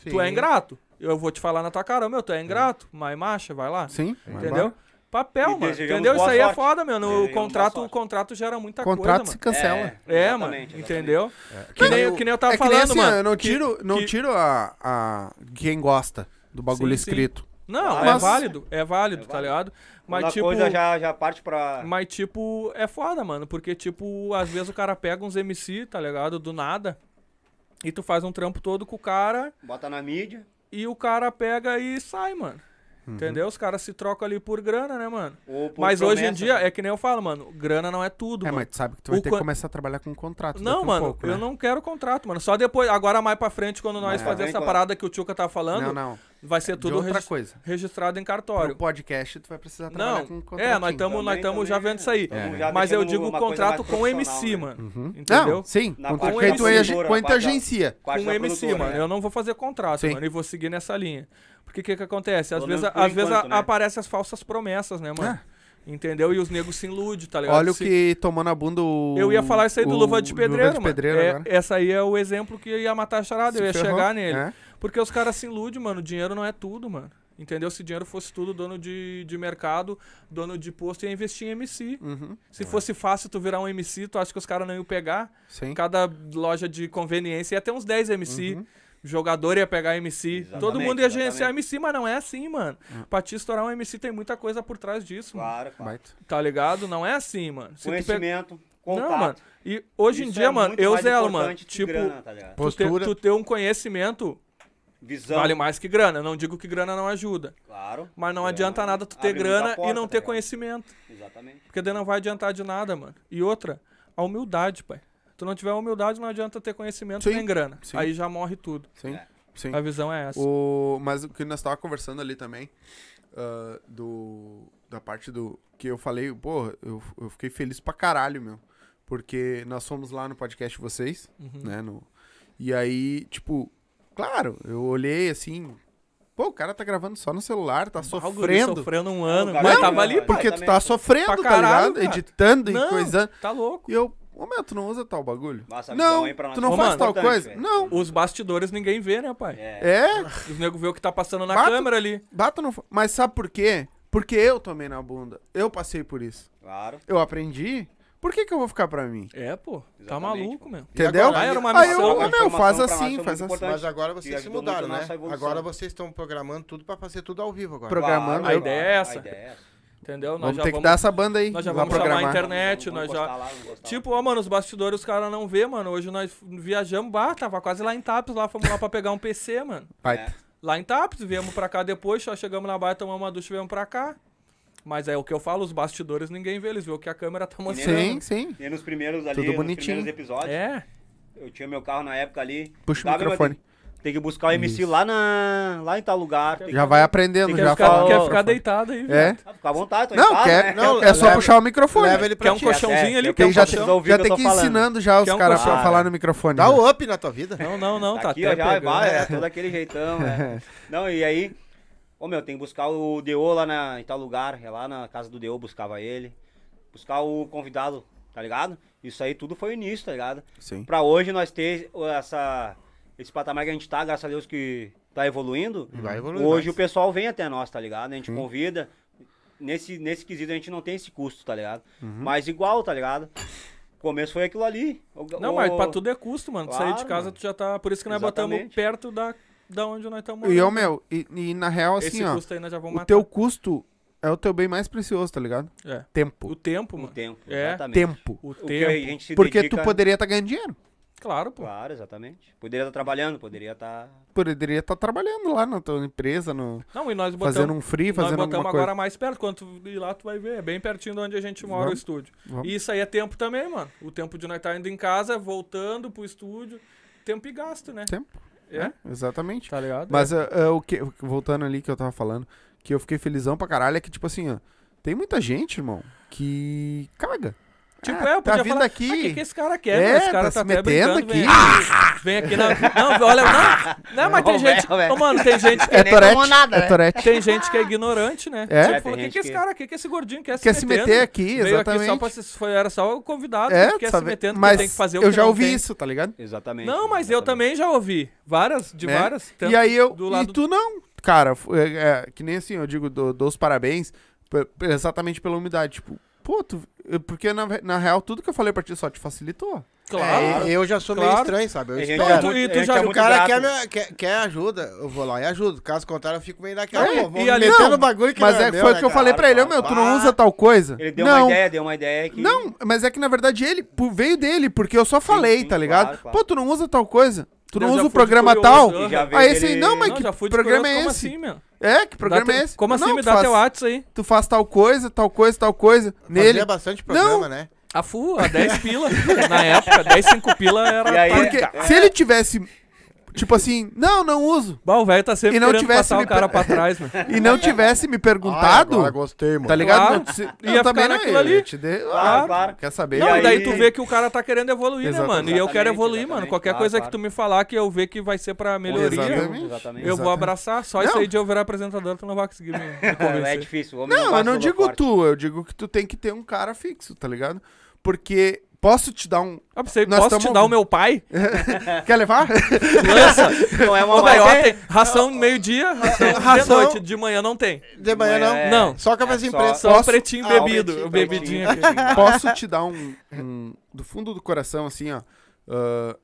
[SPEAKER 2] Sim.
[SPEAKER 4] Tu é ingrato. Eu vou te falar na tua cara, ô, meu, tu é ingrato, mas marcha, vai lá.
[SPEAKER 5] Sim,
[SPEAKER 4] Entendeu? Papel,
[SPEAKER 3] E
[SPEAKER 4] mano.
[SPEAKER 3] desejamos
[SPEAKER 4] Entendeu? Isso
[SPEAKER 3] boa
[SPEAKER 4] aí é
[SPEAKER 3] sorte.
[SPEAKER 4] foda, mano. O
[SPEAKER 3] Desejamos
[SPEAKER 4] contrato,
[SPEAKER 3] boa
[SPEAKER 4] o
[SPEAKER 3] sorte.
[SPEAKER 4] contrato gera muita
[SPEAKER 5] Contrato se
[SPEAKER 4] coisa,
[SPEAKER 2] né?
[SPEAKER 5] cancela.
[SPEAKER 3] É,
[SPEAKER 4] mano. É, mano.
[SPEAKER 3] exatamente, exatamente.
[SPEAKER 4] Entendeu? Que, nem, que nem eu tava
[SPEAKER 5] é que
[SPEAKER 4] falando,
[SPEAKER 5] nem assim,
[SPEAKER 4] mano.
[SPEAKER 5] ó, eu não
[SPEAKER 4] que-
[SPEAKER 5] tiro, não
[SPEAKER 4] que-
[SPEAKER 5] tiro a, a quem gosta do bagulho
[SPEAKER 4] Sim, sim.
[SPEAKER 5] escrito.
[SPEAKER 4] Não, é
[SPEAKER 5] Mas-
[SPEAKER 4] válido, é válido, tá ligado? Mas
[SPEAKER 3] Quando a
[SPEAKER 4] tipo.
[SPEAKER 3] coisa já, já parte pra.
[SPEAKER 4] Mas, tipo, é foda, mano. Porque, tipo, às vezes o cara pega uns MC, tá ligado? Do nada. E tu faz um trampo todo com o cara.
[SPEAKER 3] Bota na mídia.
[SPEAKER 4] E o cara pega e sai, mano.
[SPEAKER 1] Uhum.
[SPEAKER 4] Entendeu? Os caras se trocam ali por grana, né, mano?
[SPEAKER 3] Ou É por
[SPEAKER 4] mas hoje em
[SPEAKER 3] promessa,
[SPEAKER 4] dia,
[SPEAKER 3] né?
[SPEAKER 4] é que nem eu falo, mano, grana não é
[SPEAKER 1] É,
[SPEAKER 4] tudo, mano.
[SPEAKER 1] mas tu sabe que tu vai
[SPEAKER 4] O
[SPEAKER 1] ter
[SPEAKER 4] quan-
[SPEAKER 1] que começar a trabalhar com contrato.
[SPEAKER 4] Não,
[SPEAKER 1] daqui
[SPEAKER 5] um
[SPEAKER 1] a
[SPEAKER 4] mano,
[SPEAKER 1] pouco,
[SPEAKER 4] eu
[SPEAKER 1] né?
[SPEAKER 4] não quero contrato, mano. Só depois, agora mais pra frente, quando nós
[SPEAKER 3] É.
[SPEAKER 4] fazer essa
[SPEAKER 3] Vem,
[SPEAKER 4] parada que o Tchuca tá
[SPEAKER 1] Não,
[SPEAKER 4] falando,
[SPEAKER 1] não.
[SPEAKER 4] vai ser
[SPEAKER 1] De
[SPEAKER 4] tudo
[SPEAKER 1] outra
[SPEAKER 4] regis-
[SPEAKER 1] coisa.
[SPEAKER 4] registrado em
[SPEAKER 1] Pro
[SPEAKER 4] cartório.
[SPEAKER 1] podcast, tu vai precisar trabalhar
[SPEAKER 4] Não,
[SPEAKER 1] com um contrato.
[SPEAKER 4] é, nós estamos nós
[SPEAKER 3] Também,
[SPEAKER 4] tamo já
[SPEAKER 3] também,
[SPEAKER 4] vendo isso aí.
[SPEAKER 3] é. Tamo
[SPEAKER 1] É.
[SPEAKER 3] já
[SPEAKER 4] Mas eu
[SPEAKER 3] deixando
[SPEAKER 4] digo
[SPEAKER 3] uma coisa
[SPEAKER 4] contrato
[SPEAKER 3] mais
[SPEAKER 4] com o MC,
[SPEAKER 3] profissional, né?
[SPEAKER 4] mano. Entendeu?
[SPEAKER 1] Uhum. Hum? Não, sim.
[SPEAKER 3] Na
[SPEAKER 1] Quanto
[SPEAKER 3] parte
[SPEAKER 1] que
[SPEAKER 4] da
[SPEAKER 1] tu, agi-
[SPEAKER 3] produtora,
[SPEAKER 1] quanto
[SPEAKER 3] parte da-
[SPEAKER 1] agencia.
[SPEAKER 3] Parte
[SPEAKER 4] com
[SPEAKER 3] da
[SPEAKER 4] MC,
[SPEAKER 3] produtora,
[SPEAKER 4] mano.
[SPEAKER 3] né?
[SPEAKER 4] Eu não vou fazer contrato,
[SPEAKER 1] Sim.
[SPEAKER 4] mano, e vou seguir nessa linha. Porque o que, que acontece? Às
[SPEAKER 3] Pelo
[SPEAKER 4] vezes,
[SPEAKER 3] menos por
[SPEAKER 4] às vezes
[SPEAKER 3] enquanto, né?
[SPEAKER 4] aparecem as falsas promessas, né, mano? Entendeu? E os negros se iludem, tá ligado?
[SPEAKER 1] Olha o
[SPEAKER 4] Se-
[SPEAKER 1] que tomou na bunda o.
[SPEAKER 4] Eu ia falar isso aí do
[SPEAKER 1] o-
[SPEAKER 4] Luva de
[SPEAKER 1] Luva
[SPEAKER 4] Pedreiro, mano. É-
[SPEAKER 1] agora.
[SPEAKER 4] essa aí é o exemplo que ia matar a charada,
[SPEAKER 1] Se
[SPEAKER 4] eu ia
[SPEAKER 1] ferrou,
[SPEAKER 4] chegar nele.
[SPEAKER 1] é.
[SPEAKER 4] Porque os caras se iludem, mano. Dinheiro não é tudo, mano. Entendeu? Se dinheiro fosse tudo, dono de, de mercado, dono de posto ia investir em MC. Se fosse fácil tu virar um MC, tu acha que os caras não iam pegar?
[SPEAKER 1] Sim.
[SPEAKER 4] Cada loja de conveniência ia ter uns 10 MC. Jogador ia pegar MC. Todo
[SPEAKER 3] Uhum. Exatamente,
[SPEAKER 4] mundo ia gerenciar
[SPEAKER 3] exatamente. Uhum.
[SPEAKER 4] MC, mas não é assim, mano. Pra te estourar um MC tem muita coisa por trás disso, mano.
[SPEAKER 3] Claro, claro.
[SPEAKER 1] Baita.
[SPEAKER 4] Tá ligado? Não é assim, mano. Se tu pe-
[SPEAKER 3] Conhecimento, contato.
[SPEAKER 4] Não, mano. E hoje em
[SPEAKER 3] Isso
[SPEAKER 4] dia,
[SPEAKER 3] é
[SPEAKER 4] mano,
[SPEAKER 3] muito
[SPEAKER 4] eu
[SPEAKER 3] mais
[SPEAKER 4] zelo, mano.
[SPEAKER 3] importante que
[SPEAKER 4] Tipo,
[SPEAKER 3] grana, tá ligado?
[SPEAKER 4] tu, ter, tu ter um conhecimento
[SPEAKER 3] Visão,
[SPEAKER 4] vale mais que grana. Não digo que grana não ajuda.
[SPEAKER 3] claro.
[SPEAKER 4] Mas não
[SPEAKER 3] Grana
[SPEAKER 4] adianta nada tu
[SPEAKER 3] abre
[SPEAKER 4] ter
[SPEAKER 3] muita
[SPEAKER 4] grana e
[SPEAKER 3] porta,
[SPEAKER 4] não
[SPEAKER 3] tá
[SPEAKER 4] ter
[SPEAKER 3] ligado?
[SPEAKER 4] conhecimento.
[SPEAKER 3] Exatamente.
[SPEAKER 4] Porque daí não vai adiantar de nada, mano. E outra, a humildade, pai. Tu não tiver humildade, não adianta ter conhecimento
[SPEAKER 1] Sim,
[SPEAKER 4] nem grana.
[SPEAKER 1] sim.
[SPEAKER 4] Aí já morre tudo.
[SPEAKER 1] Sim.
[SPEAKER 3] É.
[SPEAKER 1] Sim.
[SPEAKER 4] A visão é essa.
[SPEAKER 1] O, mas o que nós tava conversando ali também, ah, do, da parte do. Que eu falei, pô, eu, eu fiquei feliz pra caralho, meu. Porque nós fomos lá no podcast de vocês, né? No, e aí, tipo, claro, eu olhei assim. Pô, o cara tá gravando só no celular, tá
[SPEAKER 4] Ah, o guri
[SPEAKER 1] sofrendo.
[SPEAKER 4] Sofrendo um ano.
[SPEAKER 3] cara,
[SPEAKER 4] mas
[SPEAKER 1] não,
[SPEAKER 4] tava ali,
[SPEAKER 3] mano.
[SPEAKER 4] pô.
[SPEAKER 1] Porque tu tá
[SPEAKER 3] Exatamente.
[SPEAKER 1] sofrendo,
[SPEAKER 4] Pra caralho,
[SPEAKER 1] tá ligado?
[SPEAKER 4] cara.
[SPEAKER 1] Editando e
[SPEAKER 4] Não,
[SPEAKER 1] coisando.
[SPEAKER 4] tá louco.
[SPEAKER 1] E eu, ô meu, tu não usa tal bagulho?
[SPEAKER 3] Nossa, a
[SPEAKER 1] não,
[SPEAKER 3] visão aí pra nós
[SPEAKER 1] tu não
[SPEAKER 4] é
[SPEAKER 1] faz
[SPEAKER 4] muito
[SPEAKER 1] tal
[SPEAKER 3] importante,
[SPEAKER 1] coisa?
[SPEAKER 3] velho.
[SPEAKER 1] Não.
[SPEAKER 4] Os bastidores ninguém vê, né, pai?
[SPEAKER 1] É,
[SPEAKER 4] Os nego vê o que tá passando na
[SPEAKER 1] Bato-
[SPEAKER 4] câmera ali.
[SPEAKER 1] Bato não. Mas sabe por quê? Porque eu tomei na bunda. Eu passei por isso.
[SPEAKER 3] Claro.
[SPEAKER 1] Eu aprendi. Por que, que eu vou ficar pra mim?
[SPEAKER 4] É, pô. Tá
[SPEAKER 3] Exatamente,
[SPEAKER 4] maluco, meu.
[SPEAKER 1] Entendeu?
[SPEAKER 2] agora?
[SPEAKER 4] Ah, era uma
[SPEAKER 1] Aí
[SPEAKER 4] missão.
[SPEAKER 1] eu, ah, meu, faz
[SPEAKER 3] Informação pra nós
[SPEAKER 1] assim,
[SPEAKER 3] é
[SPEAKER 1] faz
[SPEAKER 3] muito
[SPEAKER 1] assim.
[SPEAKER 4] tá
[SPEAKER 3] importante.
[SPEAKER 2] Mas agora
[SPEAKER 3] E
[SPEAKER 2] vocês se
[SPEAKER 3] ajudou
[SPEAKER 2] mudaram,
[SPEAKER 3] muito na
[SPEAKER 2] né?
[SPEAKER 3] nossa evolução.
[SPEAKER 2] Agora vocês estão programando tudo pra fazer tudo ao vivo agora.
[SPEAKER 1] Pro- programando,
[SPEAKER 3] Claro,
[SPEAKER 1] eu-
[SPEAKER 4] A ideia é essa.
[SPEAKER 3] A ideia é essa.
[SPEAKER 4] Entendeu? Nós
[SPEAKER 1] Vamos
[SPEAKER 4] já
[SPEAKER 1] ter que
[SPEAKER 4] vamos...
[SPEAKER 1] dar essa banda aí.
[SPEAKER 4] Nós já
[SPEAKER 1] lá
[SPEAKER 4] vamos chamar
[SPEAKER 1] programar.
[SPEAKER 4] a internet,
[SPEAKER 3] Vamos
[SPEAKER 4] nós já.
[SPEAKER 3] encostar lá, vamos encostar
[SPEAKER 4] Tipo, ó, mano, os bastidores os caras não vê, mano. Hoje nós viajamos, bah, tava quase lá em Tapes, lá fomos lá pra pegar um PC, mano.
[SPEAKER 1] Baita.
[SPEAKER 4] Lá em Tapes, viemos pra cá depois, só chegamos na baia, tomamos uma ducha, viemos pra cá. Mas é o que eu falo, os bastidores ninguém vê, eles vê o que a câmera tá mostrando.
[SPEAKER 1] Sim, sim.
[SPEAKER 3] E nos primeiros ali,
[SPEAKER 1] Tudo
[SPEAKER 3] nos
[SPEAKER 1] bonitinho.
[SPEAKER 3] primeiros episódios,
[SPEAKER 4] É.
[SPEAKER 3] eu tinha meu carro na época ali.
[SPEAKER 1] Puxa o
[SPEAKER 3] dava, meu,
[SPEAKER 1] microfone.
[SPEAKER 3] tem- Tem que buscar o MC lá, na, lá em tal lugar. tem que-
[SPEAKER 1] Já vai aprendendo,
[SPEAKER 4] Quer
[SPEAKER 1] já
[SPEAKER 4] ficar,
[SPEAKER 1] fala.
[SPEAKER 4] quer ficar deitado aí,
[SPEAKER 1] É.
[SPEAKER 4] viado.
[SPEAKER 3] Ah, fica à vontade, tô em
[SPEAKER 1] Não,
[SPEAKER 3] casa,
[SPEAKER 1] quer,
[SPEAKER 3] né?
[SPEAKER 1] não,
[SPEAKER 2] Quer-
[SPEAKER 1] é só
[SPEAKER 2] leva-
[SPEAKER 1] puxar o microfone.
[SPEAKER 2] Leva ele pra
[SPEAKER 4] Quer um
[SPEAKER 2] ti.
[SPEAKER 4] colchãozinho ali,
[SPEAKER 3] é, Quer
[SPEAKER 4] quer um
[SPEAKER 1] tem, já,
[SPEAKER 3] Vocês
[SPEAKER 4] colchão.
[SPEAKER 3] ouviram
[SPEAKER 1] já
[SPEAKER 3] o que
[SPEAKER 1] tem
[SPEAKER 3] eu
[SPEAKER 1] que
[SPEAKER 3] tô falando.
[SPEAKER 1] ensinando já os
[SPEAKER 4] Quer um
[SPEAKER 1] caras
[SPEAKER 4] colchão.
[SPEAKER 1] a falar no microfone. né?
[SPEAKER 2] Dá
[SPEAKER 1] já.
[SPEAKER 2] o up na tua vida.
[SPEAKER 3] *laughs*
[SPEAKER 4] Não, não, não, tá
[SPEAKER 3] aqui,
[SPEAKER 4] até
[SPEAKER 3] ó, já,
[SPEAKER 4] pegando.
[SPEAKER 3] vai,
[SPEAKER 4] *laughs*
[SPEAKER 3] é, todo aquele jeitão, é. Não, e aí, ô meu, tem que buscar o DO lá na, em tal lugar, é lá na casa do DO, buscava ele. Buscar o convidado, tá ligado? Isso aí tudo foi o início, tá ligado?
[SPEAKER 1] Sim.
[SPEAKER 3] Pra hoje nós ter essa, esse patamar que a gente tá, graças a Deus que tá evoluindo.
[SPEAKER 2] vai evoluir
[SPEAKER 3] Hoje
[SPEAKER 2] mais.
[SPEAKER 3] o pessoal vem até nós, tá ligado? A gente convida. Nesse, nesse quesito a gente não tem esse custo, tá ligado?
[SPEAKER 2] Uhum.
[SPEAKER 3] Mas igual, tá ligado? O começo foi aquilo ali. O-
[SPEAKER 4] Não,
[SPEAKER 3] o-
[SPEAKER 4] mas pra tudo é custo, mano. Tu Sair de
[SPEAKER 3] Claro,
[SPEAKER 4] casa,
[SPEAKER 3] mano.
[SPEAKER 4] tu já tá. Por isso que nós botamos
[SPEAKER 3] Exatamente.
[SPEAKER 4] perto da, da onde nós estamos.
[SPEAKER 1] E eu, meu, e, e na real, assim,
[SPEAKER 4] Esse
[SPEAKER 1] ó.
[SPEAKER 4] custo aí nós já vamos
[SPEAKER 1] O
[SPEAKER 4] matar.
[SPEAKER 1] teu custo é o teu bem mais precioso, tá ligado?
[SPEAKER 4] É.
[SPEAKER 1] Tempo.
[SPEAKER 4] O tempo,
[SPEAKER 3] O
[SPEAKER 4] mano.
[SPEAKER 3] tempo,
[SPEAKER 4] É.
[SPEAKER 3] exatamente.
[SPEAKER 1] Tempo.
[SPEAKER 4] O
[SPEAKER 3] O que a
[SPEAKER 4] tempo.
[SPEAKER 3] gente se
[SPEAKER 1] Porque tu
[SPEAKER 3] dedica-
[SPEAKER 1] poderia estar ganhando dinheiro.
[SPEAKER 4] Claro, pô.
[SPEAKER 3] Claro, exatamente. Poderia estar trabalhando, poderia tá- estar.
[SPEAKER 1] Poderia estar trabalhando lá na tua empresa, no,
[SPEAKER 4] Não, e nós botamos.
[SPEAKER 1] fazendo um free, fazendo
[SPEAKER 4] nós botamos
[SPEAKER 1] alguma
[SPEAKER 4] agora
[SPEAKER 1] coisa.
[SPEAKER 4] mais perto. Quando tu ir lá, tu vai ver. É bem pertinho de onde a gente mora o
[SPEAKER 1] Vamos,
[SPEAKER 4] estúdio.
[SPEAKER 1] vamos.
[SPEAKER 4] E isso aí é tempo também, mano. O tempo de nós estar indo em casa, voltando pro estúdio. Tempo e gasto, né?
[SPEAKER 1] Tempo.
[SPEAKER 4] É?
[SPEAKER 1] Exatamente.
[SPEAKER 4] Tá ligado?
[SPEAKER 1] Mas ah, ah, o que, o que- voltando ali que eu tava falando, que eu fiquei felizão pra caralho, é que, tipo assim, ó, tem muita gente, irmão, que caga.
[SPEAKER 4] Tipo,
[SPEAKER 1] Ah,
[SPEAKER 4] é, eu
[SPEAKER 1] tá
[SPEAKER 4] podia
[SPEAKER 1] vindo
[SPEAKER 4] falar,
[SPEAKER 1] aqui.
[SPEAKER 4] "Ah, que, que esse cara quer?
[SPEAKER 1] É,
[SPEAKER 4] esse cara
[SPEAKER 1] tá se
[SPEAKER 4] até
[SPEAKER 1] metendo
[SPEAKER 4] brincando,
[SPEAKER 1] aqui.
[SPEAKER 4] Vem aqui, vem aqui na... Não, olha, não, não mas tem
[SPEAKER 3] Ô,
[SPEAKER 4] gente...
[SPEAKER 3] velho, velho.
[SPEAKER 4] Ô, mano, tem gente que...
[SPEAKER 1] É Torete.
[SPEAKER 3] nada,
[SPEAKER 4] né?
[SPEAKER 1] É Torete.
[SPEAKER 4] Tem gente que é ignorante, né?
[SPEAKER 1] É?
[SPEAKER 4] Tipo,
[SPEAKER 3] É, tem
[SPEAKER 4] o que,
[SPEAKER 3] gente
[SPEAKER 4] que esse
[SPEAKER 3] que-
[SPEAKER 4] cara aqui, que esse gordinho quer se
[SPEAKER 1] Quer se meter
[SPEAKER 4] metendo?
[SPEAKER 1] aqui,
[SPEAKER 4] Veio aqui só
[SPEAKER 1] exatamente.
[SPEAKER 4] pra se... foi- Era só o convidado
[SPEAKER 1] É,
[SPEAKER 4] que quer
[SPEAKER 1] sabe?
[SPEAKER 4] se metendo,
[SPEAKER 1] mas
[SPEAKER 4] que tem que fazer o
[SPEAKER 1] eu
[SPEAKER 4] que
[SPEAKER 1] já
[SPEAKER 4] não
[SPEAKER 1] ouvi
[SPEAKER 4] tem.
[SPEAKER 1] isso, tá ligado?
[SPEAKER 3] Exatamente.
[SPEAKER 4] Não, mas eu também já ouvi. Várias, de
[SPEAKER 1] né?
[SPEAKER 4] várias. tanto
[SPEAKER 1] E aí eu.
[SPEAKER 4] do
[SPEAKER 1] E
[SPEAKER 4] lado-
[SPEAKER 1] tu não, cara. f- é, é, que nem assim, eu digo, do- dou os parabéns p- p- exatamente pela umidade. Tipo, pô, tu. eu- Porque na, ve- na real, tudo que eu falei pra ti só te facilitou.
[SPEAKER 4] Claro.
[SPEAKER 2] É, eu já sou
[SPEAKER 4] claro.
[SPEAKER 2] meio estranho, sabe? Eu
[SPEAKER 3] Tem gente
[SPEAKER 2] espero.
[SPEAKER 3] que é
[SPEAKER 4] tu-
[SPEAKER 3] muito-
[SPEAKER 4] e tu
[SPEAKER 3] tem gente que é
[SPEAKER 4] já viu
[SPEAKER 2] O
[SPEAKER 3] muito
[SPEAKER 2] cara
[SPEAKER 3] grato.
[SPEAKER 2] quer, minha- quer- quer ajuda, eu vou lá e ajudo. Caso contrário, eu fico meio naquela.
[SPEAKER 4] É,
[SPEAKER 2] pô, vou
[SPEAKER 4] e
[SPEAKER 2] me
[SPEAKER 4] ali-
[SPEAKER 2] meter
[SPEAKER 4] não,
[SPEAKER 2] no bagulho que
[SPEAKER 1] Mas
[SPEAKER 2] não
[SPEAKER 1] é,
[SPEAKER 2] é meu,
[SPEAKER 1] foi o
[SPEAKER 2] né,
[SPEAKER 1] que eu
[SPEAKER 2] cara?
[SPEAKER 1] falei pra ele, ô
[SPEAKER 3] Claro,
[SPEAKER 1] meu, tu não
[SPEAKER 2] claro.
[SPEAKER 1] usa tal coisa.
[SPEAKER 3] Ele deu
[SPEAKER 1] não.
[SPEAKER 3] uma ideia, deu uma ideia que.
[SPEAKER 1] Não, mas é que na verdade ele pô, veio dele, porque eu só falei,
[SPEAKER 3] sim,
[SPEAKER 1] tá ligado?
[SPEAKER 3] claro, claro.
[SPEAKER 1] Pô, tu não usa tal coisa, tu
[SPEAKER 4] Eu
[SPEAKER 1] não
[SPEAKER 4] já
[SPEAKER 1] usa o
[SPEAKER 4] fui de
[SPEAKER 1] programa
[SPEAKER 4] curioso,
[SPEAKER 1] tal.
[SPEAKER 4] aham.
[SPEAKER 3] E já veio
[SPEAKER 1] Aí assim,
[SPEAKER 3] dele-
[SPEAKER 1] não, mas
[SPEAKER 4] Não,
[SPEAKER 1] que
[SPEAKER 4] já fui de
[SPEAKER 1] programa
[SPEAKER 4] curioso,
[SPEAKER 1] é
[SPEAKER 4] como
[SPEAKER 1] esse?
[SPEAKER 4] assim, meu?
[SPEAKER 1] É, que programa
[SPEAKER 4] Dá teu-
[SPEAKER 1] é esse?
[SPEAKER 4] Como assim?
[SPEAKER 1] Não,
[SPEAKER 4] me
[SPEAKER 1] tu
[SPEAKER 4] dá
[SPEAKER 1] faz,
[SPEAKER 4] teu WhatsApp aí.
[SPEAKER 1] Tu faz tal coisa, tal coisa, tal coisa. nele.
[SPEAKER 2] Fazia bastante programa,
[SPEAKER 1] Não.
[SPEAKER 2] né?
[SPEAKER 4] A FU, a
[SPEAKER 1] *laughs*
[SPEAKER 4] 10 pila. Na época, 10, 5 pila era.
[SPEAKER 3] E aí-
[SPEAKER 1] Porque se ele tivesse, tipo assim, não, não uso.
[SPEAKER 4] Bah, o velho tá sempre
[SPEAKER 1] E não
[SPEAKER 4] querendo
[SPEAKER 1] tivesse
[SPEAKER 4] passar
[SPEAKER 1] me
[SPEAKER 4] o cara
[SPEAKER 1] pe-
[SPEAKER 4] pra
[SPEAKER 1] *laughs*
[SPEAKER 4] trás, mano.
[SPEAKER 1] E não tivesse me
[SPEAKER 2] Ai,
[SPEAKER 1] perguntado,
[SPEAKER 2] agora gostei, mano.
[SPEAKER 1] tá ligado?
[SPEAKER 4] Claro.
[SPEAKER 1] Não, se- eu
[SPEAKER 4] Ia
[SPEAKER 1] também
[SPEAKER 4] ficar
[SPEAKER 1] não
[SPEAKER 4] naquilo
[SPEAKER 1] ia,
[SPEAKER 4] ali.
[SPEAKER 1] eu te dei-
[SPEAKER 3] Claro,
[SPEAKER 1] ah,
[SPEAKER 3] claro.
[SPEAKER 1] Quer saber?
[SPEAKER 4] Não,
[SPEAKER 3] E
[SPEAKER 4] e daí
[SPEAKER 3] aí-
[SPEAKER 4] tu vê que o cara tá querendo evoluir, né,
[SPEAKER 1] Exatamente. Ah,
[SPEAKER 4] mano? E eu quero
[SPEAKER 3] Exatamente,
[SPEAKER 4] evoluir, mano.
[SPEAKER 3] exatamente,
[SPEAKER 4] Qualquer
[SPEAKER 3] claro,
[SPEAKER 4] coisa
[SPEAKER 3] claro.
[SPEAKER 4] que tu me falar que eu ver que vai ser pra melhoria,
[SPEAKER 1] Exatamente.
[SPEAKER 3] Exatamente.
[SPEAKER 4] eu vou abraçar. Só isso
[SPEAKER 1] Não.
[SPEAKER 4] aí de eu virar apresentador, tu não vai conseguir
[SPEAKER 1] *laughs*
[SPEAKER 4] me, me
[SPEAKER 3] É, é
[SPEAKER 4] convencer.
[SPEAKER 3] difícil. o homem
[SPEAKER 1] Não, eu
[SPEAKER 3] bate
[SPEAKER 1] não
[SPEAKER 3] no
[SPEAKER 1] digo
[SPEAKER 3] holofote.
[SPEAKER 1] tu, eu digo que tu tem que ter um cara fixo, tá ligado? Porque posso te dar um.
[SPEAKER 4] Ah, você,
[SPEAKER 1] Nós
[SPEAKER 4] posso te
[SPEAKER 1] tamo-
[SPEAKER 4] dar o
[SPEAKER 1] *laughs*
[SPEAKER 4] meu pai?
[SPEAKER 1] Quer levar? *laughs*
[SPEAKER 4] Lança!
[SPEAKER 3] Não é
[SPEAKER 4] Ô,
[SPEAKER 3] uma
[SPEAKER 4] velho,
[SPEAKER 3] maior.
[SPEAKER 4] ó, tem ração de meio-dia, ração, de
[SPEAKER 2] Ração-
[SPEAKER 4] noite, de manhã não tem.
[SPEAKER 2] De manhã não.
[SPEAKER 3] É,
[SPEAKER 4] Não.
[SPEAKER 2] Só cafezinho
[SPEAKER 3] só-
[SPEAKER 2] preto.
[SPEAKER 4] Só
[SPEAKER 1] Posso-
[SPEAKER 4] o pretinho
[SPEAKER 2] Ah, o
[SPEAKER 4] bebido,
[SPEAKER 2] pretinho,
[SPEAKER 4] o
[SPEAKER 2] tá bom.
[SPEAKER 4] bebidinho aqui.
[SPEAKER 3] assim,
[SPEAKER 1] Posso te dar um, um- Do fundo do coração, assim, ó. ah,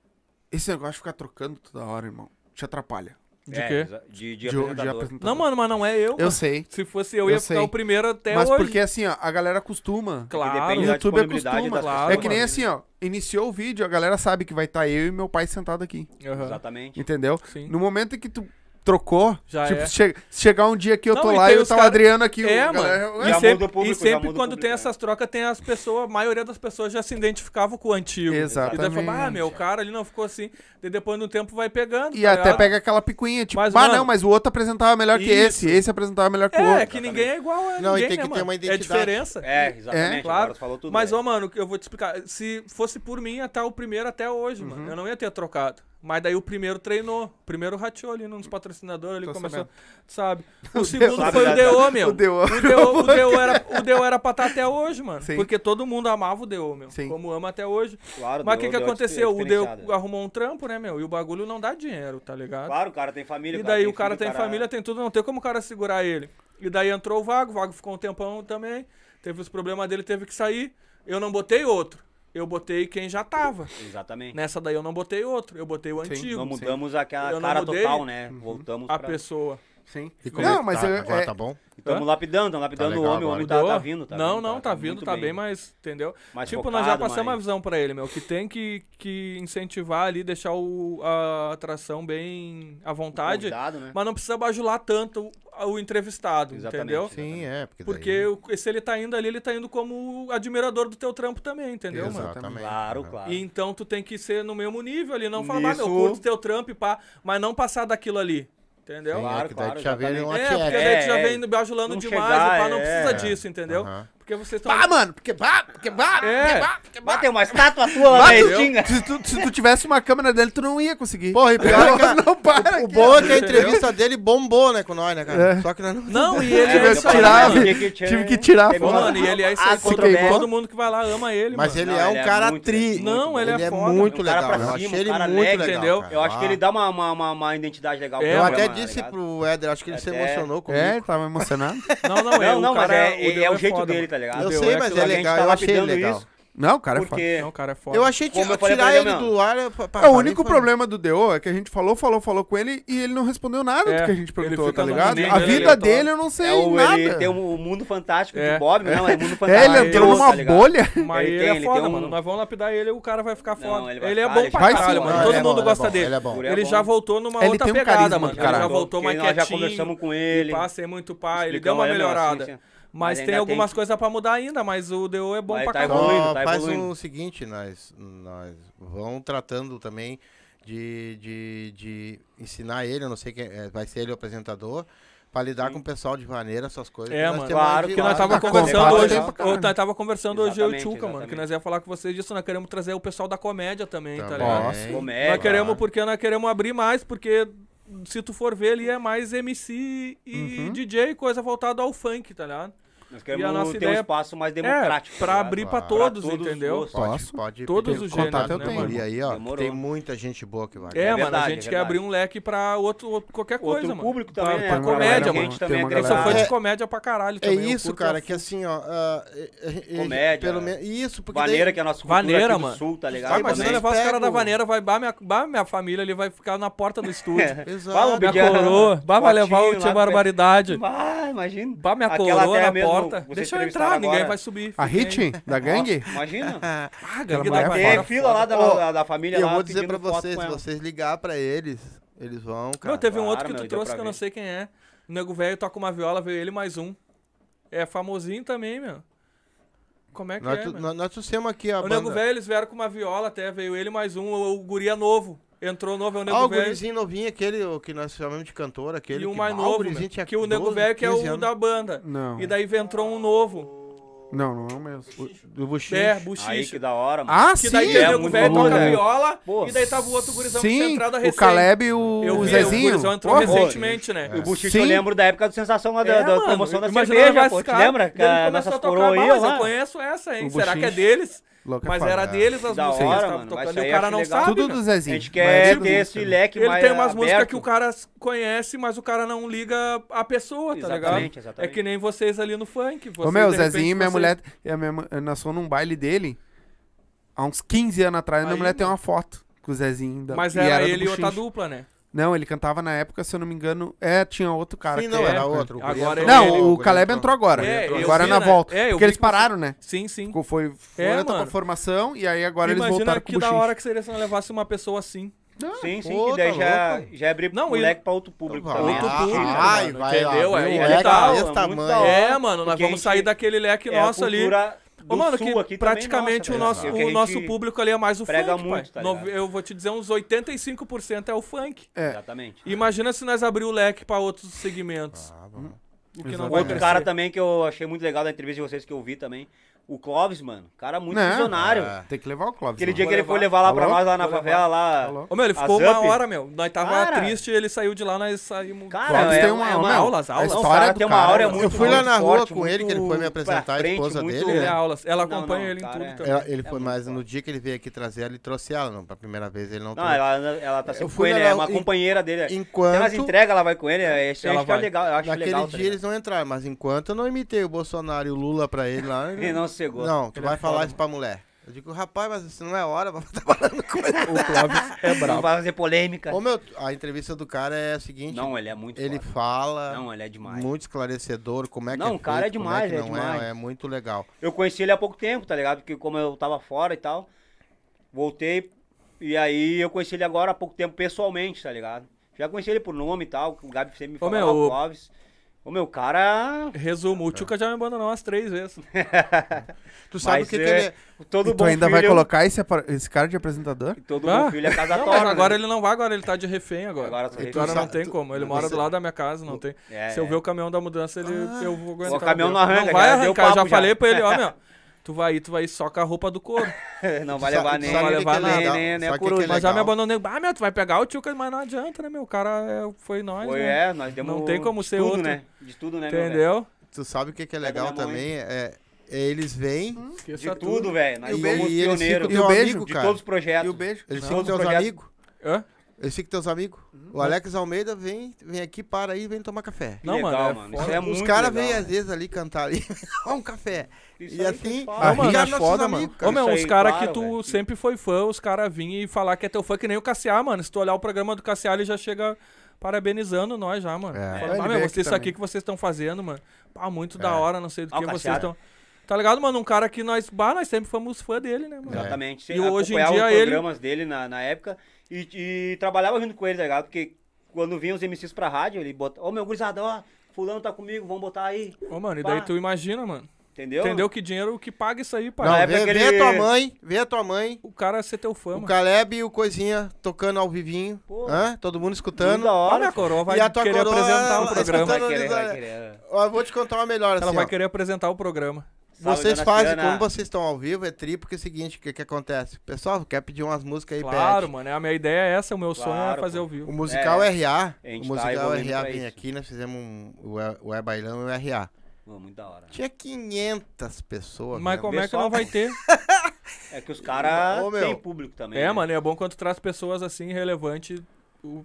[SPEAKER 1] esse negócio de ficar trocando toda hora, irmão. Te atrapalha.
[SPEAKER 4] De
[SPEAKER 3] É,
[SPEAKER 4] quê?
[SPEAKER 3] De, de
[SPEAKER 1] De- de
[SPEAKER 3] apresentador.
[SPEAKER 1] apresentador.
[SPEAKER 4] Não, mano, mas não é eu.
[SPEAKER 1] Eu
[SPEAKER 4] mano.
[SPEAKER 1] sei.
[SPEAKER 4] Se fosse eu,
[SPEAKER 1] Eu
[SPEAKER 4] ia ficar
[SPEAKER 1] sei.
[SPEAKER 4] o primeiro até
[SPEAKER 1] Mas
[SPEAKER 4] hoje.
[SPEAKER 1] porque assim, ó, a galera costuma.
[SPEAKER 4] Claro.
[SPEAKER 3] É depende
[SPEAKER 1] O
[SPEAKER 3] da
[SPEAKER 1] YouTube
[SPEAKER 3] disponibilidade
[SPEAKER 1] acostuma.
[SPEAKER 3] das
[SPEAKER 4] Claro,
[SPEAKER 1] É que nem
[SPEAKER 4] mano.
[SPEAKER 1] assim, ó. Iniciou o vídeo, a galera sabe que vai estar eu e meu pai sentado aqui.
[SPEAKER 4] Aham.
[SPEAKER 3] Exatamente.
[SPEAKER 1] Entendeu?
[SPEAKER 4] Sim.
[SPEAKER 1] No momento em que tu trocou,
[SPEAKER 4] Já
[SPEAKER 1] tipo,
[SPEAKER 4] é.
[SPEAKER 1] se che- se chegar um dia que eu
[SPEAKER 4] Não,
[SPEAKER 1] tô
[SPEAKER 4] e
[SPEAKER 1] lá
[SPEAKER 4] tem
[SPEAKER 1] e eu
[SPEAKER 4] os
[SPEAKER 1] tava o
[SPEAKER 4] cara-
[SPEAKER 1] Adriano aqui,
[SPEAKER 4] É,
[SPEAKER 1] o
[SPEAKER 4] mano.
[SPEAKER 1] galera-
[SPEAKER 4] E
[SPEAKER 3] Já muda
[SPEAKER 4] sempre,
[SPEAKER 3] o público,
[SPEAKER 4] e
[SPEAKER 3] já
[SPEAKER 4] sempre
[SPEAKER 3] muda o
[SPEAKER 4] quando tem
[SPEAKER 3] público,
[SPEAKER 4] essas trocas, tem as pessoas, a maioria das pessoas já se identificavam com o antigo. E daí
[SPEAKER 1] Exatamente.
[SPEAKER 4] fala, ah, meu, o cara ali não ficou assim. E depois no tempo vai pegando.
[SPEAKER 1] é, E
[SPEAKER 4] tá
[SPEAKER 1] até
[SPEAKER 4] ligado?
[SPEAKER 1] pega aquela picuinha, tipo,
[SPEAKER 4] Mas,
[SPEAKER 1] ah,
[SPEAKER 4] mano-
[SPEAKER 1] não, mas o outro apresentava melhor que
[SPEAKER 4] Isso.
[SPEAKER 1] esse, esse apresentava melhor que o
[SPEAKER 4] É,
[SPEAKER 1] outro. tá
[SPEAKER 4] que ninguém é igual a
[SPEAKER 2] Não, e tem que
[SPEAKER 4] ninguém, né,
[SPEAKER 2] ter
[SPEAKER 4] mano?
[SPEAKER 2] uma
[SPEAKER 4] É
[SPEAKER 2] identidade.
[SPEAKER 4] diferente.
[SPEAKER 3] É, exatamente.
[SPEAKER 1] É,
[SPEAKER 4] claro.
[SPEAKER 3] Claro. falou tudo.
[SPEAKER 4] Mas,
[SPEAKER 3] né?
[SPEAKER 4] ô, mano, eu vou te explicar. Se fosse por mim, até o primeiro até hoje,
[SPEAKER 3] Uhum.
[SPEAKER 4] mano. Eu não ia ter trocado. Mas daí o primeiro treinou. O primeiro rateou ali nos patrocinadores, ele
[SPEAKER 1] Tô
[SPEAKER 4] começou,
[SPEAKER 1] sabendo.
[SPEAKER 3] *laughs*
[SPEAKER 4] sabe? O segundo
[SPEAKER 3] Sabe,
[SPEAKER 4] foi o
[SPEAKER 3] sabe.
[SPEAKER 4] DO, meu.
[SPEAKER 1] O DO.
[SPEAKER 4] O DO, o DO
[SPEAKER 3] *laughs*
[SPEAKER 4] era, o DO era pra estar até hoje, mano.
[SPEAKER 1] Sim.
[SPEAKER 4] Porque todo mundo amava o DO, meu.
[SPEAKER 1] Sim.
[SPEAKER 4] Como ama até hoje.
[SPEAKER 3] Claro,
[SPEAKER 4] Mas
[SPEAKER 3] deu-
[SPEAKER 4] o que que
[SPEAKER 3] deu é uma
[SPEAKER 4] aconteceu? O DO
[SPEAKER 3] diferenciada.
[SPEAKER 4] arrumou um trampo, né, meu? E o bagulho não dá dinheiro, tá ligado?
[SPEAKER 3] Claro, o cara tem família.
[SPEAKER 4] E daí o
[SPEAKER 3] tem
[SPEAKER 4] cara
[SPEAKER 3] filho,
[SPEAKER 4] tem família, tem tudo, não tem como o cara segurar ele. E daí entrou o Vago, o Vago ficou um tempão também, teve os problemas dele, teve que sair. Eu não botei outro, eu botei quem já tava.
[SPEAKER 3] Exatamente.
[SPEAKER 4] Nessa daí eu não botei outro, eu botei o antigo,
[SPEAKER 3] Não mudamos aquela
[SPEAKER 4] Eu não
[SPEAKER 3] cara
[SPEAKER 4] mudei.
[SPEAKER 3] total, né? Voltamos
[SPEAKER 4] a
[SPEAKER 3] pra...
[SPEAKER 4] pessoa.
[SPEAKER 1] Sim.
[SPEAKER 2] E como é
[SPEAKER 1] Não,
[SPEAKER 2] que
[SPEAKER 1] mas
[SPEAKER 2] tá?
[SPEAKER 1] eu-
[SPEAKER 2] agora
[SPEAKER 1] é-
[SPEAKER 2] tá bom?
[SPEAKER 3] Estamos lapidando, estamos lapidando
[SPEAKER 2] legal
[SPEAKER 3] o homem, o
[SPEAKER 2] agora.
[SPEAKER 3] homem tá,
[SPEAKER 4] Mudou?
[SPEAKER 3] tá vindo. Tá
[SPEAKER 4] não,
[SPEAKER 3] vindo,
[SPEAKER 4] não, tá, vindo,
[SPEAKER 3] muito
[SPEAKER 4] tá bem. mas, entendeu?
[SPEAKER 3] Mais
[SPEAKER 4] tipo,
[SPEAKER 3] focado,
[SPEAKER 4] nós já passamos
[SPEAKER 3] mais-
[SPEAKER 4] a visão pra ele, meu, que tem que, que incentivar ali, deixar o, a atração bem à vontade,
[SPEAKER 3] Cuidado, né?
[SPEAKER 4] mas não precisa bajular tanto o, o entrevistado,
[SPEAKER 3] Exatamente.
[SPEAKER 4] entendeu?
[SPEAKER 2] Sim, é. Porque,
[SPEAKER 4] Porque o- se ele tá indo ali, ele tá indo como admirador do teu trampo também, entendeu, mano?
[SPEAKER 2] Exatamente.
[SPEAKER 3] Claro, claro.
[SPEAKER 4] E então tu tem que ser no mesmo nível ali, não
[SPEAKER 3] Isso.
[SPEAKER 4] falar, ah, meu, curto teu trampo e pá, mas não passar daquilo ali, entendeu?
[SPEAKER 2] Sim,
[SPEAKER 3] Claro,
[SPEAKER 2] é que daí
[SPEAKER 3] claro,
[SPEAKER 2] já vem
[SPEAKER 3] exatamente.
[SPEAKER 2] uma
[SPEAKER 4] É,
[SPEAKER 2] tieta.
[SPEAKER 4] porque
[SPEAKER 3] É,
[SPEAKER 4] daí tu já
[SPEAKER 3] é.
[SPEAKER 4] vem bajulando
[SPEAKER 3] Não
[SPEAKER 4] demais,
[SPEAKER 3] chegar,
[SPEAKER 4] e pá, não
[SPEAKER 3] é.
[SPEAKER 4] precisa disso, entendeu?
[SPEAKER 2] Aham.
[SPEAKER 4] Porque vocês estão...
[SPEAKER 1] Pá, Ah, mano, porque pá, porque pá, porque
[SPEAKER 4] É.
[SPEAKER 1] pá, porque pá.
[SPEAKER 3] Mas tem uma estátua tua lá na
[SPEAKER 4] Entendeu?
[SPEAKER 3] esquina.
[SPEAKER 1] Se tu, se tu tivesse uma câmera dele, tu não ia conseguir. *laughs*
[SPEAKER 2] Porra, e pior é que a-
[SPEAKER 1] não para
[SPEAKER 2] O
[SPEAKER 1] aqui.
[SPEAKER 2] bom é que a entrevista dele bombou, né, com nós, né, cara? Só que nós não...
[SPEAKER 4] Não, e ele... é
[SPEAKER 1] tive
[SPEAKER 3] eu
[SPEAKER 1] que
[SPEAKER 3] falei,
[SPEAKER 1] tirar,
[SPEAKER 3] não,
[SPEAKER 1] tive
[SPEAKER 3] tinha-
[SPEAKER 1] tive que tirar
[SPEAKER 3] teve
[SPEAKER 1] a
[SPEAKER 4] Ô,
[SPEAKER 1] fola.
[SPEAKER 3] uma-
[SPEAKER 4] mano, e ele é
[SPEAKER 3] Ah,
[SPEAKER 4] sensacional,
[SPEAKER 3] queimou.
[SPEAKER 4] todo mundo que vai lá ama ele,
[SPEAKER 2] Mas
[SPEAKER 4] mano.
[SPEAKER 2] ele
[SPEAKER 3] Não,
[SPEAKER 2] é um
[SPEAKER 3] ele é
[SPEAKER 2] cara
[SPEAKER 3] muito-
[SPEAKER 2] tri.
[SPEAKER 4] Não, ele é
[SPEAKER 2] ele é
[SPEAKER 4] foda,
[SPEAKER 2] muito
[SPEAKER 3] um cara
[SPEAKER 2] legal.
[SPEAKER 3] pra
[SPEAKER 2] Eu
[SPEAKER 3] cima,
[SPEAKER 2] achei
[SPEAKER 3] um
[SPEAKER 2] ele
[SPEAKER 3] cara
[SPEAKER 2] muito
[SPEAKER 3] alegre,
[SPEAKER 2] legal,
[SPEAKER 4] entendeu?
[SPEAKER 2] cara.
[SPEAKER 3] Eu acho que ele dá uma, uma, uma, uma identidade legal.
[SPEAKER 2] Eu
[SPEAKER 4] É,
[SPEAKER 3] pro
[SPEAKER 2] até
[SPEAKER 3] programa, tá
[SPEAKER 2] disse
[SPEAKER 3] ligado?
[SPEAKER 2] pro Éder, acho que ele se
[SPEAKER 3] Até-
[SPEAKER 2] emocionou comigo.
[SPEAKER 1] É, tava emocionado.
[SPEAKER 4] Não, não, é
[SPEAKER 3] Não, não,
[SPEAKER 4] o
[SPEAKER 3] mas
[SPEAKER 4] cara...
[SPEAKER 3] é, é- é o
[SPEAKER 4] Deu
[SPEAKER 3] jeito
[SPEAKER 4] foda,
[SPEAKER 3] dele,
[SPEAKER 4] mano.
[SPEAKER 3] tá ligado?
[SPEAKER 2] Eu
[SPEAKER 4] Deu,
[SPEAKER 2] sei,
[SPEAKER 4] é
[SPEAKER 2] mas é
[SPEAKER 4] aquilo lá, a gente
[SPEAKER 2] legal,
[SPEAKER 3] tá
[SPEAKER 2] eu achei
[SPEAKER 3] lapidando
[SPEAKER 2] legal.
[SPEAKER 3] isso,
[SPEAKER 1] Não, o cara é foda.
[SPEAKER 3] Porque...
[SPEAKER 4] Não, o cara é foda.
[SPEAKER 2] Eu achei
[SPEAKER 3] Como
[SPEAKER 2] que
[SPEAKER 3] eu falei
[SPEAKER 2] tirar
[SPEAKER 3] pra ele
[SPEAKER 2] ele
[SPEAKER 3] mesmo.
[SPEAKER 2] do ar... eu pa-
[SPEAKER 4] Ah,
[SPEAKER 2] pa-
[SPEAKER 1] É, o
[SPEAKER 2] parei
[SPEAKER 1] único
[SPEAKER 2] pra-
[SPEAKER 1] problema do DO é que a gente falou, falou, falou com ele e ele não respondeu nada do
[SPEAKER 4] É,
[SPEAKER 1] que a gente
[SPEAKER 4] ele
[SPEAKER 1] perguntou,
[SPEAKER 4] fica
[SPEAKER 1] tá
[SPEAKER 4] no
[SPEAKER 1] ligado?
[SPEAKER 4] mundo
[SPEAKER 1] A
[SPEAKER 4] dele,
[SPEAKER 1] vida
[SPEAKER 4] ele
[SPEAKER 1] dele
[SPEAKER 4] tá-
[SPEAKER 1] eu não sei
[SPEAKER 3] É o,
[SPEAKER 1] nada.
[SPEAKER 3] ele tem o um, mundo fantástico de
[SPEAKER 4] É.
[SPEAKER 3] Bob, não, é mundo
[SPEAKER 1] É,
[SPEAKER 3] fantástico.
[SPEAKER 1] ele entrou
[SPEAKER 4] Maravilhoso,
[SPEAKER 1] numa
[SPEAKER 3] tá ligado?
[SPEAKER 1] bolha.
[SPEAKER 4] Mas
[SPEAKER 3] Ele
[SPEAKER 4] ele,
[SPEAKER 3] tem-
[SPEAKER 4] é
[SPEAKER 3] ele
[SPEAKER 4] foda,
[SPEAKER 3] tem um-
[SPEAKER 4] mano. Nós vamos lapidar ele, o cara vai ficar foda.
[SPEAKER 3] ele
[SPEAKER 4] ele,
[SPEAKER 3] vai
[SPEAKER 4] é
[SPEAKER 3] ficar,
[SPEAKER 4] bom
[SPEAKER 3] ele
[SPEAKER 4] pra
[SPEAKER 1] vai
[SPEAKER 4] caralho,
[SPEAKER 1] ficar.
[SPEAKER 4] mano.
[SPEAKER 1] Não,
[SPEAKER 4] Todo
[SPEAKER 1] ele é
[SPEAKER 4] mundo
[SPEAKER 2] bom, ele é
[SPEAKER 4] gosta
[SPEAKER 2] bom,
[SPEAKER 4] dele.
[SPEAKER 2] ele é bom.
[SPEAKER 4] Ele,
[SPEAKER 3] Ele é bom.
[SPEAKER 4] já voltou numa
[SPEAKER 1] Ele
[SPEAKER 4] outra
[SPEAKER 1] tem um
[SPEAKER 4] pegada,
[SPEAKER 1] carisma
[SPEAKER 4] mano.
[SPEAKER 1] do
[SPEAKER 4] Ele já
[SPEAKER 1] caralho.
[SPEAKER 4] voltou mais
[SPEAKER 3] Porque nós já
[SPEAKER 4] quietinho.
[SPEAKER 3] conversamos com ele.
[SPEAKER 4] E pá, sem muito pai. Ele deu
[SPEAKER 3] Explicamos,
[SPEAKER 4] uma
[SPEAKER 3] olha, meu,
[SPEAKER 4] melhorada.
[SPEAKER 3] assim, assim. Mas
[SPEAKER 4] Mas tem
[SPEAKER 3] ainda
[SPEAKER 4] algumas
[SPEAKER 3] tem-
[SPEAKER 4] coisas pra mudar ainda, mas o DO é bom
[SPEAKER 3] Mas
[SPEAKER 4] pra
[SPEAKER 3] tá
[SPEAKER 4] caralho.
[SPEAKER 3] evoluindo,
[SPEAKER 2] Então,
[SPEAKER 3] tá
[SPEAKER 2] faz
[SPEAKER 3] evoluindo.
[SPEAKER 2] o seguinte, nós, nós vamos tratando também de, de, de ensinar ele, eu não sei quem é, vai ser ele o apresentador, pra lidar com o pessoal de maneira, essas coisas.
[SPEAKER 4] É, mano.
[SPEAKER 3] Claro
[SPEAKER 2] que
[SPEAKER 4] Que nós
[SPEAKER 2] nós temos
[SPEAKER 4] tava
[SPEAKER 1] tá
[SPEAKER 2] agilado.
[SPEAKER 4] conversando
[SPEAKER 1] comprado,
[SPEAKER 4] hoje.
[SPEAKER 1] tem pra
[SPEAKER 4] eu-
[SPEAKER 1] caralho.
[SPEAKER 4] Nós tava conversando hoje eu e o
[SPEAKER 3] Exatamente,
[SPEAKER 4] Tchuca, mano. Que
[SPEAKER 3] exatamente.
[SPEAKER 4] nós ia falar com vocês disso. Nós queremos trazer o pessoal da comédia também, tá
[SPEAKER 2] Também.
[SPEAKER 4] ligado?
[SPEAKER 1] Ó,
[SPEAKER 2] Também.
[SPEAKER 3] Comédia.
[SPEAKER 4] Nós queremos,
[SPEAKER 2] claro.
[SPEAKER 4] porque nós queremos abrir mais, porque se tu for ver, ele é mais MC e
[SPEAKER 3] Uhum.
[SPEAKER 4] DJ, coisa voltada ao funk, tá ligado?
[SPEAKER 3] Nós
[SPEAKER 4] E a
[SPEAKER 3] queremos
[SPEAKER 4] nossa
[SPEAKER 3] ter um
[SPEAKER 4] ideia-
[SPEAKER 3] espaço mais democrático.
[SPEAKER 4] É,
[SPEAKER 3] tá
[SPEAKER 4] pra
[SPEAKER 3] ligado?
[SPEAKER 4] abrir pra
[SPEAKER 2] Claro.
[SPEAKER 4] todos,
[SPEAKER 3] Pra todos os
[SPEAKER 4] entendeu?
[SPEAKER 3] gostos.
[SPEAKER 2] Pode,
[SPEAKER 1] Posso?
[SPEAKER 2] pode.
[SPEAKER 4] Todos os
[SPEAKER 1] Contato
[SPEAKER 4] gêneros,
[SPEAKER 1] eu
[SPEAKER 4] né,
[SPEAKER 1] tenho.
[SPEAKER 4] mano?
[SPEAKER 2] E aí, ó,
[SPEAKER 3] Demorou.
[SPEAKER 2] tem muita gente boa que vai.
[SPEAKER 4] É,
[SPEAKER 3] É
[SPEAKER 4] mano,
[SPEAKER 3] verdade,
[SPEAKER 4] a
[SPEAKER 3] é
[SPEAKER 4] gente quer
[SPEAKER 3] verdade.
[SPEAKER 4] abrir um leque pra outro, outro- qualquer coisa,
[SPEAKER 3] Outro
[SPEAKER 4] mano.
[SPEAKER 3] público
[SPEAKER 4] Pra-
[SPEAKER 3] também, né?
[SPEAKER 4] pra
[SPEAKER 1] uma
[SPEAKER 4] comédia,
[SPEAKER 1] galera
[SPEAKER 4] mano.
[SPEAKER 1] que-
[SPEAKER 3] também
[SPEAKER 1] tem
[SPEAKER 3] é
[SPEAKER 1] uma
[SPEAKER 4] Eu sou
[SPEAKER 3] agregado.
[SPEAKER 4] fã de
[SPEAKER 2] É-
[SPEAKER 4] comédia pra caralho
[SPEAKER 2] É
[SPEAKER 4] também. um eu
[SPEAKER 2] isso,
[SPEAKER 4] curto
[SPEAKER 2] cara,
[SPEAKER 4] as-
[SPEAKER 2] que assim, ó. ah, eh, eh,
[SPEAKER 3] Comédia.
[SPEAKER 2] Pelo menos. Isso, porque.
[SPEAKER 3] Vaneira,
[SPEAKER 2] daí,
[SPEAKER 3] que é a nossa cultura
[SPEAKER 4] Vaneira,
[SPEAKER 3] aqui do
[SPEAKER 4] mano.
[SPEAKER 3] sul, tá ligado?
[SPEAKER 4] Vai, imagina
[SPEAKER 3] Também.
[SPEAKER 4] Ah, levar os caras da
[SPEAKER 2] Pego-
[SPEAKER 4] vaneira, vai bah, minha, bah, minha família ali vai ficar na porta do
[SPEAKER 3] *laughs*
[SPEAKER 4] estúdio.
[SPEAKER 2] Exato.
[SPEAKER 3] Fala,
[SPEAKER 4] minha
[SPEAKER 3] Bidiana,
[SPEAKER 4] coroa, bah, vai levar
[SPEAKER 3] É, um Potinho
[SPEAKER 4] o
[SPEAKER 3] lá
[SPEAKER 4] Tia
[SPEAKER 3] no
[SPEAKER 4] Barbaridade.
[SPEAKER 3] Ah, imagina.
[SPEAKER 4] Bah, minha
[SPEAKER 3] Aquela
[SPEAKER 4] coroa
[SPEAKER 3] até
[SPEAKER 4] na
[SPEAKER 3] mesmo
[SPEAKER 4] porta.
[SPEAKER 3] vocês
[SPEAKER 4] Deixa eu entrar,
[SPEAKER 3] entrevistaram
[SPEAKER 4] ninguém
[SPEAKER 3] agora.
[SPEAKER 4] vai subir.
[SPEAKER 1] A
[SPEAKER 4] um
[SPEAKER 1] Hit da gangue?
[SPEAKER 3] Nossa, Imagina.
[SPEAKER 4] Ah,
[SPEAKER 1] aquela
[SPEAKER 4] gangue da
[SPEAKER 1] mulher
[SPEAKER 3] Tem
[SPEAKER 1] fora,
[SPEAKER 4] vaneira.
[SPEAKER 3] fila lá da,
[SPEAKER 2] Ó,
[SPEAKER 3] da- da família
[SPEAKER 2] eu
[SPEAKER 3] lá
[SPEAKER 2] vou dizer pra
[SPEAKER 3] pedindo foto
[SPEAKER 2] vocês,
[SPEAKER 3] com
[SPEAKER 2] se
[SPEAKER 3] ela.
[SPEAKER 2] vocês ligar pra eles, Eles vão, cara.
[SPEAKER 4] Não, teve um outro
[SPEAKER 3] claro,
[SPEAKER 4] que
[SPEAKER 3] meu,
[SPEAKER 4] tu
[SPEAKER 3] deu
[SPEAKER 4] trouxe
[SPEAKER 3] pra
[SPEAKER 4] que eu não
[SPEAKER 3] ver.
[SPEAKER 4] sei quem é. O nego velho toca uma viola, veio ele mais um. É famosinho também, meu. Como é que
[SPEAKER 2] Nós,
[SPEAKER 4] é,
[SPEAKER 2] tu-
[SPEAKER 4] meu?
[SPEAKER 2] nós, nós trouxemos aqui a
[SPEAKER 4] O
[SPEAKER 2] banda.
[SPEAKER 4] nego velho, eles vieram com uma viola até, veio ele mais um, o, o guria novo. Entrou novo, é o nego
[SPEAKER 2] Ah, o
[SPEAKER 4] velho.
[SPEAKER 2] gurizinho novinho, aquele o que nós chamamos de cantor, aquele
[SPEAKER 4] E um
[SPEAKER 2] que-
[SPEAKER 4] mais
[SPEAKER 2] Ah,
[SPEAKER 4] novo,
[SPEAKER 2] gurizinho
[SPEAKER 4] meu,
[SPEAKER 2] tinha
[SPEAKER 4] que o nego
[SPEAKER 2] 12,
[SPEAKER 4] velho que é o
[SPEAKER 2] 15 anos.
[SPEAKER 4] da banda.
[SPEAKER 5] Não.
[SPEAKER 4] E daí entrou um novo.
[SPEAKER 5] Não, não é o mesmo.
[SPEAKER 2] Do buchinho.
[SPEAKER 4] É,
[SPEAKER 3] Aí que
[SPEAKER 4] buchicha.
[SPEAKER 3] da hora, mano.
[SPEAKER 5] Ah,
[SPEAKER 4] Que
[SPEAKER 5] sim!
[SPEAKER 4] daí tem
[SPEAKER 3] é
[SPEAKER 4] o nego
[SPEAKER 3] muito
[SPEAKER 4] velho
[SPEAKER 3] bom,
[SPEAKER 4] toca
[SPEAKER 3] né?
[SPEAKER 4] viola.
[SPEAKER 3] Pô.
[SPEAKER 4] E daí tava o outro gurizão que tinha
[SPEAKER 5] Sim,
[SPEAKER 4] entrado
[SPEAKER 5] o
[SPEAKER 4] recente.
[SPEAKER 5] Caleb e o,
[SPEAKER 4] Eu
[SPEAKER 5] o
[SPEAKER 4] vi, o
[SPEAKER 5] Zezinho.
[SPEAKER 4] gurizão entrou
[SPEAKER 5] Pô,
[SPEAKER 4] recentemente, né?
[SPEAKER 3] O Buchicho
[SPEAKER 5] Sim.
[SPEAKER 3] eu lembro da época do Sensação lá da,
[SPEAKER 4] É,
[SPEAKER 3] da
[SPEAKER 4] mano,
[SPEAKER 3] promoção da
[SPEAKER 4] imagina
[SPEAKER 3] cerveja,
[SPEAKER 4] levar
[SPEAKER 3] pô.
[SPEAKER 4] esse
[SPEAKER 3] Te
[SPEAKER 4] cara.
[SPEAKER 3] lembra?
[SPEAKER 4] Ele
[SPEAKER 3] Que a-
[SPEAKER 4] começou
[SPEAKER 3] Nossas
[SPEAKER 4] a tocar,
[SPEAKER 3] coroas aí,
[SPEAKER 4] "Bah, mas
[SPEAKER 3] ó,
[SPEAKER 4] eu
[SPEAKER 3] lá.
[SPEAKER 4] conheço essa, hein?
[SPEAKER 5] O
[SPEAKER 4] Será que é
[SPEAKER 5] Buchicha.
[SPEAKER 4] deles?
[SPEAKER 5] louco é
[SPEAKER 4] Mas
[SPEAKER 5] foda.
[SPEAKER 4] era deles as
[SPEAKER 3] Da
[SPEAKER 4] músicas que
[SPEAKER 3] hora,
[SPEAKER 4] eles estavam
[SPEAKER 3] mano,
[SPEAKER 4] tocando
[SPEAKER 3] mas
[SPEAKER 4] e
[SPEAKER 3] aí
[SPEAKER 4] o
[SPEAKER 3] eu
[SPEAKER 4] cara
[SPEAKER 3] acho
[SPEAKER 4] não
[SPEAKER 3] legal.
[SPEAKER 4] sabe.
[SPEAKER 5] Tudo
[SPEAKER 4] meu.
[SPEAKER 5] do
[SPEAKER 3] A
[SPEAKER 5] Zezinho.
[SPEAKER 3] gente
[SPEAKER 1] é
[SPEAKER 3] quer
[SPEAKER 4] Mas,
[SPEAKER 3] ter
[SPEAKER 4] tipo,
[SPEAKER 3] esse leque
[SPEAKER 4] Ele
[SPEAKER 3] mais
[SPEAKER 4] tem umas músicas
[SPEAKER 3] aberto.
[SPEAKER 4] que o cara conhece, mas o cara não liga a pessoa, tá
[SPEAKER 3] Exatamente,
[SPEAKER 4] ligado?
[SPEAKER 3] exatamente.
[SPEAKER 4] É que nem vocês ali no funk. Vocês,
[SPEAKER 5] Ô, meu, o
[SPEAKER 4] de repente,
[SPEAKER 5] Zezinho, minha
[SPEAKER 4] vocês-
[SPEAKER 5] mulher. e a minha mu- nós fomos num baile dele há uns 15 anos atrás. minha
[SPEAKER 4] Aí,
[SPEAKER 5] mulher tem
[SPEAKER 4] mano.
[SPEAKER 5] uma foto com o Zezinho. da-
[SPEAKER 4] Mas
[SPEAKER 5] e
[SPEAKER 4] era,
[SPEAKER 5] do
[SPEAKER 4] ele e outra
[SPEAKER 5] Buchicha.
[SPEAKER 4] dupla, né?
[SPEAKER 5] Não, ele cantava na época, se eu não me engano. É, tinha outro cara.
[SPEAKER 2] Sim,
[SPEAKER 5] que
[SPEAKER 2] não,
[SPEAKER 4] é,
[SPEAKER 2] era outro. o guri
[SPEAKER 4] agora
[SPEAKER 2] entrou.
[SPEAKER 4] ele-
[SPEAKER 5] Não,
[SPEAKER 4] Ele
[SPEAKER 5] o Caleb entrou agora.
[SPEAKER 4] É, eu
[SPEAKER 5] agora
[SPEAKER 4] vi,
[SPEAKER 5] na
[SPEAKER 4] né?
[SPEAKER 5] volta.
[SPEAKER 4] É, eu
[SPEAKER 5] porque
[SPEAKER 4] vi
[SPEAKER 5] eles
[SPEAKER 4] que vocês-
[SPEAKER 5] pararam, né?
[SPEAKER 4] Sim, sim.
[SPEAKER 5] Ficou- Foi, foi
[SPEAKER 4] É,
[SPEAKER 5] outra
[SPEAKER 4] mano.
[SPEAKER 5] formação e aí agora eles
[SPEAKER 4] Imagina
[SPEAKER 5] voltaram
[SPEAKER 4] que
[SPEAKER 5] pro
[SPEAKER 4] da
[SPEAKER 5] buchicho.
[SPEAKER 4] hora que seria se não levasse uma pessoa assim.
[SPEAKER 3] Sim, sim,
[SPEAKER 2] Pô,
[SPEAKER 3] que daí
[SPEAKER 2] tá
[SPEAKER 3] já,
[SPEAKER 2] louco. Então,
[SPEAKER 3] já abre
[SPEAKER 4] Não, ele-
[SPEAKER 3] moleque pra outro público
[SPEAKER 2] Vai,
[SPEAKER 3] também.
[SPEAKER 4] Outro
[SPEAKER 3] né?
[SPEAKER 2] vai,
[SPEAKER 4] público,
[SPEAKER 2] vai,
[SPEAKER 4] mano,
[SPEAKER 2] vai,
[SPEAKER 4] entendeu?
[SPEAKER 2] vai,
[SPEAKER 4] Aí
[SPEAKER 2] vai,
[SPEAKER 4] é que tá,
[SPEAKER 2] desse
[SPEAKER 3] mano,
[SPEAKER 2] tamanho.
[SPEAKER 3] muito da hora.
[SPEAKER 4] É, mano, nós
[SPEAKER 3] Porque
[SPEAKER 4] vamos
[SPEAKER 3] a gente-
[SPEAKER 4] sair daquele leque
[SPEAKER 3] É a
[SPEAKER 4] nosso ali.
[SPEAKER 3] cultura do
[SPEAKER 4] Ô, mano,
[SPEAKER 3] sul aqui
[SPEAKER 4] que
[SPEAKER 3] também, nossa,
[SPEAKER 4] praticamente o
[SPEAKER 3] velho.
[SPEAKER 4] nosso,
[SPEAKER 3] É que a
[SPEAKER 4] o nosso
[SPEAKER 3] gente-
[SPEAKER 4] público ali é mais o
[SPEAKER 3] prega
[SPEAKER 4] funk,
[SPEAKER 3] muito, tá
[SPEAKER 4] pai. Nove-
[SPEAKER 3] ligado?
[SPEAKER 4] eu vou te dizer, uns 85% é o funk. É.
[SPEAKER 3] Exatamente.
[SPEAKER 4] Imagina se nós abrir o leque pra outros segmentos. o que não vai
[SPEAKER 3] Outro
[SPEAKER 4] crescer.
[SPEAKER 3] cara também que eu achei muito legal da entrevista de vocês que eu vi também, o Clóvis, mano. Cara muito
[SPEAKER 5] Não,
[SPEAKER 3] visionário.
[SPEAKER 2] é.
[SPEAKER 5] Tem que levar o Clóvis. né?
[SPEAKER 3] Aquele
[SPEAKER 5] mano.
[SPEAKER 3] dia que ele
[SPEAKER 4] levar.
[SPEAKER 3] foi levar lá pra
[SPEAKER 5] Alô?
[SPEAKER 3] nós, lá na
[SPEAKER 4] Vou levar.
[SPEAKER 3] favela, lá...
[SPEAKER 5] Alô?
[SPEAKER 4] Ô, meu, ele
[SPEAKER 3] A
[SPEAKER 4] ficou uma
[SPEAKER 3] Zup?
[SPEAKER 4] hora, meu. Nós tava
[SPEAKER 3] Cara.
[SPEAKER 4] triste, ele saiu de lá, nós saímos.
[SPEAKER 5] Clóvis
[SPEAKER 3] é-
[SPEAKER 5] tem uma-
[SPEAKER 3] é
[SPEAKER 5] meu,
[SPEAKER 4] aulas,
[SPEAKER 5] a
[SPEAKER 4] aulas.
[SPEAKER 3] Não, o
[SPEAKER 5] história
[SPEAKER 3] cara
[SPEAKER 5] do
[SPEAKER 3] tem uma
[SPEAKER 5] cara-
[SPEAKER 3] áurea
[SPEAKER 5] Eu
[SPEAKER 3] muito
[SPEAKER 2] fui lá
[SPEAKER 3] muito
[SPEAKER 2] na rua
[SPEAKER 3] forte,
[SPEAKER 2] com ele, que ele
[SPEAKER 3] muito
[SPEAKER 2] foi me apresentar,
[SPEAKER 3] pra
[SPEAKER 2] a esposa
[SPEAKER 3] muito-
[SPEAKER 2] dele,
[SPEAKER 4] Ele
[SPEAKER 2] né?
[SPEAKER 4] é aulas. Ela
[SPEAKER 3] Não,
[SPEAKER 4] acompanha
[SPEAKER 3] não,
[SPEAKER 4] ele em
[SPEAKER 3] cara,
[SPEAKER 4] tudo
[SPEAKER 3] é-
[SPEAKER 4] também.
[SPEAKER 2] Ela- ele
[SPEAKER 3] É
[SPEAKER 2] foi,
[SPEAKER 3] muito
[SPEAKER 2] mas
[SPEAKER 3] forte.
[SPEAKER 2] no dia que ele veio aqui trazer ela, ele trouxe ela, não, pra primeira vez ele não
[SPEAKER 3] Não,
[SPEAKER 2] trouxe.
[SPEAKER 3] ela, ela tá
[SPEAKER 2] Eu
[SPEAKER 3] sempre com
[SPEAKER 2] fui
[SPEAKER 3] ele,
[SPEAKER 2] olhar
[SPEAKER 3] é
[SPEAKER 2] o-
[SPEAKER 3] uma
[SPEAKER 2] en-
[SPEAKER 3] companheira dele. Tem umas
[SPEAKER 2] Enquanto,
[SPEAKER 3] entregas, ela vai com ele, é, isso eu
[SPEAKER 4] Ela
[SPEAKER 3] acho que é
[SPEAKER 4] vai.
[SPEAKER 3] legal, eu acho
[SPEAKER 2] naquele
[SPEAKER 3] legal. tá
[SPEAKER 2] dia
[SPEAKER 3] ligado?
[SPEAKER 2] eles não entraram, mas enquanto eu não imitei o Bolsonaro e o Lula pra ele lá...
[SPEAKER 3] Ele não cegou.
[SPEAKER 2] Não, tu
[SPEAKER 4] Ele é
[SPEAKER 2] vai falar
[SPEAKER 4] foda,
[SPEAKER 2] isso pra mulher. Eu digo, rapaz, mas isso não é hora, vamos trabalhando com ele.
[SPEAKER 4] O
[SPEAKER 3] *laughs*
[SPEAKER 4] Clóvis é
[SPEAKER 3] Não
[SPEAKER 4] brabo.
[SPEAKER 3] vai fazer polêmica.
[SPEAKER 2] Ô, meu, a entrevista do cara é a seguinte,
[SPEAKER 3] Tá. Não, ele é muito
[SPEAKER 2] ele
[SPEAKER 3] foda.
[SPEAKER 2] fala...
[SPEAKER 3] Não, ele é demais.
[SPEAKER 2] Muito esclarecedor, como é que
[SPEAKER 3] Não,
[SPEAKER 2] é
[SPEAKER 3] o cara é
[SPEAKER 2] feito, como
[SPEAKER 3] demais, é
[SPEAKER 2] que não
[SPEAKER 3] demais.
[SPEAKER 2] É, é muito legal.
[SPEAKER 3] Eu conheci ele há pouco tempo, tá ligado? Porque como eu tava fora e tal, voltei. E aí eu conheci ele agora há pouco tempo pessoalmente, tá ligado? Já conheci ele por nome e tal, o Gabi sempre me falou,
[SPEAKER 4] meu,
[SPEAKER 3] o
[SPEAKER 4] o-
[SPEAKER 3] Clóvis. Ô meu, o cara.
[SPEAKER 4] Resumo, o Tchuca já me abandonou umas três vezes.
[SPEAKER 2] Tu sabe
[SPEAKER 3] Mas
[SPEAKER 2] o que,
[SPEAKER 3] é-
[SPEAKER 2] que ele é?
[SPEAKER 3] Todo
[SPEAKER 5] E tu
[SPEAKER 3] bom
[SPEAKER 5] ainda
[SPEAKER 3] filho,
[SPEAKER 5] vai colocar esse, apar- esse cara de apresentador?
[SPEAKER 3] Todo
[SPEAKER 4] Ah.
[SPEAKER 3] bom filho é casa
[SPEAKER 4] Não,
[SPEAKER 3] torta,
[SPEAKER 4] mas agora
[SPEAKER 3] né?
[SPEAKER 4] ele não vai, agora ele tá de refém agora.
[SPEAKER 3] Agora tá de refém.
[SPEAKER 4] Agora não
[SPEAKER 2] Tu
[SPEAKER 4] tem
[SPEAKER 2] sa-
[SPEAKER 4] como. Ele
[SPEAKER 2] tu-
[SPEAKER 4] mora
[SPEAKER 2] você-
[SPEAKER 4] do lado da minha casa, não tem.
[SPEAKER 3] É,
[SPEAKER 4] Se eu
[SPEAKER 3] é.
[SPEAKER 4] ver o caminhão da mudança, ele, eu vou aguentar.
[SPEAKER 3] caminhão não arranca,
[SPEAKER 4] Não vai
[SPEAKER 3] já deu
[SPEAKER 4] arrancar, eu já
[SPEAKER 3] papo já.
[SPEAKER 4] falei pra ele,
[SPEAKER 3] *laughs*
[SPEAKER 4] ó, meu. Tu vai ir, tu vai ir só com a roupa do couro.
[SPEAKER 3] Não vai
[SPEAKER 2] Tu
[SPEAKER 3] levar
[SPEAKER 2] sabe- tu
[SPEAKER 3] nem.
[SPEAKER 2] sabe o que
[SPEAKER 4] levar
[SPEAKER 2] que é
[SPEAKER 4] nem-
[SPEAKER 2] legal?
[SPEAKER 3] nem- nem
[SPEAKER 2] Sabe
[SPEAKER 3] a
[SPEAKER 2] o que que é
[SPEAKER 3] coruja.
[SPEAKER 4] Mas já me
[SPEAKER 2] legal?
[SPEAKER 4] abandonei. Ah, meu, tu vai pegar o Tchuca, mas não adianta, né, meu? O cara é- foi nós,
[SPEAKER 3] Foi,
[SPEAKER 4] né?
[SPEAKER 3] é, nós demos
[SPEAKER 4] Não tem como
[SPEAKER 3] de
[SPEAKER 4] ser
[SPEAKER 3] tudo,
[SPEAKER 4] outro.
[SPEAKER 3] né? De tudo, né, meu velho?
[SPEAKER 4] Entendeu?
[SPEAKER 2] Tu sabe o que, que é
[SPEAKER 3] Pega
[SPEAKER 2] legal
[SPEAKER 3] na mão,
[SPEAKER 2] também? É, é eles vêm
[SPEAKER 4] é
[SPEAKER 3] De tudo, velho. Nós
[SPEAKER 2] e, e
[SPEAKER 3] somos
[SPEAKER 2] eles ficam
[SPEAKER 3] pioneiros
[SPEAKER 5] E o
[SPEAKER 2] teu
[SPEAKER 5] beijo?
[SPEAKER 2] amigo,
[SPEAKER 3] de
[SPEAKER 2] cara.
[SPEAKER 3] todos os projetos.
[SPEAKER 5] beijo?
[SPEAKER 2] Eles
[SPEAKER 3] Não.
[SPEAKER 2] ficam
[SPEAKER 3] Todos os
[SPEAKER 2] teus
[SPEAKER 3] projetos.
[SPEAKER 2] amigos.
[SPEAKER 4] Hã?
[SPEAKER 2] Eles ficam teus amigos. O Alex Almeida vem, vem aqui, para aí, vem tomar café.
[SPEAKER 3] Que
[SPEAKER 4] Não,
[SPEAKER 3] legal,
[SPEAKER 4] mano, é
[SPEAKER 3] Isso
[SPEAKER 4] foda.
[SPEAKER 3] é
[SPEAKER 2] Os
[SPEAKER 3] muito
[SPEAKER 2] caras
[SPEAKER 3] legal,
[SPEAKER 2] vêm às
[SPEAKER 3] né?
[SPEAKER 2] vezes ali cantar ali, *laughs* ó, um café.
[SPEAKER 3] Isso
[SPEAKER 2] e
[SPEAKER 3] aí
[SPEAKER 2] assim,
[SPEAKER 3] que fala,
[SPEAKER 5] Ah, mano,
[SPEAKER 2] viraram
[SPEAKER 4] é
[SPEAKER 2] nossos
[SPEAKER 5] foda,
[SPEAKER 2] amigos,
[SPEAKER 4] Ô,
[SPEAKER 2] cara.
[SPEAKER 4] meu,
[SPEAKER 3] Isso
[SPEAKER 4] os
[SPEAKER 3] aí,
[SPEAKER 4] caras
[SPEAKER 3] claro,
[SPEAKER 4] que tu
[SPEAKER 3] velho.
[SPEAKER 4] sempre foi fã, os caras vinham e falar que é teu fã, que nem o Cassiá, mano. Se tu olhar o programa do Cassiá, ele já chega parabenizando nós já, mano.
[SPEAKER 2] É.
[SPEAKER 4] Fala,
[SPEAKER 5] Ele
[SPEAKER 4] "Ah, meu,
[SPEAKER 5] veio
[SPEAKER 4] vocês-
[SPEAKER 5] aqui
[SPEAKER 4] isso aqui
[SPEAKER 5] também.
[SPEAKER 4] que vocês estão fazendo, mano. Pá, muito da hora, não sei do
[SPEAKER 3] Ah,
[SPEAKER 4] que
[SPEAKER 3] o
[SPEAKER 4] vocês
[SPEAKER 3] Cassiá.
[SPEAKER 4] estão. Tá ligado, mano? Um cara que nós. Bah, nós sempre fomos fã dele, né, mano?
[SPEAKER 3] Exatamente.
[SPEAKER 4] E
[SPEAKER 3] Você
[SPEAKER 4] hoje em
[SPEAKER 3] acompanhava
[SPEAKER 4] dia
[SPEAKER 3] os
[SPEAKER 4] ele-
[SPEAKER 3] programas dele na, na época e, e trabalhava junto com ele, tá ligado? Porque quando vinham os MCs pra rádio, ele botava, ô meu gurizada, ó, fulano tá comigo, vamos botar aí.
[SPEAKER 4] Ô, mano, e daí
[SPEAKER 3] Pá.
[SPEAKER 4] tu imagina, mano.
[SPEAKER 3] Entendeu?
[SPEAKER 4] Entendeu que dinheiro que paga isso aí, pai? É
[SPEAKER 2] Não,
[SPEAKER 3] Na
[SPEAKER 2] vê,
[SPEAKER 3] época
[SPEAKER 2] vê
[SPEAKER 3] ele-
[SPEAKER 2] a tua mãe, vê a tua mãe.
[SPEAKER 4] O cara ser teu fã,
[SPEAKER 2] O
[SPEAKER 4] mano.
[SPEAKER 2] Caleb e o Coisinha tocando ao vivinho.
[SPEAKER 3] Pô.
[SPEAKER 2] Hã? Todo mundo escutando.
[SPEAKER 3] Muito da
[SPEAKER 4] Olha,
[SPEAKER 3] hora.
[SPEAKER 4] a coroa vai
[SPEAKER 2] E a tua
[SPEAKER 4] querer
[SPEAKER 2] coroa,
[SPEAKER 4] apresentar
[SPEAKER 2] ela
[SPEAKER 4] o
[SPEAKER 2] tá
[SPEAKER 4] programa.
[SPEAKER 3] vai
[SPEAKER 2] escutando- é.
[SPEAKER 3] querer, vai
[SPEAKER 2] Olha.
[SPEAKER 3] querer.
[SPEAKER 2] Ó, eu vou te contar uma melhor
[SPEAKER 4] Ela
[SPEAKER 2] assim,
[SPEAKER 4] vai
[SPEAKER 2] ó.
[SPEAKER 4] querer apresentar o programa.
[SPEAKER 3] Salve,
[SPEAKER 2] Vocês
[SPEAKER 3] dona
[SPEAKER 2] fazem,
[SPEAKER 3] Ciana.
[SPEAKER 2] como vocês estão ao vivo, é triplo, porque é o seguinte, o que, que acontece? O pessoal quer pedir umas músicas aí,
[SPEAKER 4] Claro,
[SPEAKER 2] pede.
[SPEAKER 4] mano. A minha ideia é essa, o meu sonho é
[SPEAKER 3] Claro,
[SPEAKER 4] fazer
[SPEAKER 3] pô.
[SPEAKER 4] ao vivo.
[SPEAKER 2] O musical
[SPEAKER 3] É,
[SPEAKER 2] RA,
[SPEAKER 3] a gente
[SPEAKER 2] o
[SPEAKER 3] tá
[SPEAKER 2] musical
[SPEAKER 3] evoluindo
[SPEAKER 2] RA
[SPEAKER 3] pra
[SPEAKER 2] vem
[SPEAKER 3] isso.
[SPEAKER 2] aqui, nós fizemos um, o, E- o E Bailão e o RA.
[SPEAKER 3] Pô, muito da hora.
[SPEAKER 2] Tinha 500 pessoas. né?
[SPEAKER 4] Mas
[SPEAKER 2] vendo.
[SPEAKER 4] como
[SPEAKER 3] Vê
[SPEAKER 4] é que
[SPEAKER 3] só.
[SPEAKER 4] não vai ter?
[SPEAKER 3] É que os caras
[SPEAKER 2] Ô, meu.
[SPEAKER 3] têm público também.
[SPEAKER 4] É,
[SPEAKER 3] né?
[SPEAKER 4] mano, e é bom quando tu traz pessoas assim, relevante, o-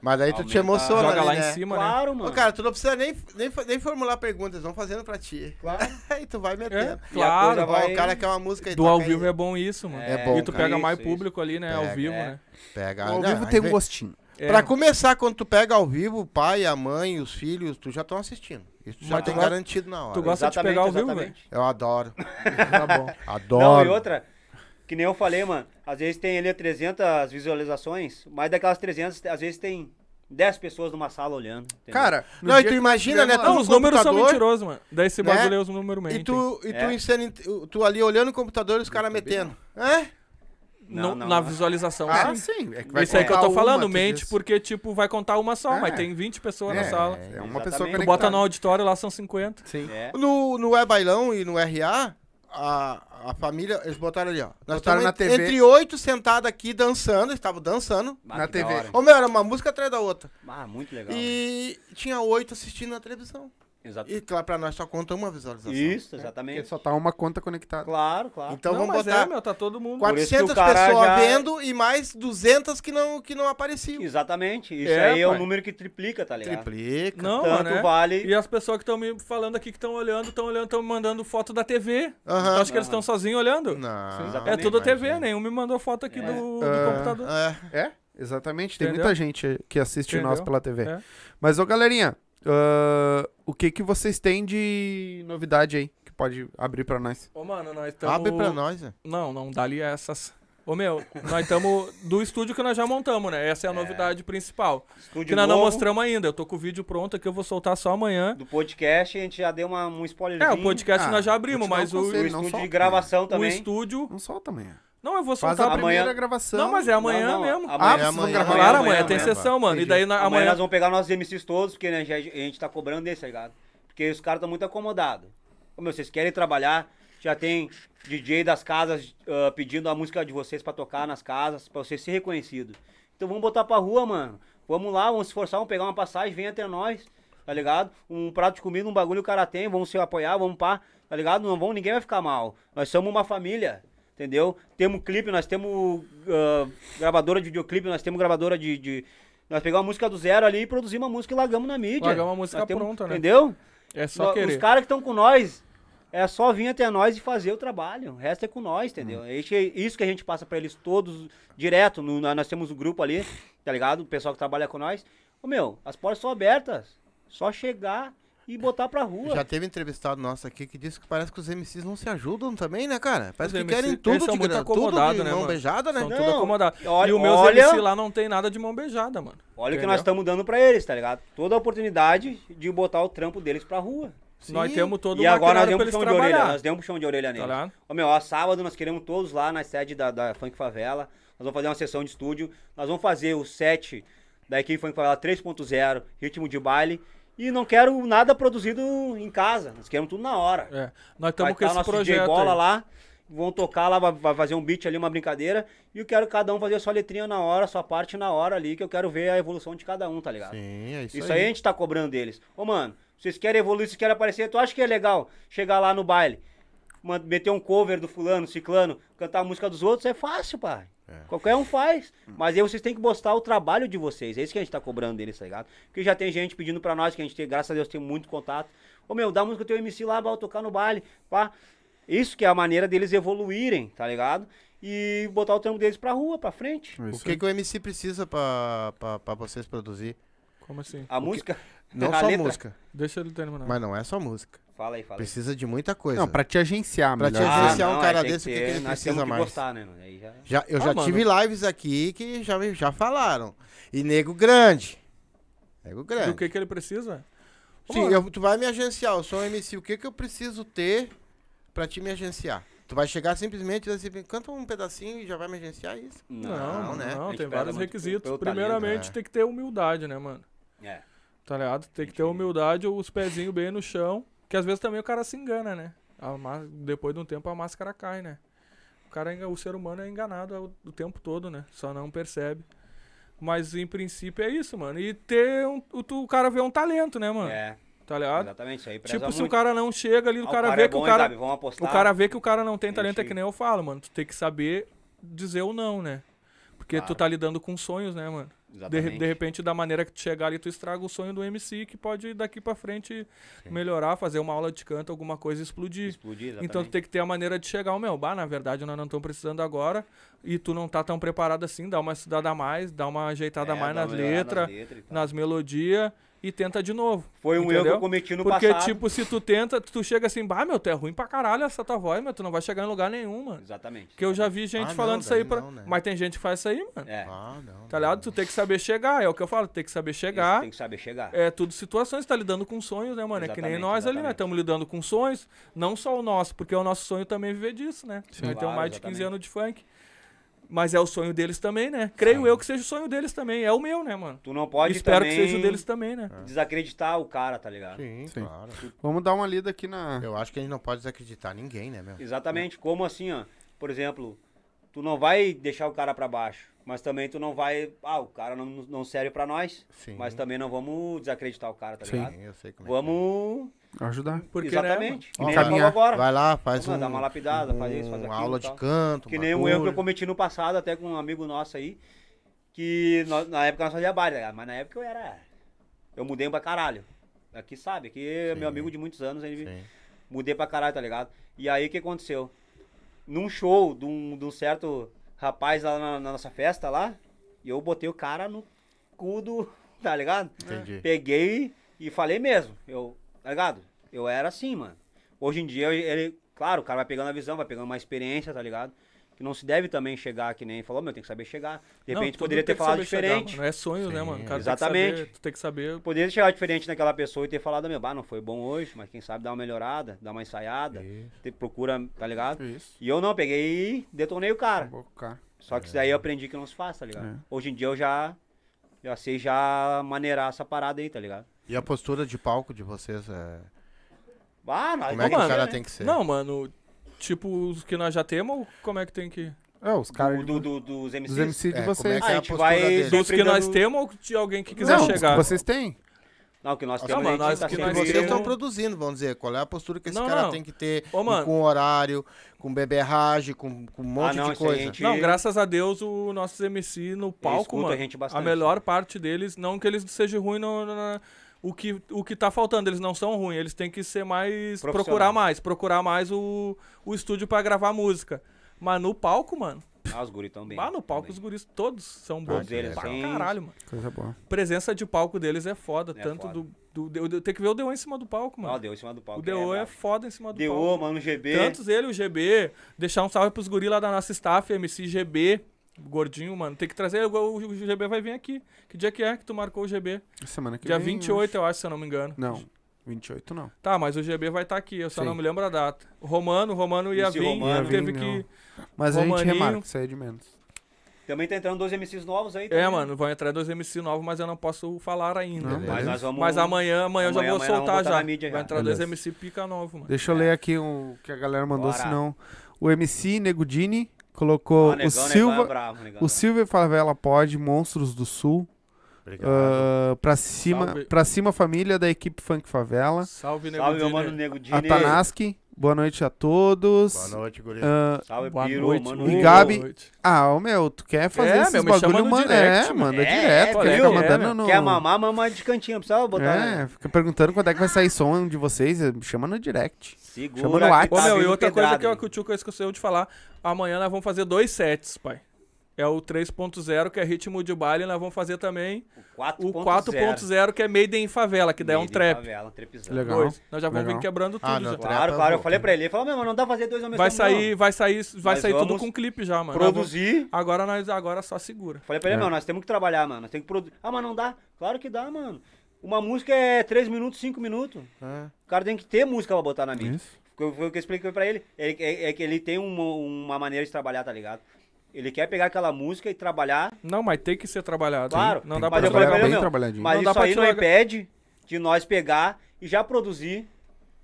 [SPEAKER 2] Mas daí tu te
[SPEAKER 3] Aumenta-
[SPEAKER 2] emociona
[SPEAKER 4] joga
[SPEAKER 2] ali,
[SPEAKER 4] lá
[SPEAKER 2] né?
[SPEAKER 4] em cima, né?
[SPEAKER 3] Claro,
[SPEAKER 2] Ô,
[SPEAKER 3] mano.
[SPEAKER 2] cara, tu não precisa nem, nem, fa- nem formular perguntas, vão fazendo pra ti. *laughs*
[SPEAKER 3] Claro.
[SPEAKER 2] Aí tu vai
[SPEAKER 4] É,
[SPEAKER 2] metendo.
[SPEAKER 4] claro.
[SPEAKER 3] coisa
[SPEAKER 2] Ó,
[SPEAKER 3] vai-
[SPEAKER 2] o cara quer uma música aí,
[SPEAKER 4] Do
[SPEAKER 2] toca
[SPEAKER 4] ao
[SPEAKER 2] aí.
[SPEAKER 4] vivo é bom isso, mano.
[SPEAKER 2] É bom,
[SPEAKER 4] E tu
[SPEAKER 2] cara.
[SPEAKER 4] pega
[SPEAKER 3] Isso,
[SPEAKER 4] mais
[SPEAKER 3] isso.
[SPEAKER 4] público ali, né? Ao
[SPEAKER 2] Pega,
[SPEAKER 4] vivo,
[SPEAKER 3] é.
[SPEAKER 4] né?
[SPEAKER 2] Pega.
[SPEAKER 5] Ao
[SPEAKER 2] não,
[SPEAKER 5] vivo
[SPEAKER 2] aí
[SPEAKER 5] tem um
[SPEAKER 2] vem-
[SPEAKER 5] gostinho.
[SPEAKER 4] É.
[SPEAKER 2] Pra começar, quando tu pega ao vivo, o pai, a mãe, os filhos, tu já estão assistindo. Isso tu já
[SPEAKER 4] Mas tu
[SPEAKER 2] tem
[SPEAKER 4] gosta-
[SPEAKER 2] garantido na hora.
[SPEAKER 4] *laughs* tu gosta de pegar ao vivo, velho?
[SPEAKER 2] Eu adoro.
[SPEAKER 5] Tá bom.
[SPEAKER 2] Adoro.
[SPEAKER 3] Não, e outra, Que nem eu falei, mano. Às vezes tem ali 300 visualizações, mas daquelas 300, às vezes tem 10 pessoas numa sala olhando. entendeu?
[SPEAKER 1] Cara, no
[SPEAKER 2] Não, e
[SPEAKER 1] dia
[SPEAKER 2] tu
[SPEAKER 1] que
[SPEAKER 2] imagina,
[SPEAKER 1] tiver
[SPEAKER 2] né?
[SPEAKER 1] uma-
[SPEAKER 4] Não,
[SPEAKER 2] no
[SPEAKER 4] os números são
[SPEAKER 2] computador,
[SPEAKER 4] mentirosos, mano. Daí esse
[SPEAKER 2] né?
[SPEAKER 4] bagulho aí, os números mentem.
[SPEAKER 2] E tu, e tu,
[SPEAKER 3] É.
[SPEAKER 2] ensinando- tu ali olhando o computador e os caras metendo. É?
[SPEAKER 3] Não,
[SPEAKER 4] No-
[SPEAKER 3] não,
[SPEAKER 4] na
[SPEAKER 3] não.
[SPEAKER 4] visualização.
[SPEAKER 5] Ah,
[SPEAKER 4] Então, sim.
[SPEAKER 5] sim. É
[SPEAKER 4] Isso aí que eu
[SPEAKER 5] contar
[SPEAKER 4] tô
[SPEAKER 5] uma,
[SPEAKER 4] falando,
[SPEAKER 5] tu
[SPEAKER 4] mente,
[SPEAKER 5] diz.
[SPEAKER 4] porque, tipo, vai contar uma só,
[SPEAKER 5] É.
[SPEAKER 4] mas tem 20 pessoas
[SPEAKER 5] É,
[SPEAKER 4] na sala.
[SPEAKER 5] É uma pessoa
[SPEAKER 3] Exatamente.
[SPEAKER 5] conectada.
[SPEAKER 4] Tu bota no auditório, lá são 50.
[SPEAKER 5] Sim.
[SPEAKER 3] É.
[SPEAKER 2] No, no É Bailão e no RA, a, a família, eles botaram ali, ó. Nós
[SPEAKER 5] Botaram
[SPEAKER 2] tamo
[SPEAKER 5] na
[SPEAKER 2] entre-
[SPEAKER 5] TV.
[SPEAKER 2] Entre oito sentados aqui dançando, estavam dançando.
[SPEAKER 3] Ah,
[SPEAKER 5] na
[SPEAKER 3] que da
[SPEAKER 5] TV.
[SPEAKER 3] hora.
[SPEAKER 2] Ô meu, era uma música atrás da outra.
[SPEAKER 3] Ah, muito legal.
[SPEAKER 2] E
[SPEAKER 4] né?
[SPEAKER 2] tinha oito assistindo na televisão.
[SPEAKER 4] Tá.
[SPEAKER 3] Exato.
[SPEAKER 2] E claro, pra nós só conta uma visualização.
[SPEAKER 3] Isso,
[SPEAKER 5] Porque
[SPEAKER 3] exatamente.
[SPEAKER 5] só tá uma conta conectada.
[SPEAKER 3] Claro, claro.
[SPEAKER 2] Então
[SPEAKER 4] não,
[SPEAKER 2] vamos
[SPEAKER 4] mas
[SPEAKER 2] botar
[SPEAKER 4] é, meu, tá todo mundo.
[SPEAKER 3] Por isso que o
[SPEAKER 2] 400
[SPEAKER 3] cara
[SPEAKER 2] pessoas
[SPEAKER 3] já-
[SPEAKER 2] vendo e mais 200 que não, que não apareciam.
[SPEAKER 3] Exatamente. Isso
[SPEAKER 4] É,
[SPEAKER 3] aí é um
[SPEAKER 4] pai.
[SPEAKER 3] número que triplica, tá ligado?
[SPEAKER 2] Triplica.
[SPEAKER 4] Não,
[SPEAKER 3] Tanto
[SPEAKER 4] mano, é.
[SPEAKER 3] vale-
[SPEAKER 4] E as pessoas que estão me falando aqui que estão olhando, estão olhando, estão me mandando foto da TV. Tu
[SPEAKER 2] Aham.
[SPEAKER 4] acha que eles estão sozinhos olhando?
[SPEAKER 2] Não.
[SPEAKER 4] É
[SPEAKER 3] Exatamente.
[SPEAKER 4] tudo TV, nenhum me mandou foto aqui
[SPEAKER 3] É.
[SPEAKER 4] do, do
[SPEAKER 5] Ah.
[SPEAKER 4] computador.
[SPEAKER 2] É.
[SPEAKER 5] É, exatamente. Tem
[SPEAKER 4] Entendeu?
[SPEAKER 5] muita gente que assiste nós
[SPEAKER 4] Entendeu?
[SPEAKER 5] pela TV.
[SPEAKER 4] É.
[SPEAKER 5] Mas, ô galerinha, ah, o que que vocês têm de novidade aí que pode abrir pra nós?
[SPEAKER 4] Ô, mano, nós
[SPEAKER 3] Então,
[SPEAKER 4] estamos.
[SPEAKER 2] Abre pra nós, né?
[SPEAKER 4] Não, não, dali é essas. Ô, meu, nós estamos do estúdio que nós já montamos, né? Essa é a novidade principal.
[SPEAKER 3] Estúdio
[SPEAKER 4] que nós não
[SPEAKER 3] novo
[SPEAKER 4] mostramos ainda. Eu tô com o vídeo pronto aqui, eu vou soltar só amanhã.
[SPEAKER 3] do podcast, a gente já deu uma, um spoiler.
[SPEAKER 4] É, o podcast
[SPEAKER 5] Ah,
[SPEAKER 4] nós já abrimos,
[SPEAKER 5] vou te dar
[SPEAKER 4] mas
[SPEAKER 5] um
[SPEAKER 4] o,
[SPEAKER 5] conselho, não
[SPEAKER 3] O estúdio
[SPEAKER 5] solta,
[SPEAKER 3] de gravação
[SPEAKER 4] o
[SPEAKER 3] também.
[SPEAKER 4] estúdio.
[SPEAKER 5] Não solta amanhã.
[SPEAKER 4] Não, eu vou
[SPEAKER 5] Faz a
[SPEAKER 4] soltar
[SPEAKER 3] amanhã.
[SPEAKER 5] primeira gravação.
[SPEAKER 4] Não, mas é amanhã
[SPEAKER 3] Não, não,
[SPEAKER 4] mesmo.
[SPEAKER 3] amanhã.
[SPEAKER 5] Ah, vocês vão
[SPEAKER 2] Amanhã,
[SPEAKER 5] gravar.
[SPEAKER 4] Claro, amanhã, tem
[SPEAKER 3] amanhã,
[SPEAKER 4] sessão, mano. E
[SPEAKER 5] Entendi.
[SPEAKER 4] daí na-
[SPEAKER 3] Amanhã,
[SPEAKER 4] amanhã.
[SPEAKER 3] nós vamos pegar nossos MCs todos, porque né, já- a gente tá cobrando desse, tá ligado? Porque os caras estão muito acomodados. Ô, meu, vocês querem trabalhar, já tem DJ das casas ah, pedindo a música de vocês pra tocar nas casas, pra vocês ser reconhecidos. Então vamos botar pra rua, mano. Vamos lá, vamos se esforçar, vamos pegar uma passagem, vem até nós, tá ligado? Um prato de comida, um bagulho o cara tem, vamos se apoiar, vamos pá, tá ligado? Não vamos, ninguém vai ficar mal. Nós somos uma família. Entendeu? Temos um clipe, nós temos ah, gravadora de videoclipe, nós temos gravadora de, de- Nós pegamos a música do zero ali e produzimos a música e largamos na mídia.
[SPEAKER 4] Largamos a música
[SPEAKER 3] Nós temos-
[SPEAKER 4] pronta, né?
[SPEAKER 3] Entendeu?
[SPEAKER 4] É só
[SPEAKER 3] No-
[SPEAKER 4] querer.
[SPEAKER 3] Os caras que estão com nós, é só vir até nós e fazer o trabalho. O resto é com nós,
[SPEAKER 4] Hum.
[SPEAKER 3] entendeu? É isso que- isso que a gente passa pra eles todos direto. no- na- nós temos o grupo ali, tá ligado? O pessoal que trabalha com nós. Ô, meu, as portas são abertas. Só chegar e botar pra rua.
[SPEAKER 2] Já teve um entrevistado nosso aqui que disse que parece que os MCs não se ajudam também, né, cara? Parece que
[SPEAKER 4] Os MCs
[SPEAKER 2] querem
[SPEAKER 4] eles
[SPEAKER 2] tudo
[SPEAKER 4] são
[SPEAKER 2] de
[SPEAKER 4] muito
[SPEAKER 2] grana, tudo
[SPEAKER 4] acomodado,
[SPEAKER 2] de
[SPEAKER 4] né,
[SPEAKER 2] mão
[SPEAKER 4] mano?
[SPEAKER 2] beijada, né?
[SPEAKER 4] São
[SPEAKER 3] Não,
[SPEAKER 4] tudo acomodado.
[SPEAKER 3] olha-
[SPEAKER 4] e o meu
[SPEAKER 3] olha-
[SPEAKER 4] MC lá não tem nada de mão beijada, mano.
[SPEAKER 3] Olha o que
[SPEAKER 4] Entendeu?
[SPEAKER 3] nós estamos dando pra eles, tá ligado? Toda a oportunidade de botar o trampo deles pra rua.
[SPEAKER 4] Nós
[SPEAKER 2] Sim.
[SPEAKER 4] temos todo
[SPEAKER 3] e
[SPEAKER 4] o
[SPEAKER 3] agora nós
[SPEAKER 4] maquinário
[SPEAKER 3] demos
[SPEAKER 4] pra
[SPEAKER 3] um
[SPEAKER 4] eles
[SPEAKER 3] puxão de orelha.
[SPEAKER 4] trabalhar. Tá
[SPEAKER 3] Nós demos um puxão de orelha neles.
[SPEAKER 4] ligado?
[SPEAKER 3] Ô, meu, ó, sábado nós queremos todos lá na sede da, da Funk Favela. Nós vamos fazer uma sessão de estúdio. Nós vamos fazer o set da equipe Funk Favela 3.0, ritmo de baile. E não quero nada produzido em casa. Nós queremos tudo na hora.
[SPEAKER 4] É. Nós
[SPEAKER 3] Vai
[SPEAKER 4] estamos com
[SPEAKER 3] tá
[SPEAKER 4] esse
[SPEAKER 3] nosso
[SPEAKER 4] projeto.
[SPEAKER 3] DJ Bola
[SPEAKER 4] aí.
[SPEAKER 3] lá. Vão tocar lá, vai- vai fazer um beat ali, uma brincadeira. E eu quero cada um fazer a sua letrinha na hora, a sua parte na hora ali, que eu quero ver a evolução de cada um, tá ligado?
[SPEAKER 2] Sim, é
[SPEAKER 3] Isso, aí. a gente tá cobrando deles. Ô, mano, vocês querem evoluir, vocês querem aparecer, tu acha que é legal chegar lá no baile, man- meter um cover do fulano, ciclano, cantar a música dos outros? É fácil, pai.
[SPEAKER 2] É.
[SPEAKER 3] Qualquer um faz. Mas aí vocês têm que mostrar o trabalho de vocês. É isso que a gente tá cobrando deles, tá ligado? Porque já tem gente pedindo pra nós, que a gente tem, graças a Deus, tem muito contato. Ô, meu, dá música do teu MC lá, vai tocar no baile, pá. Isso que é a maneira deles evoluírem, tá ligado? E botar o trampo deles pra rua, pra frente.
[SPEAKER 2] O que, que o MC precisa pra, pra, pra vocês produzir?
[SPEAKER 4] Como assim?
[SPEAKER 3] A música. *laughs*
[SPEAKER 2] Não
[SPEAKER 3] a
[SPEAKER 2] só
[SPEAKER 3] letra.
[SPEAKER 2] música,
[SPEAKER 4] Deixa ele terminar.
[SPEAKER 2] mas não é só música.
[SPEAKER 3] Fala aí, fala aí.
[SPEAKER 2] Precisa de muita coisa.
[SPEAKER 5] Não, pra te agenciar,
[SPEAKER 2] Pra
[SPEAKER 5] melhor
[SPEAKER 2] te
[SPEAKER 5] dizendo.
[SPEAKER 2] agenciar. um cara
[SPEAKER 3] é, tem
[SPEAKER 2] desse, o
[SPEAKER 3] ter,
[SPEAKER 2] que que ele
[SPEAKER 3] nós
[SPEAKER 2] precisa
[SPEAKER 3] temos que
[SPEAKER 2] mais?
[SPEAKER 3] gostar, né, mano? Aí já...
[SPEAKER 2] Já, eu
[SPEAKER 4] Ah,
[SPEAKER 2] já
[SPEAKER 4] mano.
[SPEAKER 2] tive lives aqui que já, me- já falaram. E nego grande. Nego grande.
[SPEAKER 4] Do que, que ele precisa? Ô,
[SPEAKER 2] é. Sim,
[SPEAKER 4] mano,
[SPEAKER 2] eu- tu vai me agenciar, eu sou um MC. O que, que eu preciso ter pra te me agenciar? Tu vai chegar simplesmente e vai dizer, canta um pedacinho e já vai me agenciar isso.
[SPEAKER 4] Não, mano,
[SPEAKER 2] né?
[SPEAKER 3] A
[SPEAKER 4] não,
[SPEAKER 3] gente preza
[SPEAKER 4] tem vários
[SPEAKER 3] muito
[SPEAKER 4] requisitos.
[SPEAKER 3] pelo talento,
[SPEAKER 4] Primeiramente,
[SPEAKER 2] né?
[SPEAKER 4] tem que ter humildade, né, mano?
[SPEAKER 3] É.
[SPEAKER 4] Tá ligado? Tem que ter humildade, os pezinhos bem no chão. Que às vezes também o cara se engana, né? A ma- Depois de um tempo a máscara cai, né? O, cara, é enga- o ser humano é enganado ao- o tempo todo, né? Só não percebe. Mas em princípio é isso, mano. E ter um, o, tu- o cara vê um talento, né, mano?
[SPEAKER 3] É,
[SPEAKER 4] Tá ligado?
[SPEAKER 3] exatamente isso aí. preza
[SPEAKER 4] Tipo, se o
[SPEAKER 3] muito.
[SPEAKER 4] cara não chega ali,
[SPEAKER 3] Ah,
[SPEAKER 4] o cara vê
[SPEAKER 3] é
[SPEAKER 4] que o
[SPEAKER 3] bom, hein,
[SPEAKER 4] cara.
[SPEAKER 3] Gabi? Vamos apostar.
[SPEAKER 4] O cara vê que o cara não tem talento, é
[SPEAKER 3] Entendi.
[SPEAKER 4] que nem eu falo, mano. Tu tem que saber dizer ou não, né? Porque tu tá lidando com sonhos, né, mano? De, re-
[SPEAKER 3] Exatamente.
[SPEAKER 4] de repente, da maneira que tu chegar ali, tu estraga o sonho do MC, que pode daqui pra frente melhorar, fazer uma aula de canto, alguma coisa e explodir.
[SPEAKER 3] Explodir, exatamente.
[SPEAKER 4] Então tu tem que ter a maneira de chegar ao meu, bah, na verdade nós não estamos precisando agora e tu não tá tão preparado assim, dá uma estudada a mais, dá uma ajeitada a
[SPEAKER 3] É,
[SPEAKER 4] mais
[SPEAKER 3] dá
[SPEAKER 4] nas
[SPEAKER 3] uma melhorada
[SPEAKER 4] letras,
[SPEAKER 3] nas letras e tal.
[SPEAKER 4] nas melodias e tenta de novo.
[SPEAKER 3] Foi um erro que
[SPEAKER 4] entendeu?
[SPEAKER 3] eu cometi no
[SPEAKER 4] Porque,
[SPEAKER 3] passado.
[SPEAKER 4] tipo, se tu tenta, tu chega assim, bah, meu, tu é ruim pra caralho essa tua voz, meu, tu não vai chegar em lugar nenhum, mano.
[SPEAKER 3] Exatamente.
[SPEAKER 4] Porque eu já vi gente
[SPEAKER 2] Ah, não,
[SPEAKER 4] falando isso aí
[SPEAKER 2] daí
[SPEAKER 4] pra.
[SPEAKER 2] não, né?
[SPEAKER 4] Mas tem gente que faz isso aí, mano.
[SPEAKER 3] É,
[SPEAKER 2] Ah, não.
[SPEAKER 4] Tá ligado? Tu tem que saber chegar, é o que eu falo, tem que saber chegar.
[SPEAKER 3] tem que saber chegar.
[SPEAKER 4] É tudo situações, tá lidando com sonhos, né, mano? é que nem
[SPEAKER 3] Exatamente,
[SPEAKER 4] nós ali, né?
[SPEAKER 3] exatamente.
[SPEAKER 4] Estamos lidando com sonhos, não só o nosso, porque é o nosso sonho também viver disso, né? Nós
[SPEAKER 3] Claro,
[SPEAKER 4] temos mais de 15
[SPEAKER 3] exatamente.
[SPEAKER 4] anos de funk. Mas é o sonho deles também, né? Creio eu que seja o sonho deles também. É o meu, né, mano?
[SPEAKER 3] Tu não pode
[SPEAKER 4] Espero
[SPEAKER 3] também Ah.
[SPEAKER 4] que seja o deles também, né?
[SPEAKER 3] desacreditar o cara, tá ligado?
[SPEAKER 2] Sim,
[SPEAKER 5] Sim.
[SPEAKER 2] claro.
[SPEAKER 5] Vamos dar uma lida aqui na.
[SPEAKER 2] Eu acho que a gente não pode desacreditar ninguém, né, meu?
[SPEAKER 3] Exatamente. Como assim, ó? Por exemplo, tu não vai deixar o cara pra baixo, mas também tu não vai. Ah, o cara não, não serve pra nós.
[SPEAKER 2] Sim.
[SPEAKER 3] Mas também não vamos desacreditar o cara, tá ligado?
[SPEAKER 2] Sim, eu sei como é que é.
[SPEAKER 3] Vamos.
[SPEAKER 5] Ajudar.
[SPEAKER 4] Porque, né,
[SPEAKER 3] Exatamente. que nem
[SPEAKER 5] Encaminhar.
[SPEAKER 3] ele falou agora.
[SPEAKER 2] Vai lá, faz
[SPEAKER 3] Vamos
[SPEAKER 2] um,
[SPEAKER 3] lá, dá uma lapidada,
[SPEAKER 2] um,
[SPEAKER 3] faz isso, faz
[SPEAKER 2] uma
[SPEAKER 3] aquilo
[SPEAKER 2] aula
[SPEAKER 3] e
[SPEAKER 2] de
[SPEAKER 3] tal.
[SPEAKER 2] canto,
[SPEAKER 3] Que
[SPEAKER 2] um
[SPEAKER 3] nem um erro que eu
[SPEAKER 2] bagulho.
[SPEAKER 3] cometi no passado, até com um amigo nosso aí. Que nó- na época nós fazia baile, tá ligado? mas na época eu era. Eu mudei pra caralho. Aqui sabe, aqui é meu amigo de muitos anos, ele
[SPEAKER 2] Sim.
[SPEAKER 3] mudei pra caralho, tá ligado? E aí o que aconteceu? Num show de um, de um certo rapaz lá na, na nossa festa lá, e eu botei o cara no cu do. *laughs* Tá ligado?
[SPEAKER 2] Entendi.
[SPEAKER 3] Peguei e falei mesmo. Eu, tá ligado? Eu era assim, mano. Hoje em dia, eu- ele, claro, o cara vai pegando a visão, vai pegando uma experiência, tá ligado? Que não se deve também chegar que nem falou, meu, tem que saber chegar. De
[SPEAKER 4] Não,
[SPEAKER 3] repente
[SPEAKER 4] tudo
[SPEAKER 3] poderia
[SPEAKER 4] tem
[SPEAKER 3] ter
[SPEAKER 4] que
[SPEAKER 3] falado
[SPEAKER 4] saber chegar,
[SPEAKER 3] diferente.
[SPEAKER 4] mano. É sonho, né, mano? O cara
[SPEAKER 3] Exatamente.
[SPEAKER 4] Tem que saber, tu tem que saber.
[SPEAKER 3] Poderia chegar diferente naquela pessoa e ter falado, meu, bah, não foi bom hoje, mas quem sabe dá uma melhorada, dá uma ensaiada, te- procura, tá ligado?
[SPEAKER 5] Isso.
[SPEAKER 3] E eu não, peguei e detonei o cara.
[SPEAKER 5] Vou colocar.
[SPEAKER 3] Só que isso daí eu aprendi que não se faz, tá ligado?
[SPEAKER 4] É.
[SPEAKER 3] Hoje em dia eu já, já sei já maneirar essa parada aí, tá ligado?
[SPEAKER 2] E a postura de palco de vocês é...
[SPEAKER 3] Ah, não,
[SPEAKER 2] Como é que
[SPEAKER 4] mano,
[SPEAKER 2] o cara
[SPEAKER 3] né?
[SPEAKER 2] tem que ser?
[SPEAKER 4] Não, mano. Tipo, os que nós já temos, ou como é que tem que.
[SPEAKER 5] É, os caras
[SPEAKER 3] do, do- do- dos MCs.
[SPEAKER 5] dos MC de
[SPEAKER 2] É, como é
[SPEAKER 5] vocês.
[SPEAKER 2] que é
[SPEAKER 3] Ah,
[SPEAKER 2] a
[SPEAKER 3] a gente
[SPEAKER 2] postura
[SPEAKER 3] vai- um-
[SPEAKER 2] dele?
[SPEAKER 4] Dos que nós
[SPEAKER 3] dando-
[SPEAKER 4] temos, ou de alguém que quiser
[SPEAKER 5] não,
[SPEAKER 4] chegar.
[SPEAKER 5] vocês têm.
[SPEAKER 3] Não, que nós
[SPEAKER 2] Ah,
[SPEAKER 3] temos,
[SPEAKER 4] mano,
[SPEAKER 3] a gente
[SPEAKER 4] nós-
[SPEAKER 3] tá
[SPEAKER 4] que
[SPEAKER 3] sempre...
[SPEAKER 4] nós
[SPEAKER 2] Vocês
[SPEAKER 4] temos-
[SPEAKER 2] estão produzindo, vamos dizer. Qual é a postura que esse
[SPEAKER 4] Não,
[SPEAKER 2] cara
[SPEAKER 4] não.
[SPEAKER 2] tem que ter
[SPEAKER 4] Ô, mano.
[SPEAKER 2] com horário, com beberragem, com, com um monte
[SPEAKER 3] Ah, não,
[SPEAKER 2] de
[SPEAKER 3] isso aí a
[SPEAKER 2] coisa?
[SPEAKER 3] gente-
[SPEAKER 4] Não, graças a Deus, o nossos MC no palco,
[SPEAKER 3] escutam
[SPEAKER 4] mano,
[SPEAKER 3] a gente bastante.
[SPEAKER 4] melhor parte deles, não que eles sejam ruins no, no- na- o que o que tá faltando, eles não são ruins, eles têm que ser mais
[SPEAKER 3] Profissional.
[SPEAKER 4] procurar mais, procurar mais o, o estúdio pra gravar música. Mas no palco, mano,
[SPEAKER 3] Ah, os guri tão bem.
[SPEAKER 4] lá no palco
[SPEAKER 3] tão
[SPEAKER 4] os guris todos são bons.
[SPEAKER 3] Todos eles
[SPEAKER 4] pra
[SPEAKER 3] têm-
[SPEAKER 4] caralho, mano.
[SPEAKER 5] Coisa boa.
[SPEAKER 4] Presença de palco deles é foda,
[SPEAKER 3] É
[SPEAKER 4] tanto
[SPEAKER 3] foda.
[SPEAKER 4] do, do, do- do- tem que ver o Deu em cima do palco,
[SPEAKER 3] bem. Ah,
[SPEAKER 4] mano.
[SPEAKER 3] deu em cima do palco.
[SPEAKER 4] o Deu é,
[SPEAKER 3] brabo.
[SPEAKER 4] foda em cima do palco.
[SPEAKER 3] Deu, mano, GB.
[SPEAKER 4] Tantos ele, o GB. Deixar um salve pros guri lá da nossa staff, MC GB. Gordinho, mano. Tem que trazer. O, o- o GB vai vir aqui. Que dia que é que tu marcou o GB?
[SPEAKER 5] Semana que
[SPEAKER 4] dia
[SPEAKER 5] vem.
[SPEAKER 4] 28, eu acho, se eu não me engano.
[SPEAKER 5] Não, 28 não.
[SPEAKER 4] Tá, mas o GB vai estar aqui, eu só
[SPEAKER 5] Sim.
[SPEAKER 4] não me lembro a data. O Romano, o Romano ia
[SPEAKER 3] Esse
[SPEAKER 4] vir,
[SPEAKER 3] Romano.
[SPEAKER 4] teve
[SPEAKER 5] Ia vir,
[SPEAKER 4] que.
[SPEAKER 5] Mas a gente
[SPEAKER 4] Romaninho.
[SPEAKER 5] remarca, isso aí é de menos.
[SPEAKER 3] Também tá entrando dois MCs novos aí.
[SPEAKER 4] É,
[SPEAKER 3] também.
[SPEAKER 4] mano, vão entrar dois MC novos, mas eu não posso falar ainda.
[SPEAKER 5] Não,
[SPEAKER 3] Mas
[SPEAKER 5] beleza.
[SPEAKER 3] nós vamos...
[SPEAKER 4] Mas amanhã, amanhã, eu já
[SPEAKER 3] Amanhã,
[SPEAKER 4] vou
[SPEAKER 3] amanhã nós vamos
[SPEAKER 4] soltar
[SPEAKER 3] botar
[SPEAKER 4] já.
[SPEAKER 3] na mídia já.
[SPEAKER 4] Vai entrar dois
[SPEAKER 5] Beleza.
[SPEAKER 4] MC pica novo, mano.
[SPEAKER 5] Deixa eu ler aqui o que a galera mandou,
[SPEAKER 3] Bora.
[SPEAKER 5] senão. O MC Negudini
[SPEAKER 3] Ah,
[SPEAKER 5] colocou o
[SPEAKER 3] negão, negão é
[SPEAKER 5] Silva.
[SPEAKER 3] bravo, negão é
[SPEAKER 5] O
[SPEAKER 3] bravo.
[SPEAKER 5] Silvio Favela pode, Monstros do Sul.
[SPEAKER 2] Obrigado.
[SPEAKER 5] ah, pra, cima,
[SPEAKER 4] Salve.
[SPEAKER 5] pra cima, família da equipe Funk Favela.
[SPEAKER 4] Salve, nego.
[SPEAKER 3] Salve, meu
[SPEAKER 4] Dini.
[SPEAKER 3] mano, Nego Dini.
[SPEAKER 5] Atanaski, boa noite a todos.
[SPEAKER 2] Boa noite, guri.
[SPEAKER 5] Ah,
[SPEAKER 3] Salve,
[SPEAKER 4] Boa
[SPEAKER 3] Piro,
[SPEAKER 4] noite,
[SPEAKER 3] mano.
[SPEAKER 4] é mano.
[SPEAKER 5] E Gabi-
[SPEAKER 4] Boa noite.
[SPEAKER 5] ah, ô meu, tu quer fazer
[SPEAKER 4] É,
[SPEAKER 5] esses
[SPEAKER 4] meu, me
[SPEAKER 5] bagulho,
[SPEAKER 4] chama no
[SPEAKER 5] mano?
[SPEAKER 4] direct,
[SPEAKER 5] é,
[SPEAKER 4] mano.
[SPEAKER 5] manda
[SPEAKER 3] É,
[SPEAKER 5] direto,
[SPEAKER 3] é,
[SPEAKER 5] quer
[SPEAKER 3] viu?
[SPEAKER 5] ficar mandando
[SPEAKER 4] É,
[SPEAKER 5] no...
[SPEAKER 3] Quer mamar, mamãe de cantinho. Precisa botar... né?
[SPEAKER 5] É, fica perguntando quando é que vai sair som de vocês, eh, chama no direct.
[SPEAKER 3] Segura.
[SPEAKER 5] Chama no
[SPEAKER 3] que
[SPEAKER 5] WhatsApp.
[SPEAKER 4] Ô,
[SPEAKER 3] tá
[SPEAKER 4] meu, e
[SPEAKER 3] vindo
[SPEAKER 4] outra coisa
[SPEAKER 3] pedrada
[SPEAKER 4] que eu,
[SPEAKER 3] aí.
[SPEAKER 4] que o Tchuca esqueceu de falar. Amanhã nós vamos fazer dois sets, pai. É o 3.0, que é ritmo de baile, e nós vamos fazer também o 4.0, que é Made in Favela, que daí é um
[SPEAKER 3] Made in
[SPEAKER 4] trap.
[SPEAKER 3] Favela, um trapzão.
[SPEAKER 5] Legal. é
[SPEAKER 4] Dois. Nós já vamos
[SPEAKER 5] legal.
[SPEAKER 4] vir quebrando tudo.
[SPEAKER 2] Ah, não,
[SPEAKER 4] já.
[SPEAKER 2] trap
[SPEAKER 3] Claro,
[SPEAKER 2] eu
[SPEAKER 3] claro.
[SPEAKER 2] vou.
[SPEAKER 3] Eu
[SPEAKER 5] né?
[SPEAKER 3] falei pra ele. Ele falou, meu, mas não dá pra fazer dois ao mesmo
[SPEAKER 4] Vai
[SPEAKER 3] tempo,
[SPEAKER 4] sair, vai sair, vai
[SPEAKER 3] Nós
[SPEAKER 4] sair tudo
[SPEAKER 3] vamos
[SPEAKER 4] com clipe já,
[SPEAKER 3] não.
[SPEAKER 4] mano. Nós vamos-
[SPEAKER 3] Produzir...
[SPEAKER 4] Agora nós agora só segura.
[SPEAKER 3] Falei
[SPEAKER 5] É.
[SPEAKER 3] pra ele, meu, nós temos que trabalhar, mano. Nós temos que produzir. Ah, mas não dá? Claro que dá, mano. Uma música é 3 minutos, 5 minutos.
[SPEAKER 5] É.
[SPEAKER 2] Ah,
[SPEAKER 3] O cara tem que ter música pra botar na mídia. Foi foi o que eu expliquei pra ele. É, é- é que ele tem uma, uma maneira de trabalhar, tá ligado? Ele quer pegar aquela música e trabalhar.
[SPEAKER 4] Não, mas tem que ser trabalhado.
[SPEAKER 3] Claro.
[SPEAKER 4] Não dá
[SPEAKER 3] Mas
[SPEAKER 4] pra
[SPEAKER 3] eu falei
[SPEAKER 4] trabalhar
[SPEAKER 3] pra ele,
[SPEAKER 4] bem.
[SPEAKER 3] meu,
[SPEAKER 5] trabalhadinho.
[SPEAKER 3] Mas
[SPEAKER 4] Não dá
[SPEAKER 3] isso
[SPEAKER 4] pra
[SPEAKER 3] aí
[SPEAKER 4] te
[SPEAKER 3] não
[SPEAKER 4] largar.
[SPEAKER 3] impede de nós pegar e já produzir.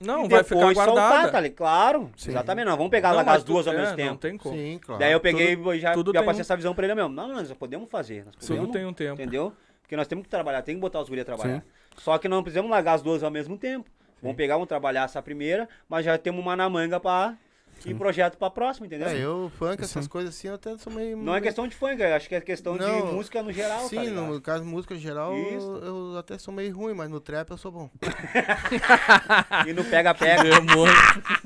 [SPEAKER 4] Não,
[SPEAKER 3] e
[SPEAKER 4] vai
[SPEAKER 3] depois
[SPEAKER 4] ficar
[SPEAKER 3] soltar,
[SPEAKER 4] guardado.
[SPEAKER 3] tá ligado? Claro. Exatamente. Não, vamos pegar
[SPEAKER 4] Não, mas
[SPEAKER 3] as
[SPEAKER 4] tu-
[SPEAKER 3] duas ao
[SPEAKER 4] é,
[SPEAKER 3] mesmo
[SPEAKER 4] Não
[SPEAKER 3] tempo.
[SPEAKER 4] tem como.
[SPEAKER 2] Sim, claro.
[SPEAKER 3] Daí eu peguei
[SPEAKER 4] Tudo-
[SPEAKER 3] e já,
[SPEAKER 4] tudo
[SPEAKER 3] já
[SPEAKER 4] tem
[SPEAKER 3] passei
[SPEAKER 4] um-
[SPEAKER 3] essa visão pra ele mesmo. Não, nós podemos fazer. Nós
[SPEAKER 4] Tudo
[SPEAKER 3] podemos,
[SPEAKER 4] tem um tempo.
[SPEAKER 3] Entendeu? Porque nós temos que trabalhar, tem que botar os guri a trabalhar. Só que não precisamos largar as duas ao mesmo tempo. Vamos pegar, vamos trabalhar essa primeira, mas já temos uma na manga pra ir projeto pra próxima, entendeu?
[SPEAKER 2] É, eu, funk, essas coisas assim, eu até sou meio...
[SPEAKER 3] Não é questão de funk, eu acho que é questão
[SPEAKER 2] Não.
[SPEAKER 3] de música no geral, tá
[SPEAKER 2] Sim,
[SPEAKER 3] ligado?
[SPEAKER 2] no caso de música geral,
[SPEAKER 3] Isso.
[SPEAKER 2] eu, eu até sou meio ruim, mas no trap eu sou bom.
[SPEAKER 3] E no pega-pega.
[SPEAKER 4] Demônio.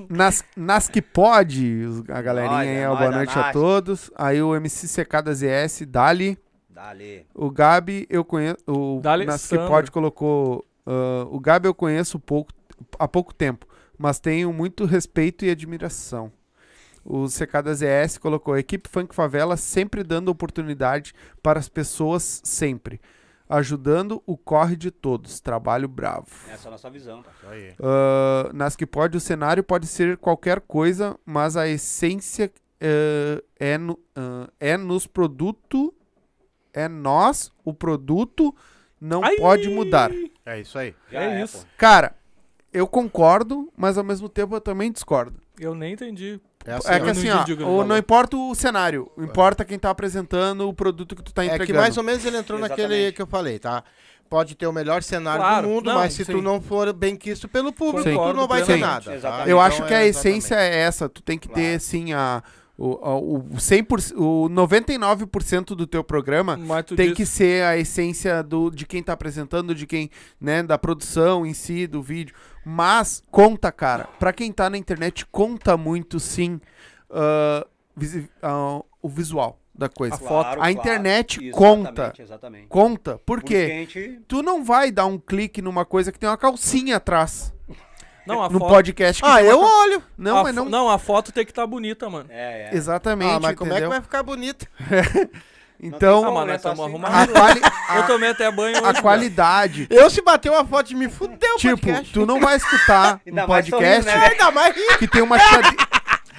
[SPEAKER 5] Nas, nas que pode, os- a galerinha
[SPEAKER 3] Nós,
[SPEAKER 5] aí,
[SPEAKER 3] é
[SPEAKER 5] ó,
[SPEAKER 3] nós,
[SPEAKER 5] boa
[SPEAKER 3] é
[SPEAKER 5] noite a
[SPEAKER 3] nós.
[SPEAKER 5] todos. Aí o MC CK da ZS, Dali.
[SPEAKER 3] Dali.
[SPEAKER 1] O Gabi, eu conheço. O
[SPEAKER 4] Dale
[SPEAKER 1] nas que
[SPEAKER 4] Sandro.
[SPEAKER 1] pode colocou. ah, o Gabi eu conheço pouco, há pouco tempo, mas tenho muito respeito e admiração. O CK da ZS colocou: equipe Funk Favela sempre dando oportunidade para as pessoas, sempre. Ajudando o corre de todos. Trabalho bravo.
[SPEAKER 3] Essa é a nossa visão, cara.
[SPEAKER 2] Isso aí.
[SPEAKER 1] Ah, nas que pode, o cenário pode ser qualquer coisa, mas a essência eh, é, no, ah, é nos produto, é nós, o produto não
[SPEAKER 4] Ai!
[SPEAKER 1] pode mudar.
[SPEAKER 2] É isso aí.
[SPEAKER 3] Já
[SPEAKER 4] É
[SPEAKER 3] é,
[SPEAKER 4] isso.
[SPEAKER 3] pô.
[SPEAKER 1] Cara, eu concordo, mas ao mesmo tempo eu também discordo.
[SPEAKER 4] Eu nem entendi.
[SPEAKER 2] É, assim,
[SPEAKER 1] é
[SPEAKER 2] ó.
[SPEAKER 1] que
[SPEAKER 4] eu não
[SPEAKER 1] assim,
[SPEAKER 4] entendi o que
[SPEAKER 1] ó,
[SPEAKER 4] ele
[SPEAKER 1] o- não
[SPEAKER 4] falou.
[SPEAKER 1] importa o cenário, importa quem tá apresentando o produto que tu tá
[SPEAKER 2] É
[SPEAKER 1] entregando.
[SPEAKER 2] que mais ou menos ele entrou naquele
[SPEAKER 3] Exatamente.
[SPEAKER 2] que eu falei, tá? Pode ter o melhor cenário
[SPEAKER 4] Claro,
[SPEAKER 2] do mundo,
[SPEAKER 4] não,
[SPEAKER 2] mas se
[SPEAKER 4] sim.
[SPEAKER 2] tu não for bem quisto pelo público, tu
[SPEAKER 4] Concordo
[SPEAKER 2] não vai ter
[SPEAKER 1] plenamente.
[SPEAKER 2] nada. tá?
[SPEAKER 3] Exatamente.
[SPEAKER 1] Eu
[SPEAKER 2] Então
[SPEAKER 1] acho que a
[SPEAKER 2] é
[SPEAKER 1] essência é essa. Tu tem que ter,
[SPEAKER 3] Claro.
[SPEAKER 1] assim, a, o, a- o, 100%, o 99% do teu programa
[SPEAKER 4] Mas tu
[SPEAKER 1] tem
[SPEAKER 4] disse-
[SPEAKER 1] que ser a essência do, de quem tá apresentando, de quem, né, da produção em si, do vídeo. Mas conta, cara. Pra quem tá na internet, conta muito sim ah, visi- ah, o visual da coisa.
[SPEAKER 3] Claro, claro.
[SPEAKER 1] a internet
[SPEAKER 3] Isso,
[SPEAKER 1] conta.
[SPEAKER 3] Exatamente, exatamente.
[SPEAKER 1] Conta. Por
[SPEAKER 3] isso que
[SPEAKER 1] quê?
[SPEAKER 3] a gente-
[SPEAKER 1] Tu não vai dar um clique numa coisa que tem uma calcinha atrás.
[SPEAKER 4] Não, a
[SPEAKER 1] no
[SPEAKER 4] foto.
[SPEAKER 1] podcast que
[SPEAKER 2] Ah,
[SPEAKER 1] tem uma
[SPEAKER 2] eu
[SPEAKER 1] cal-
[SPEAKER 2] olho.
[SPEAKER 1] Não,
[SPEAKER 4] a
[SPEAKER 1] mas
[SPEAKER 4] fo-
[SPEAKER 1] não.
[SPEAKER 4] Não, a foto tem que estar bonita, mano.
[SPEAKER 3] É, é.
[SPEAKER 1] Exatamente.
[SPEAKER 2] Ah, mas como é que
[SPEAKER 1] entendeu?
[SPEAKER 2] vai ficar bonito?
[SPEAKER 1] Então,
[SPEAKER 4] Ah,
[SPEAKER 3] Não,
[SPEAKER 4] mas
[SPEAKER 3] né,
[SPEAKER 4] nós
[SPEAKER 3] tá
[SPEAKER 4] estamos
[SPEAKER 3] assim.
[SPEAKER 1] a, *laughs*
[SPEAKER 4] arrumados.
[SPEAKER 1] quali-
[SPEAKER 4] Eu tomei até banho hoje.
[SPEAKER 1] a
[SPEAKER 4] cara.
[SPEAKER 1] qualidade.
[SPEAKER 2] Eu se bater uma foto de mim, fudeu o
[SPEAKER 1] Tipo,
[SPEAKER 2] um podcast.
[SPEAKER 1] tu não vai escutar um
[SPEAKER 3] *laughs* Ainda mais
[SPEAKER 1] podcast
[SPEAKER 3] sorrindo, né?
[SPEAKER 2] Ainda mais
[SPEAKER 1] que tem uma
[SPEAKER 2] *laughs*
[SPEAKER 1] chade...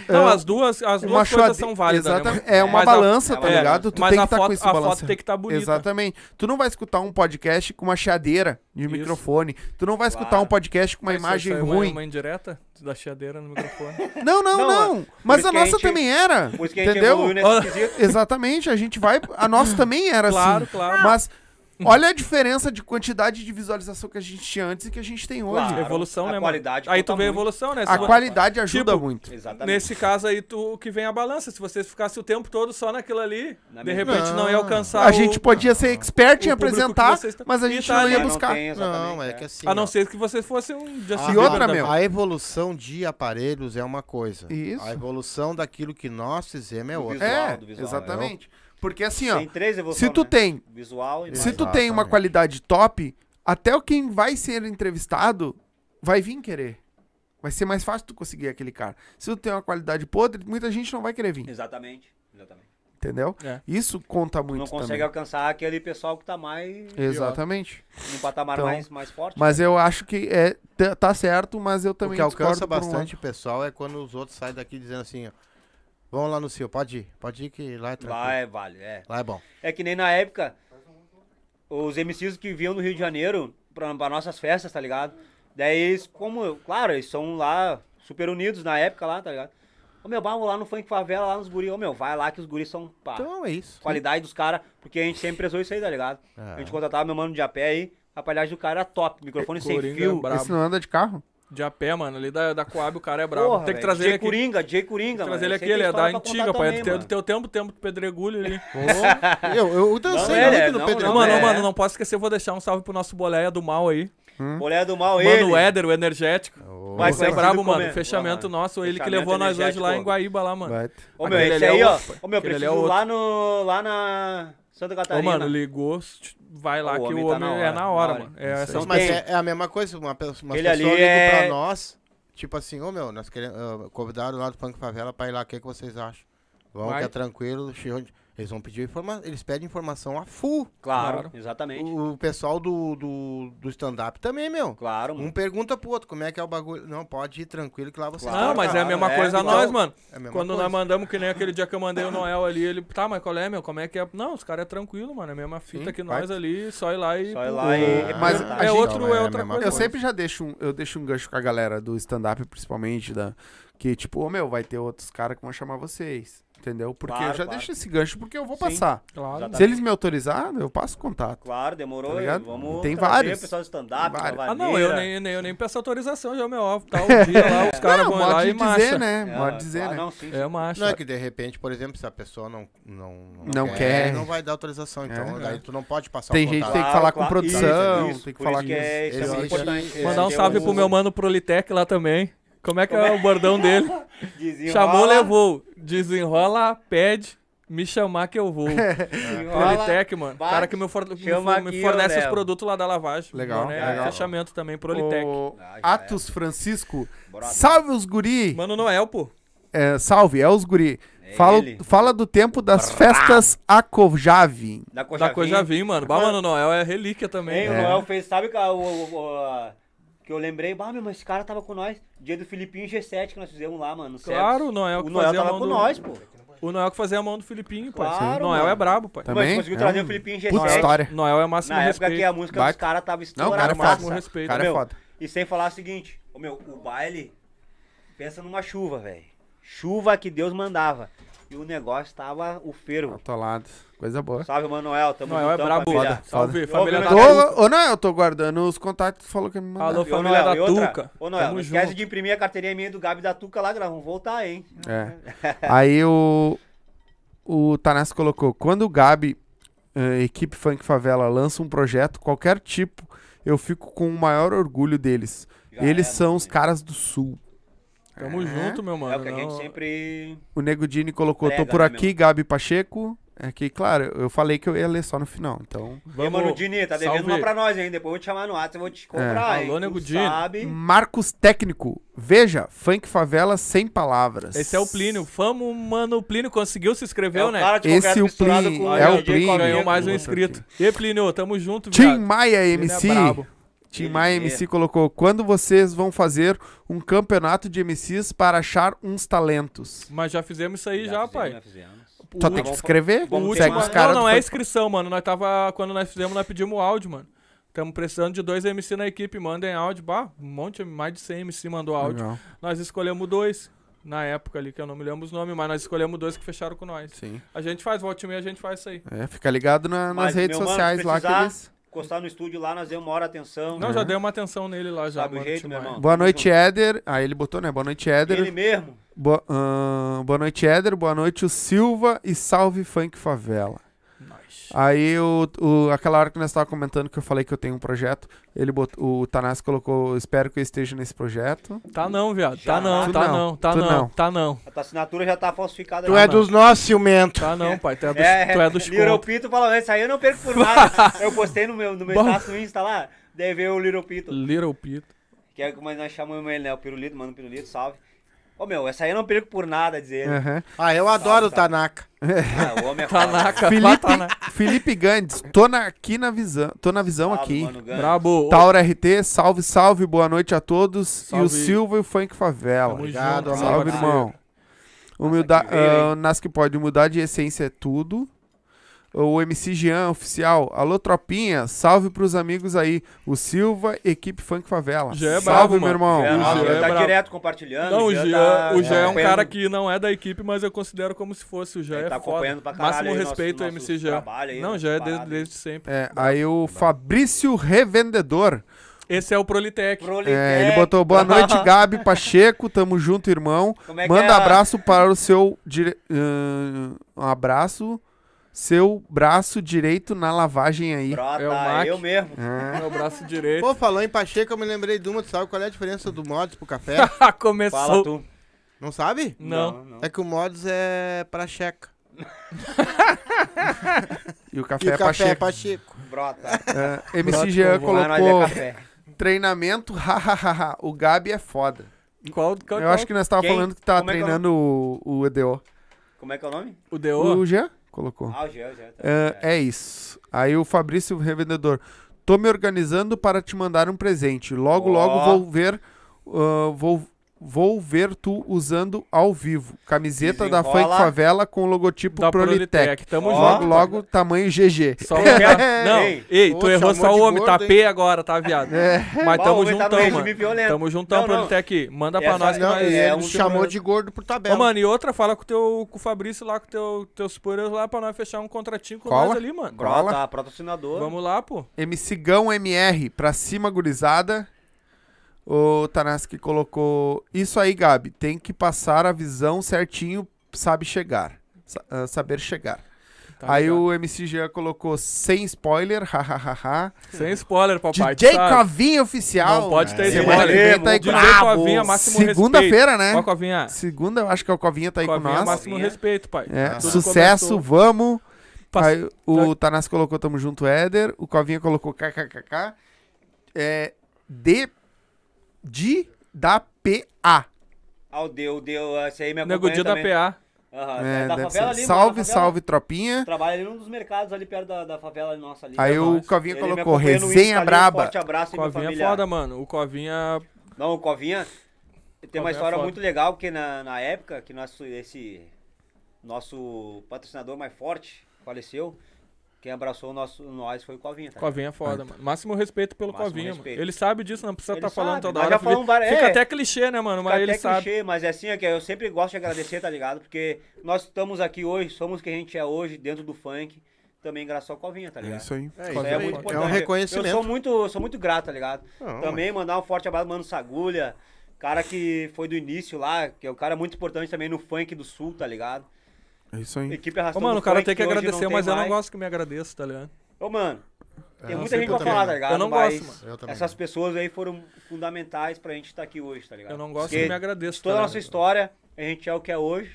[SPEAKER 4] Não,
[SPEAKER 1] Ah,
[SPEAKER 4] as duas, as
[SPEAKER 1] uma
[SPEAKER 4] duas coisas
[SPEAKER 1] chade-
[SPEAKER 4] são válidas, né,
[SPEAKER 1] Exatamente.
[SPEAKER 4] mano?
[SPEAKER 1] É uma
[SPEAKER 4] Mas a-
[SPEAKER 1] balança, tá
[SPEAKER 3] é,
[SPEAKER 1] ligado? Tu
[SPEAKER 4] mas
[SPEAKER 1] tem que
[SPEAKER 4] a
[SPEAKER 1] estar
[SPEAKER 4] foto-
[SPEAKER 1] com esse
[SPEAKER 4] a
[SPEAKER 1] balanço.
[SPEAKER 4] foto tem que tá bonita.
[SPEAKER 1] Exatamente. Tu não vai escutar um podcast com uma chadeira de
[SPEAKER 4] Isso.
[SPEAKER 1] microfone. Tu não vai escutar
[SPEAKER 3] Claro.
[SPEAKER 1] um podcast com uma
[SPEAKER 4] Isso-
[SPEAKER 1] imagem
[SPEAKER 4] isso aí é
[SPEAKER 1] ruim.
[SPEAKER 4] Uma, uma indireta da chiadeira no microfone.
[SPEAKER 1] Não, não,
[SPEAKER 3] Não,
[SPEAKER 1] não.
[SPEAKER 3] é- por
[SPEAKER 1] Mas
[SPEAKER 3] isso
[SPEAKER 1] a
[SPEAKER 3] que a
[SPEAKER 1] nossa
[SPEAKER 3] gente-
[SPEAKER 1] também era.
[SPEAKER 3] Por isso que a gente né?
[SPEAKER 1] Entendeu?
[SPEAKER 3] evoluiu nesse
[SPEAKER 4] *laughs*
[SPEAKER 3] quesito.
[SPEAKER 1] Exatamente, a gente vai. A nossa também era
[SPEAKER 4] Claro,
[SPEAKER 1] assim.
[SPEAKER 4] claro.
[SPEAKER 1] Mas olha a diferença de quantidade de visualização que a gente tinha antes e que a gente tem hoje.
[SPEAKER 3] *laughs* Claro.
[SPEAKER 4] evolução,
[SPEAKER 3] a
[SPEAKER 4] né, mano?
[SPEAKER 3] qualidade
[SPEAKER 4] Aí
[SPEAKER 3] conta
[SPEAKER 4] tu vê a
[SPEAKER 3] muito.
[SPEAKER 4] evolução, né? Se
[SPEAKER 1] A
[SPEAKER 4] vo-
[SPEAKER 1] qualidade ajuda
[SPEAKER 4] Tipo,
[SPEAKER 1] muito.
[SPEAKER 3] Exatamente.
[SPEAKER 4] Nesse caso aí, tu o que vem é a balança. Se vocês ficassem o tempo todo só naquilo ali,
[SPEAKER 3] Na
[SPEAKER 4] de
[SPEAKER 3] mesma-
[SPEAKER 4] repente não ia alcançar
[SPEAKER 1] A
[SPEAKER 4] o-
[SPEAKER 1] gente podia ser expert em
[SPEAKER 4] o público que
[SPEAKER 1] apresentar,
[SPEAKER 4] vocês tão-
[SPEAKER 1] mas a
[SPEAKER 4] E
[SPEAKER 1] gente
[SPEAKER 4] tá
[SPEAKER 1] não
[SPEAKER 4] ali,
[SPEAKER 1] ia
[SPEAKER 4] mas
[SPEAKER 3] não
[SPEAKER 1] buscar.
[SPEAKER 3] tem exatamente.
[SPEAKER 2] Não, é que assim.
[SPEAKER 4] A não
[SPEAKER 2] ó.
[SPEAKER 4] ser que você fosse um Justin
[SPEAKER 1] Ah, E
[SPEAKER 4] Bieber
[SPEAKER 1] outra,
[SPEAKER 4] da
[SPEAKER 1] meu,
[SPEAKER 4] vida.
[SPEAKER 2] A evolução de aparelhos é uma coisa.
[SPEAKER 1] Isso.
[SPEAKER 2] A evolução daquilo que nós fizemos é
[SPEAKER 3] Do
[SPEAKER 2] outra.
[SPEAKER 3] visual,
[SPEAKER 1] É,
[SPEAKER 3] do visual, né?
[SPEAKER 1] exatamente. Porque assim, ó,
[SPEAKER 3] Tem três evoluções.
[SPEAKER 1] se tu
[SPEAKER 3] né?
[SPEAKER 1] tem,
[SPEAKER 3] Visual e
[SPEAKER 1] se
[SPEAKER 3] mais.
[SPEAKER 1] tu tem uma
[SPEAKER 2] Exatamente.
[SPEAKER 1] qualidade top, até o quem vai ser entrevistado vai vir querer. Vai ser mais fácil tu conseguir aquele cara. Se tu tem uma qualidade podre, muita gente não vai querer vir,
[SPEAKER 3] Exatamente. Exatamente.
[SPEAKER 1] entendeu?
[SPEAKER 4] É.
[SPEAKER 1] Isso conta muito
[SPEAKER 3] não consegue
[SPEAKER 1] também.
[SPEAKER 3] alcançar aquele pessoal que tá mais.
[SPEAKER 1] Exatamente.
[SPEAKER 3] num patamar
[SPEAKER 1] Então,
[SPEAKER 3] mais, mais forte.
[SPEAKER 1] Mas eu acho que é tá- tá certo, mas eu também
[SPEAKER 2] o que alcança
[SPEAKER 1] discordo por um lado.
[SPEAKER 2] bastante o pessoal é quando os outros saem daqui dizendo assim, ó, vão lá no seu, pode ir, pode ir que lá é tranquilo.
[SPEAKER 3] Lá é vale, é.
[SPEAKER 2] Lá é bom.
[SPEAKER 3] É que nem na época, os MCs que vinham no Rio de Janeiro pra, pra nossas festas, tá ligado? Daí eles, como, claro, eles são lá super unidos na época lá, tá ligado? Ô meu, bah, vou lá no funk favela, lá nos guris, ô meu, vai lá que os guris são pá.
[SPEAKER 2] Então é isso.
[SPEAKER 3] Qualidade dos caras, porque a gente sempre prezou isso aí, tá ligado?
[SPEAKER 4] É.
[SPEAKER 2] Ah.
[SPEAKER 3] A gente contratava meu mano de a pé aí, a palhagem do cara era top, microfone sem
[SPEAKER 4] Coringa é
[SPEAKER 3] fio.
[SPEAKER 4] brabo.
[SPEAKER 1] Esse não anda de carro? né?
[SPEAKER 4] De a pé, mano. Ali da, da Coab, o cara é brabo.
[SPEAKER 3] Porra,
[SPEAKER 4] Tem
[SPEAKER 3] velho,
[SPEAKER 4] que trazer
[SPEAKER 3] DJ
[SPEAKER 4] ele aqui.
[SPEAKER 3] Coringa, DJ Coringa,
[SPEAKER 4] trazer ele
[SPEAKER 3] mano.
[SPEAKER 4] aqui,
[SPEAKER 3] Sei
[SPEAKER 4] ele
[SPEAKER 3] tem
[SPEAKER 4] é da
[SPEAKER 3] história pra
[SPEAKER 4] antiga,
[SPEAKER 3] contar
[SPEAKER 4] pai.
[SPEAKER 3] também,
[SPEAKER 4] do teu-
[SPEAKER 3] mano.
[SPEAKER 4] do teu tempo, tempo do Pedregulho ali.
[SPEAKER 2] Pô, eu, eu dancei
[SPEAKER 3] Não, ele é-
[SPEAKER 2] muito no
[SPEAKER 3] não,
[SPEAKER 2] Pedro.
[SPEAKER 3] não,
[SPEAKER 1] né?
[SPEAKER 4] Mano,
[SPEAKER 3] é.
[SPEAKER 4] mano, não posso esquecer, eu vou deixar um salve pro nosso boleia do mal aí.
[SPEAKER 3] Mulher é do mal, ele.
[SPEAKER 4] um- Mano, o Éder, o energético.
[SPEAKER 3] Mais
[SPEAKER 4] Você é
[SPEAKER 3] conhecido
[SPEAKER 4] brabo,
[SPEAKER 3] como
[SPEAKER 4] mano.
[SPEAKER 3] é.
[SPEAKER 4] Fechamento
[SPEAKER 3] Porra,
[SPEAKER 4] nosso, ele que
[SPEAKER 3] fechamento
[SPEAKER 4] levou nós hoje
[SPEAKER 3] energético,
[SPEAKER 4] lá em
[SPEAKER 3] ó.
[SPEAKER 4] Guaíba, lá, mano.
[SPEAKER 1] Vai.
[SPEAKER 3] Ô, meu,
[SPEAKER 4] Aquele
[SPEAKER 3] esse
[SPEAKER 4] ali
[SPEAKER 3] aí,
[SPEAKER 4] é
[SPEAKER 3] ó.
[SPEAKER 4] outro,
[SPEAKER 3] Ô, meu,
[SPEAKER 4] aquele ali
[SPEAKER 3] preciso
[SPEAKER 4] é
[SPEAKER 3] lá no. Lá na. Santa
[SPEAKER 4] Ô,
[SPEAKER 3] Catarina.
[SPEAKER 4] mano, ligou, vai lá
[SPEAKER 3] O
[SPEAKER 4] que
[SPEAKER 3] homem
[SPEAKER 4] o
[SPEAKER 3] tá
[SPEAKER 4] homem
[SPEAKER 3] na
[SPEAKER 4] é
[SPEAKER 3] hora,
[SPEAKER 4] na
[SPEAKER 3] na
[SPEAKER 4] hora,
[SPEAKER 3] hora.
[SPEAKER 4] mano. É,
[SPEAKER 3] Isso
[SPEAKER 4] são
[SPEAKER 3] aí.
[SPEAKER 2] Mas
[SPEAKER 3] tem.
[SPEAKER 2] é, é a mesma coisa, uma, pe- umas
[SPEAKER 3] Ele
[SPEAKER 2] pessoas
[SPEAKER 3] ali
[SPEAKER 2] ligam
[SPEAKER 3] é-
[SPEAKER 2] pra nós, tipo assim, ô meu, nós queremos, ah, convidaram lá do Punk Favela pra ir lá, o que, que vocês acham? Vão,
[SPEAKER 4] Vai.
[SPEAKER 2] que é tranquilo, cheio de- eles vão pedir informação, eles pedem informação a full.
[SPEAKER 3] Claro,
[SPEAKER 4] Claro. Uh.
[SPEAKER 3] exatamente.
[SPEAKER 2] O, o pessoal do, do, do stand-up também, meu.
[SPEAKER 3] Claro,
[SPEAKER 2] Um
[SPEAKER 3] mano.
[SPEAKER 2] pergunta pro outro como é que é o bagulho. Não, pode ir tranquilo que lá você
[SPEAKER 3] Claro,
[SPEAKER 4] Não, mas é a
[SPEAKER 3] claro,
[SPEAKER 4] mesma
[SPEAKER 3] é,
[SPEAKER 4] coisa a
[SPEAKER 3] então,
[SPEAKER 4] nós, mano.
[SPEAKER 2] é a mesma
[SPEAKER 4] Quando
[SPEAKER 2] coisa.
[SPEAKER 4] nós mandamos, que nem aquele dia que eu
[SPEAKER 3] *laughs*
[SPEAKER 4] mandei o Noel ali, ele, tá, mas qual é, meu? Como é que é? Não, os caras é tranquilo, mano. É a mesma fita que nós ali, só ir lá e.
[SPEAKER 3] Só ir lá e.
[SPEAKER 1] mas
[SPEAKER 3] representar.
[SPEAKER 1] a
[SPEAKER 4] É
[SPEAKER 1] gente-
[SPEAKER 4] outro,
[SPEAKER 2] Então, é
[SPEAKER 4] é
[SPEAKER 2] a
[SPEAKER 4] outra
[SPEAKER 2] mesma
[SPEAKER 4] coisa.
[SPEAKER 1] Eu sempre já deixo um, eu deixo um gancho com a galera do stand-up, principalmente, da, que tipo, ô meu, vai ter outros caras que vão chamar vocês, entendeu? Porque eu
[SPEAKER 3] Claro,
[SPEAKER 1] já
[SPEAKER 3] claro.
[SPEAKER 1] deixo esse gancho porque eu vou
[SPEAKER 3] Sim. tá
[SPEAKER 1] passar.
[SPEAKER 4] Claro.
[SPEAKER 3] Exatamente.
[SPEAKER 1] Se eles me autorizarem, eu passo o contato.
[SPEAKER 3] Claro, demorou.
[SPEAKER 1] Tá ligado?
[SPEAKER 3] Vamos.
[SPEAKER 1] Tem
[SPEAKER 3] trazer
[SPEAKER 1] vários.
[SPEAKER 3] Pessoal de stand-up,
[SPEAKER 1] Tem vários.
[SPEAKER 4] Ah, não, eu nem, nem- eu nem peço autorização, já, meu, ó, tá um dia lá, os caras
[SPEAKER 1] É. Não,
[SPEAKER 4] vão lá e
[SPEAKER 1] de dizer,
[SPEAKER 4] marcha.
[SPEAKER 1] né? Pode
[SPEAKER 3] Pode
[SPEAKER 1] dizer, né?
[SPEAKER 3] É, Não, sim.
[SPEAKER 4] É
[SPEAKER 2] Não
[SPEAKER 4] marcha.
[SPEAKER 2] é que de repente, por exemplo, se a pessoa não não,
[SPEAKER 1] Não quer.
[SPEAKER 2] não vai dar autorização. Então,
[SPEAKER 1] É.
[SPEAKER 2] daí tu não pode passar
[SPEAKER 1] Tem
[SPEAKER 2] o
[SPEAKER 1] gente
[SPEAKER 2] contato. Ah,
[SPEAKER 1] que tem que falar com produção, tem que
[SPEAKER 3] por
[SPEAKER 1] falar com
[SPEAKER 3] isso
[SPEAKER 1] os-
[SPEAKER 3] é, isso é muito
[SPEAKER 2] Existe.
[SPEAKER 3] importante.
[SPEAKER 4] Mandar um
[SPEAKER 3] é,
[SPEAKER 4] salve
[SPEAKER 3] tem
[SPEAKER 4] pro
[SPEAKER 3] o-
[SPEAKER 4] meu mano Prolitec lá também.
[SPEAKER 3] é? *laughs*
[SPEAKER 4] Como é que é o bordão dele?
[SPEAKER 3] Desenrola.
[SPEAKER 4] Chamou, levou. Desenrola, pede. Me chamar que eu vou.
[SPEAKER 3] Enrola,
[SPEAKER 4] Prolitec, mano. O
[SPEAKER 3] bate,
[SPEAKER 4] cara que me, for- me
[SPEAKER 3] chama
[SPEAKER 4] for- me
[SPEAKER 3] aqui, eu
[SPEAKER 4] fornece os
[SPEAKER 3] levo.
[SPEAKER 4] produtos lá da lavagem.
[SPEAKER 5] Legal,
[SPEAKER 4] Boné,
[SPEAKER 5] legal.
[SPEAKER 4] Fechamento também, Prolitec.
[SPEAKER 1] O
[SPEAKER 3] Ah, já
[SPEAKER 1] Atos Francisco.
[SPEAKER 3] Brother.
[SPEAKER 1] Salve os guri!
[SPEAKER 4] Mano Noel, pô.
[SPEAKER 1] É, salve, é os guri.
[SPEAKER 3] É
[SPEAKER 1] Fala,
[SPEAKER 3] ele.
[SPEAKER 1] fala do tempo das festas Acojave.
[SPEAKER 3] Da Cojavim.
[SPEAKER 4] Da coisa vim, mano. Bah, mano Noel é relíquia também.
[SPEAKER 3] Hein, o Noel fez, sabe que, a- o, o- o- a- que eu lembrei? Bah, meu, mas esse cara tava com nós. Dia do Filipinho G7 que nós fizemos lá, mano. no
[SPEAKER 4] Claro, é
[SPEAKER 3] Sebs.
[SPEAKER 4] o Noel que
[SPEAKER 3] O Noel
[SPEAKER 4] fazia a
[SPEAKER 3] tava
[SPEAKER 4] mão
[SPEAKER 3] com
[SPEAKER 4] do-
[SPEAKER 3] nós, pô.
[SPEAKER 4] O Noel que fazia a mão do Filipinho, pai.
[SPEAKER 3] Claro,
[SPEAKER 4] Noel
[SPEAKER 3] mano.
[SPEAKER 4] é brabo, pai.
[SPEAKER 3] Mas
[SPEAKER 1] Também?
[SPEAKER 3] conseguiu
[SPEAKER 1] é
[SPEAKER 3] trazer
[SPEAKER 1] um
[SPEAKER 3] o Filipinho G7.
[SPEAKER 1] Puta história.
[SPEAKER 4] Noel é máximo
[SPEAKER 3] Na época
[SPEAKER 4] respeito.
[SPEAKER 3] que a música
[SPEAKER 1] Bate.
[SPEAKER 3] dos caras tava
[SPEAKER 1] Não, o cara é
[SPEAKER 3] estourada.
[SPEAKER 4] máximo
[SPEAKER 1] foda.
[SPEAKER 4] respeito.
[SPEAKER 1] O cara é
[SPEAKER 3] Meu,
[SPEAKER 1] foda.
[SPEAKER 3] E sem falar o seguinte, ô meu, o baile, pensa numa chuva, velho. Chuva que Deus mandava. E o negócio tava o fervo.
[SPEAKER 1] Atolado. Coisa boa.
[SPEAKER 3] Salve, Manuel. Tamo
[SPEAKER 4] Noel é
[SPEAKER 3] juntão,
[SPEAKER 4] brabo.
[SPEAKER 3] família.
[SPEAKER 1] Foda.
[SPEAKER 4] Salve, família
[SPEAKER 3] Ô,
[SPEAKER 4] da
[SPEAKER 1] Ô,
[SPEAKER 3] Noel.
[SPEAKER 1] ô, não, eu tô guardando os contatos que falou que ia me mandou.
[SPEAKER 4] Alô,
[SPEAKER 3] Ô,
[SPEAKER 4] família
[SPEAKER 3] Noel, e
[SPEAKER 4] é da
[SPEAKER 3] outra?
[SPEAKER 4] Tuca.
[SPEAKER 3] Ô, Noel,
[SPEAKER 4] Tamo
[SPEAKER 3] não esquece
[SPEAKER 4] junto.
[SPEAKER 3] de imprimir a carteirinha minha do Gabi da Tuca lá, Grau. Vamos voltar, hein?
[SPEAKER 1] É. Aí o. O Tanás colocou: quando o Gabi, eh, equipe Funk Favela, lança um projeto, qualquer tipo, eu fico com o maior orgulho deles.
[SPEAKER 3] Já
[SPEAKER 1] Eles
[SPEAKER 3] é,
[SPEAKER 1] são
[SPEAKER 3] mano.
[SPEAKER 1] os caras do Sul.
[SPEAKER 4] Tamo junto, meu mano.
[SPEAKER 3] É o que a gente
[SPEAKER 4] Não-
[SPEAKER 3] sempre...
[SPEAKER 1] O Nego Dini colocou: tô
[SPEAKER 3] Prega,
[SPEAKER 1] por
[SPEAKER 3] né,
[SPEAKER 1] aqui, Gabi Pacheco. É que, claro, eu falei que eu ia ler só no final, então.
[SPEAKER 3] Vamos. mano, Dini, tá devendo
[SPEAKER 4] Salve.
[SPEAKER 3] uma pra nós, hein? Depois eu vou te chamar no WhatsApp, eu vou te comprar,
[SPEAKER 4] É.
[SPEAKER 3] hein?
[SPEAKER 4] Alô,
[SPEAKER 3] Tu
[SPEAKER 4] nego Dini.
[SPEAKER 3] sabe.
[SPEAKER 1] Marcos Técnico, veja, Funk Favela sem palavras.
[SPEAKER 4] Esse é o Plínio. Famo, mano. O Plínio conseguiu,
[SPEAKER 3] É
[SPEAKER 4] se inscreveu,
[SPEAKER 3] o
[SPEAKER 4] né?
[SPEAKER 3] cara de
[SPEAKER 1] Esse
[SPEAKER 3] concreto
[SPEAKER 1] o
[SPEAKER 3] misturado
[SPEAKER 1] Plin-
[SPEAKER 3] com
[SPEAKER 1] é o
[SPEAKER 3] DJ
[SPEAKER 1] Plin.
[SPEAKER 3] Covinha.
[SPEAKER 4] Ganhou mais um
[SPEAKER 1] Puta
[SPEAKER 4] inscrito. E Plínio, tamo junto,
[SPEAKER 1] Tim
[SPEAKER 4] viado.
[SPEAKER 1] Maia
[SPEAKER 4] Ele é
[SPEAKER 1] MC.
[SPEAKER 4] brabo.
[SPEAKER 1] Tim
[SPEAKER 3] Ele
[SPEAKER 1] Maia
[SPEAKER 3] é.
[SPEAKER 1] MC colocou: quando vocês vão fazer um campeonato de MCs para achar uns talentos?
[SPEAKER 4] Mas já fizemos isso aí já,
[SPEAKER 3] fizemos,
[SPEAKER 4] pai. Tá
[SPEAKER 3] já fizemos.
[SPEAKER 4] O
[SPEAKER 1] Só tem que
[SPEAKER 3] vamos-
[SPEAKER 1] escrever?
[SPEAKER 4] O
[SPEAKER 3] vamos ter
[SPEAKER 1] Segue
[SPEAKER 4] último,
[SPEAKER 3] mais-
[SPEAKER 1] os
[SPEAKER 3] Não,
[SPEAKER 1] caras.
[SPEAKER 4] não,
[SPEAKER 1] do
[SPEAKER 4] não é
[SPEAKER 1] funk.
[SPEAKER 4] inscrição, mano. Nós tava. Quando nós fizemos, nós pedimos áudio, mano. Estamos precisando de dois MC na equipe. Mandem áudio. Bah, um monte, mais de 100 MC mandou áudio.
[SPEAKER 1] Legal.
[SPEAKER 4] Nós escolhemos dois. Na época ali, que eu não me lembro os nomes, mas nós escolhemos dois que fecharam com nós.
[SPEAKER 1] Sim.
[SPEAKER 4] A gente faz, volta e meia a gente faz isso aí.
[SPEAKER 1] É, fica ligado na- nas
[SPEAKER 3] Mas,
[SPEAKER 1] redes
[SPEAKER 3] meu mano,
[SPEAKER 1] sociais
[SPEAKER 3] se
[SPEAKER 1] lá que
[SPEAKER 3] precisar,
[SPEAKER 1] eles.
[SPEAKER 3] Encostar no estúdio lá, nós demos uma hora atenção.
[SPEAKER 1] É.
[SPEAKER 4] Não, já dei uma atenção nele lá já.
[SPEAKER 3] Sabe o
[SPEAKER 4] mano,
[SPEAKER 3] Tá jeito,
[SPEAKER 4] Tim
[SPEAKER 3] meu
[SPEAKER 4] Maia.
[SPEAKER 3] irmão?
[SPEAKER 1] Boa noite, Éder. Aí ele botou, né? Boa noite,
[SPEAKER 3] Ele
[SPEAKER 1] Éder.
[SPEAKER 3] mesmo.
[SPEAKER 1] Boa, ahn, boa noite, Éder. Boa noite, o Silva. E salve, Funk Favela.
[SPEAKER 4] Nice.
[SPEAKER 1] Aí, o, o- aquela hora que nós estávamos comentando que eu falei que eu tenho um projeto, ele botou, o Tanás colocou: espero que eu esteja nesse projeto.
[SPEAKER 4] Tá não, viado.
[SPEAKER 3] Já.
[SPEAKER 4] Tá não,
[SPEAKER 1] Tu
[SPEAKER 4] tá
[SPEAKER 1] não,
[SPEAKER 4] não, tá
[SPEAKER 1] tu
[SPEAKER 4] não,
[SPEAKER 1] não.
[SPEAKER 4] tá não.
[SPEAKER 3] A tua assinatura já tá falsificada.
[SPEAKER 2] Tu
[SPEAKER 3] já,
[SPEAKER 1] Ah,
[SPEAKER 2] é
[SPEAKER 3] mano.
[SPEAKER 2] dos nossos ciumentos.
[SPEAKER 3] *laughs*
[SPEAKER 4] Tá não, pai. Tu é dos,
[SPEAKER 3] É,
[SPEAKER 4] tu é dos
[SPEAKER 3] Little
[SPEAKER 4] contos.
[SPEAKER 3] Pito falou, esse aí eu não perco por
[SPEAKER 4] *laughs*
[SPEAKER 3] nada. eu postei no meu, no meu
[SPEAKER 4] Bom.
[SPEAKER 3] status no Insta lá, daí veio o Little Pito,
[SPEAKER 4] Little Pito.
[SPEAKER 3] que é como nós chamamos ele, né? O Pirulito, mano, Pirulito, salve. Ô meu, essa aí eu não perco por nada, diz ele.
[SPEAKER 4] Uhum.
[SPEAKER 1] Aham.
[SPEAKER 2] Ah, eu adoro o
[SPEAKER 3] tá.
[SPEAKER 2] Tanaka.
[SPEAKER 3] Ah, o homem é
[SPEAKER 4] *laughs* Tá
[SPEAKER 3] foda.
[SPEAKER 4] Tanaka,
[SPEAKER 1] Felipe,
[SPEAKER 4] Patana.
[SPEAKER 1] Felipe Gandes, tô na, aqui na visão, tô na visão
[SPEAKER 3] Salve,
[SPEAKER 1] aqui.
[SPEAKER 3] mano, Gans.
[SPEAKER 4] Brabo. Ô,
[SPEAKER 1] Taura RT, salve, salve, boa noite a todos. E
[SPEAKER 4] Salve.
[SPEAKER 1] o Silva e o Funk Favela.
[SPEAKER 4] Tamo
[SPEAKER 2] Obrigado,
[SPEAKER 4] junto,
[SPEAKER 2] amor.
[SPEAKER 1] salve,
[SPEAKER 4] parceiro.
[SPEAKER 1] irmão. Humildade,
[SPEAKER 3] que veio, hein?
[SPEAKER 1] nas que pode, humildade e essência é tudo. O MC Jean, oficial. Alô, tropinha, salve pros amigos aí. O Silva, equipe Funk Favela.
[SPEAKER 4] Jean é
[SPEAKER 1] salve,
[SPEAKER 4] brabo,
[SPEAKER 1] meu irmão.
[SPEAKER 4] mano.
[SPEAKER 3] É,
[SPEAKER 4] O
[SPEAKER 3] nossa,
[SPEAKER 4] Jean
[SPEAKER 3] ele
[SPEAKER 4] é
[SPEAKER 3] tá
[SPEAKER 4] brabo.
[SPEAKER 3] direto compartilhando.
[SPEAKER 4] Não, o Jean,
[SPEAKER 3] tá
[SPEAKER 4] o Jean é um
[SPEAKER 3] acompanhando-
[SPEAKER 4] cara que não é da equipe, mas eu considero como se fosse. O Jean
[SPEAKER 3] Ele
[SPEAKER 4] é
[SPEAKER 3] tá
[SPEAKER 4] foda.
[SPEAKER 3] acompanhando pra caralho
[SPEAKER 4] Máximo
[SPEAKER 3] aí
[SPEAKER 4] respeito
[SPEAKER 3] nosso-
[SPEAKER 4] ao MC
[SPEAKER 3] nosso
[SPEAKER 4] Jean.
[SPEAKER 3] trabalho aí,
[SPEAKER 4] não,
[SPEAKER 3] nossas
[SPEAKER 4] já é de-
[SPEAKER 3] paradas aí.
[SPEAKER 4] desde sempre.
[SPEAKER 1] É, aí o Fabrício Revendedor.
[SPEAKER 4] Esse é o Prolitec.
[SPEAKER 3] Prolitec.
[SPEAKER 1] É, ele botou
[SPEAKER 3] *laughs*
[SPEAKER 1] boa
[SPEAKER 3] tá.
[SPEAKER 1] noite, Gabi Pacheco. Tamo junto, irmão.
[SPEAKER 3] Como é que
[SPEAKER 1] Manda
[SPEAKER 3] é?
[SPEAKER 1] abraço para o seu. dire- ahn, um abraço. Seu braço direito na lavagem aí.
[SPEAKER 3] Brota,
[SPEAKER 4] É o Mac.
[SPEAKER 3] eu mesmo.
[SPEAKER 4] Meu braço direito.
[SPEAKER 2] Pô, falou em Pacheco, eu me lembrei de uma. Tu sabe qual é a diferença do Mods pro café?
[SPEAKER 4] *laughs* Começou.
[SPEAKER 3] Fala tu.
[SPEAKER 2] Não sabe?
[SPEAKER 4] É Não.
[SPEAKER 2] É que o Mods é pra checa.
[SPEAKER 1] E o
[SPEAKER 2] E
[SPEAKER 1] café
[SPEAKER 2] o
[SPEAKER 1] é
[SPEAKER 2] café é
[SPEAKER 1] Pacheco.
[SPEAKER 2] Pacheco.
[SPEAKER 3] Brota.
[SPEAKER 1] É,
[SPEAKER 4] Brote
[SPEAKER 1] MC Jean
[SPEAKER 4] com vó.
[SPEAKER 3] Lá nós é
[SPEAKER 1] colocou
[SPEAKER 3] café.
[SPEAKER 1] treinamento, *laughs* hahaha. o Gabi é foda.
[SPEAKER 4] Qual, qual,
[SPEAKER 1] Eu acho que nós tava
[SPEAKER 3] Quem?
[SPEAKER 1] falando que tava
[SPEAKER 3] Como é que é o
[SPEAKER 1] treinando o, o EDO.
[SPEAKER 3] Como é que é o nome?
[SPEAKER 4] O D.O.
[SPEAKER 1] O Jean colocou.
[SPEAKER 3] Ah, o Jean, o Jean. tá.
[SPEAKER 1] É, é isso. Aí o Fabrício Revendedor. Tô me organizando para te mandar um presente. Logo,
[SPEAKER 3] Ó.
[SPEAKER 1] logo vou ver. ah, vou, vou ver tu usando ao vivo. Camiseta da Funk
[SPEAKER 3] Desenrola.
[SPEAKER 1] Favela com o logotipo
[SPEAKER 4] da
[SPEAKER 1] Prolitec.
[SPEAKER 4] Prolitec. Tamo
[SPEAKER 3] Ó.
[SPEAKER 1] Logo,
[SPEAKER 4] junto.
[SPEAKER 1] logo, tamanho GG.
[SPEAKER 4] Só
[SPEAKER 1] *laughs*
[SPEAKER 4] um cara- Não,
[SPEAKER 3] Ei.
[SPEAKER 4] ei,
[SPEAKER 2] Ô,
[SPEAKER 4] tu errou
[SPEAKER 2] chamou
[SPEAKER 4] só
[SPEAKER 2] de
[SPEAKER 4] o homem, tá
[SPEAKER 2] gordo, hein?
[SPEAKER 4] P agora, tá, viado? Mas
[SPEAKER 3] Bah,
[SPEAKER 4] tamo
[SPEAKER 3] o homem tá no
[SPEAKER 4] juntão,
[SPEAKER 3] regime
[SPEAKER 4] mano.
[SPEAKER 3] violento.
[SPEAKER 4] Tamo juntão,
[SPEAKER 3] Não, não.
[SPEAKER 4] Prolitec. Manda pra
[SPEAKER 3] Essa-
[SPEAKER 4] nós que
[SPEAKER 3] não,
[SPEAKER 4] nós.
[SPEAKER 3] é
[SPEAKER 2] ele
[SPEAKER 3] um
[SPEAKER 2] chamou
[SPEAKER 3] chamou-
[SPEAKER 2] de gordo por tabela.
[SPEAKER 4] Ô, mano, e outra, fala com, o teu, com o Fabrício lá, com o teu, teu superior lá, pra nós fechar um contratinho com
[SPEAKER 1] Cola.
[SPEAKER 4] nós ali, mano.
[SPEAKER 3] Brota, patrocinador.
[SPEAKER 4] Vamos lá, pô.
[SPEAKER 1] MC Gão MR, pra cima, gurizada. O Tanaski colocou. Isso aí, Gabi. Tem que passar a visão certinho, sabe chegar. Sa- ah, saber chegar.
[SPEAKER 4] Tá
[SPEAKER 1] Aí
[SPEAKER 4] ligado?
[SPEAKER 1] o MC Jean colocou sem spoiler, hahaha.
[SPEAKER 4] Sem spoiler, papai. tu
[SPEAKER 1] DJ
[SPEAKER 4] sabe.
[SPEAKER 1] Covinha oficial.
[SPEAKER 4] tá- Não pode ter
[SPEAKER 1] É,
[SPEAKER 4] spoiler.
[SPEAKER 1] Semana que vem tá aí
[SPEAKER 4] DJ
[SPEAKER 1] com nós.
[SPEAKER 4] Covinha, máximo
[SPEAKER 1] Segunda-feira, né?
[SPEAKER 4] Ó, Covinha.
[SPEAKER 1] Segunda, eu acho que é o Covinha tá aí
[SPEAKER 4] Covinha,
[SPEAKER 1] com nós.
[SPEAKER 4] máximo respeito, pai.
[SPEAKER 1] É,
[SPEAKER 4] Tudo
[SPEAKER 1] Sucesso,
[SPEAKER 4] começou.
[SPEAKER 1] vamos.
[SPEAKER 4] Pass-
[SPEAKER 1] Aí o Tanás colocou Tamo Junto Éder, o Covinha colocou kkkk. É, D, de da PA.
[SPEAKER 3] Ah, o Deu, Deu, esse aí me acompanha
[SPEAKER 4] Nego dia da
[SPEAKER 3] também.
[SPEAKER 4] PA.
[SPEAKER 3] Aham,
[SPEAKER 1] É,
[SPEAKER 3] é da
[SPEAKER 1] deve ser.
[SPEAKER 3] favela ali, mano,
[SPEAKER 1] salve,
[SPEAKER 3] da favela.
[SPEAKER 1] salve, tropinha.
[SPEAKER 3] Trabalha ali num dos mercados ali perto da, da favela nossa ali.
[SPEAKER 1] Aí
[SPEAKER 3] Tá Ele
[SPEAKER 1] o
[SPEAKER 4] nóis.
[SPEAKER 1] Covinha
[SPEAKER 3] me
[SPEAKER 1] colocou
[SPEAKER 3] acompanha no Insta
[SPEAKER 1] resenha
[SPEAKER 3] ali, um
[SPEAKER 1] braba.
[SPEAKER 3] Forte abraço aí, meu
[SPEAKER 4] Covinha é
[SPEAKER 3] familiar.
[SPEAKER 4] foda, mano. O Covinha.
[SPEAKER 3] Não, o Covinha tem
[SPEAKER 4] Covinha
[SPEAKER 3] uma
[SPEAKER 4] é
[SPEAKER 3] história
[SPEAKER 4] foda.
[SPEAKER 3] muito legal, porque na, na época que nosso, esse nosso patrocinador mais forte faleceu, quem abraçou o nosso, nós foi o Covinha. Tá?
[SPEAKER 4] Covinha é foda, mano. Máximo respeito pelo
[SPEAKER 3] Máximo
[SPEAKER 4] Covinha,
[SPEAKER 3] respeito.
[SPEAKER 4] mano. Ele sabe disso, não precisa
[SPEAKER 3] Ele
[SPEAKER 4] estar
[SPEAKER 3] sabe,
[SPEAKER 4] falando toda
[SPEAKER 3] nós
[SPEAKER 4] hora.
[SPEAKER 3] já falamos várias-
[SPEAKER 4] Fica
[SPEAKER 3] é.
[SPEAKER 4] até clichê, né, mano? Mas
[SPEAKER 3] Fica
[SPEAKER 4] ele
[SPEAKER 3] até
[SPEAKER 4] sabe.
[SPEAKER 3] clichê, mas é assim, é que eu sempre gosto de agradecer, tá ligado? Porque nós estamos aqui hoje, somos o que a gente é hoje, dentro do funk, também graças ao Covinha, tá
[SPEAKER 5] É
[SPEAKER 3] ligado?
[SPEAKER 5] isso aí.
[SPEAKER 2] É,
[SPEAKER 3] Isso aí
[SPEAKER 2] é
[SPEAKER 3] é muito
[SPEAKER 2] um
[SPEAKER 3] importante.
[SPEAKER 2] reconhecimento.
[SPEAKER 3] Eu sou muito, eu sou muito grato, tá ligado?
[SPEAKER 2] Não,
[SPEAKER 3] também mandar um forte abraço pro Mano Sagulha, cara que foi do início lá, que é um cara muito importante também no funk do sul, tá ligado?
[SPEAKER 5] É isso aí.
[SPEAKER 3] Equipe arrastando
[SPEAKER 4] Ô, mano, o cara tem que agradecer, mas eu não
[SPEAKER 3] gosto.
[SPEAKER 4] gosto que me agradeça, tá ligado?
[SPEAKER 3] Ô, mano, tem muita
[SPEAKER 5] sei
[SPEAKER 3] gente
[SPEAKER 5] por
[SPEAKER 3] pra
[SPEAKER 5] quê.
[SPEAKER 3] falar, tá ligado?
[SPEAKER 4] Eu não
[SPEAKER 3] Mas
[SPEAKER 4] gosto,
[SPEAKER 2] mano. Eu também
[SPEAKER 3] Essas pessoas aí foram fundamentais pra gente estar aqui hoje, tá ligado?
[SPEAKER 4] Eu não gosto
[SPEAKER 3] Porque
[SPEAKER 4] que me agradeça.
[SPEAKER 3] de toda a
[SPEAKER 4] tá
[SPEAKER 3] nossa
[SPEAKER 4] ligado?
[SPEAKER 3] história, a gente é o que é hoje,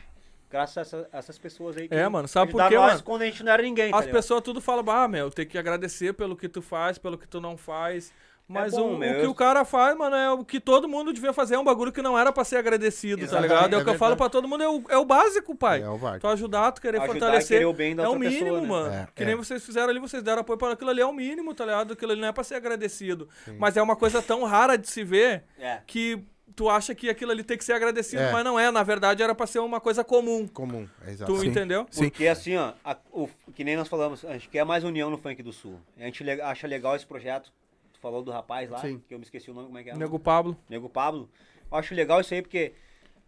[SPEAKER 3] graças a essa- essas pessoas aí que
[SPEAKER 4] É, mano, sabe por
[SPEAKER 3] ajudaram
[SPEAKER 4] quê,
[SPEAKER 3] nós
[SPEAKER 4] mano?
[SPEAKER 3] quando a gente não era ninguém, tá
[SPEAKER 4] As
[SPEAKER 3] ligado?
[SPEAKER 4] pessoas tudo falam, ah, meu, tem que agradecer pelo que tu faz, pelo que tu não faz. Mas
[SPEAKER 3] bom,
[SPEAKER 4] o, o
[SPEAKER 3] meu.
[SPEAKER 4] que o cara faz, mano, é o que todo mundo devia fazer, é um bagulho que não era pra ser agradecido,
[SPEAKER 2] Exatamente,
[SPEAKER 4] tá ligado? É,
[SPEAKER 2] é
[SPEAKER 4] o que eu falo
[SPEAKER 2] verdade.
[SPEAKER 4] pra todo mundo, é o, é o básico, pai.
[SPEAKER 2] É o básico.
[SPEAKER 4] Tu ajudar, tu querer
[SPEAKER 3] Ajudar e
[SPEAKER 4] fortalecer.
[SPEAKER 3] querer o bem da
[SPEAKER 4] é o
[SPEAKER 3] outra pessoa,
[SPEAKER 4] mínimo,
[SPEAKER 3] né?
[SPEAKER 4] mano.
[SPEAKER 2] É,
[SPEAKER 4] que
[SPEAKER 2] é.
[SPEAKER 4] nem vocês fizeram ali, vocês deram apoio para aquilo ali, é o mínimo, tá ligado? Aquilo ali não é pra ser agradecido. Mas é uma coisa tão rara de se ver
[SPEAKER 3] É.
[SPEAKER 4] que tu acha que aquilo ali tem que ser agradecido,
[SPEAKER 2] É.
[SPEAKER 4] mas não é. Na verdade, era pra ser uma coisa comum.
[SPEAKER 2] Comum, é exato.
[SPEAKER 4] Tu então entendeu?
[SPEAKER 5] Sim.
[SPEAKER 3] Porque assim, ó, a- o- que nem nós falamos, a gente quer mais união no funk do sul. A gente le- acha legal esse projeto. Tu falou do rapaz lá,
[SPEAKER 5] Sim.
[SPEAKER 3] que eu me esqueci o nome, como é que é?
[SPEAKER 4] Nego Pablo.
[SPEAKER 3] Nego Pablo. Eu acho legal isso aí, porque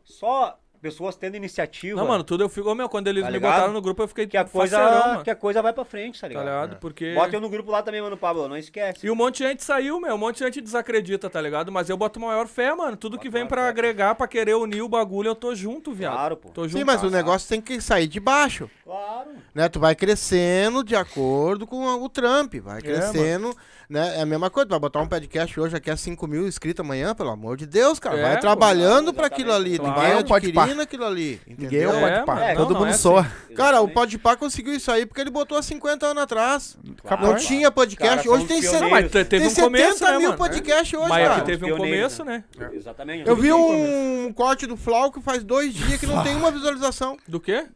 [SPEAKER 3] só pessoas tendo iniciativa
[SPEAKER 4] Não, mano, tudo eu fico. Ô, meu, quando eles
[SPEAKER 3] Tá
[SPEAKER 4] me
[SPEAKER 3] ligado?
[SPEAKER 4] botaram no grupo, eu fiquei
[SPEAKER 3] que, a coisa,
[SPEAKER 4] faceirão, mano.
[SPEAKER 3] que a coisa vai pra frente, tá
[SPEAKER 4] Tá
[SPEAKER 3] ligado?
[SPEAKER 4] ligado? Porque.
[SPEAKER 3] Bota eu no grupo lá também, mano, Pablo, não esquece.
[SPEAKER 4] E um monte de gente saiu, meu. Um monte de gente desacredita, tá ligado? Mas eu boto maior fé, mano. Tudo que vem
[SPEAKER 3] maior
[SPEAKER 4] pra
[SPEAKER 3] fé.
[SPEAKER 4] agregar, pra querer unir o bagulho, eu tô junto, viado.
[SPEAKER 3] Claro, pô.
[SPEAKER 4] Tô junto.
[SPEAKER 2] Sim, mas o
[SPEAKER 4] Tá.
[SPEAKER 2] negócio tem que sair de baixo.
[SPEAKER 3] Claro.
[SPEAKER 2] né? Tu vai crescendo de acordo com o Trump, vai crescendo, né? É a mesma coisa, tu vai botar um podcast hoje aqui a 5 mil inscritos amanhã, pelo amor de Deus, cara.
[SPEAKER 4] É,
[SPEAKER 2] vai
[SPEAKER 4] pô,
[SPEAKER 2] trabalhando pra
[SPEAKER 3] exatamente.
[SPEAKER 2] aquilo ali,
[SPEAKER 4] Claro.
[SPEAKER 2] ninguém é
[SPEAKER 1] Ninguém é um
[SPEAKER 2] adquirindo
[SPEAKER 1] podpar.
[SPEAKER 2] aquilo ali,
[SPEAKER 1] Ninguém é
[SPEAKER 2] entendeu?
[SPEAKER 1] um
[SPEAKER 4] É,
[SPEAKER 1] pode pá.
[SPEAKER 4] mano,
[SPEAKER 1] Todo
[SPEAKER 4] não,
[SPEAKER 1] mundo
[SPEAKER 4] é
[SPEAKER 1] soa.
[SPEAKER 2] Cara, o
[SPEAKER 3] Exatamente.
[SPEAKER 2] Podpah conseguiu isso aí porque ele botou há 50 anos atrás.
[SPEAKER 3] Claro,
[SPEAKER 2] não
[SPEAKER 3] claro.
[SPEAKER 2] tinha podcast,
[SPEAKER 3] Os caras
[SPEAKER 2] hoje
[SPEAKER 3] são
[SPEAKER 2] tem,
[SPEAKER 3] pioneiros.
[SPEAKER 4] Não,
[SPEAKER 2] cent...
[SPEAKER 4] mas te-
[SPEAKER 2] tem
[SPEAKER 4] teve um
[SPEAKER 2] 70
[SPEAKER 4] começo, né,
[SPEAKER 2] mil
[SPEAKER 4] mano?
[SPEAKER 2] podcasts hoje,
[SPEAKER 4] Mas
[SPEAKER 2] cara.
[SPEAKER 4] aqui teve um
[SPEAKER 3] Pioneiros,
[SPEAKER 4] começo,
[SPEAKER 3] né?
[SPEAKER 4] né?
[SPEAKER 3] Exatamente.
[SPEAKER 2] Eu vi um corte do Flow que faz dois dias que não tem uma visualização.
[SPEAKER 4] Do quê?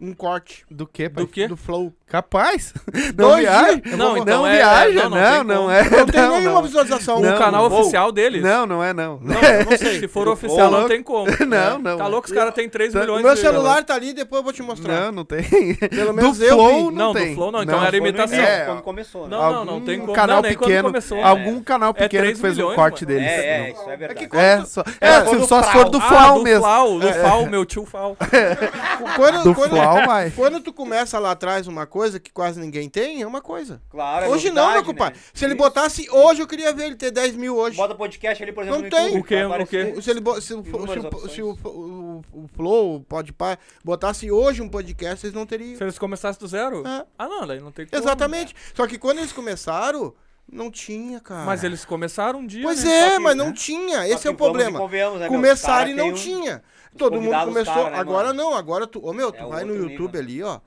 [SPEAKER 2] Um corte
[SPEAKER 1] Do que, pai?
[SPEAKER 4] Do quê?
[SPEAKER 2] do Flow.
[SPEAKER 4] *laughs*
[SPEAKER 1] Capaz. Não
[SPEAKER 2] Dois
[SPEAKER 1] viaja. Não,
[SPEAKER 4] dias. Não, então é-
[SPEAKER 1] viaja.
[SPEAKER 4] não, não
[SPEAKER 1] Não,
[SPEAKER 4] tem
[SPEAKER 1] não
[SPEAKER 4] como.
[SPEAKER 1] é.
[SPEAKER 2] Não
[SPEAKER 1] *laughs*
[SPEAKER 2] tem
[SPEAKER 1] Não,
[SPEAKER 2] nenhuma
[SPEAKER 1] não.
[SPEAKER 2] visualização.
[SPEAKER 1] Não,
[SPEAKER 4] o canal
[SPEAKER 1] vou.
[SPEAKER 4] oficial deles?
[SPEAKER 1] Não, não é, não. *laughs*
[SPEAKER 4] Não, eu não sei. Se for oficial, não
[SPEAKER 1] louco.
[SPEAKER 2] *laughs*
[SPEAKER 4] tem como.
[SPEAKER 1] Não, não.
[SPEAKER 4] Tá louco? Os caras têm 3
[SPEAKER 1] Tá-
[SPEAKER 4] milhões
[SPEAKER 2] Meu
[SPEAKER 4] de
[SPEAKER 2] celular tá ali, depois eu vou te mostrar.
[SPEAKER 1] Não, não tem.
[SPEAKER 2] Pelo
[SPEAKER 1] Do
[SPEAKER 2] menos eu
[SPEAKER 1] Flow,
[SPEAKER 4] vi.
[SPEAKER 1] não
[SPEAKER 4] Não, do
[SPEAKER 1] tem.
[SPEAKER 4] Flow não, então era
[SPEAKER 1] foi no
[SPEAKER 4] imitação.
[SPEAKER 1] início,
[SPEAKER 3] É,
[SPEAKER 1] É,
[SPEAKER 3] quando começou, né?
[SPEAKER 4] Não, não, não
[SPEAKER 1] algum
[SPEAKER 4] tem como.
[SPEAKER 1] Canal
[SPEAKER 4] não, nem quando
[SPEAKER 1] pequeno,
[SPEAKER 4] começou. né? É
[SPEAKER 1] algum canal pequeno
[SPEAKER 4] três
[SPEAKER 1] que fez um
[SPEAKER 4] milhões,
[SPEAKER 1] corte
[SPEAKER 4] mano.
[SPEAKER 1] deles.
[SPEAKER 3] É, é, isso é verdade.
[SPEAKER 1] É, só, é,
[SPEAKER 3] quando
[SPEAKER 1] se
[SPEAKER 3] o
[SPEAKER 1] só se for do
[SPEAKER 4] Ah,
[SPEAKER 1] Flau
[SPEAKER 4] do
[SPEAKER 1] mesmo.
[SPEAKER 4] Flau, do
[SPEAKER 2] É.
[SPEAKER 4] Flau, meu
[SPEAKER 2] *laughs*
[SPEAKER 4] tio Flau.
[SPEAKER 2] Quando,
[SPEAKER 1] Do
[SPEAKER 2] quando-
[SPEAKER 1] Flau, vai.
[SPEAKER 2] quando tu começa lá atrás uma coisa que quase ninguém tem, é uma coisa.
[SPEAKER 3] Claro, é
[SPEAKER 2] hoje não, meu
[SPEAKER 3] novidade,
[SPEAKER 2] compadre.
[SPEAKER 3] né?
[SPEAKER 2] Se ele
[SPEAKER 3] Isso.
[SPEAKER 2] botasse hoje, eu queria ver ele ter 10 mil hoje.
[SPEAKER 3] Bota podcast ali, por exemplo,
[SPEAKER 2] Não
[SPEAKER 3] no
[SPEAKER 2] tem.
[SPEAKER 3] YouTube,
[SPEAKER 4] O quê?
[SPEAKER 3] vai
[SPEAKER 4] O
[SPEAKER 3] aparecer.
[SPEAKER 4] quê?
[SPEAKER 2] Se ele bo- se o, Flo- se o,
[SPEAKER 3] Inúmeras É. opções.
[SPEAKER 2] se o, o, o Flow, o Podpah, botasse hoje um podcast, vocês não teriam.
[SPEAKER 4] Se eles começassem do zero?
[SPEAKER 2] É.
[SPEAKER 4] Ah, não, daí não tem como.
[SPEAKER 3] né?
[SPEAKER 2] Exatamente. Só que quando eles começaram, não tinha, cara.
[SPEAKER 4] né? Mas eles começaram um dia.
[SPEAKER 2] Ah. Pois
[SPEAKER 4] né?
[SPEAKER 2] é,
[SPEAKER 4] Só que-
[SPEAKER 2] mas não tinha. Esse
[SPEAKER 3] que
[SPEAKER 2] é o
[SPEAKER 3] vamos e
[SPEAKER 2] problema.
[SPEAKER 3] convenhamos, né, meu? Os
[SPEAKER 2] Começaram e
[SPEAKER 3] cara
[SPEAKER 2] não
[SPEAKER 3] tem um-
[SPEAKER 2] tinha. Todo mundo
[SPEAKER 3] convidados,
[SPEAKER 2] começou.
[SPEAKER 3] cara, né,
[SPEAKER 2] agora
[SPEAKER 3] mano?
[SPEAKER 2] não, agora tu. Ô meu, tu
[SPEAKER 3] É
[SPEAKER 2] vai no
[SPEAKER 3] outro
[SPEAKER 2] YouTube
[SPEAKER 3] nível.
[SPEAKER 2] ali, ó.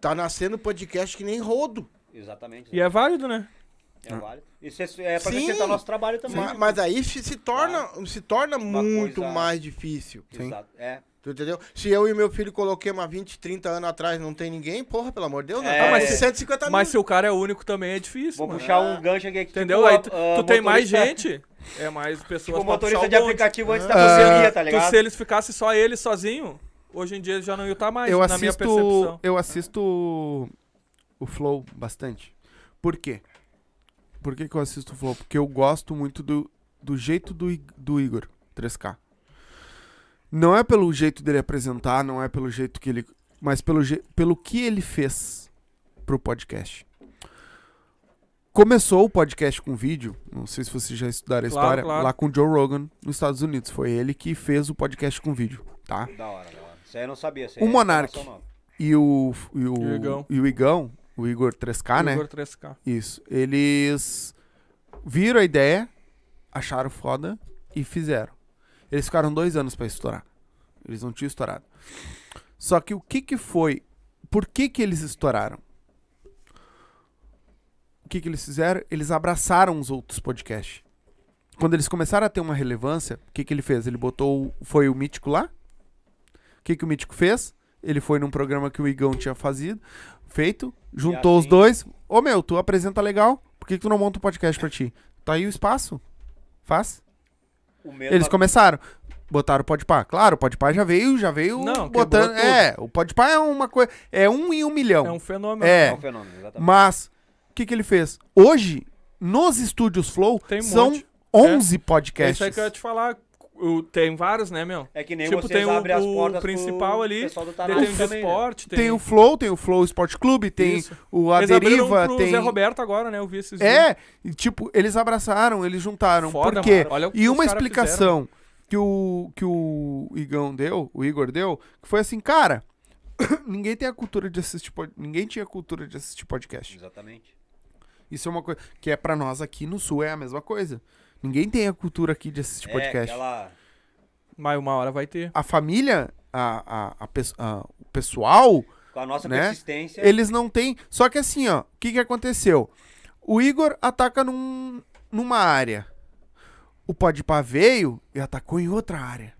[SPEAKER 2] Tá nascendo podcast que nem rodo.
[SPEAKER 3] Exatamente.
[SPEAKER 4] E é válido, né?
[SPEAKER 3] É válido. Isso é, é pra
[SPEAKER 2] Sim.
[SPEAKER 3] acrescentar nosso trabalho também. Tá.
[SPEAKER 2] Ma- Mas aí se, se torna, se torna
[SPEAKER 3] Uma
[SPEAKER 2] muito
[SPEAKER 3] coisa-
[SPEAKER 2] mais difícil.
[SPEAKER 3] Exato. É.
[SPEAKER 2] Tu entendeu? Se eu e meu filho coloquemos há 20, 30 anos atrás não tem ninguém, porra, pelo amor de Deus,
[SPEAKER 3] É.
[SPEAKER 2] não. Ah, mas se 150 mil.
[SPEAKER 4] Mas se o cara é único também é difícil.
[SPEAKER 3] Vou
[SPEAKER 4] mano.
[SPEAKER 3] puxar um gancho aqui. que,
[SPEAKER 4] Entendeu?
[SPEAKER 3] tipo,
[SPEAKER 4] Aí
[SPEAKER 3] a-
[SPEAKER 4] tu,
[SPEAKER 3] a
[SPEAKER 4] tu tem mais
[SPEAKER 3] motorista-
[SPEAKER 4] gente, é mais pessoas
[SPEAKER 3] Tipo,
[SPEAKER 4] pra puxar
[SPEAKER 3] motorista
[SPEAKER 4] o
[SPEAKER 3] de
[SPEAKER 4] bonde.
[SPEAKER 3] aplicativo antes da
[SPEAKER 4] Tu se-
[SPEAKER 3] pandemia, tá
[SPEAKER 4] Ah. tu-
[SPEAKER 3] ligado?
[SPEAKER 4] se eles ficassem só ele sozinho, hoje em dia ele já não ia estar mais,
[SPEAKER 1] eu
[SPEAKER 4] na minha
[SPEAKER 1] assisto,
[SPEAKER 4] percepção.
[SPEAKER 1] eu assisto o- o Flow bastante. Por quê? Por que, que eu assisto o Flow? Porque eu gosto muito do, do jeito do, I- do Igor 3K. Não é pelo jeito dele apresentar, não é pelo jeito que ele. Mas pelo, je- pelo que ele fez pro podcast. Começou o podcast com vídeo, não sei se vocês já estudaram a
[SPEAKER 4] Claro,
[SPEAKER 1] história,
[SPEAKER 4] claro.
[SPEAKER 1] lá com o Joe Rogan, nos Estados Unidos. Foi ele que fez o podcast com vídeo, tá?
[SPEAKER 3] Da hora, da hora. Isso aí eu não sabia. isso
[SPEAKER 1] O
[SPEAKER 3] aí é
[SPEAKER 1] Monark.
[SPEAKER 3] informação nova.
[SPEAKER 1] e o, e o,
[SPEAKER 4] E o Igão.
[SPEAKER 1] e o Igão, o Igor 3K, né?
[SPEAKER 4] Igor 3K.
[SPEAKER 1] Isso. Eles viram a ideia, acharam foda e fizeram. Eles ficaram dois anos pra estourar. Eles não tinham estourado. Só que o que que foi? Por que que eles estouraram? O que que eles fizeram? Eles abraçaram os outros podcasts. Quando eles começaram a ter uma relevância, o que que ele fez? Ele botou, o- foi o Mítico lá. O que que o Mítico fez? Ele foi num programa que o Igão tinha fazido, feito, juntou os
[SPEAKER 3] assim-
[SPEAKER 1] dois. Ô meu, tu apresenta legal, por que que tu não monta um podcast pra ti? Tá aí o espaço, faz.
[SPEAKER 3] O mesmo é
[SPEAKER 1] Eles começaram. Botaram o Podpah. Claro, o Podpah já veio, já veio
[SPEAKER 4] Não, quebrou
[SPEAKER 1] botando.
[SPEAKER 4] tudo.
[SPEAKER 1] É, o Podpah é uma coisa. É um em um milhão.
[SPEAKER 4] É um fenômeno.
[SPEAKER 1] É.
[SPEAKER 3] é um fenômeno, exatamente.
[SPEAKER 1] Mas, o que, que ele fez? Hoje, nos estúdios Flow,
[SPEAKER 4] Tem um
[SPEAKER 1] são
[SPEAKER 4] monte.
[SPEAKER 1] 11
[SPEAKER 4] É
[SPEAKER 1] podcasts.
[SPEAKER 4] isso aí que eu ia te falar. O- tem vários, né, meu?
[SPEAKER 3] É que nem
[SPEAKER 4] tipo,
[SPEAKER 3] vocês
[SPEAKER 4] tem o,
[SPEAKER 3] abrem as
[SPEAKER 4] o
[SPEAKER 3] portas pro
[SPEAKER 4] principal ali.
[SPEAKER 3] pessoal do
[SPEAKER 4] daí
[SPEAKER 3] Tarado
[SPEAKER 4] tem o de
[SPEAKER 3] também, né?
[SPEAKER 4] esporte.
[SPEAKER 1] Tem o Flow, tem o Flow Esporte Clube, tem
[SPEAKER 4] Isso.
[SPEAKER 1] o A
[SPEAKER 4] Eles abriram um
[SPEAKER 1] Deriva,
[SPEAKER 4] pro
[SPEAKER 1] tem.
[SPEAKER 4] Zé Roberto agora, né? Eu vi esses dias.
[SPEAKER 1] É, e, tipo, eles abraçaram, eles juntaram. por
[SPEAKER 4] Foda,
[SPEAKER 1] quê?
[SPEAKER 4] mano. Olha o que
[SPEAKER 1] e
[SPEAKER 4] os
[SPEAKER 1] uma
[SPEAKER 4] caras
[SPEAKER 1] explicação que o que o Igão deu, o Igor deu, que foi assim, cara, *coughs* ninguém tem a cultura de assistir, pod- ninguém tinha cultura de assistir podcast.
[SPEAKER 3] Exatamente.
[SPEAKER 1] Isso é uma coisa que é pra nós aqui no sul é a mesma coisa. Ninguém tem a cultura aqui de assistir podcast.
[SPEAKER 3] É, aquela...
[SPEAKER 4] Mas uma hora vai ter.
[SPEAKER 1] A família, a, a, a pes- a- o pessoal,
[SPEAKER 3] Com a nossa
[SPEAKER 1] Né?
[SPEAKER 3] persistência.
[SPEAKER 1] eles não têm. Só que assim, ó, o que, que aconteceu? O Igor ataca num, numa área. O Podpah veio e atacou em outra área.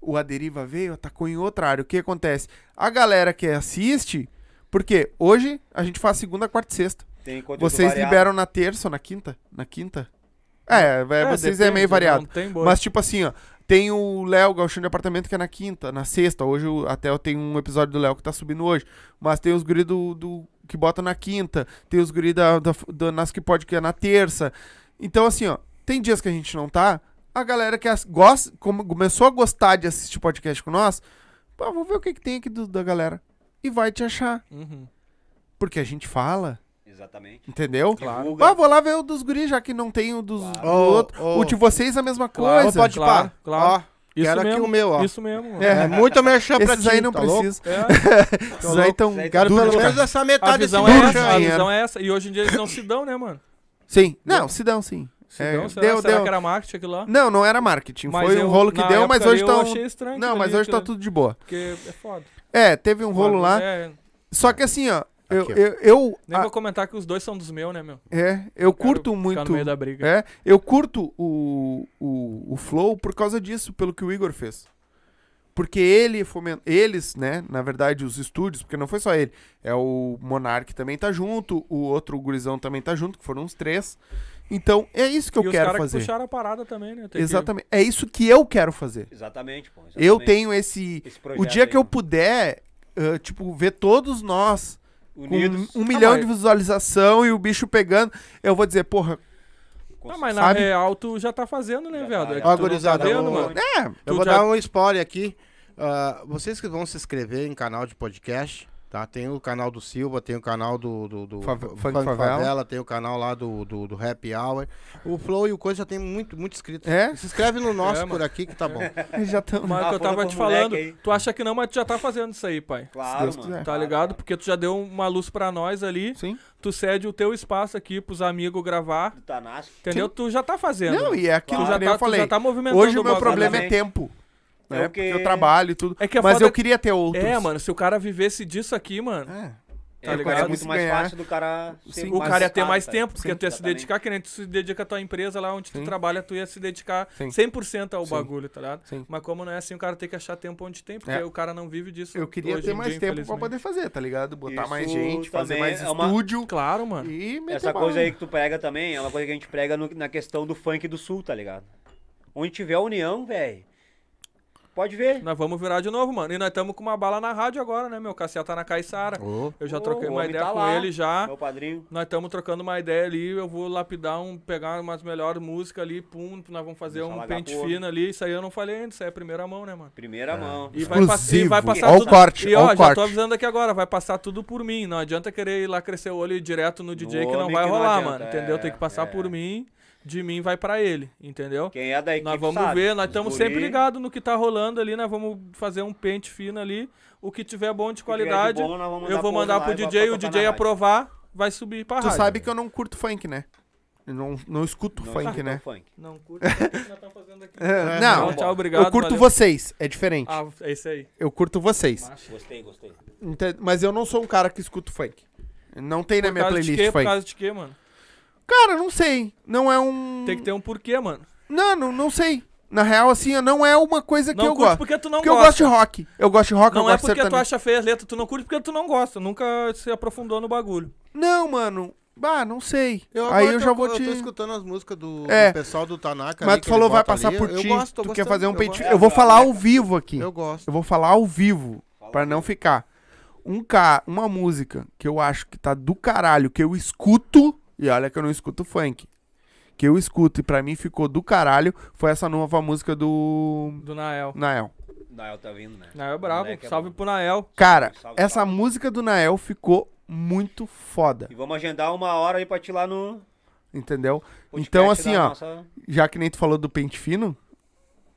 [SPEAKER 1] O Aderiva veio e atacou em outra área. O que acontece? A galera que assiste, porque hoje a gente faz segunda, quarta e sexta.
[SPEAKER 3] Tem conteúdo
[SPEAKER 1] Vocês
[SPEAKER 3] variado.
[SPEAKER 1] liberam na terça ou na quinta? Na quinta? É, é, vocês é
[SPEAKER 4] depende,
[SPEAKER 1] meio variado.
[SPEAKER 4] Não tem boi.
[SPEAKER 1] Mas, tipo assim, ó, tem o Léo Gauchão de Apartamento, que é na quinta, na sexta. Hoje eu- até eu tenho um episódio do Léo que tá subindo hoje. Mas tem os guri do, do- que bota na quinta, tem os guri da, da, da Nas que pode, que é na terça. Então, assim, ó, tem dias que a gente não tá. A galera que as- gosta, como- começou a gostar de assistir podcast com nós, pô, vamos ver o que, que tem aqui do- da galera. E vai te achar.
[SPEAKER 4] Uhum.
[SPEAKER 1] Porque a gente fala,
[SPEAKER 3] Exatamente.
[SPEAKER 1] entendeu?
[SPEAKER 4] Claro.
[SPEAKER 3] Divulga.
[SPEAKER 1] Ah, vou lá ver o dos guris, já que não tem o dos do
[SPEAKER 2] Ô,
[SPEAKER 1] outro.
[SPEAKER 2] ô.
[SPEAKER 1] O de vocês é a mesma
[SPEAKER 4] Claro,
[SPEAKER 1] coisa.
[SPEAKER 4] pode Claro,
[SPEAKER 2] pá.
[SPEAKER 4] claro.
[SPEAKER 2] Ó,
[SPEAKER 4] Isso
[SPEAKER 2] quero aqui
[SPEAKER 4] mesmo.
[SPEAKER 2] o meu, ó.
[SPEAKER 4] Isso mesmo. mano.
[SPEAKER 2] É, muito merchan pra
[SPEAKER 1] Esses
[SPEAKER 2] ti,
[SPEAKER 1] aí não
[SPEAKER 2] tá louco?
[SPEAKER 1] precisa. *laughs* tá
[SPEAKER 4] É,
[SPEAKER 1] Esses aí tão
[SPEAKER 3] Esses aí
[SPEAKER 2] Quero
[SPEAKER 1] duro
[SPEAKER 2] pelo
[SPEAKER 1] de
[SPEAKER 2] menos
[SPEAKER 1] ca-
[SPEAKER 2] essa
[SPEAKER 4] a
[SPEAKER 2] metade desse
[SPEAKER 4] visão é
[SPEAKER 1] duro
[SPEAKER 2] merchan.
[SPEAKER 1] de
[SPEAKER 4] essa, a
[SPEAKER 1] dinheiro.
[SPEAKER 4] visão é essa. E hoje em dia eles não se dão, né, mano?
[SPEAKER 1] Sim, não, se dão sim.
[SPEAKER 4] Se
[SPEAKER 1] É,
[SPEAKER 4] dão, será,
[SPEAKER 1] deu,
[SPEAKER 4] será
[SPEAKER 1] deu.
[SPEAKER 4] que era marketing aquilo lá?
[SPEAKER 1] Não, não era marketing.
[SPEAKER 4] Mas
[SPEAKER 1] Foi
[SPEAKER 4] eu-
[SPEAKER 1] um rolo que
[SPEAKER 4] na
[SPEAKER 1] deu, mas
[SPEAKER 4] época
[SPEAKER 1] hoje
[SPEAKER 4] eu
[SPEAKER 1] tá. um-
[SPEAKER 4] achei estranho
[SPEAKER 1] Não,
[SPEAKER 4] aquilo
[SPEAKER 1] mas
[SPEAKER 4] ali,
[SPEAKER 1] hoje tá
[SPEAKER 4] aquilo-
[SPEAKER 1] tudo de boa.
[SPEAKER 4] Porque é foda.
[SPEAKER 1] É, teve um rolo lá.
[SPEAKER 4] É,
[SPEAKER 1] Só que assim, ó, eu.
[SPEAKER 2] Aqui, ó.
[SPEAKER 1] eu, eu
[SPEAKER 4] nem
[SPEAKER 1] a-
[SPEAKER 4] vou comentar que os dois são dos meus, né, meu?
[SPEAKER 1] é, eu curto
[SPEAKER 4] Quero Ficar no
[SPEAKER 1] muito.
[SPEAKER 4] meio da briga.
[SPEAKER 1] É, eu curto o, o, o Flow por causa disso, pelo que o Igor fez. Porque ele fomen- eles, né, na verdade, os estúdios, porque não foi só ele, é o Monark também tá junto, o outro gurizão também tá junto, que foram uns três. Então, é isso que eu
[SPEAKER 4] e os
[SPEAKER 1] quero
[SPEAKER 4] caras que
[SPEAKER 1] fazer.
[SPEAKER 4] puxaram a parada também, né? Tem que-
[SPEAKER 1] Exatamente. É isso que eu quero fazer.
[SPEAKER 3] Exatamente, pô. Exatamente.
[SPEAKER 1] Eu tenho esse.
[SPEAKER 3] Esse
[SPEAKER 1] O
[SPEAKER 3] projeto
[SPEAKER 1] dia que eu
[SPEAKER 3] aí, mano.
[SPEAKER 4] né?
[SPEAKER 1] puder, ah, tipo, ver todos nós com
[SPEAKER 3] Unidos.
[SPEAKER 1] um milhão
[SPEAKER 4] Ah, mas-
[SPEAKER 1] de visualização e o bicho pegando, eu vou dizer, porra,
[SPEAKER 4] Não, mas
[SPEAKER 1] Sabe?
[SPEAKER 4] na real tu já tá fazendo, Tá né,
[SPEAKER 3] Já
[SPEAKER 4] velho?
[SPEAKER 3] tá,
[SPEAKER 4] É
[SPEAKER 3] já tá.
[SPEAKER 4] que tu
[SPEAKER 2] Ó,
[SPEAKER 4] não tá
[SPEAKER 2] gurizada,
[SPEAKER 4] vendo,
[SPEAKER 2] vou-
[SPEAKER 4] mano.
[SPEAKER 1] é,
[SPEAKER 2] Eu
[SPEAKER 4] Tu
[SPEAKER 2] vou
[SPEAKER 4] já-
[SPEAKER 2] dar um spoiler aqui. Ah, vocês que vão se inscrever em canal de podcast, tá? Tem o canal do Silva, tem o canal do, do, do
[SPEAKER 1] Fave-
[SPEAKER 2] Fa-
[SPEAKER 1] Funk Favela.
[SPEAKER 2] tem o canal lá do, do, do Happy Hour. O Flow e o Coisa já tem muito, muito inscrito.
[SPEAKER 1] É?
[SPEAKER 2] Se inscreve no nosso
[SPEAKER 4] É,
[SPEAKER 2] por aqui que tá bom.
[SPEAKER 1] já estamos.
[SPEAKER 4] Mas
[SPEAKER 3] Ah,
[SPEAKER 4] o que
[SPEAKER 3] foda pro
[SPEAKER 4] eu tava
[SPEAKER 3] moleque
[SPEAKER 4] te falando,
[SPEAKER 3] aí. Ah.
[SPEAKER 4] tu acha que não, mas tu já tá fazendo isso aí, pai.
[SPEAKER 3] Claro,
[SPEAKER 1] Deus
[SPEAKER 3] mano.
[SPEAKER 1] quiser.
[SPEAKER 4] Tá
[SPEAKER 3] Claro,
[SPEAKER 4] ligado?
[SPEAKER 3] claro.
[SPEAKER 4] Porque tu já deu uma luz pra nós ali.
[SPEAKER 1] Sim.
[SPEAKER 4] Tu cede o teu espaço aqui pros amigos gravar.
[SPEAKER 3] Do Tanasco.
[SPEAKER 4] Entendeu? Tu já tá fazendo.
[SPEAKER 1] Não, e é aquilo
[SPEAKER 4] tu
[SPEAKER 1] que
[SPEAKER 4] já
[SPEAKER 1] nem
[SPEAKER 4] tá,
[SPEAKER 1] eu falei.
[SPEAKER 4] Tu já tá movimentando
[SPEAKER 1] Hoje o meu
[SPEAKER 4] bagulho. né?
[SPEAKER 1] problema é
[SPEAKER 3] Exatamente.
[SPEAKER 1] tempo. Né?
[SPEAKER 3] É o
[SPEAKER 1] Porque
[SPEAKER 3] que-
[SPEAKER 1] eu trabalho e tudo.
[SPEAKER 4] É que a
[SPEAKER 1] mas
[SPEAKER 4] foda-
[SPEAKER 1] eu queria ter outros.
[SPEAKER 4] É, mano, se o cara vivesse disso aqui, mano,
[SPEAKER 1] É.
[SPEAKER 4] tá
[SPEAKER 3] é,
[SPEAKER 4] ligado?
[SPEAKER 3] É muito
[SPEAKER 1] Se
[SPEAKER 3] mais
[SPEAKER 1] ganhar-
[SPEAKER 3] fácil do cara ser
[SPEAKER 1] É, Sim.
[SPEAKER 4] o cara ia ter
[SPEAKER 3] focado,
[SPEAKER 4] mais
[SPEAKER 3] tá
[SPEAKER 4] tempo, porque
[SPEAKER 1] Sim.
[SPEAKER 4] tu ia se
[SPEAKER 3] Exatamente.
[SPEAKER 4] dedicar, que nem tu se dedica à tua empresa lá onde tu
[SPEAKER 1] Sim.
[SPEAKER 4] trabalha, tu ia se dedicar
[SPEAKER 1] Sim.
[SPEAKER 4] 100% ao bagulho, tá ligado?
[SPEAKER 1] Sim.
[SPEAKER 4] Mas como não é assim, o cara tem que achar tempo onde tem, porque
[SPEAKER 1] É.
[SPEAKER 4] o cara não vive disso.
[SPEAKER 1] Eu queria
[SPEAKER 4] hoje
[SPEAKER 1] ter
[SPEAKER 4] em
[SPEAKER 1] mais
[SPEAKER 4] dia,
[SPEAKER 1] tempo pra
[SPEAKER 4] infelizmente.
[SPEAKER 1] poder fazer, tá ligado? Botar
[SPEAKER 3] Isso
[SPEAKER 1] mais gente, fazer
[SPEAKER 3] também
[SPEAKER 1] mais
[SPEAKER 3] é uma-
[SPEAKER 1] estúdio
[SPEAKER 4] Claro, mano.
[SPEAKER 1] e meter
[SPEAKER 3] Essa
[SPEAKER 1] bala.
[SPEAKER 3] coisa aí que tu prega também é uma coisa que a gente prega no- na questão do funk do sul, tá ligado? Onde tiver união, velho. Pode ver.
[SPEAKER 4] Nós vamos virar de novo, mano. E nós estamos com uma bala na rádio agora, né, meu? O Cassiel tá na Caiçara. Eu já
[SPEAKER 3] Ô,
[SPEAKER 4] troquei
[SPEAKER 3] o
[SPEAKER 4] uma
[SPEAKER 3] homem
[SPEAKER 4] ideia
[SPEAKER 3] tá
[SPEAKER 4] com
[SPEAKER 3] lá.
[SPEAKER 4] ele já.
[SPEAKER 3] Meu padrinho.
[SPEAKER 4] Nós estamos trocando uma ideia ali, eu vou lapidar um, pegar umas melhores músicas ali, pum, nós vamos fazer
[SPEAKER 3] Deixa
[SPEAKER 4] um
[SPEAKER 3] alagar
[SPEAKER 4] pente
[SPEAKER 3] pro outro.
[SPEAKER 4] fino ali. Isso aí eu não falei ainda, isso aí é a primeira mão, né, mano?
[SPEAKER 3] Primeira
[SPEAKER 1] É.
[SPEAKER 3] mão.
[SPEAKER 4] E vai, pass- e vai
[SPEAKER 1] Exclusivo.
[SPEAKER 4] passar
[SPEAKER 1] Ó o
[SPEAKER 4] tudo.
[SPEAKER 1] corte,
[SPEAKER 4] e
[SPEAKER 1] ó
[SPEAKER 4] ó,
[SPEAKER 1] o
[SPEAKER 4] já
[SPEAKER 1] corte.
[SPEAKER 4] tô avisando aqui agora, vai passar tudo por mim. Não adianta querer ir lá crescer o olho direto no DJ que não
[SPEAKER 3] homem
[SPEAKER 4] vai
[SPEAKER 3] que não
[SPEAKER 4] rolar,
[SPEAKER 3] adianta,
[SPEAKER 4] mano. Entendeu? Tem que
[SPEAKER 3] é,
[SPEAKER 4] passar
[SPEAKER 3] é.
[SPEAKER 4] por mim. de mim vai pra ele, entendeu?
[SPEAKER 3] Quem é da equipe
[SPEAKER 4] Nós vamos
[SPEAKER 3] sabe.
[SPEAKER 4] ver, nós estamos
[SPEAKER 3] Os
[SPEAKER 4] sempre
[SPEAKER 3] guri-
[SPEAKER 4] ligados no que tá rolando ali, nós vamos fazer um pente fino ali. O que tiver bom
[SPEAKER 3] tiver
[SPEAKER 4] de
[SPEAKER 3] de
[SPEAKER 4] qualidade,
[SPEAKER 3] bom, nós vamos
[SPEAKER 4] eu
[SPEAKER 3] mandar pro
[SPEAKER 4] vou mandar pro
[SPEAKER 3] live, pra
[SPEAKER 4] DJ,
[SPEAKER 3] tocar
[SPEAKER 4] o
[SPEAKER 3] na
[SPEAKER 4] DJ
[SPEAKER 3] rádio.
[SPEAKER 4] aprovar, vai subir pra
[SPEAKER 1] Tu
[SPEAKER 4] rádio.
[SPEAKER 1] sabe que eu não curto funk, né? Eu não, não escuto
[SPEAKER 3] Não,
[SPEAKER 1] funk,
[SPEAKER 3] não,
[SPEAKER 1] né?
[SPEAKER 3] Funk.
[SPEAKER 4] Não curto o que nós tá fazendo aqui.
[SPEAKER 1] *laughs* não,
[SPEAKER 4] Então, tchau, obrigado.
[SPEAKER 1] eu curto
[SPEAKER 4] valeu.
[SPEAKER 1] vocês, é diferente.
[SPEAKER 4] Ah, é isso aí.
[SPEAKER 1] Eu curto vocês.
[SPEAKER 3] Gostei, gostei.
[SPEAKER 1] Ente- Mas eu não sou um cara que escuto funk. Não tem na
[SPEAKER 4] Por
[SPEAKER 1] minha
[SPEAKER 4] causa de
[SPEAKER 1] playlist
[SPEAKER 4] quê? Por
[SPEAKER 1] funk.
[SPEAKER 4] causa de quê, mano?
[SPEAKER 1] Cara, não sei. Não é um.
[SPEAKER 4] Tem que ter um porquê, mano.
[SPEAKER 1] Não, não, não sei. Na real, assim, eu- não é uma coisa que
[SPEAKER 4] Não
[SPEAKER 1] eu
[SPEAKER 4] curte
[SPEAKER 1] gosto.
[SPEAKER 4] porque tu não
[SPEAKER 1] Porque eu
[SPEAKER 4] gosta.
[SPEAKER 1] gosto de rock. Eu gosto de rock, eu
[SPEAKER 4] Não é
[SPEAKER 1] gosto de
[SPEAKER 4] porque tu
[SPEAKER 1] sertanejo.
[SPEAKER 4] acha feia as letras, tu não curte porque tu não gosta. Nunca se aprofundou no bagulho.
[SPEAKER 1] Não, mano. Bah, não sei.
[SPEAKER 2] agora
[SPEAKER 1] Aí eu
[SPEAKER 2] tô-
[SPEAKER 1] já vou
[SPEAKER 2] eu
[SPEAKER 1] te.
[SPEAKER 2] tô escutando as músicas do,
[SPEAKER 1] É.
[SPEAKER 2] do pessoal do Tanaka.
[SPEAKER 1] Mas
[SPEAKER 2] ali,
[SPEAKER 1] tu
[SPEAKER 2] que ele
[SPEAKER 1] falou vai
[SPEAKER 2] bota
[SPEAKER 1] passar
[SPEAKER 2] ali.
[SPEAKER 1] por
[SPEAKER 2] Eu
[SPEAKER 1] ti.
[SPEAKER 2] gosto, tô
[SPEAKER 1] tu quer
[SPEAKER 2] gostando,
[SPEAKER 1] fazer um
[SPEAKER 2] eu
[SPEAKER 1] peitinho.
[SPEAKER 2] gosto.
[SPEAKER 1] Eu vou falar ao vivo aqui.
[SPEAKER 2] Eu gosto.
[SPEAKER 1] Eu vou falar ao vivo, pra não ficar. Um ca... Uma música que eu acho que tá do caralho, que eu escuto, e olha que eu não escuto funk, que eu escuto e pra mim ficou do caralho, foi essa nova música do
[SPEAKER 4] Do Nael.
[SPEAKER 1] Nael.
[SPEAKER 3] Nael tá vindo, né?
[SPEAKER 4] Nael é brabo.
[SPEAKER 3] Moleque é
[SPEAKER 4] Salve
[SPEAKER 3] bom.
[SPEAKER 4] pro Nael.
[SPEAKER 1] Cara,
[SPEAKER 3] Salve,
[SPEAKER 1] essa
[SPEAKER 3] salve.
[SPEAKER 1] música do Nael ficou muito foda,
[SPEAKER 3] E vamos agendar uma hora aí pra te ir lá no.
[SPEAKER 1] entendeu?
[SPEAKER 3] podcast
[SPEAKER 1] Então, assim,
[SPEAKER 3] da
[SPEAKER 1] ó,
[SPEAKER 3] nossa-
[SPEAKER 1] já que nem tu falou do pente fino,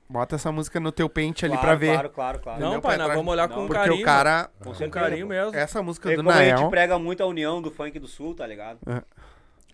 [SPEAKER 1] bota essa música no teu pente ali
[SPEAKER 3] claro,
[SPEAKER 1] pra ver.
[SPEAKER 3] Claro, claro, claro.
[SPEAKER 4] Não,
[SPEAKER 1] meu
[SPEAKER 4] pai,
[SPEAKER 1] pai
[SPEAKER 4] nós
[SPEAKER 1] atrás-
[SPEAKER 4] vamos olhar
[SPEAKER 3] Não,
[SPEAKER 4] com
[SPEAKER 1] Porque
[SPEAKER 4] carinho.
[SPEAKER 1] o cara.
[SPEAKER 3] Com
[SPEAKER 4] Com
[SPEAKER 3] certeza,
[SPEAKER 4] carinho
[SPEAKER 3] pô.
[SPEAKER 4] mesmo. É,
[SPEAKER 1] Essa música
[SPEAKER 3] É
[SPEAKER 1] do
[SPEAKER 3] como a gente
[SPEAKER 1] Nael.
[SPEAKER 3] prega muito a união do funk do sul, tá ligado?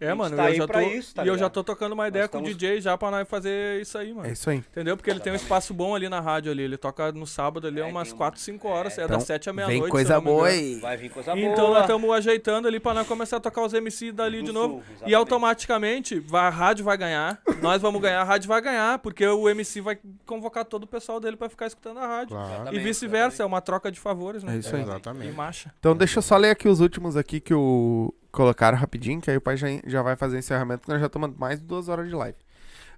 [SPEAKER 3] gente
[SPEAKER 4] É, mano,
[SPEAKER 3] tá
[SPEAKER 4] eu
[SPEAKER 3] aí
[SPEAKER 4] já
[SPEAKER 3] pra
[SPEAKER 4] tô,
[SPEAKER 3] isso, tá
[SPEAKER 4] e eu já
[SPEAKER 3] ligado?
[SPEAKER 4] tô tocando uma ideia com o
[SPEAKER 3] estamos-
[SPEAKER 4] DJ já pra nós fazer isso aí, mano.
[SPEAKER 1] É isso aí.
[SPEAKER 4] Entendeu? Porque ele tem um espaço bom ali na rádio ali. Ele toca no sábado ali, é
[SPEAKER 3] É,
[SPEAKER 4] umas
[SPEAKER 3] tem um-
[SPEAKER 4] 4, 5 horas. É,
[SPEAKER 1] Então,
[SPEAKER 4] das 7 à meia-noite.
[SPEAKER 1] Vem
[SPEAKER 4] se
[SPEAKER 1] coisa
[SPEAKER 4] eu não me
[SPEAKER 1] boa
[SPEAKER 4] engano.
[SPEAKER 1] aí.
[SPEAKER 3] Vai vir coisa Tá boa.
[SPEAKER 4] Então nós estamos ajeitando ali pra nós começar a tocar os MC dali
[SPEAKER 3] Do
[SPEAKER 4] de
[SPEAKER 3] sul,
[SPEAKER 4] novo. e
[SPEAKER 3] exatamente.
[SPEAKER 4] automaticamente vai- a rádio vai ganhar. nós vamos ganhar, a rádio vai ganhar, porque o MC vai convocar todo o pessoal dele pra ficar escutando a rádio.
[SPEAKER 1] Ah.
[SPEAKER 4] E
[SPEAKER 3] Exatamente,
[SPEAKER 4] vice-versa, é uma troca de favores, né?
[SPEAKER 1] É isso aí.
[SPEAKER 4] E
[SPEAKER 2] Exatamente.
[SPEAKER 4] marcha.
[SPEAKER 1] Então deixa eu só ler aqui os últimos aqui que o colocaram rapidinho, que aí o pai já, já vai fazer encerramento, que nós já estamos mais de duas horas de live.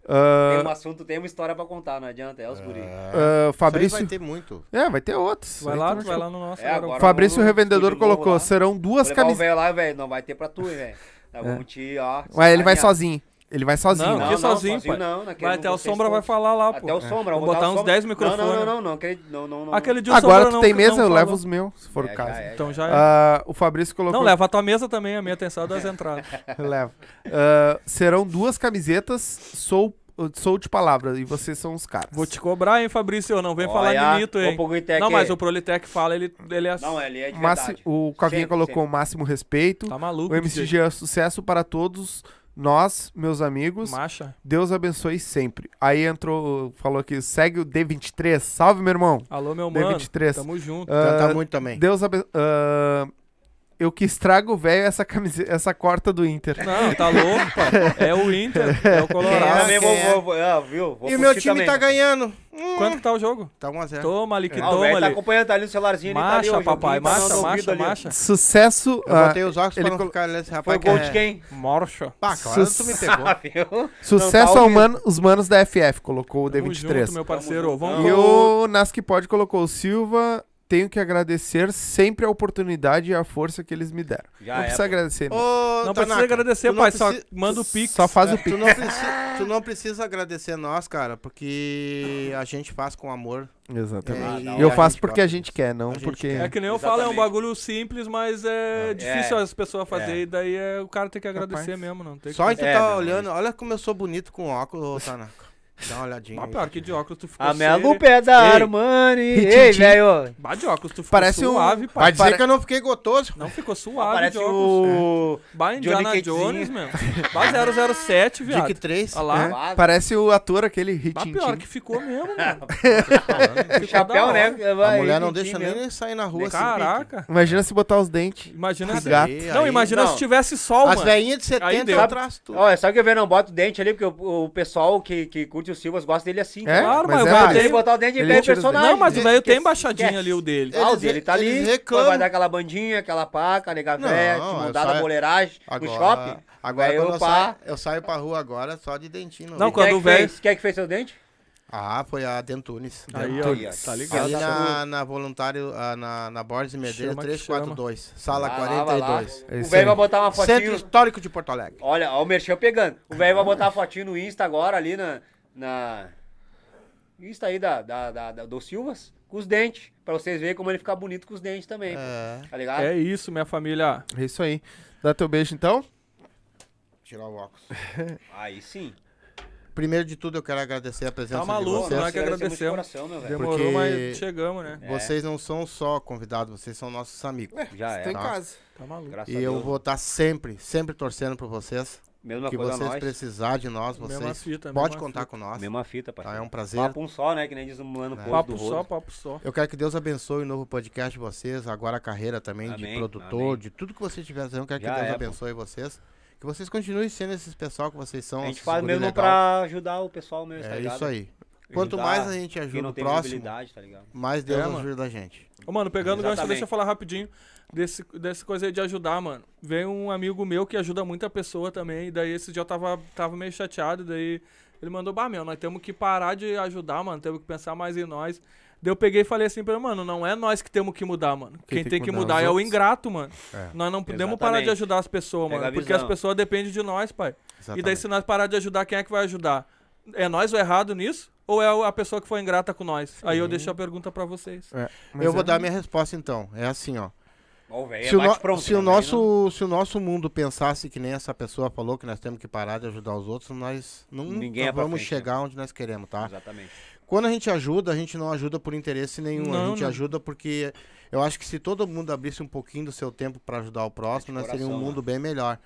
[SPEAKER 3] Tem um
[SPEAKER 1] Ah,
[SPEAKER 3] assunto, tem uma história pra contar, não adianta, é os guri.
[SPEAKER 1] ah,
[SPEAKER 2] Isso aí
[SPEAKER 1] Fabrício.
[SPEAKER 2] vai ter muito.
[SPEAKER 1] É, vai ter outros.
[SPEAKER 4] Vai
[SPEAKER 1] Aí
[SPEAKER 4] lá,
[SPEAKER 1] tu não
[SPEAKER 4] vai
[SPEAKER 1] chegou.
[SPEAKER 4] lá no nosso.
[SPEAKER 3] É,
[SPEAKER 4] agora.
[SPEAKER 3] agora-
[SPEAKER 1] Fabrício
[SPEAKER 3] no-
[SPEAKER 1] o
[SPEAKER 3] no
[SPEAKER 1] Revendedor
[SPEAKER 3] estúdio novo
[SPEAKER 1] colocou:
[SPEAKER 3] lá.
[SPEAKER 1] serão
[SPEAKER 3] Vou
[SPEAKER 1] duas
[SPEAKER 3] levar o
[SPEAKER 1] camisetas.
[SPEAKER 3] velho lá, velho, não vai ter pra tu, hein, velho. Nós vamos te, ó...
[SPEAKER 1] Mas É. ele vai
[SPEAKER 3] sacanear.
[SPEAKER 1] sozinho. Ele vai sozinho.
[SPEAKER 4] Não,
[SPEAKER 1] né?
[SPEAKER 4] aqui sozinho, pai.
[SPEAKER 3] não, naquele
[SPEAKER 4] Vai
[SPEAKER 3] não
[SPEAKER 4] até o
[SPEAKER 3] vocês
[SPEAKER 4] Sombra vai
[SPEAKER 3] todos.
[SPEAKER 4] falar lá, pô. É.
[SPEAKER 3] Até o Sombra,
[SPEAKER 4] Vou
[SPEAKER 3] vou
[SPEAKER 4] botar
[SPEAKER 3] o
[SPEAKER 4] uns
[SPEAKER 3] Sombra.
[SPEAKER 4] 10
[SPEAKER 3] Não,
[SPEAKER 4] microfones.
[SPEAKER 3] Não, não, não, não, aquele- não, não, não.
[SPEAKER 4] Aquele dia o
[SPEAKER 1] Agora
[SPEAKER 4] Sombra
[SPEAKER 1] tu
[SPEAKER 4] não-
[SPEAKER 1] tem
[SPEAKER 4] não
[SPEAKER 1] mesa, eu
[SPEAKER 4] falou.
[SPEAKER 1] levo os meus, se for
[SPEAKER 3] É,
[SPEAKER 1] o
[SPEAKER 3] já
[SPEAKER 1] caso.
[SPEAKER 3] é,
[SPEAKER 4] Então
[SPEAKER 3] já
[SPEAKER 4] já é.
[SPEAKER 1] Ah, o Fabrício colocou.
[SPEAKER 4] Não,
[SPEAKER 1] *laughs*
[SPEAKER 4] leva a tua mesa também, a minha atenção é das
[SPEAKER 3] É.
[SPEAKER 4] entradas.
[SPEAKER 3] *laughs*
[SPEAKER 1] Leva. Ah, serão duas camisetas, sou, sou de palavra, e vocês são os caras.
[SPEAKER 4] Vou te cobrar, hein, Fabrício? Não vem falar
[SPEAKER 3] Olha,
[SPEAKER 4] de mito,
[SPEAKER 3] é vou
[SPEAKER 4] hein?
[SPEAKER 3] pro Goitec
[SPEAKER 4] Não, mas
[SPEAKER 3] aí.
[SPEAKER 4] o Prolitec fala, ele, ele é.
[SPEAKER 3] é. Não, ele é de
[SPEAKER 1] Massi-
[SPEAKER 3] verdade.
[SPEAKER 1] o Cavinha
[SPEAKER 3] Sempre,
[SPEAKER 1] colocou
[SPEAKER 3] sempre.
[SPEAKER 1] máximo respeito.
[SPEAKER 4] Tá maluco,
[SPEAKER 1] o MCG é sucesso para todos nós, meus amigos.
[SPEAKER 4] Macha.
[SPEAKER 1] Deus abençoe sempre. Aí entrou, falou aqui, segue o D23. Salve, meu irmão.
[SPEAKER 4] Alô, meu mano.
[SPEAKER 1] D23.
[SPEAKER 4] Tamo junto.
[SPEAKER 2] Canta
[SPEAKER 1] Ah,
[SPEAKER 2] muito também.
[SPEAKER 1] Deus abençoe. eu que estrago, velho, essa, camise... essa corta do Inter.
[SPEAKER 4] *laughs* Não, tá louco, pá. É o Inter,
[SPEAKER 3] *laughs*
[SPEAKER 4] é o
[SPEAKER 3] Eu
[SPEAKER 4] Colorado.
[SPEAKER 3] também
[SPEAKER 2] quem é?
[SPEAKER 3] vou, vou, ah, viu? Vou
[SPEAKER 2] E o
[SPEAKER 3] curtir
[SPEAKER 2] meu time
[SPEAKER 3] também.
[SPEAKER 2] tá ganhando.
[SPEAKER 4] Quanto que tá o jogo?
[SPEAKER 2] Tá 1x0.
[SPEAKER 4] Toma ali que
[SPEAKER 3] Ah, o velho
[SPEAKER 4] toma
[SPEAKER 3] tá
[SPEAKER 4] ali.
[SPEAKER 3] acompanhando, tá ali no celularzinho. ele tá ali,
[SPEAKER 4] Marcha,
[SPEAKER 3] ó,
[SPEAKER 4] papai,
[SPEAKER 3] o joguinho tá
[SPEAKER 4] marcha,
[SPEAKER 3] no ouvido
[SPEAKER 4] marcha,
[SPEAKER 3] ali, ó.
[SPEAKER 4] marcha.
[SPEAKER 1] Sucesso.
[SPEAKER 2] Eu
[SPEAKER 1] ah,
[SPEAKER 2] botei os óculos
[SPEAKER 1] ele
[SPEAKER 2] pra não
[SPEAKER 1] colo-
[SPEAKER 2] ficar nesse
[SPEAKER 3] Foi
[SPEAKER 2] rapaz.
[SPEAKER 3] gol
[SPEAKER 2] que é-
[SPEAKER 3] de quem?
[SPEAKER 4] Morcha.
[SPEAKER 2] Pá, claro, tu me pegou.
[SPEAKER 3] *laughs* Ah, viu?
[SPEAKER 1] Sucesso
[SPEAKER 3] Não, tá
[SPEAKER 1] ao
[SPEAKER 3] ouvindo.
[SPEAKER 1] mano, os manos da FF, colocou o
[SPEAKER 4] Tamo
[SPEAKER 1] D23.
[SPEAKER 4] junto, meu parceiro.
[SPEAKER 3] Tamo
[SPEAKER 4] Vamos
[SPEAKER 1] E
[SPEAKER 4] colo-
[SPEAKER 1] o Nas que Pode colocou o Silva. Tenho que agradecer sempre a oportunidade e a força que eles me deram.
[SPEAKER 3] Já
[SPEAKER 1] não
[SPEAKER 3] é,
[SPEAKER 1] precisa
[SPEAKER 3] pô.
[SPEAKER 1] agradecer. não.
[SPEAKER 2] *laughs* Ô,
[SPEAKER 4] Não
[SPEAKER 2] Tanaka,
[SPEAKER 4] precisa agradecer,
[SPEAKER 2] tu não
[SPEAKER 4] pai. Só
[SPEAKER 2] preci-
[SPEAKER 4] manda o pix.
[SPEAKER 1] Só faz o
[SPEAKER 2] É,
[SPEAKER 1] pique.
[SPEAKER 2] tu, não preci- tu não precisa agradecer nós, cara, porque a gente faz com amor.
[SPEAKER 1] *laughs* Exatamente.
[SPEAKER 4] Ah,
[SPEAKER 2] É,
[SPEAKER 1] e
[SPEAKER 2] e
[SPEAKER 1] eu
[SPEAKER 2] a
[SPEAKER 1] faço
[SPEAKER 2] gente
[SPEAKER 1] porque a
[SPEAKER 2] gosta
[SPEAKER 1] gente quer, não
[SPEAKER 2] A gente
[SPEAKER 1] porque.
[SPEAKER 4] É
[SPEAKER 2] quer.
[SPEAKER 4] que nem eu falo, é um
[SPEAKER 3] Exatamente.
[SPEAKER 4] bagulho simples, mas é difícil
[SPEAKER 3] É.
[SPEAKER 4] as pessoas fazerem. E daí é, o cara tem que agradecer mesmo, não tem
[SPEAKER 2] Só em
[SPEAKER 4] que...
[SPEAKER 2] tu
[SPEAKER 3] É,
[SPEAKER 2] tá
[SPEAKER 3] meu,
[SPEAKER 2] olhando. Olha como eu sou bonito com óculos, ô, Tanaka. Dá uma olhadinha.
[SPEAKER 4] Ah,
[SPEAKER 2] aí.
[SPEAKER 4] pior que de óculos tu ficou
[SPEAKER 3] A minha
[SPEAKER 4] sério.
[SPEAKER 3] lupa é da
[SPEAKER 1] Ei.
[SPEAKER 3] Armani.
[SPEAKER 1] Ritintim.
[SPEAKER 3] Ei, velho.
[SPEAKER 4] Bah, de óculos tu ficou
[SPEAKER 1] Parece um-
[SPEAKER 4] suave,
[SPEAKER 2] Vai
[SPEAKER 4] pai.
[SPEAKER 2] dizer que eu não fiquei gotoso.
[SPEAKER 4] Não ficou suave
[SPEAKER 3] Parece
[SPEAKER 4] de óculos.
[SPEAKER 3] o...
[SPEAKER 4] Bah, Indiana
[SPEAKER 3] Johnny Cagezinho.
[SPEAKER 4] Jones, meu. Bah, *laughs* 007, viado.
[SPEAKER 2] Dick 3.
[SPEAKER 4] Olha lá.
[SPEAKER 1] É, Parece o ator aquele
[SPEAKER 4] Bah,
[SPEAKER 1] Ritintim.
[SPEAKER 4] pior que ficou *laughs* mesmo, mano. É.
[SPEAKER 3] O chapéu, né?
[SPEAKER 2] A
[SPEAKER 3] Vai,
[SPEAKER 2] mulher não
[SPEAKER 3] Ritintim
[SPEAKER 2] deixa
[SPEAKER 3] mesmo.
[SPEAKER 2] nem sair na rua.
[SPEAKER 4] assim,
[SPEAKER 2] assim, sem pique.
[SPEAKER 4] Caraca.
[SPEAKER 1] Imagina se botar os dentes.
[SPEAKER 4] Imagina se...
[SPEAKER 1] gato.
[SPEAKER 2] Aí,
[SPEAKER 4] Não,
[SPEAKER 2] aí-
[SPEAKER 4] imagina
[SPEAKER 3] não.
[SPEAKER 4] se tivesse sol,
[SPEAKER 2] As
[SPEAKER 4] mano.
[SPEAKER 2] velhinhas de
[SPEAKER 4] Aí
[SPEAKER 2] 70
[SPEAKER 4] deu.
[SPEAKER 2] eu traço tudo.
[SPEAKER 3] Olha, sabe é que eu ver não bota o dente ali, porque o, o pessoal que, que curte o Silvas gosta dele assim.
[SPEAKER 1] É?
[SPEAKER 3] cara.
[SPEAKER 4] Claro, mas,
[SPEAKER 1] mas é
[SPEAKER 4] o
[SPEAKER 1] por
[SPEAKER 4] velho
[SPEAKER 1] isso.
[SPEAKER 3] Se ele
[SPEAKER 4] tem...
[SPEAKER 3] botar o dente, ele
[SPEAKER 1] Ele
[SPEAKER 3] perde
[SPEAKER 1] tira os
[SPEAKER 3] personagem.
[SPEAKER 4] Não, mas o velho tem
[SPEAKER 3] Esquece,
[SPEAKER 4] baixadinha
[SPEAKER 3] esquece.
[SPEAKER 4] ali, o dele.
[SPEAKER 3] Ah, o
[SPEAKER 2] Eles
[SPEAKER 3] dele tá
[SPEAKER 2] re-
[SPEAKER 3] ali,
[SPEAKER 2] eles
[SPEAKER 3] depois
[SPEAKER 2] reclamam.
[SPEAKER 3] vai dar aquela bandinha, aquela pá, nega
[SPEAKER 2] Não,
[SPEAKER 3] véia,
[SPEAKER 2] eu
[SPEAKER 3] te mandar na
[SPEAKER 2] saio-
[SPEAKER 3] boleiragem, no shopping.
[SPEAKER 2] Agora quando
[SPEAKER 3] Vai eu
[SPEAKER 2] eu,
[SPEAKER 3] pá.
[SPEAKER 2] saio, eu saio pra rua agora só de dentinho.
[SPEAKER 4] Não,
[SPEAKER 2] E-
[SPEAKER 4] quando
[SPEAKER 3] Quem é
[SPEAKER 4] o
[SPEAKER 3] que
[SPEAKER 4] velho-
[SPEAKER 3] fez- Quem é que fez seu dente?
[SPEAKER 2] Ah, foi a Dentunes.
[SPEAKER 4] Aí,
[SPEAKER 3] Aí,
[SPEAKER 4] ó,
[SPEAKER 3] ó.
[SPEAKER 4] tá
[SPEAKER 2] Ali
[SPEAKER 4] ligado.
[SPEAKER 2] na, na voluntário, ah, na, na Borges e Medeiros
[SPEAKER 4] Chama que
[SPEAKER 2] 342, sala
[SPEAKER 3] Vai lá, vai lá.
[SPEAKER 2] 42.
[SPEAKER 1] É
[SPEAKER 3] O
[SPEAKER 1] isso aí.
[SPEAKER 3] velho vai botar uma
[SPEAKER 2] Centro
[SPEAKER 3] fotinho.
[SPEAKER 2] Histórico de Porto Alegre.
[SPEAKER 3] Olha, ó, o Merchan pegando. O velho vai botar uma fotinho no Insta agora ali na. na... Insta aí da, da, da, da- do Silvas, com os dentes. Pra vocês verem como ele fica bonito com os dentes também.
[SPEAKER 2] É.
[SPEAKER 3] Tá ligado?
[SPEAKER 4] É isso, minha família.
[SPEAKER 1] É isso aí. Dá teu beijo então.
[SPEAKER 2] Tirar o óculos.
[SPEAKER 3] Aí sim.
[SPEAKER 2] primeiro de tudo, eu quero agradecer a presença
[SPEAKER 4] Tá maluco,
[SPEAKER 2] de né, vocês.
[SPEAKER 3] né?
[SPEAKER 4] nós que
[SPEAKER 3] agradecemos de coração,
[SPEAKER 4] agradecemos.
[SPEAKER 3] meu velho.
[SPEAKER 4] Demorou,
[SPEAKER 2] Porque-
[SPEAKER 4] mas chegamos, né?
[SPEAKER 2] Vocês não são só convidados, vocês são nossos amigos.
[SPEAKER 3] Já é.
[SPEAKER 5] Tem casa.
[SPEAKER 4] Tá maluco.
[SPEAKER 3] Graças
[SPEAKER 2] E
[SPEAKER 3] a
[SPEAKER 2] eu
[SPEAKER 3] Deus.
[SPEAKER 2] vou estar sempre, sempre torcendo por vocês.
[SPEAKER 3] Mesma
[SPEAKER 2] que
[SPEAKER 3] coisa
[SPEAKER 2] vocês
[SPEAKER 3] nós.
[SPEAKER 2] precisar de nós,
[SPEAKER 4] Mesma
[SPEAKER 2] vocês
[SPEAKER 4] fita,
[SPEAKER 2] pode
[SPEAKER 4] mesma
[SPEAKER 2] contar
[SPEAKER 4] fita.
[SPEAKER 2] com nós.
[SPEAKER 3] Mesma fita,
[SPEAKER 2] Tá? É
[SPEAKER 3] parceiro.
[SPEAKER 2] um prazer. É.
[SPEAKER 3] Papo um só, né? Que nem diz um ano povo
[SPEAKER 4] Papo
[SPEAKER 3] do
[SPEAKER 4] só,
[SPEAKER 3] rodo.
[SPEAKER 4] papo só.
[SPEAKER 2] Eu quero que Deus abençoe o novo podcast de vocês, agora a carreira também de
[SPEAKER 3] Amém,
[SPEAKER 2] produtor,
[SPEAKER 3] amém.
[SPEAKER 2] de tudo que vocês tiverem fazendo. Eu quero
[SPEAKER 3] Já
[SPEAKER 2] que Deus
[SPEAKER 3] é, pô.
[SPEAKER 2] abençoe vocês. Que vocês continuem sendo esses pessoal que vocês são.
[SPEAKER 3] A gente
[SPEAKER 2] esses
[SPEAKER 3] faz
[SPEAKER 2] guri
[SPEAKER 3] mesmo
[SPEAKER 2] legal.
[SPEAKER 3] pra ajudar o pessoal mesmo, tá
[SPEAKER 2] É
[SPEAKER 3] ligado?
[SPEAKER 2] isso aí. Quanto
[SPEAKER 3] Ajudar
[SPEAKER 2] mais a gente
[SPEAKER 3] Quem
[SPEAKER 2] ajuda
[SPEAKER 3] não
[SPEAKER 2] o
[SPEAKER 3] tem
[SPEAKER 2] próximo,
[SPEAKER 3] mobilidade, tá ligado?
[SPEAKER 2] mais Deus
[SPEAKER 4] É, mano.
[SPEAKER 2] ajuda a gente.
[SPEAKER 4] Ô, mano, pegando o gancho,
[SPEAKER 3] Exatamente.
[SPEAKER 4] deixa eu falar rapidinho desse, dessa coisa aí de ajudar, mano. Vem um amigo meu que ajuda muita pessoa também, e daí esse dia eu tava, tava meio chateado, daí ele mandou, bah, meu, nós temos que parar de ajudar, mano, temos que pensar mais em nós. Daí eu peguei e falei assim pra ele, mano, não é nós que temos que mudar, mano. Quem, tem, que mudar,
[SPEAKER 5] os
[SPEAKER 4] é o
[SPEAKER 5] outros.
[SPEAKER 4] ingrato, mano. Nós não podemos parar de
[SPEAKER 3] Exatamente.
[SPEAKER 4] ajudar as pessoas,
[SPEAKER 3] Pega
[SPEAKER 4] mano,
[SPEAKER 3] a
[SPEAKER 4] porque as
[SPEAKER 3] visão.
[SPEAKER 4] pessoas dependem de nós, pai. E daí
[SPEAKER 2] Exatamente.
[SPEAKER 4] se nós parar de ajudar, quem é que vai ajudar? É nós o errado nisso? Ou é o- a pessoa que foi ingrata com nós? Aí eu deixo a pergunta pra vocês.
[SPEAKER 2] Eu vou dar minha resposta então. É assim, ó.
[SPEAKER 3] Ó, o velho,
[SPEAKER 2] se, o
[SPEAKER 3] bate
[SPEAKER 2] no-
[SPEAKER 3] pronto,
[SPEAKER 2] se o
[SPEAKER 3] né, velho?
[SPEAKER 2] nosso, se o nosso mundo pensasse que nem essa pessoa falou, que nós temos que parar de ajudar os outros, nós não,
[SPEAKER 3] Ninguém
[SPEAKER 2] não
[SPEAKER 3] é pra
[SPEAKER 2] vamos
[SPEAKER 3] frente, né?
[SPEAKER 2] chegar onde nós queremos, tá?
[SPEAKER 3] Exatamente.
[SPEAKER 2] Quando a gente ajuda, a gente não ajuda por interesse nenhum, a
[SPEAKER 4] Não,
[SPEAKER 2] gente
[SPEAKER 4] não.
[SPEAKER 2] ajuda porque eu acho que se todo mundo abrisse um pouquinho do seu tempo pra ajudar o próximo, nós
[SPEAKER 3] É coração,
[SPEAKER 2] teríamos um
[SPEAKER 3] né?
[SPEAKER 2] mundo bem melhor.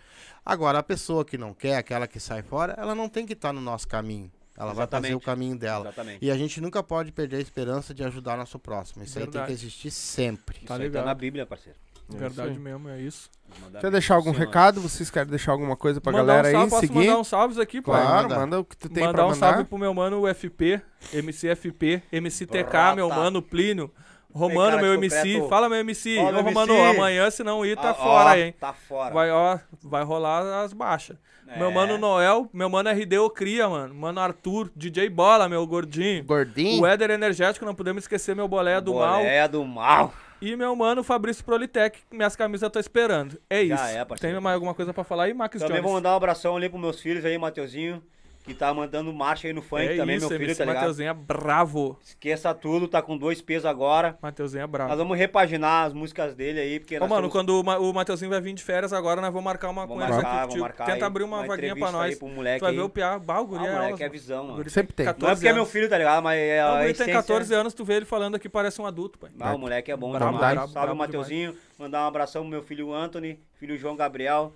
[SPEAKER 2] Agora, a pessoa que não quer, aquela que sai fora, ela não tem que estar no nosso caminho. Ela vai fazer
[SPEAKER 3] Exatamente.
[SPEAKER 2] o caminho dela.
[SPEAKER 3] Exatamente.
[SPEAKER 2] E a gente nunca pode perder a esperança de ajudar nosso próximo. Isso aí
[SPEAKER 4] Verdade.
[SPEAKER 2] tem que existir sempre.
[SPEAKER 3] Isso
[SPEAKER 4] Tá
[SPEAKER 3] aí
[SPEAKER 4] ligado.
[SPEAKER 3] tá na Bíblia, parceiro.
[SPEAKER 4] Verdade mesmo, é isso.
[SPEAKER 3] Mandar
[SPEAKER 1] Quer
[SPEAKER 3] bem.
[SPEAKER 1] deixar algum
[SPEAKER 3] Senhor.
[SPEAKER 1] recado? Vocês querem deixar alguma coisa pra
[SPEAKER 4] Mandar
[SPEAKER 1] galera
[SPEAKER 4] um salve,
[SPEAKER 1] aí?
[SPEAKER 4] posso
[SPEAKER 1] Seguir?
[SPEAKER 4] mandar uns salves aqui, pô?
[SPEAKER 1] Claro,
[SPEAKER 2] Manda.
[SPEAKER 1] manda. o que tu tem
[SPEAKER 4] mandar
[SPEAKER 1] pra
[SPEAKER 4] um
[SPEAKER 1] mandar.
[SPEAKER 4] salve pro meu mano UFP, MCFP, MCTK, meu
[SPEAKER 3] Brota.
[SPEAKER 4] mano Plínio,
[SPEAKER 3] Ei,
[SPEAKER 4] Romano,
[SPEAKER 3] cara,
[SPEAKER 4] meu
[SPEAKER 3] que
[SPEAKER 4] MC.
[SPEAKER 3] completo.
[SPEAKER 4] Fala, meu MC.
[SPEAKER 3] Ó,
[SPEAKER 4] Ô,
[SPEAKER 3] meu
[SPEAKER 4] Romano,
[SPEAKER 3] MC.
[SPEAKER 4] amanhã, se não ir, tá
[SPEAKER 3] Ó, ó,
[SPEAKER 4] fora, hein?
[SPEAKER 3] Tá fora.
[SPEAKER 4] Vai, ó, vai rolar as baixas.
[SPEAKER 3] É.
[SPEAKER 4] Meu mano Noel, meu mano RD Ocria, mano. Mano Arthur, DJ Bola, meu gordinho.
[SPEAKER 5] Gordinho.
[SPEAKER 4] O Éder Energético, não podemos esquecer meu boleia do mal.
[SPEAKER 3] É do mal.
[SPEAKER 4] E meu mano Fabrício Prolitec, minhas camisas eu tô esperando. É
[SPEAKER 3] Já
[SPEAKER 4] isso.
[SPEAKER 3] é, parceiro.
[SPEAKER 4] Tem mais alguma coisa pra falar aí, Max
[SPEAKER 3] Também
[SPEAKER 4] Jones?
[SPEAKER 3] vou mandar um abração ali pros meus filhos aí, Mateuzinho, que tá mandando marcha aí no funk
[SPEAKER 4] é
[SPEAKER 3] também,
[SPEAKER 4] isso,
[SPEAKER 3] meu filho,
[SPEAKER 4] MC
[SPEAKER 3] tá ligado?
[SPEAKER 4] Mateuzinho é bravo.
[SPEAKER 3] Esqueça tudo, tá com dois pesos agora.
[SPEAKER 4] Mateuzinho é
[SPEAKER 3] Nós
[SPEAKER 4] bravo.
[SPEAKER 3] vamos repaginar as músicas dele aí, porque
[SPEAKER 4] Ô,
[SPEAKER 3] nós
[SPEAKER 4] mano,
[SPEAKER 3] temos-
[SPEAKER 4] quando o Ma- o Mateuzinho vai vir de férias agora, nós vamos marcar uma
[SPEAKER 3] vamos
[SPEAKER 4] conversa
[SPEAKER 3] marcar,
[SPEAKER 4] aqui
[SPEAKER 3] vamos
[SPEAKER 4] contigo.
[SPEAKER 3] marcar aí
[SPEAKER 4] Tenta abrir uma vaguinha pra
[SPEAKER 3] entrevista aí
[SPEAKER 4] nós.
[SPEAKER 3] Pro moleque
[SPEAKER 4] Tu vai
[SPEAKER 3] aí.
[SPEAKER 4] ver o piá. Bah, o
[SPEAKER 3] Ah,
[SPEAKER 4] guri é
[SPEAKER 3] moleque,
[SPEAKER 4] aulas,
[SPEAKER 3] é
[SPEAKER 4] mano.
[SPEAKER 3] visão,
[SPEAKER 4] O
[SPEAKER 3] mano.
[SPEAKER 4] guri
[SPEAKER 5] Sempre tem.
[SPEAKER 3] Não é porque é meu
[SPEAKER 4] anos.
[SPEAKER 3] filho, tá ligado? Mas é
[SPEAKER 4] O
[SPEAKER 3] a
[SPEAKER 4] guri tem
[SPEAKER 3] essência-
[SPEAKER 4] 14 anos, tu vê ele falando aqui, parece um adulto, pai.
[SPEAKER 3] Ah, o moleque é bom
[SPEAKER 4] Brabo,
[SPEAKER 3] demais.
[SPEAKER 4] brabo,
[SPEAKER 3] Salve,
[SPEAKER 4] brabo
[SPEAKER 3] Mateuzinho. Mandar um abração pro meu filho Anthony, filho João Gabriel,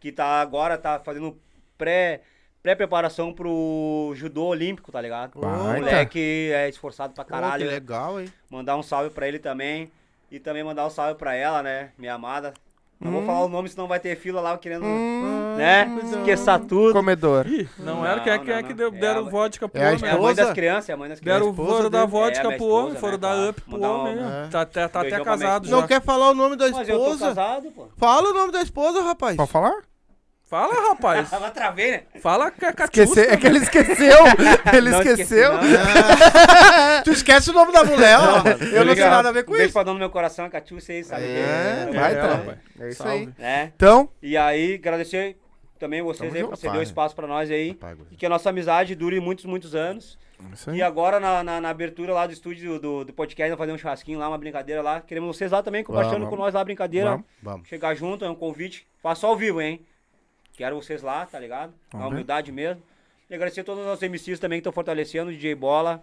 [SPEAKER 3] que tá agora, tá fazendo pré, pré-preparação pro judô olímpico, tá ligado?
[SPEAKER 5] Baita.
[SPEAKER 3] O moleque é esforçado pra
[SPEAKER 2] Pô, que
[SPEAKER 3] caralho.
[SPEAKER 2] legal, hein?
[SPEAKER 3] mandar um salve pra ele também. E também mandar um salve pra ela, né? Minha amada. Não vou falar o nome, senão vai ter fila lá querendo, né? Esqueçar tudo.
[SPEAKER 5] Comedor.
[SPEAKER 4] Ih, não,
[SPEAKER 3] Não,
[SPEAKER 4] era quem é, quem é
[SPEAKER 3] não,
[SPEAKER 4] que
[SPEAKER 3] não.
[SPEAKER 4] deu-
[SPEAKER 3] É
[SPEAKER 4] deram
[SPEAKER 3] a-
[SPEAKER 4] vodka pro
[SPEAKER 2] é a
[SPEAKER 4] homem.
[SPEAKER 3] É a mãe
[SPEAKER 2] esposa?
[SPEAKER 3] das crianças, é a mãe das
[SPEAKER 4] Deram
[SPEAKER 3] crianças.
[SPEAKER 4] o
[SPEAKER 2] esposa
[SPEAKER 4] foro da
[SPEAKER 2] dele.
[SPEAKER 4] vodka
[SPEAKER 3] É, minha
[SPEAKER 4] pro
[SPEAKER 3] esposa,
[SPEAKER 4] homem,
[SPEAKER 3] né,
[SPEAKER 4] foram dar
[SPEAKER 3] claro.
[SPEAKER 4] up pro
[SPEAKER 3] Mandar um-
[SPEAKER 4] homem. né?
[SPEAKER 2] É.
[SPEAKER 4] Tá, até- tá até
[SPEAKER 3] Beijão pra minha
[SPEAKER 4] casado
[SPEAKER 2] Não
[SPEAKER 4] já.
[SPEAKER 2] quer falar o nome da
[SPEAKER 3] Mas eu tô
[SPEAKER 2] esposa?
[SPEAKER 3] casado, pô.
[SPEAKER 2] Fala o nome da esposa, rapaz.
[SPEAKER 5] Pode falar?
[SPEAKER 4] Fala, rapaz.
[SPEAKER 3] Tava travei, né?
[SPEAKER 4] Fala que é
[SPEAKER 5] Esqueceu.
[SPEAKER 4] catiusca.
[SPEAKER 5] É que ele *laughs* esqueceu. Ele
[SPEAKER 3] Não esqueci,
[SPEAKER 5] esqueceu.
[SPEAKER 3] não. né?
[SPEAKER 2] Tu esquece é o nome da mulher, ó. Eu não tenho
[SPEAKER 3] Obrigado.
[SPEAKER 2] nada a ver com
[SPEAKER 3] Um beijo
[SPEAKER 2] isso.
[SPEAKER 3] pra dona do meu coração, a Catiúcia aí, sabe?
[SPEAKER 2] É,
[SPEAKER 3] que-
[SPEAKER 5] vai,
[SPEAKER 4] É,
[SPEAKER 5] tá.
[SPEAKER 4] rapaz.
[SPEAKER 5] É isso
[SPEAKER 4] Salve.
[SPEAKER 5] aí.
[SPEAKER 3] Né?
[SPEAKER 5] Então,
[SPEAKER 3] E aí, agradecer também vocês
[SPEAKER 2] Tamo
[SPEAKER 3] aí
[SPEAKER 2] junto,
[SPEAKER 3] por ceder o
[SPEAKER 2] pai.
[SPEAKER 3] espaço pra nós aí.
[SPEAKER 2] Pai, guri.
[SPEAKER 3] E que a nossa amizade dure muitos, muitos anos.
[SPEAKER 5] isso
[SPEAKER 3] E agora, na, na- na abertura lá do estúdio do, do podcast, nós fazer um churrasquinho lá, uma brincadeira lá. Queremos vocês lá também, compartilhando
[SPEAKER 2] Vamos.
[SPEAKER 3] com nós lá a brincadeira.
[SPEAKER 5] Vamos.
[SPEAKER 2] Vamos.
[SPEAKER 3] Chegar junto, é um convite. Faço ao vivo, hein? Quero vocês lá, tá ligado? Na
[SPEAKER 5] Vamos ver.
[SPEAKER 3] humildade mesmo. E agradecer a todos os nossos MCs também que estão fortalecendo, o DJ Bola.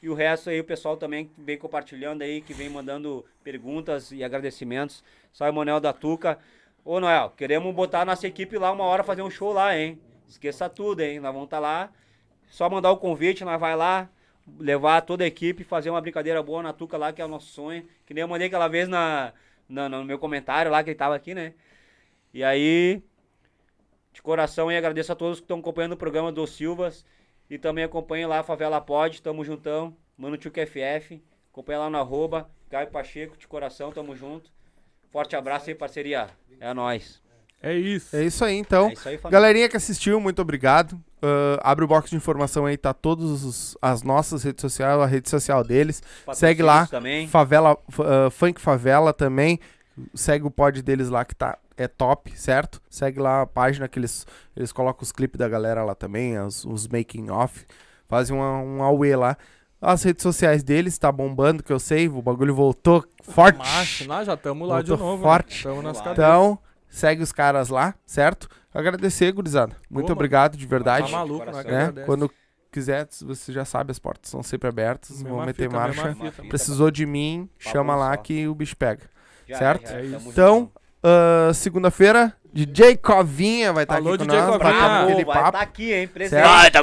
[SPEAKER 3] E o resto aí, o pessoal também que vem compartilhando aí, que vem mandando perguntas e agradecimentos. Salve, Manuel da Tuca. Ô, Noel, queremos botar a nossa equipe lá uma hora fazer um show lá, hein? Esqueça tudo, hein? Nós vamos estar lá. Só mandar o convite, nós vai lá, levar toda a equipe, fazer uma brincadeira boa na Tuca lá, que é o nosso sonho. Que nem eu mandei aquela vez na, na- no meu comentário lá, que ele tava aqui, né? E aí, de coração, e agradeço a todos que estão acompanhando o programa do Silvas. E também acompanhem lá a Favela Pod, tamo juntão. Mano Tio FF. Acompanha lá no arroba. Caio Pacheco, de coração, tamo junto. Forte abraço e parceria. É nóis.
[SPEAKER 4] É isso.
[SPEAKER 5] É isso aí, então.
[SPEAKER 3] é isso aí, família.
[SPEAKER 5] Galerinha que assistiu, muito obrigado. Ah, abre o box de informação aí, tá todas as nossas redes sociais, a rede social deles.
[SPEAKER 3] Patrocínios
[SPEAKER 5] Segue lá,
[SPEAKER 3] Também.
[SPEAKER 5] Favela, f- ah, Funk Favela também. Segue o pod deles lá que tá é top, certo? Segue lá a página que eles, eles colocam os clipes da galera lá também, as- os making off, fazem uma, um auê lá. As redes sociais deles tá bombando, que eu sei, o bagulho voltou forte.
[SPEAKER 4] Macho, nós já estamos lá de
[SPEAKER 5] Voltou
[SPEAKER 4] novo.
[SPEAKER 5] forte.
[SPEAKER 4] Estamos
[SPEAKER 3] Vamos
[SPEAKER 4] nas
[SPEAKER 3] lá.
[SPEAKER 4] cadeiras.
[SPEAKER 5] Então, segue os caras lá, certo? Agradecer, gurizada. Muito
[SPEAKER 4] mano.
[SPEAKER 5] obrigado, de
[SPEAKER 4] Tá
[SPEAKER 5] verdade.
[SPEAKER 4] maluco, nós
[SPEAKER 3] né?
[SPEAKER 4] que
[SPEAKER 5] né?
[SPEAKER 4] agradece.
[SPEAKER 5] Quando
[SPEAKER 1] quiser, você já sabe, as portas são sempre abertas.
[SPEAKER 4] Mesma
[SPEAKER 1] vão meter
[SPEAKER 4] fita, mesma
[SPEAKER 1] marcha.
[SPEAKER 4] fita.
[SPEAKER 3] Mesma
[SPEAKER 1] Precisou de mim, chama
[SPEAKER 3] Papo
[SPEAKER 1] lá
[SPEAKER 3] Tá só.
[SPEAKER 1] que o bicho pega.
[SPEAKER 3] Já
[SPEAKER 1] Certo?
[SPEAKER 3] era, já era.
[SPEAKER 4] É
[SPEAKER 3] Tamo
[SPEAKER 4] isso.
[SPEAKER 1] Então,
[SPEAKER 3] junto.
[SPEAKER 1] ah, segunda-feira, DJ Covinha vai estar
[SPEAKER 4] Alô,
[SPEAKER 1] aqui com
[SPEAKER 4] DJ
[SPEAKER 1] nós,
[SPEAKER 4] Covinha.
[SPEAKER 1] batendo aquele
[SPEAKER 3] Pô, vai
[SPEAKER 1] papo,
[SPEAKER 3] tá aqui, hein? Presente.
[SPEAKER 1] certo?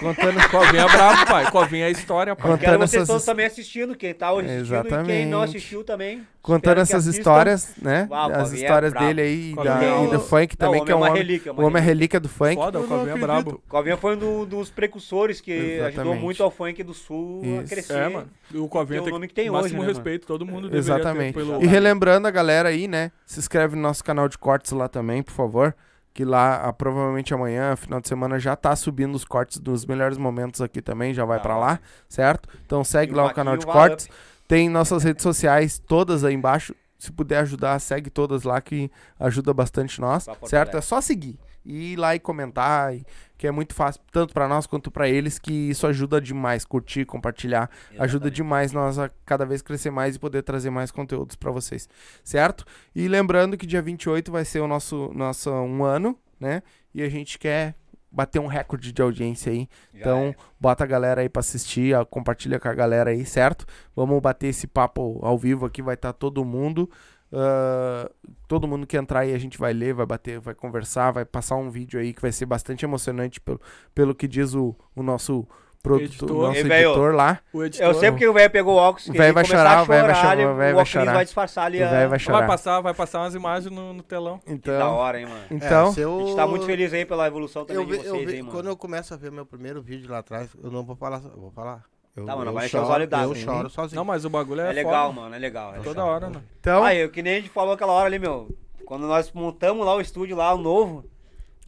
[SPEAKER 4] Contando Covinha é brabo, pai. Covinha é história, pai.
[SPEAKER 1] Contando
[SPEAKER 3] Quero vocês
[SPEAKER 1] essas
[SPEAKER 3] todos também assistindo, quem tá hoje assistindo e quem não
[SPEAKER 1] Exatamente.
[SPEAKER 3] assistiu também.
[SPEAKER 1] Contando
[SPEAKER 3] Espero que
[SPEAKER 1] essas
[SPEAKER 3] assistam.
[SPEAKER 1] histórias, né?
[SPEAKER 3] Uau,
[SPEAKER 1] As
[SPEAKER 3] Covinha é
[SPEAKER 1] histórias
[SPEAKER 3] brabo.
[SPEAKER 1] dele aí e da,
[SPEAKER 4] Covinha é
[SPEAKER 1] e
[SPEAKER 4] um-
[SPEAKER 1] do funk
[SPEAKER 3] Não,
[SPEAKER 1] também,
[SPEAKER 3] o
[SPEAKER 1] que é um
[SPEAKER 3] homem é uma
[SPEAKER 1] homem.
[SPEAKER 3] relíquia,
[SPEAKER 1] o homem é relíquia do funk.
[SPEAKER 4] Foda, o Covinha é brabo.
[SPEAKER 3] Covinha foi um do- dos precursores que ajudou
[SPEAKER 1] Exatamente.
[SPEAKER 3] muito ao funk do sul a
[SPEAKER 1] Isso.
[SPEAKER 3] crescer.
[SPEAKER 4] É, mano. E o
[SPEAKER 3] Tem
[SPEAKER 4] Covinha
[SPEAKER 3] o
[SPEAKER 4] tem,
[SPEAKER 3] nome que tem
[SPEAKER 4] máximo
[SPEAKER 3] hoje, né,
[SPEAKER 4] respeito. Todo mundo deveria ter
[SPEAKER 1] Exatamente.
[SPEAKER 4] pelo...
[SPEAKER 1] E relembrando a galera aí, né? Se inscreve no nosso canal de cortes lá também, por favor. Que lá, ah, provavelmente amanhã, final de semana, já tá subindo os cortes dos melhores momentos aqui também, já vai
[SPEAKER 3] Tá,
[SPEAKER 1] pra
[SPEAKER 3] vai.
[SPEAKER 1] lá, certo? Então segue
[SPEAKER 3] E
[SPEAKER 1] lá o
[SPEAKER 3] Maquinho
[SPEAKER 1] canal de
[SPEAKER 3] vai
[SPEAKER 1] cortes.
[SPEAKER 3] up.
[SPEAKER 1] Tem nossas redes sociais todas aí embaixo. Se puder ajudar, segue todas lá que ajuda bastante nós,
[SPEAKER 3] Pra Porto
[SPEAKER 1] certo?
[SPEAKER 3] Alegre.
[SPEAKER 1] É só seguir e ir lá e comentar, e- que é muito fácil tanto pra nós quanto pra eles, que isso ajuda demais curtir, compartilhar, ajuda demais nós a cada vez crescer mais e poder trazer mais conteúdos pra vocês, certo? E lembrando que dia 28 vai ser o nosso nosso um ano, né? E a gente quer bater um recorde de audiência aí.
[SPEAKER 3] Já
[SPEAKER 1] então,
[SPEAKER 3] é.
[SPEAKER 1] bota a galera aí pra assistir, a- compartilha com a galera aí, certo? Vamos bater esse papo ao vivo aqui, vai estar todo mundo. Ah, todo mundo que entrar aí a gente vai ler, vai bater, vai conversar, vai passar um vídeo aí que vai ser bastante emocionante pelo, pelo que diz o, o nosso produtor,
[SPEAKER 4] Editor.
[SPEAKER 1] nosso
[SPEAKER 3] Ei, velho,
[SPEAKER 1] editor lá.
[SPEAKER 4] O editor...
[SPEAKER 3] É, Eu sei porque o velho pegou o óculos,
[SPEAKER 1] O
[SPEAKER 3] que
[SPEAKER 1] velho
[SPEAKER 3] ele
[SPEAKER 1] vai
[SPEAKER 3] começar
[SPEAKER 1] chorar,
[SPEAKER 3] a
[SPEAKER 1] o velho vai
[SPEAKER 3] chorar,
[SPEAKER 1] chorar,
[SPEAKER 3] ele-
[SPEAKER 1] o velho vai
[SPEAKER 3] óculos
[SPEAKER 1] chorar.
[SPEAKER 3] vai disfarçar ali.
[SPEAKER 1] O
[SPEAKER 3] a-
[SPEAKER 1] velho vai
[SPEAKER 4] Vai
[SPEAKER 1] chorar.
[SPEAKER 4] passar, vai passar umas imagens no, no telão.
[SPEAKER 3] Que da
[SPEAKER 1] Então,
[SPEAKER 3] hora, hein, mano.
[SPEAKER 1] então
[SPEAKER 2] É, eu...
[SPEAKER 3] A gente tá muito feliz aí pela evolução também
[SPEAKER 2] Eu
[SPEAKER 3] de
[SPEAKER 2] ve-
[SPEAKER 3] vocês,
[SPEAKER 2] eu ve-
[SPEAKER 3] hein, mano.
[SPEAKER 2] quando eu começo a ver meu primeiro vídeo lá atrás, eu não vou falar, so- eu vou falar. Eu,
[SPEAKER 3] Tá, mano,
[SPEAKER 2] eu
[SPEAKER 3] vai encher os
[SPEAKER 2] choro,
[SPEAKER 3] olhos d'água,
[SPEAKER 2] Eu
[SPEAKER 3] hein?
[SPEAKER 2] choro sozinho.
[SPEAKER 4] Não, mas o bagulho é
[SPEAKER 3] É legal,
[SPEAKER 4] foda.
[SPEAKER 3] mano, é legal. É
[SPEAKER 4] Toda
[SPEAKER 3] legal.
[SPEAKER 4] hora, né?
[SPEAKER 1] então
[SPEAKER 3] Ah, eu que nem a gente falou aquela hora ali, meu. Quando nós montamos lá o estúdio lá, o novo.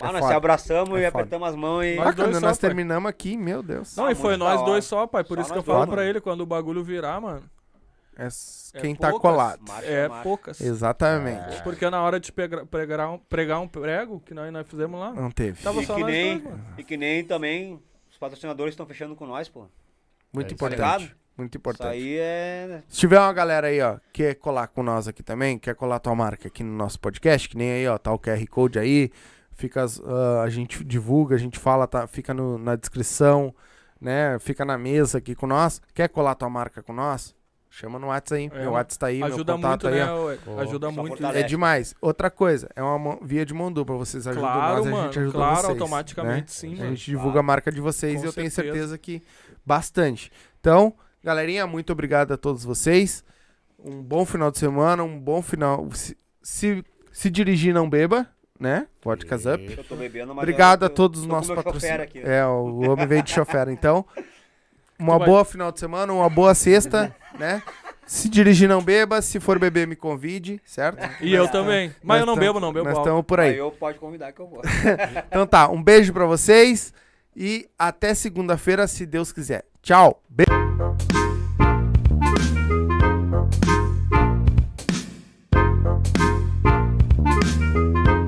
[SPEAKER 3] Ah,
[SPEAKER 1] É
[SPEAKER 3] nós
[SPEAKER 1] foda.
[SPEAKER 3] se abraçamos
[SPEAKER 1] É
[SPEAKER 3] e
[SPEAKER 1] foda.
[SPEAKER 3] apertamos as mãos e.
[SPEAKER 1] Ah,
[SPEAKER 4] Nós
[SPEAKER 1] quando
[SPEAKER 4] dois
[SPEAKER 1] nós
[SPEAKER 4] só, pai.
[SPEAKER 1] terminamos aqui, meu Deus.
[SPEAKER 4] Não,
[SPEAKER 3] Ah,
[SPEAKER 4] e foi
[SPEAKER 3] muito
[SPEAKER 4] nós
[SPEAKER 3] da hora.
[SPEAKER 4] dois só, pai. Por
[SPEAKER 3] Só
[SPEAKER 4] isso que eu
[SPEAKER 3] nós
[SPEAKER 4] falo
[SPEAKER 1] dois,
[SPEAKER 4] pra
[SPEAKER 1] mano.
[SPEAKER 4] ele, quando o bagulho virar, mano,
[SPEAKER 1] É s-
[SPEAKER 4] É
[SPEAKER 1] quem tá
[SPEAKER 4] poucas.
[SPEAKER 1] colado.
[SPEAKER 3] Marcha,
[SPEAKER 4] é
[SPEAKER 1] tá
[SPEAKER 3] marcha.
[SPEAKER 4] poucas.
[SPEAKER 1] Exatamente.
[SPEAKER 4] Porque na hora de pegra- pregar um, pregar um prego, que nós, nós fizemos lá,
[SPEAKER 1] Não teve.
[SPEAKER 4] tava
[SPEAKER 3] E
[SPEAKER 4] só
[SPEAKER 3] que,
[SPEAKER 4] nós
[SPEAKER 3] nem,
[SPEAKER 4] dois, mano.
[SPEAKER 3] e que nem também os patrocinadores estão fechando com nós, pô.
[SPEAKER 1] Muito
[SPEAKER 3] Tá ligado?
[SPEAKER 1] importante. Muito
[SPEAKER 3] Isso
[SPEAKER 1] importante.
[SPEAKER 3] aí é.
[SPEAKER 1] Se tiver uma galera aí, ó, quer colar com nós aqui também, quer colar tua marca aqui no nosso podcast, que nem aí, ó, tá o QR Code aí, fica as- ah, a gente divulga, a gente fala, tá, fica no- na descrição, né, fica na mesa aqui com nós. Quer colar tua marca com nós? Chama no WhatsApp aí,
[SPEAKER 4] É,
[SPEAKER 1] meu WhatsApp tá aí, meu
[SPEAKER 4] Ajuda
[SPEAKER 1] contato
[SPEAKER 4] muito,
[SPEAKER 1] aí,
[SPEAKER 4] né,
[SPEAKER 1] ó.
[SPEAKER 4] ué? Ajuda
[SPEAKER 3] Só
[SPEAKER 4] muito.
[SPEAKER 3] fortalece.
[SPEAKER 1] É demais. Outra coisa, é uma mão- via de mão dupla, vocês ajudam
[SPEAKER 4] Claro,
[SPEAKER 1] nós, a gente
[SPEAKER 4] mano,
[SPEAKER 1] ajuda
[SPEAKER 4] claro,
[SPEAKER 1] vocês. né?
[SPEAKER 4] automaticamente sim,
[SPEAKER 1] A
[SPEAKER 4] mano.
[SPEAKER 1] gente divulga a marca de vocês
[SPEAKER 4] Com
[SPEAKER 1] e eu tenho
[SPEAKER 4] certeza.
[SPEAKER 1] certeza que bastante. Então, galerinha, muito obrigado a todos vocês. Um bom final de semana, um bom final. Se, se, se dirigir, não beba, né? Vodkas Up.
[SPEAKER 3] Eu tô bebendo, mas
[SPEAKER 1] Obrigado
[SPEAKER 3] eu-
[SPEAKER 1] a todos os
[SPEAKER 3] tô com
[SPEAKER 1] nossos
[SPEAKER 3] meu chofer
[SPEAKER 1] patrocinadores.
[SPEAKER 3] aqui. né?
[SPEAKER 1] É, o homem veio de
[SPEAKER 4] *laughs*
[SPEAKER 1] chofer. Então, uma
[SPEAKER 4] vai-
[SPEAKER 1] boa final de semana, uma boa
[SPEAKER 4] *laughs*
[SPEAKER 1] sexta, né? Se dirigir, não beba. Se for beber, me convide, certo?
[SPEAKER 4] E eu também. Mas eu não bebo, não bebo
[SPEAKER 1] Nós
[SPEAKER 4] álcool.
[SPEAKER 1] estamos por
[SPEAKER 3] Aí
[SPEAKER 1] aí.
[SPEAKER 3] eu pode convidar que eu vou.
[SPEAKER 1] Então tá, um beijo pra vocês e até segunda-feira, se Deus quiser. Tchau. Beijo.